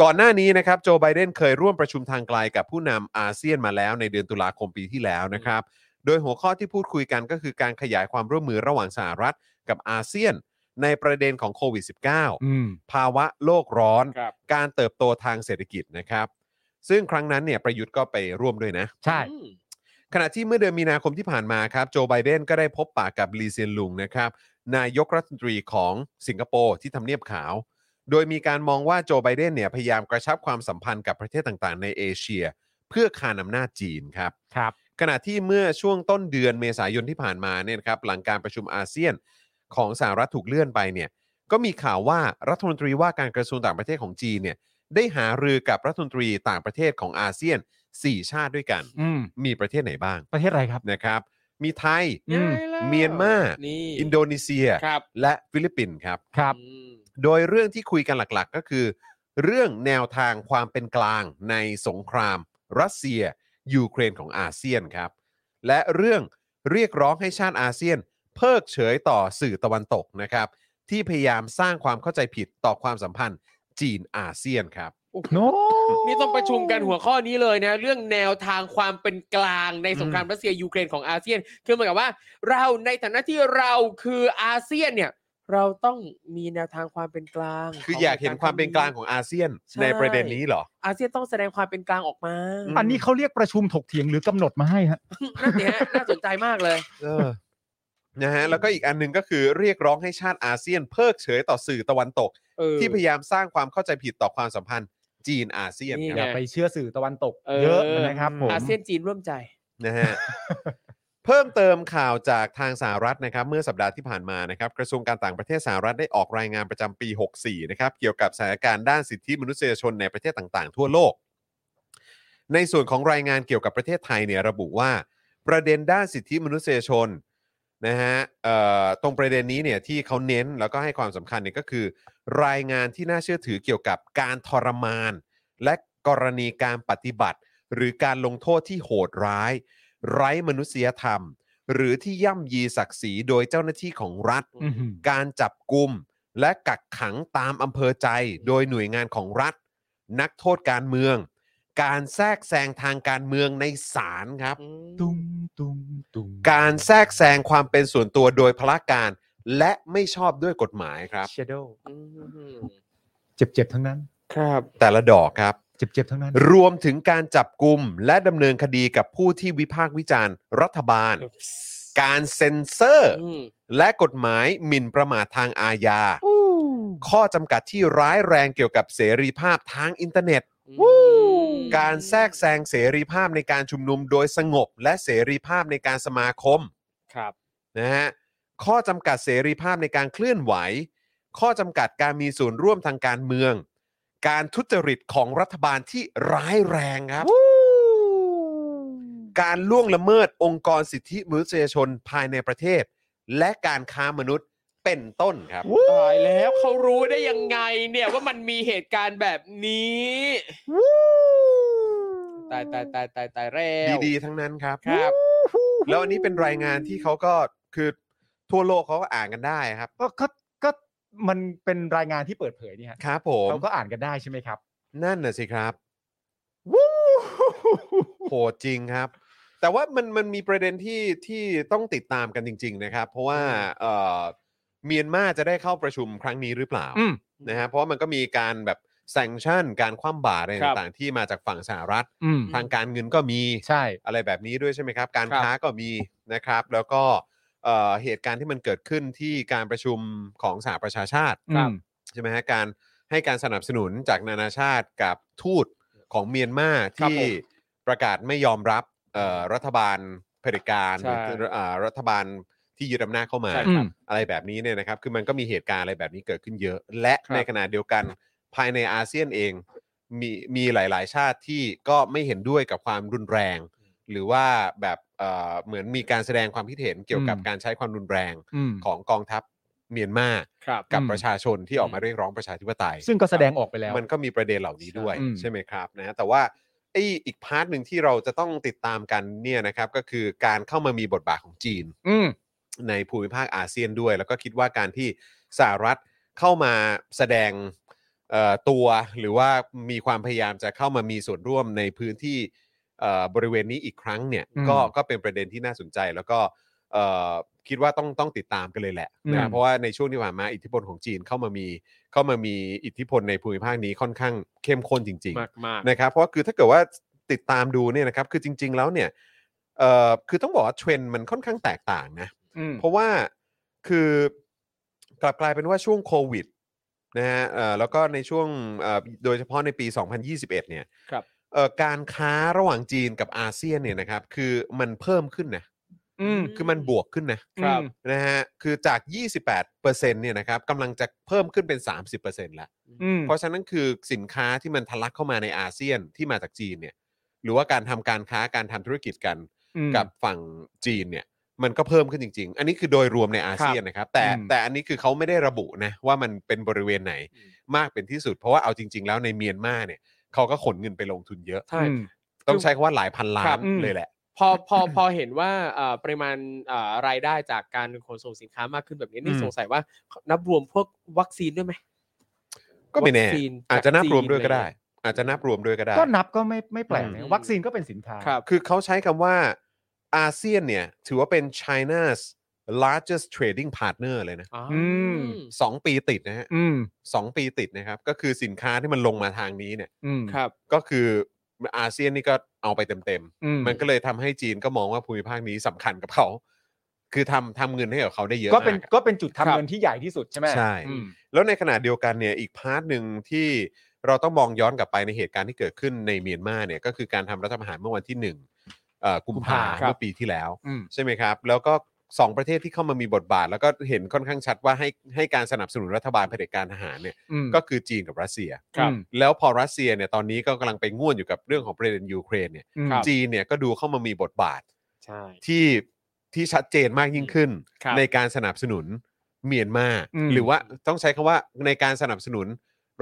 Speaker 3: ก่อนหน้านี้นะครับโจไบเดนเคยร่วมประชุมทางไกลกับผู้นำอาเซียนมาแล้วในเดือนตุลาคมปีที่แล้วนะครับ โดยหัวข้อที่พูดคุยกันก็คือการขยายความร่วมมือระหว่างสหรัฐกับอาเซียน ในประเด็นของโควิด -19
Speaker 4: อืม
Speaker 3: ภาวะโลกร้อน
Speaker 5: ครับ
Speaker 3: การเติบโตทางเศรษฐกิจนะครับ ซึ่งครั้งนั้นเนี่ยประยุทธ์ก็ไปร่วมด้วยนะ
Speaker 4: ใช่
Speaker 5: อืม
Speaker 3: ขณะที่เมื่อเดือนมีนาคมที่ผ่านมาครับโจไบเดนก็ได้พบปะกับลีเซียนลุงนะครับนายกรัฐมนตรีของสิงคโปร์ที่ทำเนียบขาว โดยมีการมองว่าโจไบเดนเนี่ยพยายามกระชับความสัมพันธ์กับประเทศต่างๆ ในเอเชีย เพื่อคานอำนาจจีนครับ
Speaker 4: ครับ
Speaker 3: ขณะที่เมื่อช่วงต้นเดือนเมษายนที่ผ่านมาเนี่ยนะครับหลังการประชุมอาเซียนของสหรัฐถูกเลื่อนไปเนี่ยก็มีข่าวว่ารัฐมนตรีว่าการกระทรวงต่างประเทศของจีนเนี่ยได้หารือกับรัฐมนตรีต่างประเทศของอาเซียน 4 ชาติด้วยกัน
Speaker 4: อืม
Speaker 3: มีประเทศไหนบ้าง
Speaker 4: ประเทศอะไรครับ
Speaker 3: นะครับ มีไทย
Speaker 4: อืม
Speaker 3: เมียนมานี่
Speaker 5: นี่
Speaker 3: อินโดนีเซีย
Speaker 5: ครับ
Speaker 3: และฟิลิปปินส์ครับ
Speaker 4: ครับ
Speaker 5: อืม
Speaker 3: โดยเรื่องที่คุยกันหลักๆ ก็คือ เรื่องแนวทางความเป็นกลางในสงคราม รัสเซีย ยูเครนของอาเซียนครับ และเรื่องเรียกร้องให้ชาติอาเซียน เพิกเฉยต่อสื่อตะวันตกนะครับ ที่พยายามสร้างความเข้าใจผิดต่อความสัมพันธ์จีนอาเซียนครับ
Speaker 4: โน
Speaker 5: นี่ต้องประชุมกันหัวข้อนี้เลยนะ เรื่องแนวทางความเป็นกลางในสงครามรัสเซียยูเครนของอาเซียน คือเหมือนกับว่า เราในฐานะที่เราคืออาเซียนเนี่ย เราต้องมีแนวทางความเป็นกลาง
Speaker 3: คืออยากเห็นความเป็นกลางของอาเซียนในประเด็นนี้เหรอ
Speaker 5: อาเซียนต้องแสดงความเป็นกลางออกมา
Speaker 3: อืม
Speaker 4: อันนี้เขาเรียกประชุมถกเถียงหรือกำหนดมาให้ฮะ
Speaker 5: นั่นเนี่ยน่าสนใจมากเลย
Speaker 3: เออนะฮะแล้วก็อีกอันหนึงก็คือเรียกร้องให้ชาติอาเซียน เพิกเฉยต่อสื่อตะวันตก
Speaker 5: เออ
Speaker 3: ที่พยายามสร้างความเข้าใจผิดต่อความสัมพันธ์จีนอาเซียน
Speaker 5: นี่
Speaker 3: ค
Speaker 4: อ
Speaker 3: รับ
Speaker 4: ย่า
Speaker 5: ไง
Speaker 4: ไปเชื่อสื่อตะวันตก
Speaker 5: เออ
Speaker 4: เยอะนะครับผม
Speaker 5: อาเซียนจีนร่วมใจ
Speaker 3: นะฮะ เพิ่มเติมข่าวจากทางสหรัฐนะครับ เมื่อสัปดาห์ที่ผ่านมานะครับ กระทรวงการต่างประเทศสหรัฐได้ออกรายงานประจำปี 64 นะครับ เกี่ยวกับสถานการณ์ด้านสิทธิมนุษยชนในประเทศต่างๆ ทั่วโลก ในส่วนของรายงานเกี่ยวกับประเทศไทยเนี่ยระบุว่า ประเด็นด้านสิทธิมนุษยชนนะฮะเอ่อตรงประเด็นนี้เนี่ยที่เขาเน้นแล้วก็ให้ความสำคัญเนี่ยก็คือ รายงานที่น่าเชื่อถือเกี่ยวกับการทรมาน และกรณีการปฏิบัติ หรือการลงโทษที่โหดร้าย ไร้มนุษยธรรม หรือที่ย่ำยีศักดิ์ศรีโดยเจ้าหน้าที่ของรัฐ
Speaker 4: อื้อหือ
Speaker 3: การจับกลุ่มและกักขังตามอำเภอใจโดยหน่วยงานของรัฐ นักโทษการเมือง การแทรกแซงทางการเมืองในศาลครับ
Speaker 4: ตุ้งตุ้งตุ้ง
Speaker 3: การแทรกแซงความเป็นส่วนตัวโดยพละการ และไม่ชอบด้วยกฎหมายครับ
Speaker 4: เชโดเจ็บเจ็บๆทั้งนั้น
Speaker 5: ครับ
Speaker 3: แต่ละดอกครับ
Speaker 4: เจ็บเจ็บๆทั้งนั้น
Speaker 3: รวมถึงการจับกลุ่มและดำเนินคดีกับผู้ที่วิพากษ์วิจารณ์ รัฐบาล การเซ็นเซอร์ และกฎหมายหมิ่นประมาททางอาญา ข้อจำกัดที่ร้ายแรงเกี่ยวกับเสรีภาพทางอินเทอร์เน็ต การแทรกแซงเสรีภาพในการชุมนุมโดยสงบ และเสรีภาพในการสมาคม
Speaker 5: ครับ
Speaker 3: นะฮะข้อจำกัดเสรีภาพในการเคลื่อนไหว ข้อจำกัดการมีส่วนร่วมทางการเมือง การทุจริตของรัฐบาลที่ร้ายแรงครับ การล่วงละเมิดองค์กรสิทธิมนุษยชนภายในประเทศ และการค้ามนุษย์เป็นต้นครับ
Speaker 5: ตายแล้วเขารู้ได้ยังไงเนี่ยว่ามันมีเหตุการณ์แบบนี้ตายตายตายตายตายแล้ว
Speaker 3: ดีๆ ทั้งนั้นครับ
Speaker 5: ครับ
Speaker 3: แล้วอันนี้เป็นรายงานที่เขาก็คือทั่วโลกเขาก็อ่านกันได้ครับ
Speaker 4: ก็ก็ก็มันเป็นรายงานที่เปิดเผยนี่ฮะ
Speaker 3: ครับผม
Speaker 4: เขาก็อ่านกันได้ใช่ไหมครับ
Speaker 3: นั่นน่ะสิครับ โหดจริงครับ แต่ว่ามันมันมีประเด็นที่ที่ต้องติดตามกันจริง ๆ นะครับ เพราะว่าเอ่อเมียนมาจะได้เข้าประชุมครั้งนี้หรือเปล่า
Speaker 4: อืม
Speaker 3: นะฮะเพราะว่ามันก็มีการแบบแซงชั่น การคว่ำบาตรอะไร
Speaker 5: ครับ
Speaker 3: ต่างๆ ที่มาจากฝั่งสหรัฐ
Speaker 4: อืม
Speaker 3: ทางการเงินก็มี
Speaker 4: ใช่
Speaker 3: อะไรแบบนี้ด้วยใช่ไหมครับ การ
Speaker 5: ครับ
Speaker 3: ค้าก็มีนะครับ แล้วก็เอ่อเหตุการณ์ที่มันเกิดขึ้นที่การประชุมของสหประชาชาติ
Speaker 4: ครับ
Speaker 3: ใช่ไหมฮะการให้การสนับสนุนจากนานาชาติกับทูตของเมียนมา
Speaker 5: ครับ
Speaker 3: ที่
Speaker 5: ผม
Speaker 3: ประกาศไม่ยอมรับเอ่อรัฐบาลเผด็จการ
Speaker 5: ใช่
Speaker 3: หรือเอ่อรัฐบาลที่ยึดอำนาจเข้ามา
Speaker 5: ใช่
Speaker 4: อื
Speaker 5: ครั
Speaker 4: ม
Speaker 5: บ
Speaker 3: อะไรแบบนี้เนี่ยนะครับ คือมันก็มีเหตุการณ์อะไรแบบนี้เกิดขึ้นเยอะ และ
Speaker 5: ครับ
Speaker 3: ในขณะเดียวกันภายในอาเซียนเองมีมีหลาย ๆ ชาติที่ก็ไม่เห็นด้วยกับความรุนแรง หรือว่าแบบเอ่อเหมือนมีการแสดงความคิดเห็นเกี่ยวกับ
Speaker 4: อืม
Speaker 3: การใช้ความรุนแรง
Speaker 4: อืม
Speaker 3: ของกองทัพเมียนมา
Speaker 5: ครับ
Speaker 3: กับ
Speaker 4: อืม
Speaker 3: ประชาชนที่ออกมาเรียกร้องประชาธิปไตย
Speaker 4: ซึ่งก็แสดงออกไปแล้ว
Speaker 3: มันก็มีประเด็นเหล่านี้ด้วย
Speaker 4: อืม
Speaker 3: ใช่ไหมครับนะฮะแต่ว่าไอ้อีกพาร์ทหนึ่งที่เราจะต้องติดตามกันเนี่ยนะครับก็คือการเข้ามามีบทบาทของจีน
Speaker 4: อืม
Speaker 3: ในภูมิภาคอาเซียนด้วย แล้วก็คิดว่าการที่สหรัฐเข้ามาแสดงเอ่อตัวหรือว่ามีความพยายามจะเข้ามามีส่วนร่วมในพื้นที่เอ่อบริเวณนี้อีกครั้งเนี่ย
Speaker 4: อืม
Speaker 3: ก็ก็เป็นประเด็นที่น่าสนใจ แล้วก็เอ่อคิดว่าต้องต้องติดตามกันเลยแหละ
Speaker 4: อืม
Speaker 3: นะเพราะว่าในช่วงที่ผ่านมาอิทธิพลของจีนเข้ามามีเข้ามามีอิทธิพลในภูมิภาคนี้ค่อนข้างเข้มข้นจริง ๆ
Speaker 5: มากมาก
Speaker 3: นะครับเพราะคือถ้าเกิดว่าติดตามดูเนี่ยนะครับคือจริง ๆ แล้วเนี่ยเอ่อคือต้องบอกว่าเทรนด์มันค่อนข้างแตกต่างนะ
Speaker 4: อืม
Speaker 3: เพราะว่าคือกลับกลายเป็นว่าช่วงโควิดนะฮะเอ่อแล้วก็ในช่วงเอ่อโดยเฉพาะในปี 2021 เนี่ย
Speaker 5: ครับ
Speaker 3: เอ่อการค้าระหว่างจีนกับอาเซียนเนี่ยนะครับคือมันเพิ่มขึ้นนะ
Speaker 4: อืม
Speaker 3: คือมันบวกขึ้นนะครับ นะฮะคือจาก 28%เนี่ยนะครับกำลังจะเพิ่มขึ้นเป็น 30%แล้ว
Speaker 4: อืม
Speaker 3: เพราะฉะนั้นคือสินค้าที่มันทะลักเข้ามาในอาเซียนที่มาจากจีนเนี่ยหรือว่าการทำการค้าการทำธุรกิจกัน
Speaker 4: อืม
Speaker 3: กับฝั่งจีนเนี่ยมันก็เพิ่มขึ้นจริง ๆ อันนี้คือโดยรวมในอาเซียนนะครับ แต่
Speaker 4: อืม
Speaker 3: แต่อันนี้คือเขาไม่ได้ระบุนะว่ามันเป็นบริเวณไหน
Speaker 5: อืม
Speaker 3: มากเป็นที่สุด เพราะว่าเอาจริง ๆ แล้วในเมียนมาเนี่ยเขาก็ขนเงินไปลงทุนเยอะ
Speaker 5: ใช่
Speaker 4: อืม
Speaker 3: ต้องใช้คำว่าหลายพันล้า
Speaker 5: ครั
Speaker 3: น
Speaker 5: บ
Speaker 3: เลยแหละ
Speaker 5: พอพอพอเห็นว่าเอ่อปริมาณเอ่อรายได้จากการขนส่งสินค้ามากขึ้นแบบนี้นี่
Speaker 3: อืม
Speaker 5: สงสัยว่านับรวมพวกวัคซีนด้วยไหม
Speaker 3: ก็ไม่แน่
Speaker 5: วัคซีน
Speaker 3: อาจจะนับรวมด้วยก็ได้ อาจจะนับรวมด้วยก็ได้
Speaker 4: ก็นับก็ไม่ไม่แปลก
Speaker 3: อืม
Speaker 4: นะวัคซีนก็เป็นสินค้า
Speaker 5: ครับ
Speaker 3: คือเขาใช้คำว่าอาเซียนเนี่ย ถือว่าเป็น China's largest trading partner เลยนะ
Speaker 5: อ๋ออ
Speaker 4: ม
Speaker 3: สองปีติดนะฮะ
Speaker 4: อืม
Speaker 3: สองปีติดนะครับ ก็คือสินค้าที่มันลงมาทางนี้เนี่ย
Speaker 4: อืม
Speaker 5: ครับ
Speaker 3: ก็คืออาเซียนนี่ก็เอาไปเต็ม
Speaker 4: อืม
Speaker 3: ๆ มันก็เลยทำให้จีนก็มองว่าภูมิภาคนี้สำคัญกับเขา คือทำทำเงินให้กับเขาได้เยอะ
Speaker 4: ก็เป็น
Speaker 3: มากอะ
Speaker 4: ก็เป็นจุดทำ
Speaker 3: ครับ
Speaker 4: เงินที่ใหญ่ที่สุดใช่ไหม
Speaker 3: ใช่
Speaker 4: อืม
Speaker 3: แล้วในขณะเดียวกันเนี่ยอีกพาร์ทหนึ่งที่เราต้องมองย้อนกลับไปในเหตุการณ์ที่เกิดขึ้นในเมียนมาเนี่ยก็คือการทำรัฐประหารเมื่อวันที่หนึ่งเอ่อกุมภาเมื่อปีที่แล้ว
Speaker 4: อืม
Speaker 3: ใช่ไหมครับ แล้วก็สองประเทศที่เข้ามามีบทบาท แล้วก็เห็นค่อนข้างชัดว่าให้ให้การสนับสนุนรัฐบาลเผด็จการทหารเนี่ย
Speaker 4: อืม
Speaker 3: ก็คือจีนกับรัสเซีย
Speaker 4: ครับ
Speaker 3: แล้วพอรัสเซียเนี่ยตอนนี้ก็กำลังไปง่วนอยู่กับเรื่องของประเด็นยูเครนเนี่ย
Speaker 4: อืม
Speaker 3: จีนเนี่ยก็ดูเข้ามามีบทบาท
Speaker 5: ใช่
Speaker 3: ที่ที่ชัดเจนมากยิ่งขึ้น
Speaker 5: ครับ
Speaker 3: ในการสนับสนุนเมียนมา
Speaker 4: อืม
Speaker 3: หรือว่าต้องใช้คำว่าในการสนับสนุน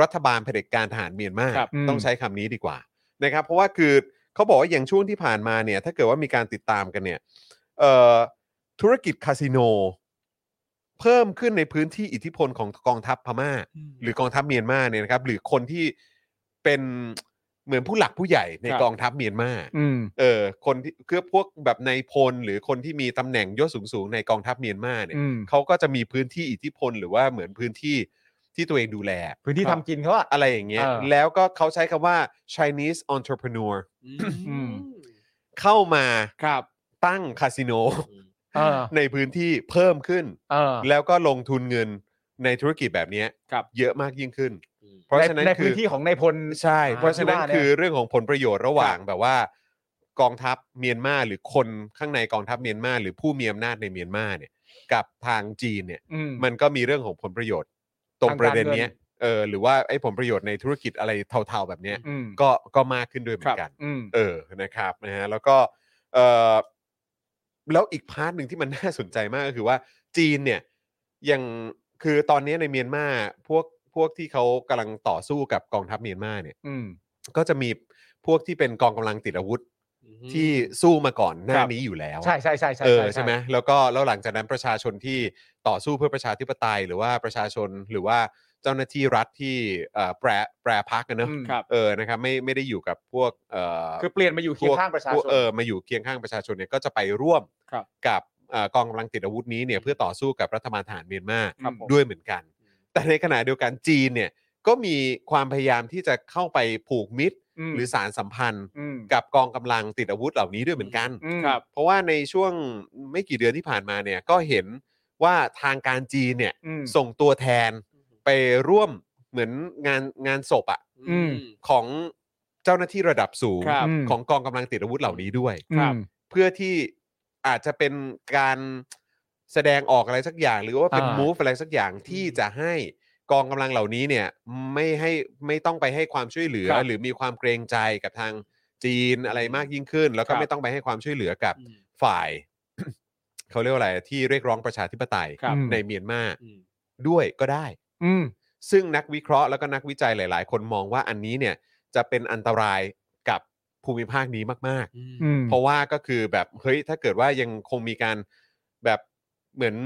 Speaker 3: รัฐบาลเผด็จการทหารเมียนมา
Speaker 5: ครับ
Speaker 4: อืม
Speaker 3: ต้องใช้คำนี้ดีกว่านะครับ เพราะว่าคือเขาบอกว่าอย่างช่วงที่ผ่านมาเนี่ย ถ้าเกิดว่ามีการติดตามกันเนี่ยเอ่อธุรกิจคาสิโน เพิ่มขึ้นในพื้นที่อิทธิพลของกองทัพพม่า
Speaker 5: อืม
Speaker 3: หรือกองทัพเมียนมาเนี่ยนะครับ หรือคนที่เป็นเหมือนผู้หลักผู้ใหญ่ใน
Speaker 5: ครับ
Speaker 3: กองทัพเมียนมา
Speaker 4: อืม
Speaker 3: เออคนที่คือพวกแบบในายพลหรือคนที่มีตำแหน่งยศสูงๆในกองทัพเมียนมาเนี่ย
Speaker 4: อืม
Speaker 3: เขาก็จะมีพื้นที่อิทธิพลหรือว่าเหมือนพื้นที่ที่ตัวเองดูแล
Speaker 4: พื้นที่ทำกินเขาอะ
Speaker 3: อะไรอย่างเงี้ย
Speaker 4: เออ
Speaker 3: แล้วก็เขาใช้คำว่า Chinese entrepreneur
Speaker 5: อืม
Speaker 3: เข้ามา
Speaker 5: ครับ
Speaker 3: ตั้งคาสิโน [laughs]
Speaker 4: เออ
Speaker 3: ในพื้นที่เพิ่มขึ้น
Speaker 4: เออ
Speaker 3: แล้วก็ลงทุนเงินในธุรกิจแบบเนี้ย
Speaker 5: ครับ
Speaker 3: เยอะมากยิ่งขึ้น
Speaker 5: อืม
Speaker 3: เพราะ
Speaker 4: ใน
Speaker 3: ฉะนั้น
Speaker 4: ใน
Speaker 3: คื
Speaker 4: พื้
Speaker 3: อ
Speaker 4: นที่ของในายพล
Speaker 3: ใช่ เพราะฉะนั้น
Speaker 4: ที่ว่าเนี่ย
Speaker 3: คือเรื่องของผลประโยชน์ระหว่างแบบว่ากองทัพเมียนมาหรือคนข้างในกองทัพเมียนมาหรือผู้มีอำนาจในเมียนมาเนี่ยกับทางจีนเนี่ย
Speaker 4: อืม
Speaker 3: มันก็มีเรื่องของผลประโยชน์ ตรงประเด็นเนี้ย
Speaker 4: ทางการเงิ
Speaker 3: เออหรือว่าไอ้ผลประโยชน์ในธุรกิจอะไรเทาๆแบบเนี้ย
Speaker 4: อืม
Speaker 3: ก็ก็มากขึ้นด้วยเหมือนกัน
Speaker 4: อืม
Speaker 3: เออนะครับนะฮะแล้วก็เออแล้วอีกพาร์ทหนึ่งที่มันน่าสนใจมากก็คือว่าจีนเนี่ยยังคือตอนนี้ในเมียนมาพวกพวกที่เขากำลังต่อสู้กับกองทัพเมียนมาเนี่ย
Speaker 4: อืม
Speaker 3: ก็จะมีพวกที่เป็นกองกำลังติดอาวุธที่สู้มาก่อนหน้า
Speaker 4: ครับ
Speaker 3: นี้อยู่แล้ว
Speaker 4: ใช่ใช่ใช่ใช่
Speaker 3: เออใช่ไหมแล้วก็แล้วหลังจากนั้นประชาชนที่ต่อสู้เพื่อประชาธิปไตย หรือว่าประชาชนหรือว่าเจ้าหน้าที่รัฐที่เอ่อแปรแปรพักกันเนอะ
Speaker 4: อืม
Speaker 5: ครับ
Speaker 3: เออนะครับไม่ไม่ได้อยู่กับพวกเอ่อ
Speaker 4: คือเปลี่ยนมาอยู่เคียงข้างประชา
Speaker 3: พว
Speaker 4: ช
Speaker 3: ก
Speaker 4: น
Speaker 3: เออมาอยู่เคียงข้างประชาชนเนี่ยก็จะไปร่วม
Speaker 5: ครับ
Speaker 3: กับเอ่อกองกำลังติดอาวุธนี้เนี่ยเพื่อต่อสู้กับรัฐบาลทหารเมียนมา
Speaker 5: ครับผม
Speaker 3: ด้วยเหมือนกัน
Speaker 5: อืม
Speaker 3: แต่ในขณะเดียวกันจีนเนี่ยก็มีความพยายามที่จะเข้าไปผูกมิตร หรือสารสัมพันธ์
Speaker 4: อืม
Speaker 3: กับกองกำลังติดอาวุธเหล่านี้ด้วยเหมือนกัน
Speaker 4: อืม
Speaker 5: ครับ
Speaker 3: เพราะว่าในช่วงไม่กี่เดือนที่ผ่านมาเนี่ยก็เห็นว่าทางการจีนเนี่ย
Speaker 4: อืม
Speaker 3: ส่งตัวแทนไปร่วมเหมือนงานงานศพอะ
Speaker 4: อืม
Speaker 3: ของเจ้าหน้าที่ระดับสูง
Speaker 5: ครับ
Speaker 4: อืม
Speaker 3: ของกองกำลังติดอาวุธเหล่านี้ด้วย
Speaker 5: ครับ
Speaker 3: เพื่อที่อาจจะเป็นการแสดงออกอะไรสักอย่าง หรือว่าเป็น
Speaker 4: อ่า
Speaker 3: มูฟอะไรสักอย่างที่จะให้กองกำลังเหล่านี้เนี่ยไม่ให้ไม่ต้องไปให้ความช่วยเหลือ
Speaker 5: ครับ
Speaker 3: หรือมีความเกรงใจกับทางจีนอะไรมากยิ่งขึ้น แล้วก็
Speaker 5: ครับ
Speaker 3: ไม่ต้องไปให้ความช่วยเหลือกับ
Speaker 5: อืม
Speaker 3: ฝ่าย [coughs] เขาเรียกว่าอะไรที่เรียกร้องประชาธิปไตย
Speaker 5: ครับ
Speaker 3: ในเมียนมา
Speaker 5: อืม
Speaker 3: ด้วยก็ได้
Speaker 4: อืม
Speaker 3: ซึ่งนักวิเคราะห์แล้วก็นักวิจัยหลาย ๆ คนมองว่าอันนี้เนี่ยจะเป็นอันตรายกับภูมิภาคนี้มาก ๆ
Speaker 4: อืม
Speaker 3: เพราะว่าก็คือแบบเฮ้ยถ้าเกิดว่ายังคงมีการแบบเหมือน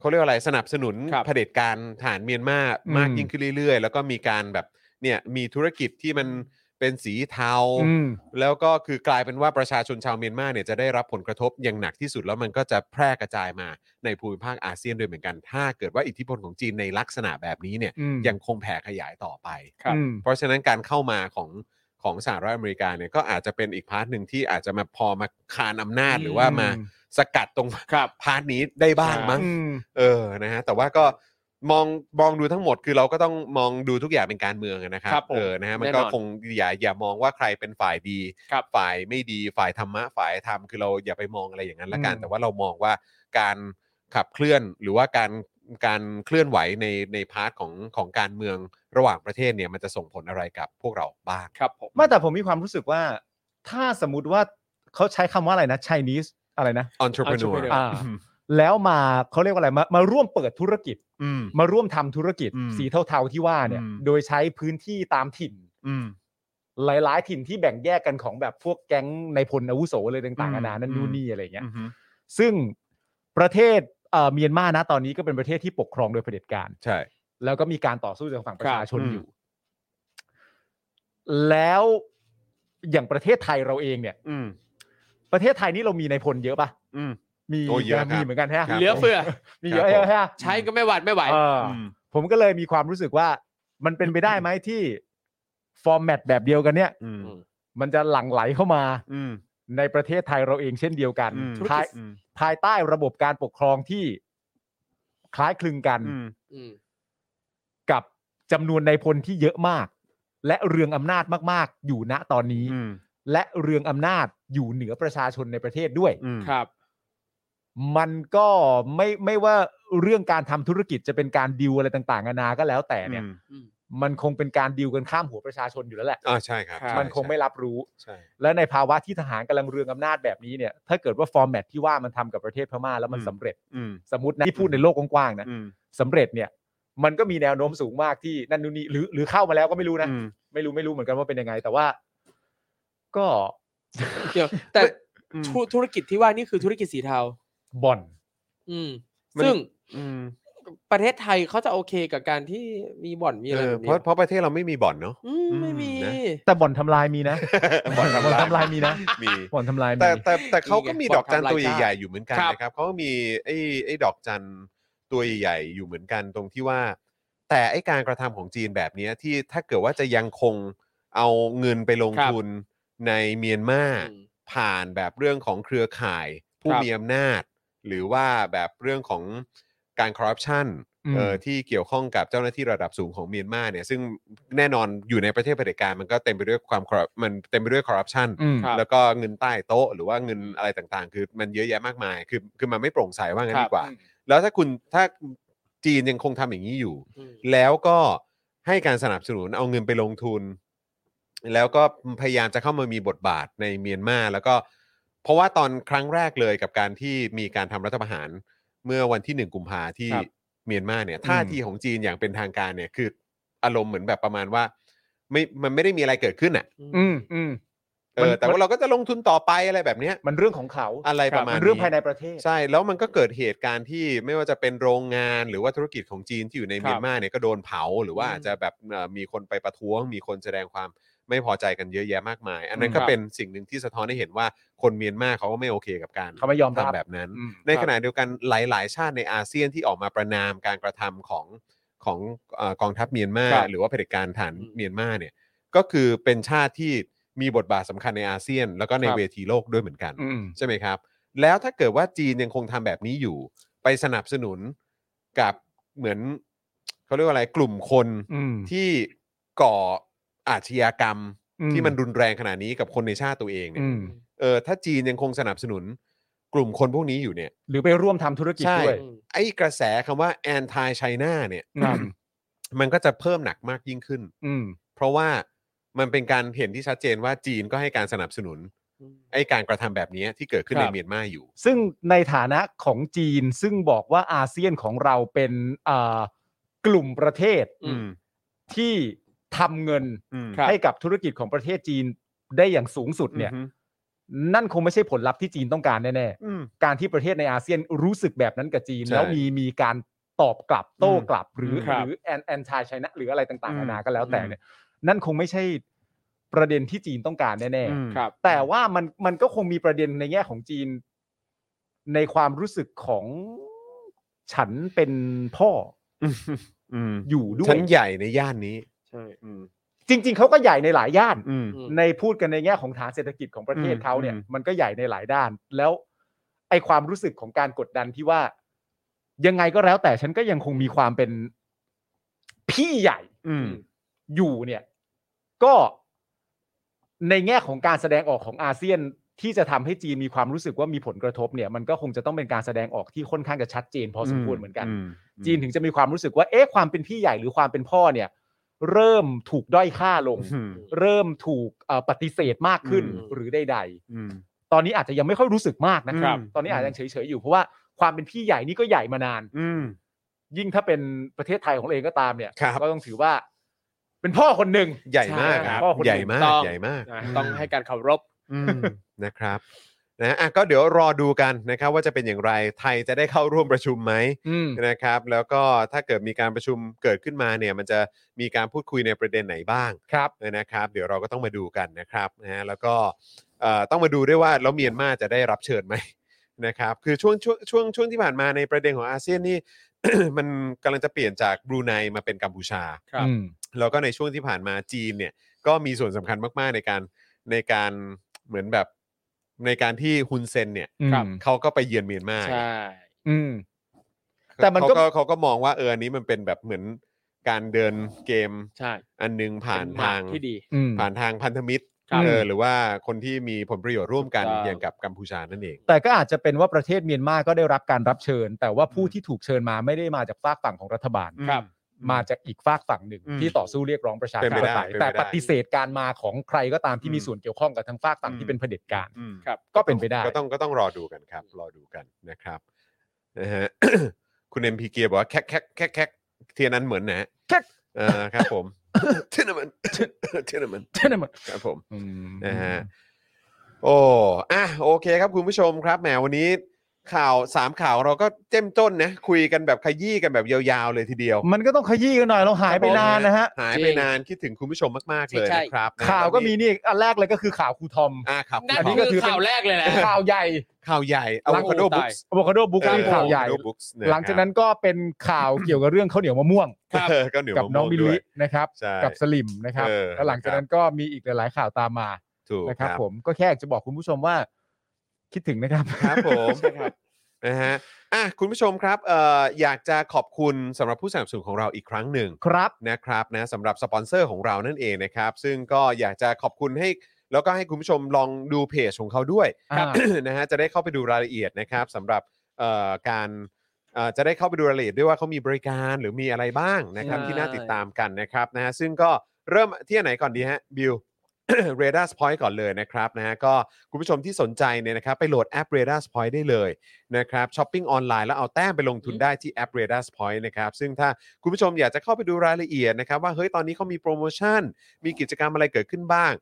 Speaker 3: เขาเรียกว่าอะไรสนับสนุน
Speaker 5: ครับ
Speaker 3: เผด็จการฐานเมียนมา
Speaker 4: อืม
Speaker 3: มากยิ่งขึ้นเรื่อย ๆ แล้วก็มีการแบบเนี่ยมีธุรกิจที่มันเป็นสีเทา
Speaker 4: อืม
Speaker 3: แล้วก็คือกลายเป็นว่าประชาชนชาวเมียนมาเนี่ยจะได้รับผลกระทบอย่างหนักที่สุด แล้วมันก็จะแพร่กระจายมาในภูมิภาคอาเซียนด้วยเหมือนกัน ถ้าเกิดว่าอิทธิพลของจีนในลักษณะแบบนี้เนี่ย
Speaker 4: อืม
Speaker 3: ยังคงแผ่ขยายต่อไป
Speaker 5: ครับ
Speaker 4: อืม
Speaker 3: เพราะฉะนั้นการเข้ามาของของสหรัฐอเมริกาเนี่ยก็อาจจะเป็นอีกพาร์ทหนึ่งที่อาจจะมาพอมาคานอำนาจ
Speaker 5: อืม
Speaker 3: หรือว่ามาสกัดตรง
Speaker 5: ครับ
Speaker 3: พาร์ทนี้ได้บ้าง
Speaker 5: ใช่
Speaker 3: มั้งเออนะฮะแต่ว่าก็มองมองดูทั้งหมดคือเราก็ต้องมองดูทุกอย่างเป็นการเมืองอะนะครับ
Speaker 5: ครับผม
Speaker 3: เออนะฮะมัน
Speaker 5: แน่นอน
Speaker 3: ก็คงอย่าอย่ามองว่าใครเป็นฝ่ายดี
Speaker 5: ครับ
Speaker 3: ฝ่ายไม่ดีฝ่ายธรรมะฝ่ายธรรมคือเราอย่าไปมองอะไรอย่างนั้นละกัน
Speaker 4: อืม
Speaker 3: แต่ว่าเรามองว่าการขับเคลื่อนหรือว่าการการเคลื่อนไหวในในพาร์ทของของการเมืองระหว่างประเทศเนี่ยมันจะส่งผลอะไรกับพวกเราบ้าง
Speaker 5: ครับผม
Speaker 4: ไม่แต่ผมมีความรู้สึกว่า ถ้าสมมติว่าเขาใช้คำว่าอะไรนะ Chinese อะไรนะ
Speaker 3: entrepreneur
Speaker 5: entrepreneur
Speaker 4: อ่า แล้วมาเขาเรียกว่าอะไรมามาร่วมเปิดธุรกิจ
Speaker 3: อืม
Speaker 4: มาร่วมทำธุรกิจ
Speaker 3: อืม
Speaker 4: สีเทาๆที่ว่าเนี่ย
Speaker 3: อืม
Speaker 4: โดยใช้พื้นที่ตามถิ่น
Speaker 3: อืม
Speaker 4: หลายๆ ถิ่นที่แบ่งแยกกันของแบบพวกแก๊งในพลอาวุโสเลยต่างๆ
Speaker 3: อืม
Speaker 4: นานานั่น
Speaker 3: อืม
Speaker 4: นู่นนี่อะไรเงี้ย
Speaker 3: อืม
Speaker 4: ซึ่งประเทศเอ่อเมียนมานะตอนนี้ก็เป็นประเทศที่ปกครองโดยเผด็จการ
Speaker 3: ใช่
Speaker 4: แล้วก็มีการต่อสู้จากฝั่งประชาชน
Speaker 3: ครับ
Speaker 4: อยู่ แล้วอย่างประเทศไทยเราเองเนี่ย
Speaker 3: อืม
Speaker 4: ประเทศไทยนี่เรามีในายพลเยอะปะ
Speaker 3: อืม
Speaker 4: มี
Speaker 3: โอ้เยอะครับ
Speaker 4: มีเหมือนกันใช่ไหม
Speaker 3: ครับ
Speaker 5: เหลือเฟือ
Speaker 4: มีเยอะใช่ไหมฮะ
Speaker 5: ใช้ก็ไม่หวัดไม่ไหว
Speaker 4: เอออ
Speaker 3: ม
Speaker 4: ผมก็เลยมีความรู้สึกว่ามันเป็นไปได้ไหมที่ฟอร์แมตแบบเดียวกันเนี่ย
Speaker 3: อืม
Speaker 4: มันจะหลั่งไหลเข้ามา
Speaker 3: อืม
Speaker 4: ในประเทศไทยเราเองเช่นเดียวกัน
Speaker 3: อืม
Speaker 4: ภาย
Speaker 3: อืม
Speaker 4: ภายใต้ระบบการปกครองที่คล้ายคลึงกัน
Speaker 3: อืม
Speaker 5: อืม
Speaker 4: กับจำนวนในายพลที่เยอะมาก และเรืองอำนาจมาก ๆ อยู่ณตอนนี้
Speaker 3: อืม
Speaker 4: และเรืองอำนาจอยู่เหนือประชาชนในประเทศด้วย
Speaker 3: อืม
Speaker 5: ครับ
Speaker 4: มันก็ไม่ไม่ว่าเรื่องการทำธุรกิจจะเป็นการดิวอะไรต่างๆนานาก็แล้วแต่เนี่ย
Speaker 3: อืม
Speaker 4: มันคงเป็นการดิวกันข้ามหัวประชาชนอยู่แล้วแหละ
Speaker 3: อ่าใช่ครับ
Speaker 5: ครับ
Speaker 3: ใช่
Speaker 4: มันคงไม่รับรู้
Speaker 3: ใช่
Speaker 4: และในภาวะที่ทหารกำลังเรืองอำนาจแบบนี้เนี่ย ถ้าเกิดว่าฟอร์แมตที่ว่ามันทำกับประเทศพม่าแล้วมัน
Speaker 3: อืม
Speaker 4: สำเร็จ
Speaker 3: อืม
Speaker 4: สมมตินะที่พูดในโลกกว้างๆนะ
Speaker 3: อืม
Speaker 4: สำเร็จเนี่ย มันก็มีแนวโน้มสูงมากที่นั่นนู่นนี่หรือหรือเข้ามาแล้วก็ไม่รู้นะ
Speaker 3: อืม
Speaker 4: ไม่รู้ไม่รู้เหมือนกันว่าเป็นยังไง แต่ว่า
Speaker 3: [laughs]
Speaker 4: ก็
Speaker 5: เดี๋ยวแต่
Speaker 3: อืม
Speaker 5: ธุธุรกิจที่ว่านี่คือธุรกิจสีเทา
Speaker 4: บ่อน
Speaker 5: อืม
Speaker 3: มัน
Speaker 5: ซึ่ง
Speaker 3: อืม
Speaker 5: ประเทศไทยเขาจะโอเคกับการที่มีบ่อนมีอะ
Speaker 3: เอ
Speaker 5: ไร
Speaker 3: อ
Speaker 5: แบบ
Speaker 3: เพ
Speaker 5: นี้
Speaker 3: ราะเพราะประเทศเราไม่มีบ่อนเนาะ
Speaker 5: อืมไม่มี
Speaker 3: นะ
Speaker 4: แต่บ่อนทำลายมีนะ
Speaker 3: บ่อนทำลาย
Speaker 4: บ่อนทำลายมีนะ
Speaker 3: มี
Speaker 4: บ่อนทำลายมี
Speaker 3: แต่แต่แต่เขาก็
Speaker 5: นี่ไง
Speaker 3: มีดอกจันตัว
Speaker 5: บ่อนทำลาย
Speaker 3: ใหญ่ๆอยู่เหมือนกัน
Speaker 5: ครับ
Speaker 3: นะครับเขาก็มีไอ้ไอ้ดอกจันตัวใหญ่ๆอยู่เหมือนกันตรงที่ว่า แต่ไอ้การกระทำของจีนแบบเนี้ยที่ถ้าเกิดว่าจะยังคงเอาเงินไปลงทุนในเมียนมา
Speaker 5: อืม
Speaker 3: ผ่านแบบเรื่องของเครือข่าย ผู้
Speaker 5: ครับ
Speaker 3: มีอำนาจ หรือว่าแบบเรื่องของการคอร์รัปชัน
Speaker 4: อืม
Speaker 3: เออที่เกี่ยวข้องกับเจ้าหน้าที่ระดับสูงของเมียนมาเนี่ยซึ่งแน่นอนอยู่ในประเทศเผด็จการมันก็เต็มไปด้วยความ corrupt มันเต็มไปด้วยคอร์รัปชัน
Speaker 4: อืม
Speaker 5: ครับ
Speaker 3: แล้วก็เงินใต้โต๊ะ หรือว่าเงินอะไรต่างๆ คือมันเยอะแยะมากมายคือคือมันไม่โปร่งใสว่างั้นดีกว่า แล้วถ้าคุณถ้าจีนยังคงทำอย่างนี้อยู่
Speaker 5: อืม
Speaker 3: แล้วก็ให้การสนับสนุนเอาเงินไปลงทุน แล้วก็พยายามจะเข้ามามีบทบาทในเมียนมาแล้วก็เพราะว่าตอนครั้งแรกเลยกับการที่มีการทำรัฐประหารเมื่อวันที่หนึ่งกุมภาที่
Speaker 5: ครับ
Speaker 3: เมียนมาเนี่ยท่าทีของจีนอย่างเป็นทางการเนี่ยคืออารมณ์เหมือนแบบประมาณว่า ไม่มันไม่ได้มีอะไรเกิดขึ้นอ่ะ
Speaker 4: อืมอืม
Speaker 3: เอ
Speaker 4: มัน
Speaker 3: อแต่
Speaker 4: มั
Speaker 3: ว่าน เราก็จะลงทุนต่อไปอะไรแบบเนี้ย
Speaker 4: มันเรื่องของเขา
Speaker 3: อะไรประมาณ
Speaker 4: นเรื่อง
Speaker 3: นี้
Speaker 4: ภายในประเทศ
Speaker 3: ใช่แล้วมันก็เกิดเหตุการณ์ที่ไม่ว่าจะเป็นโรงงานหรือว่าธุรกิจของจีนที่อยู่ใน
Speaker 5: ครับ
Speaker 3: เมียนมาเนี่ยก็โดนเผา หรือว่า
Speaker 5: อืม
Speaker 3: อาจจะแบบเอ่อมีคนไปประท้วง มีคนแสดงความไม่พอใจกันเยอะแยะมากมาย อันนั้น
Speaker 4: อืม
Speaker 3: ก็
Speaker 5: ครับ
Speaker 3: เป็นสิ่งหนึ่งที่สะท้อนให้เห็นว่าคนเมียนมาเขาก็ไม่โอเคกับการ
Speaker 4: เขาไม่ยอมรับ
Speaker 3: ทำแบบนั้น
Speaker 4: อืม
Speaker 3: ในขณะเดียวกันหลาย ๆ ชาติในอาเซียนที่ออกมาประนามการกระทำของของเอ่อกองทัพเมียนมา
Speaker 5: ครับ
Speaker 3: หรือว่าเผด็จการฐาน
Speaker 5: อืม
Speaker 3: เมียนมาเนี่ยก็คือเป็นชาติที่มีบทบาทสำคัญในอาเซียน แล้วก็ใน
Speaker 5: ครับ
Speaker 3: เวทีโลกด้วยเหมือนกัน
Speaker 4: อืม
Speaker 3: ใช่ไหมครับ แล้วถ้าเกิดว่าจีนยังคงทำแบบนี้อยู่ ไปสนับสนุนกับเหมือนเขาเรียกว่าอะไรกลุ่มคน
Speaker 4: อืม
Speaker 3: ที่ก่ออาชญากรรม
Speaker 4: อืม
Speaker 3: ที่มันรุนแรงขนาดนี้กับคนในชาติตัวเองเนี่ย
Speaker 4: อืม
Speaker 3: เออถ้าจีนยังคงสนับสนุนกลุ่มคนพวกนี้อยู่เนี่ย
Speaker 4: หรือไปร่วมทำธุรกิจ
Speaker 3: ใช่
Speaker 4: ด้วย
Speaker 3: ไอ้กระแสคำว่า anti China เนี่ย
Speaker 4: ครับ
Speaker 3: มันก็จะเพิ่มหนักมากยิ่งขึ้น
Speaker 4: อืม
Speaker 3: เพราะว่ามันเป็นการเห็นที่ชัดเจนว่าจีนก็ให้การสนับสนุน
Speaker 5: อืม
Speaker 3: ไอ้การกระทำแบบนี้ที่เกิดขึ้น
Speaker 5: ครั
Speaker 3: ใน
Speaker 5: บ
Speaker 3: เมียนมาอยู่
Speaker 4: ซึ่งในฐานะของจีนซึ่งบอกว่าอาเซียนของเราเป็นเอ่อกลุ่มประเทศ
Speaker 5: อืม
Speaker 4: ที่ทำเงิน
Speaker 3: อืม
Speaker 5: ครับ
Speaker 4: ให้กับธุรกิจของประเทศจีนได้อย่างสูงสุดเนี่ย
Speaker 3: อือฮึ
Speaker 4: นั่นคงไม่ใช่ผลลัพธ์ที่จีนต้องการแน่
Speaker 3: อืม
Speaker 4: ๆ การที่ประเทศในอาเซียนรู้สึกแบบนั้นกับจีน
Speaker 3: ใช่
Speaker 4: แล้วมีมีการตอบกลับโต้
Speaker 3: อืม
Speaker 4: กลับหรือ
Speaker 5: ครับ
Speaker 4: หรือแอนแอนชายชนะหรืออะไรต่าง
Speaker 3: อื
Speaker 4: ๆ
Speaker 3: ม
Speaker 4: นานาก็แล้วแต่เนี่ย นั่นคงไม่ใช่ประเด็นที่จีนต้องการแน่ๆ
Speaker 5: ครับ
Speaker 4: แต่ว่ามันมันก็คงมีประเด็นในแง่ของจีน ในความรู้สึกของฉันเป็นพ่อ
Speaker 3: อืม
Speaker 4: อยู่ด้ว
Speaker 3: ชั้
Speaker 4: ย
Speaker 3: นใหญ่ในย่านนี้
Speaker 5: ใช่
Speaker 3: อืม
Speaker 4: จริง ๆเขาก็ใหญ่ในหลายย่าน
Speaker 3: อืม
Speaker 5: อืม
Speaker 4: ในพูดกันในแง่ของฐานเศรษฐกิจของประเทศ
Speaker 3: อืม
Speaker 4: เขาเนี่ย
Speaker 3: อืม
Speaker 4: มันก็ใหญ่ในหลายด้าน แล้วไอความรู้สึกของการกดดันที่ว่า ยังไงก็แล้วแต่ฉันก็ยังคงมีความเป็นพี่ใหญ่
Speaker 3: อืม
Speaker 4: อยู่เนี่ยก็ในแง่ของการแสดงออกของอาเซียนที่จะทำให้จีนมีความรู้สึกว่ามีผลกระทบเนี่ย มันก็คงจะต้องเป็นการแสดงออกที่ค่อนข้างจะชัดเจนพอสมควรเหมือนกัน จีนถึงจะมีความรู้สึกว่าเอ๊ะความเป็นพี่ใหญ่หรือความเป็นพ่อเนี่ย เริ่มถูกด้อยค่าลง
Speaker 3: อืม
Speaker 4: เริ่มถูกเอ่อปฏิเสธมากขึ้น
Speaker 3: อืม
Speaker 4: หรือใด
Speaker 3: อืม
Speaker 4: ๆตอนนี้อาจจะยังไม่ค่อยรู้สึกมากนะครับ
Speaker 3: อืม
Speaker 4: ตอนนี้อาจจะยังเฉยๆอยู่เพราะว่าความเป็นพี่ใหญ่นี่ก็ใหญ่มานาน
Speaker 3: อืม
Speaker 4: ยิ่งถ้าเป็นประเทศไทยของเราเองก็ตามเนี่ย
Speaker 3: ครับ
Speaker 4: ก็ต้องถือว่า เป็นพ่อคนหนึ่ง
Speaker 3: ใหญ่มาก
Speaker 5: ใช่
Speaker 3: ครับ
Speaker 4: พ่อคน
Speaker 3: ใหญ่
Speaker 4: หนึ่ง
Speaker 3: มาก
Speaker 5: ต้อง
Speaker 3: ใหญ่มาก
Speaker 5: นะต้องให้การเคารพ
Speaker 3: อืมนะครับ นะอ่ะก็เดี๋ยวรอดูกันนะครับว่าจะเป็นอย่างไรไทยจะได้เข้าร่วมประชุมไหม
Speaker 4: อืม
Speaker 3: นะครับแล้วก็ถ้าเกิดมีการประชุมเกิดขึ้นมาเนี่ยมันจะมีการพูดคุยในประเด็นไหนบ้าง
Speaker 4: ครับ
Speaker 3: นะครับ เดี๋ยวเราก็ต้องมาดูกันนะครับนะฮะแล้วก็เอ่อต้องมาดูด้วยว่าแล้วเมียนมาจะได้รับเชิญไหม [laughs] นะครับคือช่วงช่วงช่วงช่วงที่ผ่านมาในประเด็นของอาเซียนนี่ [coughs] มันกำลังจะเปลี่ยนจากบรูไนมาเป็นกัมพูชา
Speaker 5: ครับ
Speaker 4: อืม
Speaker 3: แล้วก็ในช่วงที่ผ่านมาจีนเนี่ยก็มีส่วนสำคัญมากๆในการในการเหมือนแบบในการที่ฮุนเซนเนี่ย
Speaker 4: ครับ
Speaker 3: เขาก็ไปเยือนเมียนมา
Speaker 5: ใช่
Speaker 4: อืม
Speaker 3: เขา
Speaker 4: แต่มันก็
Speaker 3: เขาเขาก็มองว่าเอออันนี้มันเป็นแบบเหมือนการเดินเกม
Speaker 5: ใช่
Speaker 3: อันนึงผ่าน
Speaker 5: เป็หมก
Speaker 3: ทาง
Speaker 5: ที่ดี
Speaker 4: อืม
Speaker 3: ผ่านทางพันธมิตร
Speaker 4: ครับ
Speaker 3: เออหรือว่าคนที่มีผลประโยชน์ร่วมกัน
Speaker 5: ถูกต้อง
Speaker 3: อย่างกับกัมพูชานั่นเอง
Speaker 4: แต่ก็อาจจะเป็นว่าประเทศเมียนมาก็ได้รับการรับเชิญ แต่ว่าผู้ที่ถูกเชิญมาไม่ได้มาจากฝากฝั่งของรัฐบาล
Speaker 3: ครับ
Speaker 4: มาจากอีกฝากฝั่งหนึ่ง
Speaker 3: อืม
Speaker 4: ที่ต่อสู้เรียกร้องประชาธิปไตย
Speaker 3: เป็นไปได้เป็นไปได้
Speaker 4: แต่ปฏิเสธการมาของใครก็ตามที่มี
Speaker 3: อืม
Speaker 4: ส่วนเกี่ยวข้องกับทางฝากฝั่ง
Speaker 3: อื
Speaker 4: ที่
Speaker 3: ม
Speaker 4: เป็นเผด็จการ
Speaker 3: อืม
Speaker 5: ครับ
Speaker 4: ก็เป็นไปได้
Speaker 3: ก็ต้องก็ต้องรอดูกันครับ รอดูกันนะครับนะฮ [coughs] ะ คุณเอ็มพีเกียบอกว่าแคกแคกแคกแคกเทียนั้นเหมือนนะฮะ
Speaker 4: แคก
Speaker 3: เออครับ
Speaker 4: [coughs]
Speaker 3: ผม เทียนเหมือน เทียนเหมือน
Speaker 4: ใช่ไหมมัน
Speaker 3: ครับผม
Speaker 4: อืม
Speaker 3: นะฮะ โอ้อ่ะโอเคครับคุณผู้ชมครับแหมวันนี้ข่าวสามข่าวเราก็เจ้มจ้นนะคุยกันแบบขยี้กันแบบยาวๆเลยทีเดียว
Speaker 4: มันก็ต้องขยี้กันหน่อยเราหายไปนานนะฮะ
Speaker 3: หายไปนานคิดถึงคุณผู้ชมมากๆเลย
Speaker 5: ใช่
Speaker 3: นะครับ
Speaker 4: ข่าวก็มีนี่อันแรกเลยก็คือข่าวครูทอม
Speaker 3: อ่ะครับ
Speaker 5: นั่น
Speaker 4: อันนี้ก็
Speaker 5: คื
Speaker 4: ถื
Speaker 5: อ
Speaker 4: อเป็น
Speaker 5: ข่าวแรกเลยแหละ
Speaker 4: ข่าวใหญ่
Speaker 3: ข่าวใหญ่เอาคาโดบุ๊กส์
Speaker 4: อะโวคาโดบุ๊กนี่ข่าวใหญ่ หลังจากนั้นก็เป็นข่าวเกี่ยวกับเรื่องข้าวเหนียวมะม่วง
Speaker 5: ครับ
Speaker 3: ก็เหนียว
Speaker 4: กับ
Speaker 3: มะม่
Speaker 4: น้อง
Speaker 3: วง
Speaker 4: มิล
Speaker 3: ด้ว
Speaker 4: ลิ
Speaker 3: ย
Speaker 4: นะครับ
Speaker 3: ใช่
Speaker 4: กับสลิมนะครับ
Speaker 3: เออ
Speaker 4: แล้วหลังจากนั้นก็มีอีกหลาย ๆ ข่าวตามมา
Speaker 3: ถูก
Speaker 4: นะค
Speaker 3: ค
Speaker 4: รั
Speaker 3: รั
Speaker 4: บบ ผมก็แค่อยากจะบอกคุณผู้ชมว่า คิดถึงนะครับ
Speaker 3: ครับผมนะฮะอ่ะคุณผู้ชมครับเอ่ออยากจะขอบคุณสำหรับผู้สนับสนุนของเราอีกครั้งหนึ่ง
Speaker 4: ครับ
Speaker 3: นะครับนะสำหรับสปอนเซอร์ของเรานั่นเองนะครับ ซึ่งก็อยากจะขอบคุณให้แล้วก็ให้คุณผู้ชมลองดูเพจของเขาด้วย
Speaker 4: ครับ
Speaker 3: นะฮะจะได้เข้าไปดูรายละเอียดนะครับสำหรับเอ่อการเอ่อจะได้เข้าไปดูรายละเอียดด้วยว่าเขามีบริการหรือมีอะไรบ้างนะครับ
Speaker 5: ใช่
Speaker 3: ที่น่าติดตามกันนะครับนะฮะซึ่งก็เริ่มที่อันไหนก่อนดีฮะ [coughs] บิว เรดาร์สพอยต์ก่อนเลยนะครับนะฮะก็คุณผู้ชมที่สนใจเนี่ยนะครับไปโหลดแอป r a d a r s Point ได้เลยนะครับช้อปปิ้งออนไลน์แล้วเอาแต้มไปลงทุนได้ที่แอป r a d a r s Point นะครับซึ่งถ้าคุณผู้ชมอยากจะเข้าไปดูรายละเอียดนะครับว่าเฮ้ยตอนนี้เขามีโปรโมชั่น มีกิจกรรมอะไรเกิดขึ้นบ้าง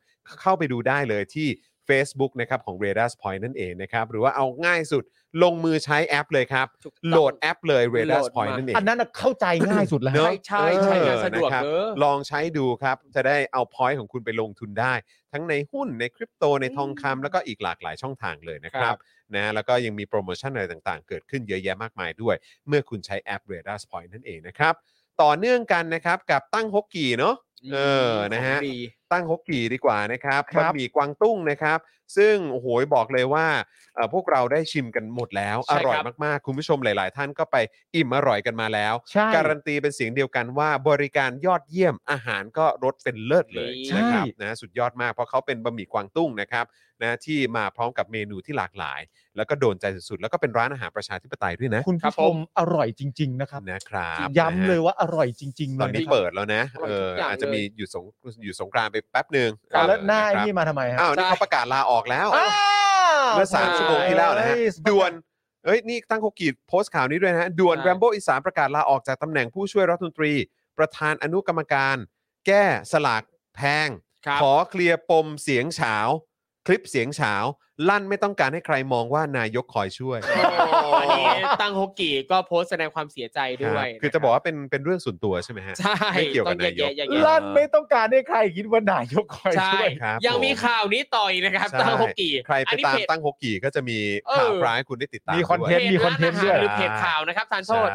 Speaker 3: เข้าไปดูได้เลยที่ Facebook นะครับของ r a d a r s Point นั่นเองนะครับ หรือว่าเอาง่ายสุดลงมือใช้แอปเลยครับ
Speaker 5: ถูกต้อง
Speaker 3: โหลดแอปเลย r a d a r s
Speaker 5: โหลดมา
Speaker 3: Point นั่นเอง
Speaker 4: อันนั้นน่ะเข้าใจง่ายสุดแล้ว
Speaker 3: เน
Speaker 4: ฮะ
Speaker 3: อะ
Speaker 5: ใช่ใช่
Speaker 3: เออ
Speaker 5: ใช่สะดวก
Speaker 3: นะครับ
Speaker 5: เนอะ
Speaker 3: ลองใช้ดูครับ จะได้เอาพอยต์ของคุณไปลงทุนได้ ทั้งในหุ้นในคริปโตในทองคำแล้วก็อีกหลากหลายช่องทางเลยนะครับนะแล้วก็ยังมีโปรโมชั่นอะไรต่างๆ เกิดขึ้นเยอะแยะมากมายด้วย เมื่อคุณใช้แอป r a d a r s Point นั่นเองนะครับ ต่อเนื่องกันนะครับกับตั้งฮกกี่เนาะ เออนะฮะ
Speaker 5: ของดี
Speaker 3: ตั้งฮกกี่ดีกว่านะครับ
Speaker 4: ครับ
Speaker 3: ะ
Speaker 4: บ
Speaker 3: หมี่กวางตุ้งนะครับ ซึ่งโอ้โหบอกเลยว่าเอ่อพวกเราได้ชิมกันหมดแล้ว
Speaker 5: ใช่
Speaker 3: อ
Speaker 5: ครับ
Speaker 3: ร่อยมากๆ คุณผู้ชมหลาย ๆ ท่านก็ไปอิ่มอร่อยกันมาแล้ว
Speaker 4: ใช่
Speaker 3: การันตีเป็นเสียงเดียวกันว่าบริการยอดเยี่ยมอาหารก็รสเป็นเลิศเลย
Speaker 5: ใช่
Speaker 3: นะครับนะสุดยอดมากเพราะเขาเป็นบะหมี่กวางตุ้งนะครับนะที่มาพร้อมกับเมนูที่หลากหลาย แล้วก็โดนใจสุดๆ แล้วก็เป็นร้านอาหารประชาธิปไตยด้วยนะ
Speaker 4: คุณ
Speaker 5: ครั
Speaker 4: ผู้ช
Speaker 5: บผม ม
Speaker 4: อร่อยจริง ๆ นะครับ
Speaker 3: นะครับ
Speaker 4: ย้ำเลย
Speaker 3: นะฮะ
Speaker 4: ว่าอร่อยจริงๆ
Speaker 3: ตอนนี้
Speaker 4: ลยะครับ
Speaker 3: เปิดแล้วนะ
Speaker 5: อร่อย
Speaker 3: เออ
Speaker 5: ทุกอย่าง
Speaker 3: อาจจะมี
Speaker 5: เลย
Speaker 3: หยุดสงหยุดสงกรานต์ไปแป๊บหนึ่ง
Speaker 4: อ่ะแล้ว
Speaker 3: เอ
Speaker 4: หน้า
Speaker 3: อะ
Speaker 4: ไอ้
Speaker 3: ครับ
Speaker 4: นี่มาทำไมฮะ
Speaker 3: อ้าวนี่เขาประกาศลาออกแล้ว
Speaker 4: อ้าว
Speaker 3: เมื่อสาม
Speaker 5: ใช่
Speaker 3: ชั่วโมงที่แล้วนะฮะ
Speaker 4: เอ้ย
Speaker 3: ด่วนเอ้ยนี่ตั้งโคกีโพสต์ข่าวนี้ด้วยนะฮะด่วน
Speaker 5: ใช่
Speaker 3: แรมโบ้อีสานประกาศลาออกจากตำแหน่งผู้ช่วยรัฐมนตรี ประธานอนุกรรมการ แก้สลากแพง
Speaker 5: ครับ
Speaker 3: ขอเคลียร์ปมเสียงเฉาคลิปเสียงเฉาลั่นไม่ต้องการให้ใครมองว่านายกคอยช่วย
Speaker 5: อันนี้ตั้งฮกกี้ก็โพสต์แสดงความเสียใจ
Speaker 3: ค
Speaker 5: ด้
Speaker 3: ว รับ
Speaker 5: ย
Speaker 3: คือจะบอกว่าเป็นเป็นเรื่องส่วนตัวใช่ไหมฮะ
Speaker 5: ใช่
Speaker 3: ไม่เกี่ยวกับนายก
Speaker 5: ต้องแะแะแะ
Speaker 4: ลั่นไม่ต้องการให้ใครคิดว่านายกคอย
Speaker 5: ใช่
Speaker 4: ช่วย
Speaker 3: ครับ
Speaker 5: ยังมีข่าวนี้ต่ออีกนะครับ
Speaker 3: ใช่
Speaker 5: ตั้งฮกกี้
Speaker 3: ใครไป
Speaker 5: อันนี้
Speaker 3: ตาม
Speaker 5: เพจ
Speaker 3: ตั้งฮกกี่ก็จะมี
Speaker 5: เออ
Speaker 3: ข่าวร้ายให้คุณได้ติดตาม
Speaker 4: มีคอนเทน
Speaker 3: ด้วย
Speaker 4: ต์มีคอนเทนต์
Speaker 5: พจ
Speaker 4: ด้ว
Speaker 5: ร้าย อาหารหรือเพจข่าวนะครับทาน
Speaker 3: ใช
Speaker 5: โทษ
Speaker 3: ่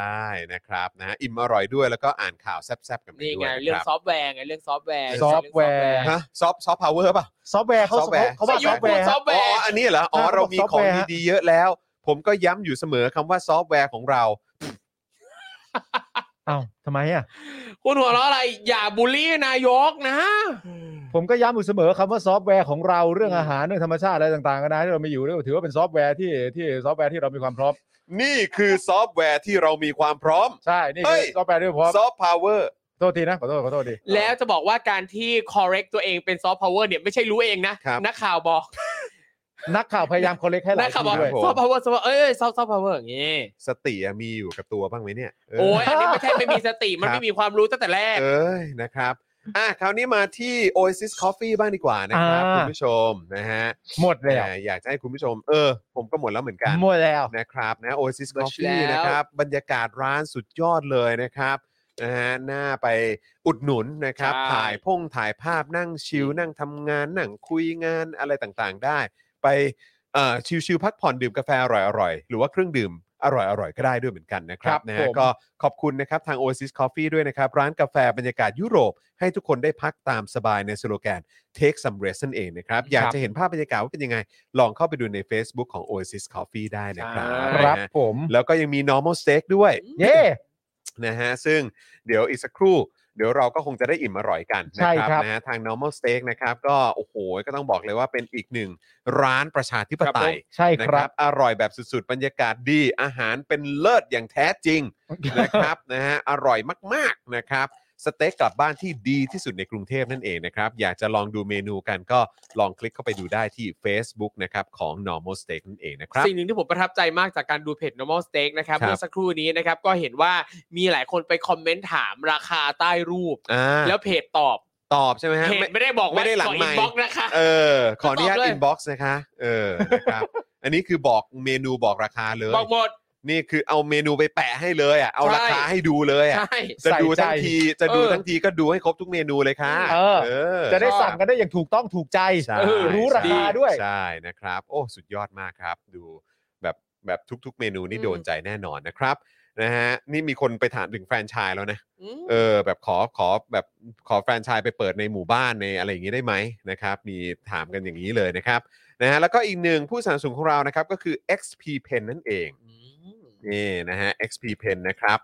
Speaker 3: นะครับนะฮะอิ่มอร่อยด้วยแล้วก็อ่านข่าวแซ่บๆกันไป
Speaker 5: นี่
Speaker 3: ด้วย
Speaker 5: ไงเรื่อง
Speaker 3: นะค
Speaker 5: ซ
Speaker 3: รับ
Speaker 5: อฟต์แวร์ไงเรื่องซอฟต์แวร์
Speaker 4: ซอฟต์แวร์
Speaker 3: ฮะซอฟซอฟพาวเวอร์ป่ะ
Speaker 4: ซอฟต์แวร์เขา
Speaker 3: ซอฟต์แวร์
Speaker 4: เขาว่า
Speaker 5: ส
Speaker 4: ซ
Speaker 5: ย
Speaker 4: อบ ฟต์แว
Speaker 5: พูด
Speaker 4: ร์
Speaker 5: ซ
Speaker 4: ฮะ
Speaker 5: อฟต์แว
Speaker 3: อ๋อ
Speaker 5: ร์
Speaker 3: อันนี้เหรออ๋อ
Speaker 4: ครับ
Speaker 3: เรามี
Speaker 4: ซอฟ
Speaker 3: ข
Speaker 4: ต์
Speaker 3: อง
Speaker 4: แวร์ฮะ
Speaker 3: ดีๆเยอะแล้ว ผมก็ย้ำอยู่เสมอคำว่าซอฟต์แวร์ของเรา
Speaker 4: อ้าวทำไมอ่ะ
Speaker 5: คุณหัวเราะอะไร อย่าบูลลี่นายกนะ
Speaker 4: ผมก็ย้ำอยู่เสมอคำว่าซอฟต์แวร์ของเราเรื่องอาหารเรื่องธรรมชาติอะไรต่างๆกันานะที่เรามีอยู่เนี่ยถือว่าเป็นซอฟต์แวร์ที่ที่ซอฟต์แวร์ที่เรามีความพร้อม
Speaker 3: นี่คือซอฟต์แวร์ที่เรามีความพร้อม
Speaker 4: ใช่นี่
Speaker 3: เฮ้
Speaker 4: คื
Speaker 3: ย
Speaker 4: อซอฟต์แวร์ที่พร้อม
Speaker 3: ซอฟต์พาวเวอร์
Speaker 4: โทษทีนะขอโทษขอโทษดี
Speaker 5: แล้วจะบอกว่าการที่ correct ตัวเองเป็นซอฟต์พาวเวอร์เนี่ยไม่ใช่รู้เองนะ
Speaker 3: ครับ
Speaker 5: นักข่าวบอก
Speaker 4: นักข่าวพยายามคอลเลกให้ห
Speaker 5: นั
Speaker 4: ลาก ย
Speaker 5: ข่าว
Speaker 4: ที
Speaker 5: บอก
Speaker 4: ด้วย
Speaker 5: ซอฟต์พาวเวอร์ซอฟต์เอ้ยซอฟต์พาวเวอร์อย่างงี้
Speaker 3: สติอะมีอยู่กับตัวบ้างไหมเนี่ยเ
Speaker 5: โอ้ยอันนี้ไม่ใช่ไม่มีสติมัน
Speaker 3: ครับ
Speaker 5: ไม่มีความรู้ตั้งแต่แรก
Speaker 3: เอ้ยนะครับ อ่ะคราวนี้มาที่ Oasis Coffee บ้างดีกว่านะครับ
Speaker 4: อ่า
Speaker 3: คุณผู้ชมนะฮะ
Speaker 4: หมดแล้ว
Speaker 3: แต่อยากจะให้คุณผู้ชม เออ ผมก็หมดแล้วเหมือนกัน
Speaker 4: หมดแล้ว
Speaker 3: นะครับนะ Oasis
Speaker 5: หมด
Speaker 3: Coffee
Speaker 5: แล้ว
Speaker 3: นะครับบรรยากาศร้านสุดยอดเลยนะครับนะฮะน่าไปอุดหนุนนะครับ
Speaker 5: ใช่
Speaker 3: ถ่ายพงถ่ายภาพนั่งชิลนั่งทำงานนั่งคุยงานอะไรต่างๆ ได้ ไปเอ่อชิลๆพักผ่อนดื่มกาแฟอร่อยๆ หรือว่าเครื่องดื่มอร่อยๆ ก็ได้ด้วยเหมือนกันนะครั
Speaker 4: ครับ บ
Speaker 3: นะฮะ
Speaker 4: ผม
Speaker 3: ก็ขอบคุณนะครับทาง Oasis Coffee ด้วยนะครับ ร้านกาแฟบรรยากาศยุโรป ให้ทุกคนได้พักตามสบายในสโลแกน Take some rest นั่นเองนะครับ อยากจะเห็นภาพบรรยากาศว่าเป็นยังไง ลองเข้าไปดูใน Facebook ของ Oasis Coffee ได้นะครับ
Speaker 5: ใช่
Speaker 4: ครับ
Speaker 3: นะฮะ
Speaker 4: ผม
Speaker 3: แล้วก็ยังมี normal steak ด้วย
Speaker 4: เย่
Speaker 3: นะฮะซึ่งเดี๋ยวอีกสักครู่ เดี๋ยวเราก็คงจะได้อิ่มอร่อยกันนะ
Speaker 4: ใช่
Speaker 3: ครับ
Speaker 4: ครับ
Speaker 3: นะฮะทาง normal steak นะครับ ก็โอ้โห ก็ต้องบอกเลยว่าเป็นอีกหนึ่งร้านประชาธิปไตย
Speaker 4: ใช่
Speaker 3: นะ
Speaker 4: ค
Speaker 3: ค
Speaker 4: รั
Speaker 3: รับ บ อร่อยแบบสุดๆ บรรยากาศดี อาหารเป็นเลิศอย่างแท้จริง นะครับ [laughs] นะฮะอร่อยมากๆนะครับสเต็กกลับบ้านที่ดีที่สุดในกรุงเทพนั่นเองนะครับ อยากจะลองดูเมนูกันก็ลองคลิกเข้าไปดูได้ที่ Facebook นะครับของ normal steak นั่นเองนะครับ
Speaker 5: สิ่งหนึ่งที่ผมประทับใจมากจากการดูเพจ normal steak นะครับ
Speaker 3: ครับ
Speaker 5: เมื่อสักครู่นี้นะครับก็เห็นว่ามีหลายคนไปคอมเมนต์ถามราคาใต้รูป
Speaker 3: อ่า
Speaker 5: แล้วเพจตอบ
Speaker 3: ตอบใช่ไหมฮะ
Speaker 5: เพจ
Speaker 3: ไม่
Speaker 5: ไม่ได้บอกว่า
Speaker 3: ไม่ได้หลัง
Speaker 5: ขอ
Speaker 3: ไม
Speaker 5: อิ
Speaker 3: ค์
Speaker 5: นบ็อกนะคะ
Speaker 3: เออ ขออนุญาต
Speaker 5: ตอบเลย
Speaker 3: inbox นะคะ เออนะครับ [laughs] อันนี้คือบอกเมนูบอกราคาเลย
Speaker 5: บอกหมด
Speaker 3: นี่คือเอาเมนูไปแปะให้เลยอ่ะเอา
Speaker 5: ใช่
Speaker 3: ราคาให้ดูเลยอ่ะ
Speaker 5: ใช่
Speaker 3: จะดู
Speaker 4: ใส่ใจ
Speaker 3: ทั้งทีจะดู
Speaker 5: เออ
Speaker 3: ทั้งทีก็ดูให้ครบทุกเมนูเลยค่ะ
Speaker 4: เออ
Speaker 3: เออ
Speaker 4: จะได้สั่งกันได้อย่างถูกต้องถูกใจ
Speaker 3: ใช่
Speaker 5: เออรู้ราคา
Speaker 3: ใช่
Speaker 4: ด้วย
Speaker 3: ใช่นะครับ โอ้ สุดยอดมากครับ ดูแบบแบบทุกๆ เมนูนี่
Speaker 5: อืม
Speaker 3: โดนใจแน่นอนนะครับนะฮะนี่มีคนไปถามถึงแฟรนไชส์แล้วนะ
Speaker 5: อืม
Speaker 3: เออ แบบขอขอแบบขอแฟรนไชส์ไปเปิดในหมู่บ้านในอะไรอย่างนี้ได้ไหมนะครับ มีถามกันอย่างนี้เลยนะครับนะฮะแล้วก็อีกหนึ่งผู้สนับสนุนของเรานะครับ ก็คือ XP Pen นั่นเอง นี่นะฮะ XP Pen นะครับ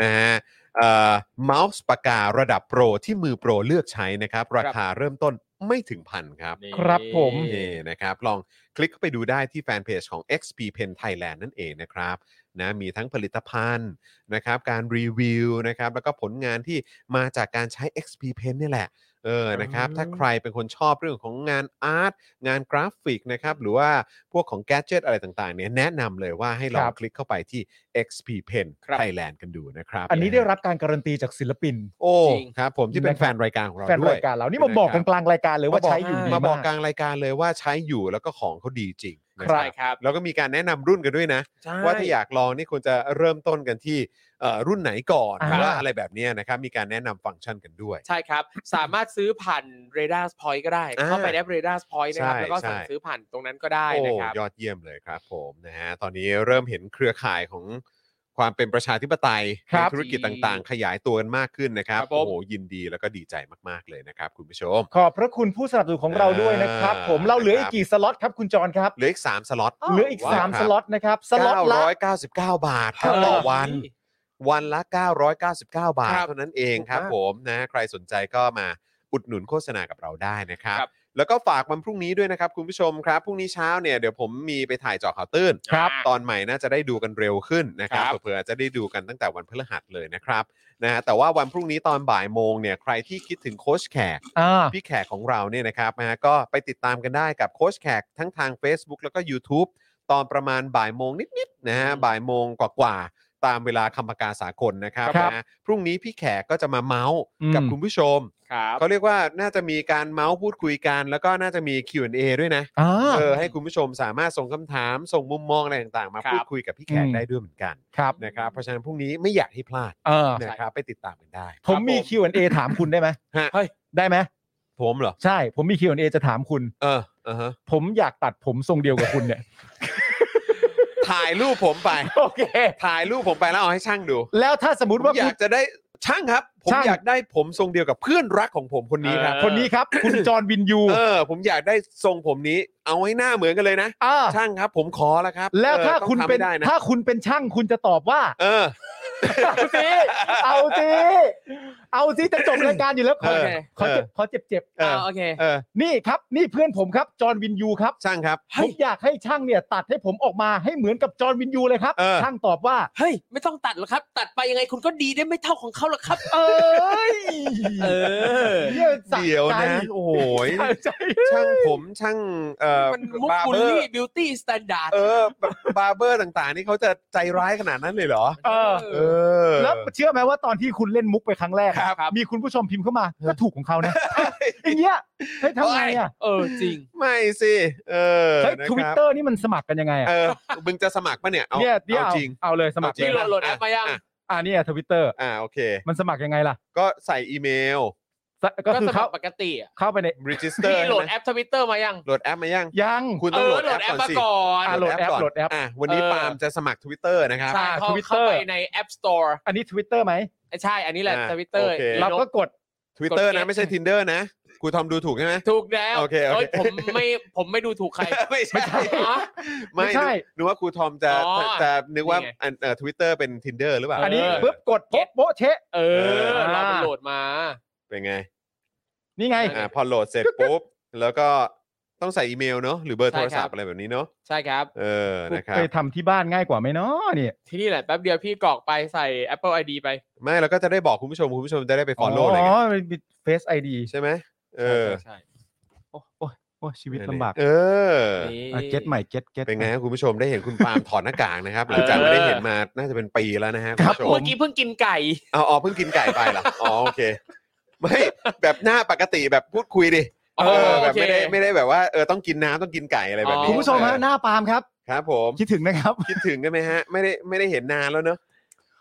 Speaker 3: นะฮะเอ่อเมาส์ปากการะดับโปรที่มือโปรเลือกใช้นะครับ ราคาเริ่มต้นไม่ถึงพันครับ
Speaker 5: นี่
Speaker 4: ครับผม
Speaker 3: นี่นะครับ ลองคลิกเข้าไปดูได้ที่แฟนเพจของ XP Pen Thailand นั่นเองนะครับนะมีทั้งผลิตภัณฑ์นะครับ การรีวิวนะครับ แล้วก็ผลงานที่มาจากการใช้ XP Pen นี่แหละ เออนะครับ ถ้าใครเป็นคนชอบเรื่องของงานอาร์ตงานกราฟิกนะครับ หรือว่าพวกของแกดเจิตอะไรต่างๆ เนี่ยแนะนำเลยว่าให้ลอ
Speaker 4: ค
Speaker 3: ง
Speaker 4: รับ
Speaker 3: คลิกเข้าไปที่ XP Pen
Speaker 5: ครับ
Speaker 3: Thailand กันดูนะครับ
Speaker 4: อันนี้ได้รับการการันตีจากศิลปิน
Speaker 3: โอ้
Speaker 5: จริง
Speaker 3: ครับผมที่เป็น
Speaker 4: นะครับ
Speaker 3: แฟนรายการของเรา
Speaker 4: แฟน
Speaker 3: ด้ว
Speaker 4: ราย ยการเรานี่มาบอกกันกลางรายการเลยว่าใช้อยู่ดี
Speaker 3: มาบอกก
Speaker 4: ก
Speaker 3: ลางรายการเลยว่าใช้อยู่แล้วก็ของเขาดีจริงนะ
Speaker 5: ใช่ครับ
Speaker 3: แล้วก็มีการแนะนำรุ่นกันด้วยนะ
Speaker 5: ใช่
Speaker 3: ว่าถ้าอยากลองนี่ควรจะเริ่มต้นกันที่เอ่อรุ่นไหนก่อน
Speaker 4: อ่า
Speaker 3: หรือว่าอะไรแบบเนี้ยนะครับ มีการแนะนำฟังก์ชันกันด้วย
Speaker 5: ใช่ครับ สามารถซื้อผ่าน r a d a r s Point ก็ได้
Speaker 3: อ่า
Speaker 5: เข้าไปแอป r a d a r s Point นะครับ
Speaker 3: ใช่
Speaker 5: แล้วก็สั่ง
Speaker 3: ใช่
Speaker 5: ซื้อผ่านตรงนั้นก็ได้
Speaker 3: โอ้
Speaker 5: นะครับ
Speaker 3: ยอดเยี่ยมเลยครับผมนะฮะตอนนี้เริ่มเห็นเครือข่ายของความเป็นประชาธิปไตย
Speaker 4: ครั
Speaker 3: ใน
Speaker 4: บ
Speaker 3: ธุรกิจต่างๆ ขยายตัวกันมากขึ้นนะครับ
Speaker 5: ครับผม
Speaker 3: โอ้โหยินดีแล้วก็ดีใจมากๆเลยนะครับ คุณผู้ชม
Speaker 4: ขอบพระคุณผู้สนับสนุนของเราด้วยนะครับ
Speaker 3: อ่า
Speaker 4: ผมเราเหลืออีกกี่สล็อตครับคุณจรครับ
Speaker 3: เหลืออีกสามสล็อต
Speaker 4: เหลืออีก
Speaker 3: นะ
Speaker 4: 3
Speaker 3: ครั
Speaker 4: ส
Speaker 3: บ
Speaker 4: ล็อตนะครับ สล็อตละ
Speaker 3: 999 บาทครับ
Speaker 4: เออ
Speaker 3: ต่อวัน
Speaker 5: นี่
Speaker 3: วันละ 999 บาท
Speaker 5: ครับ
Speaker 3: เท่านั้นเองครับ
Speaker 5: ถูกมาก
Speaker 3: ผมนะใครสนใจก็มาอุดหนุนโฆษณากับเราได้นะครับ
Speaker 5: ครับ
Speaker 3: แล้วก็ฝากวันพรุ่งนี้ด้วยนะครับคุณผู้ชมครับพรุ่งนี้เช้าเนี่ยเดี๋ยวผมมีไปถ่ายเจาะข่าวตื้น
Speaker 5: ครับ
Speaker 3: ตอนใหม่น่าจะได้ดูกันเร็วขึ้นนะครับ
Speaker 5: ครับ
Speaker 3: เผื่อๆจะได้ดูกันตั้งแต่วันพฤหัสเลยนะครับนะฮะแต่ว่าวันพรุ่งนี้ตอนบ่ายโมงเนี่ยใครที่คิดถึงโค้ชแขก
Speaker 4: อ่า
Speaker 3: [laughs] พี่แขกของเราเนี่ยนะครับนะฮะก็ไปติดตามกันได้กับโค้ชแขกทั้งทาง Facebook แล้วก็ YouTube ตอนประมาณบ่ายโมงนิดๆนะฮะ
Speaker 5: อืม
Speaker 3: บ่ายโมงกว่าๆตามเวลาคำปากาสากลนะครับ
Speaker 4: ครับ
Speaker 3: นะฮะพรุ่งนี้พี่แขกก็จะมาเมาส์
Speaker 4: อืม
Speaker 3: กับคุณผู้ชม
Speaker 5: ครับ
Speaker 3: เขาเรียกว่าน่าจะมีการเมาส์พูดคุยกัน แล้วก็น่าจะมี Q&A ด้วยนะ
Speaker 4: อ่า
Speaker 3: เออให้คุณผู้ชมสามารถส่งคำถาม ส่งมุมมองอะไรต่างๆ มา
Speaker 5: ครับ
Speaker 3: พูดคุยกับพี่แขก
Speaker 4: อืม
Speaker 3: ได้ด้วยเหมือนกัน
Speaker 4: ครับ
Speaker 3: นะครับเพราะฉะนั้นพรุ่งนี้ไม่อยากให้พลาด
Speaker 4: เออ
Speaker 3: นะครับไปติดตามกันได้
Speaker 4: ผมมี
Speaker 5: ผม
Speaker 4: Q&A ถามคุณได้ไหม
Speaker 3: ฮะ
Speaker 4: เฮ้ยได้ไหม
Speaker 3: ผมเหรอ
Speaker 4: ใช่ ผมมี Q&A จะถามคุณ
Speaker 3: เออเออฮะ
Speaker 4: ผมอยากตัดผมทรงเดียวกับคุณเนี่ย
Speaker 3: ถ่ายรูปผมไป
Speaker 4: โอเค
Speaker 3: ถ่ายรูปผมไปแล้วเอาให้ช่างดู
Speaker 4: แล้วถ้าสมม
Speaker 3: ผม
Speaker 4: ติว่า
Speaker 3: อยา
Speaker 4: คุ
Speaker 3: ก
Speaker 4: ณ
Speaker 3: จะได้ช่างครับ ผม
Speaker 4: ช่าง
Speaker 3: อยากได้ผมทรงเดียวกับเพื่อนรักของผมคนนี้ครับ
Speaker 5: เออ
Speaker 4: คนนี้ครับ คุณจรวินยู
Speaker 3: เออ ผมอยากได้ทรงผมนี้ เอาให้หน้าเหมือนกันเลยนะ
Speaker 4: ่า
Speaker 3: ช่างครับ ผมขอแล้วครับ
Speaker 4: แล้ว
Speaker 3: เออ
Speaker 4: ถ้า
Speaker 3: ต้อง
Speaker 4: คุณเป็น
Speaker 3: ทำให้ได้นะ
Speaker 4: ถ้าคุณเป็นช่างคุณจะตอบว่า [laughs]
Speaker 3: เออ
Speaker 4: เอาสิเอาสิเอาสิจะจบรายการอยู่แล้วขอ
Speaker 3: เออ
Speaker 4: ขอเจ็
Speaker 3: เออ
Speaker 4: บขอเจ็บเจ็บ
Speaker 3: เออ
Speaker 5: โอเค
Speaker 3: เออ
Speaker 4: นี่ครับ นี่เพื่อนผมครับจอร์นวินยูครับ
Speaker 3: ช่างครับ
Speaker 4: ผมอยากให้ช่างเนี่ยตัดให้ผมออกมาให้เหมือนกับจอร์นวินยูเลยครับ
Speaker 3: เออ
Speaker 4: ช่างตอบว่า
Speaker 5: เฮ้ย ไม่ต้องตัดหรอกครับ ตัดไปยังไงคุณก็ดีได้ไม่เท่าของเขาหรอกครับ
Speaker 4: เอ้
Speaker 3: [laughs]
Speaker 4: ย
Speaker 5: เออ
Speaker 4: เยี่ยส
Speaker 3: เดี๋ยวนะ โอ้โหย
Speaker 4: สะใจ
Speaker 3: ช่างผมช่างเอ่อ
Speaker 5: มันมุก
Speaker 3: บาร์
Speaker 5: บู
Speaker 3: เบ
Speaker 5: ล
Speaker 3: อร์
Speaker 5: ลี่บิวตี้สแตนดาร์ด
Speaker 3: เออบาร์เบอร์ต่างๆ นี่เขาจะใจร้ายขนาดนั้นเลยเหรอ
Speaker 4: เออ
Speaker 3: เออ อ
Speaker 4: แล้วเชื่อไหมว่าตอนที่คุณเล่นมุกไปครั้งแรก
Speaker 3: ค
Speaker 4: อะ
Speaker 3: รับครับ
Speaker 4: มีคุณผู้ชมพิมพ์เข้ามาก็ถูกของเขานะอย่างเงี้ยเฮ้ยทำไงอ่ะ
Speaker 5: เออจริง
Speaker 3: ไม่สิเออ
Speaker 4: เฮ้ย
Speaker 3: นะ
Speaker 4: ทวิ
Speaker 3: ค
Speaker 4: ต
Speaker 3: รับ
Speaker 4: เตอร์นี่มันสมัครกันยังไงอ่ะ
Speaker 3: เออมึงจะสมัครปะเนี่ยเอา
Speaker 4: เนี่ยเนี่ย
Speaker 3: เอา
Speaker 4: เอา
Speaker 3: จริง
Speaker 4: เอาเลยสมัคร
Speaker 3: เอาจริง
Speaker 4: เลย
Speaker 5: พี่โหลดแอปมายัง
Speaker 4: อ่านี่ทวิตเตอร์
Speaker 3: อ่าโอเค
Speaker 4: มันสมัครยังไงล่ะ
Speaker 3: ก็ใส่อีเมล
Speaker 4: สก็
Speaker 5: ก็
Speaker 4: คือ
Speaker 5: สมั
Speaker 4: เข้า
Speaker 5: ครปกติอ่ะ
Speaker 4: เข้าไปใน
Speaker 3: register
Speaker 5: พี่โหลด
Speaker 3: ใช่
Speaker 5: แอ
Speaker 3: ไหม
Speaker 5: ปทวิตเตอร์มายัง
Speaker 3: โหลดแอปมายัง
Speaker 4: ยัง
Speaker 3: คุณ
Speaker 5: เอ
Speaker 3: ต้อง
Speaker 5: อ
Speaker 3: โหลด
Speaker 5: โหลด
Speaker 3: แอ
Speaker 5: แอ
Speaker 3: ป
Speaker 5: ป
Speaker 3: ก่อ
Speaker 5: มา
Speaker 3: สิ
Speaker 5: นก่อน
Speaker 4: อ่ะโหลดแอป
Speaker 3: ก่น
Speaker 4: โหลดแอป
Speaker 3: อ่ะวันนี้ปาล์มจะสมัคร Twitter นะครับ
Speaker 5: ใช่เข้า
Speaker 4: Twitter
Speaker 5: เข้าไปใน App Store
Speaker 4: อันนี้ทวิตเตอร์ไหม
Speaker 5: ใช่อันนี้แหละ
Speaker 3: อ่ะ
Speaker 5: ทวิตเตอร์
Speaker 3: โอเค
Speaker 4: เราก็กด
Speaker 3: Twitter
Speaker 5: กด
Speaker 3: นะ
Speaker 5: Get
Speaker 3: ไม่ใช่ Tinder นะครูทอมดูถูกใช่ไหม
Speaker 5: ถูกแล้ว
Speaker 3: โอเคโอเค
Speaker 5: ยผมไม่ผมไม่ดูถูกใคร
Speaker 3: ไม่ใช่
Speaker 5: อ๋อ
Speaker 3: ไม่
Speaker 4: ไม่ใช่
Speaker 3: นึกว่าครูทอมจะ
Speaker 5: อ๋อ
Speaker 3: จะจะนึกว่า
Speaker 5: นี่ไง
Speaker 3: อันเอ่อทวิตเตอร์เป็น Tinder หรือเปล่า
Speaker 4: อันนี้
Speaker 5: เออ
Speaker 4: ปึ๊บกดโป๊ะโป๊ะเชะ
Speaker 5: เออเรามันโหลดมา
Speaker 3: เป็นไง
Speaker 4: นี่ไง
Speaker 3: อ่าพอโหลดเสร็จปุ๊บ แล้วก็ต้องใส่อีเมลเนอะหรือเบอร์โทรศัพท์อะไรแบบนี้เนอะ
Speaker 5: ใช่ครับ
Speaker 3: เออนะครับ
Speaker 4: เคยทำที่บ้านง่ายกว่าไหมเนาะเนี่ย
Speaker 5: ที่นี่แหละแป๊บเดียวพี่กรอกไปใส่ Apple ID ไป
Speaker 3: ไม่แล้วก็จะได้บอกคุณผู้ชม คุณผู้ชมจะได้ไป follow อะไร
Speaker 4: อ๋อ
Speaker 3: เงี้ย
Speaker 4: มีเฟซไอดี
Speaker 3: ใช่ไหมเออ
Speaker 5: ใช่
Speaker 4: โอ้ยโอ้ยโอ้ยชีวิตลำบาก
Speaker 3: เออ
Speaker 5: ใช่นี่
Speaker 4: อ่ะเก็ตใหม่เก็ตเก็ต
Speaker 3: เป็นไงครับคุณผู้ชมได้เห็นคุณปาล์มถอดหน้ากากนะครับ ห
Speaker 5: เออ
Speaker 3: ลังจากไม่ได้เห็นมาน่าจะเป็นปีแล้วนะฮะ
Speaker 4: ครับ
Speaker 3: ณผู้ช
Speaker 5: เมื่
Speaker 3: ม
Speaker 5: อกี้เพิ่งกินไก่
Speaker 3: เอาอ๋อเพิ่งกินไก่ไปเหรออ๋อโอเค ไม่แบบหน้าปกติแบบพูดคุยดิ
Speaker 5: อ๋อ
Speaker 3: เออแบบ
Speaker 5: โอ
Speaker 3: ไม่
Speaker 5: เค
Speaker 3: ได้ไม่ได้แบบว่าเออต้องกินน้ำต้องกินไก่อะไรแบบนี้
Speaker 5: อ๋อ
Speaker 4: คุณผู้ชมฮะหน้าปาล์มครับ
Speaker 3: ครับผม
Speaker 4: คิดถึงนะครับ
Speaker 3: คิดถึงกันไหมฮะ ไม่ได้ไม่ได้เห็นนานแล้วเนอะ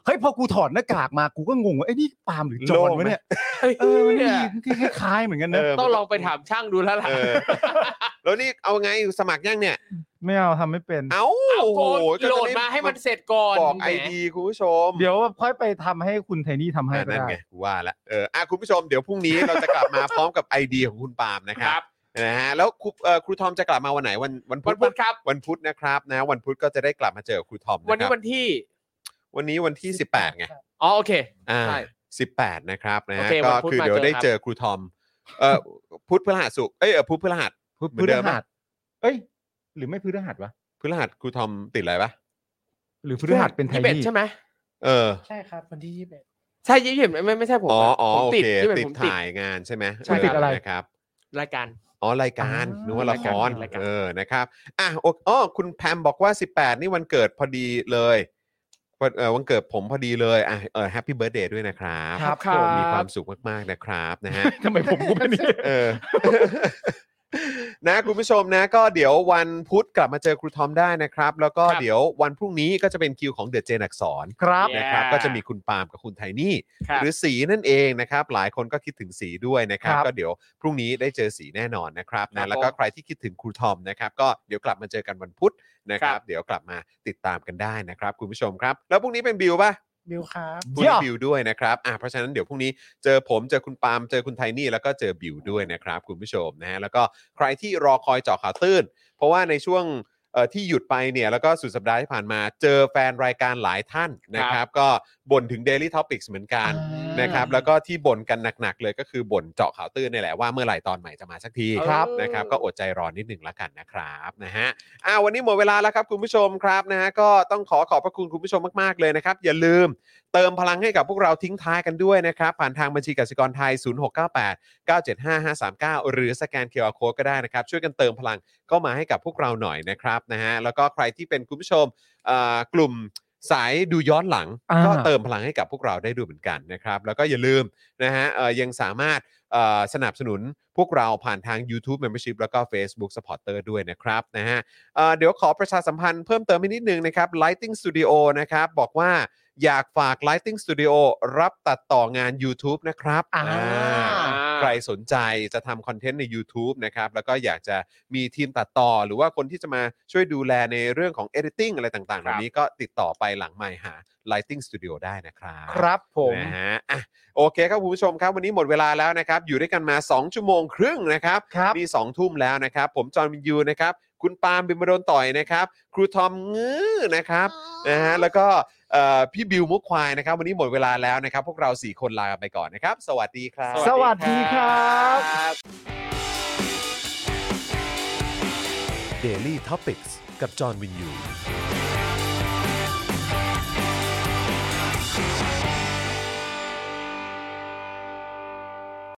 Speaker 4: เฮ้ยพอกูถอดหน้ากากมากูก็งงว่าไอ้ยนี่ปาล์มหรือจ
Speaker 3: โล่
Speaker 4: อน
Speaker 3: งไหม
Speaker 4: วะเนี่ยเอ
Speaker 5: เอ
Speaker 4: อ
Speaker 5: อ
Speaker 4: มัน
Speaker 5: เนี่ย
Speaker 4: มีคล้ายๆเหมือนกันนะ
Speaker 3: เออ
Speaker 5: ต้องลองไปถามช่างดูแล้วล่ะ
Speaker 3: เออแล้วนี่เอาไงสมัครยังเนี่ย
Speaker 4: ไม่เอาทำไม่เป็น
Speaker 3: เอ้า
Speaker 5: เอาโกน
Speaker 3: ก็
Speaker 5: โหล
Speaker 3: จะ
Speaker 5: ด
Speaker 3: ไ
Speaker 5: มาให้มันเสร็จก่อน
Speaker 3: บอก
Speaker 5: แหม
Speaker 3: ไอดีคุณผู้ชม
Speaker 4: เดี๋ยวค่อยไปทำให้คุณไทนี่ทำให้
Speaker 3: อ่ะ
Speaker 4: ก็
Speaker 3: นั่น
Speaker 4: ได้
Speaker 3: ไงกูว่าละเอออ่ะคุณผู้ชมเดี๋ยวพรุ่งนี้ [laughs] เราจะกลับมาพร้อมกับไอเดียของคุณปาล์มนะค
Speaker 5: ค
Speaker 3: รั
Speaker 5: รั
Speaker 3: บบ นะฮะแล้วครูเอ่อครูทอมจะกลับมาวันไหนวันวันพุ
Speaker 5: วั
Speaker 3: ธ
Speaker 5: นพุธ
Speaker 3: ปะ
Speaker 5: ครับ
Speaker 3: วันพุธนะครับนะวันพุธก็จะได้กลับมาเจอกับครูทอม
Speaker 5: วั
Speaker 3: ค
Speaker 5: นะนี้
Speaker 3: รับ
Speaker 5: วันที่
Speaker 3: วันนี้วันที่ 18ไง
Speaker 5: อ๋อโอเค
Speaker 3: อ่า
Speaker 5: ใช่
Speaker 3: สิบแปดนะครับนะฮะ
Speaker 5: โอเค
Speaker 3: ก็
Speaker 5: วันพุธ
Speaker 3: คือ
Speaker 5: มา
Speaker 3: เดี๋ยวได้
Speaker 5: เจอค
Speaker 3: เจ
Speaker 5: รับ
Speaker 3: อครูทอมเอ่อพุธพฤหัสสุกร์เอ้ยเอ่อพุธพฤหัส
Speaker 4: พฤ
Speaker 3: เหมือ
Speaker 4: พฤ
Speaker 3: นเดิม
Speaker 4: หั
Speaker 3: ปะ
Speaker 4: สเอ้ย หรือไม่พฤหัสวะ
Speaker 3: พฤหัสครูทอมติดอะไรปะ
Speaker 4: หรือพฤหัสเป็นไท
Speaker 5: ยี่สิบเอ็ด
Speaker 4: นี่
Speaker 5: ใช่ไหม
Speaker 3: เออ
Speaker 6: ใช่ครับวันที่ยี่สิบเอ็ด
Speaker 5: ใช่ยี่สิบเอ็ดไม่ไม่ใช่ผม
Speaker 3: อ๋ออ๋อ
Speaker 5: ผม
Speaker 3: โอ
Speaker 5: ติด
Speaker 3: เค
Speaker 5: ยี่สิบ
Speaker 3: ติด
Speaker 5: เอ็ดผมติด
Speaker 3: ถ่ายงานใช่ไหม
Speaker 5: ใช่ครับ
Speaker 3: เนะครับ
Speaker 5: รายการ
Speaker 3: อ๋อรายการ
Speaker 4: อ่า
Speaker 3: นึกว่าละคร
Speaker 5: รายการ
Speaker 3: เออนะครับอ่ะโออ๋อคุณแพมบอกว่า 18 นี่วันเกิดพอดีเลยวันเออวันเกิดผมพอดีเลยอ่ะเออแฮปปี้เบิร์ดเดย์ด้วยนะครับ
Speaker 4: ครับ
Speaker 3: โอ้
Speaker 4: ครับ
Speaker 3: มีความสุขมากๆนะครับนะฮะ
Speaker 4: ทำไมผมกูเป็นนี่
Speaker 3: เออ [laughs] นะคุณผู้ชมนะ ก็เดี๋ยววันพุธกลับมาเจอครูทอมได้นะครับ แล้วก็
Speaker 5: ครับ
Speaker 3: เดี๋ยววันพรุ่งนี้ก็จะเป็นคิวของเดอะเจนักสอน
Speaker 4: ครับ
Speaker 5: Yeah
Speaker 3: นะครับก็จะมีคุณปาล์มกับคุณไทนี่
Speaker 5: ครับ
Speaker 3: หรือสีนั่นเองนะครับ หลายคนก็คิดถึงสีด้วยนะครับ
Speaker 4: ครับ
Speaker 3: ก็เดี๋ยวพรุ่งนี้ได้เจอสีแน่นอนนะครับ
Speaker 5: ครั
Speaker 3: นะ
Speaker 5: บ
Speaker 3: แล้วก็
Speaker 5: ผม
Speaker 3: ใครที่คิดถึงครูทอมนะครับก็เดี๋ยวกลับมาเจอกันวันพุธนะครั
Speaker 5: ครับ บ
Speaker 3: เดี๋ยวกลับมาติดตามกันได้นะครับ คุณผู้ชมครับ แล้วพรุ่งนี้เป็นบิวป่ะ
Speaker 6: บิวครับ
Speaker 3: พรุ่งนี้
Speaker 4: เยี่ยม
Speaker 3: บิวด้วยนะครับอ่ะเพราะฉะนั้นเดี๋ยวพรุ่งนี้เจอผมเจอคุณปาล์มเจอคุณไทนี่แล้วก็เจอบิวด้วยนะครับ คุณผู้ชมนะฮะแล้วก็ใครที่รอคอยเจาะข่าวตื้น เพราะว่าในช่วงเอ่อที่หยุดไปเนี่ยแล้วก็สุดสัปดาห์ที่ผ่านมาเจอแฟนรายการหลายท่านนะครับ ก็บ่นถึง Daily Topics เหมือนกัน นะครับแล้วก็ที่บ่นกันหนักๆ เลยก็คือบ่นเจาะข่าวตื้นนี่แหละว่าเมื่อไหร่ตอนใหม่จะมาสักที
Speaker 5: ครับ
Speaker 3: นะครับก็อดใจรอนิดหนึ่งละกันนะครับนะฮะอ่าวันนี้หมดเวลาแล้วครับคุณผู้ชมครับนะฮะก็ต้องขอขอบพระคุณคุณผู้ชมมากๆเลยนะครับ อย่าลืมเติมพลังให้กับพวกเราทิ้งท้ายกันด้วยนะครับ ผ่านทางบัญชีกสิกรไทย 0698 975539 หรือสแกนเคอร์โคก็ได้นะครับ ช่วยกันเติมพลังก็มาให้กับพวกเราหน่อยนะครับนะฮะแล้วก็ใครที่เป็นคุณผู้ชมเอ่อกลุ่มสายดูย้อนหลัง
Speaker 4: อ่า
Speaker 3: ก็เติมพลังให้กับพวกเราได้ดูเหมือนกันนะครับ แล้วก็อย่าลืมนะฮะเอ่อยังสามารถเอ่อสนับสนุนพวกเราผ่านทาง YouTube Membership แล้วก็ Facebook Supporter ด้วยนะครับนะฮะ เอ่อเดี๋ยวขอประชาสัมพันธ์เพิ่มเติมอีกนิดนึงนะครับ Lighting Studio นะครับ บอกว่าอยากฝาก Lighting Studio รับตัดต่องาน YouTube นะครับ
Speaker 4: อ่า
Speaker 3: อ่า
Speaker 5: อ่า
Speaker 3: ใครสนใจจะทำคอนเทนต์ใน YouTube นะครับ แล้วก็อยากจะมีทีมตัดต่อ หรือว่าคนที่จะมาช่วยดูแลในเรื่องของ Editing อะไรต่างๆเหล่านี้ก็ติดต่อไปหลังไมค์หา Lighting Studio ได้นะครับ
Speaker 4: ครับผม
Speaker 3: นะฮะอ่ะโอเคครับคุณผู้ชมครับวันนี้หมดเวลาแล้วนะครับ อยู่ด้วยกันมา 2 ชั่วโมงครึ่งนะครับ
Speaker 4: ครับ
Speaker 3: นี่2ทุ่มแล้วนะครับ ผมจอห์นวินยูนะครับ คุณปาล์มบิมโดนต่อยนะครับ ครูทอมงื้อนะครับนะฮะแล้วก็เอ่อพี่บิวมุกควายนะครับ วันนี้หมดเวลาแล้วนะครับ พวกเราสี่คนลากันไปก่อนนะครับ สวัสดีครับ
Speaker 4: สวัสดีครับ
Speaker 2: Daily Topics กับจอห์นวินยู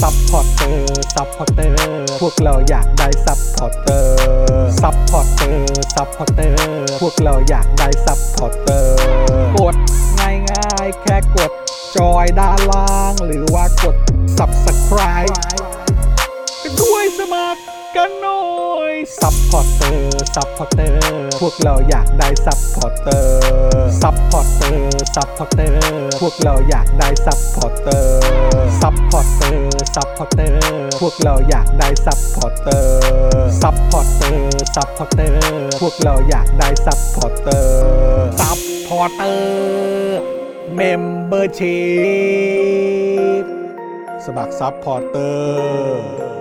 Speaker 1: ซัพพอร์เตอร์ซัพพอร์เตอร์พวกเราอยากได้ซัพพอร์เตอร์ซัพพอร์เตอร์ซัพพอร์เตอร์พวกเราอยากได้ซัพพอร์เตอร์กดง่ายง่ายๆแค่กด จอยด้านล่าง หรือว่ากด subscribe กันด้วยสมัครกันหน่อยซัพพอร์เตอร์ซัพพอร์เตอร์พวกเราอยากได้ซัพพอร์เตอร์ซัพพอร์เตอร์ซัพพอร์เตอร์พวกเราอยากได้ซัพพอร์เตอร์ซัพพอร์เตอร์ซัพพอร์เตอร์พวกเราอยากได้ซัพพอร์เตอร์ซัพพอร์เตอร์ซัพพอร์เตอร์พวกเราอยากได้ซัพพอร์เตอร์ซัพพอร์เตอร์เมมเบอร์ชีพสมัครซัพพอร์เตอร์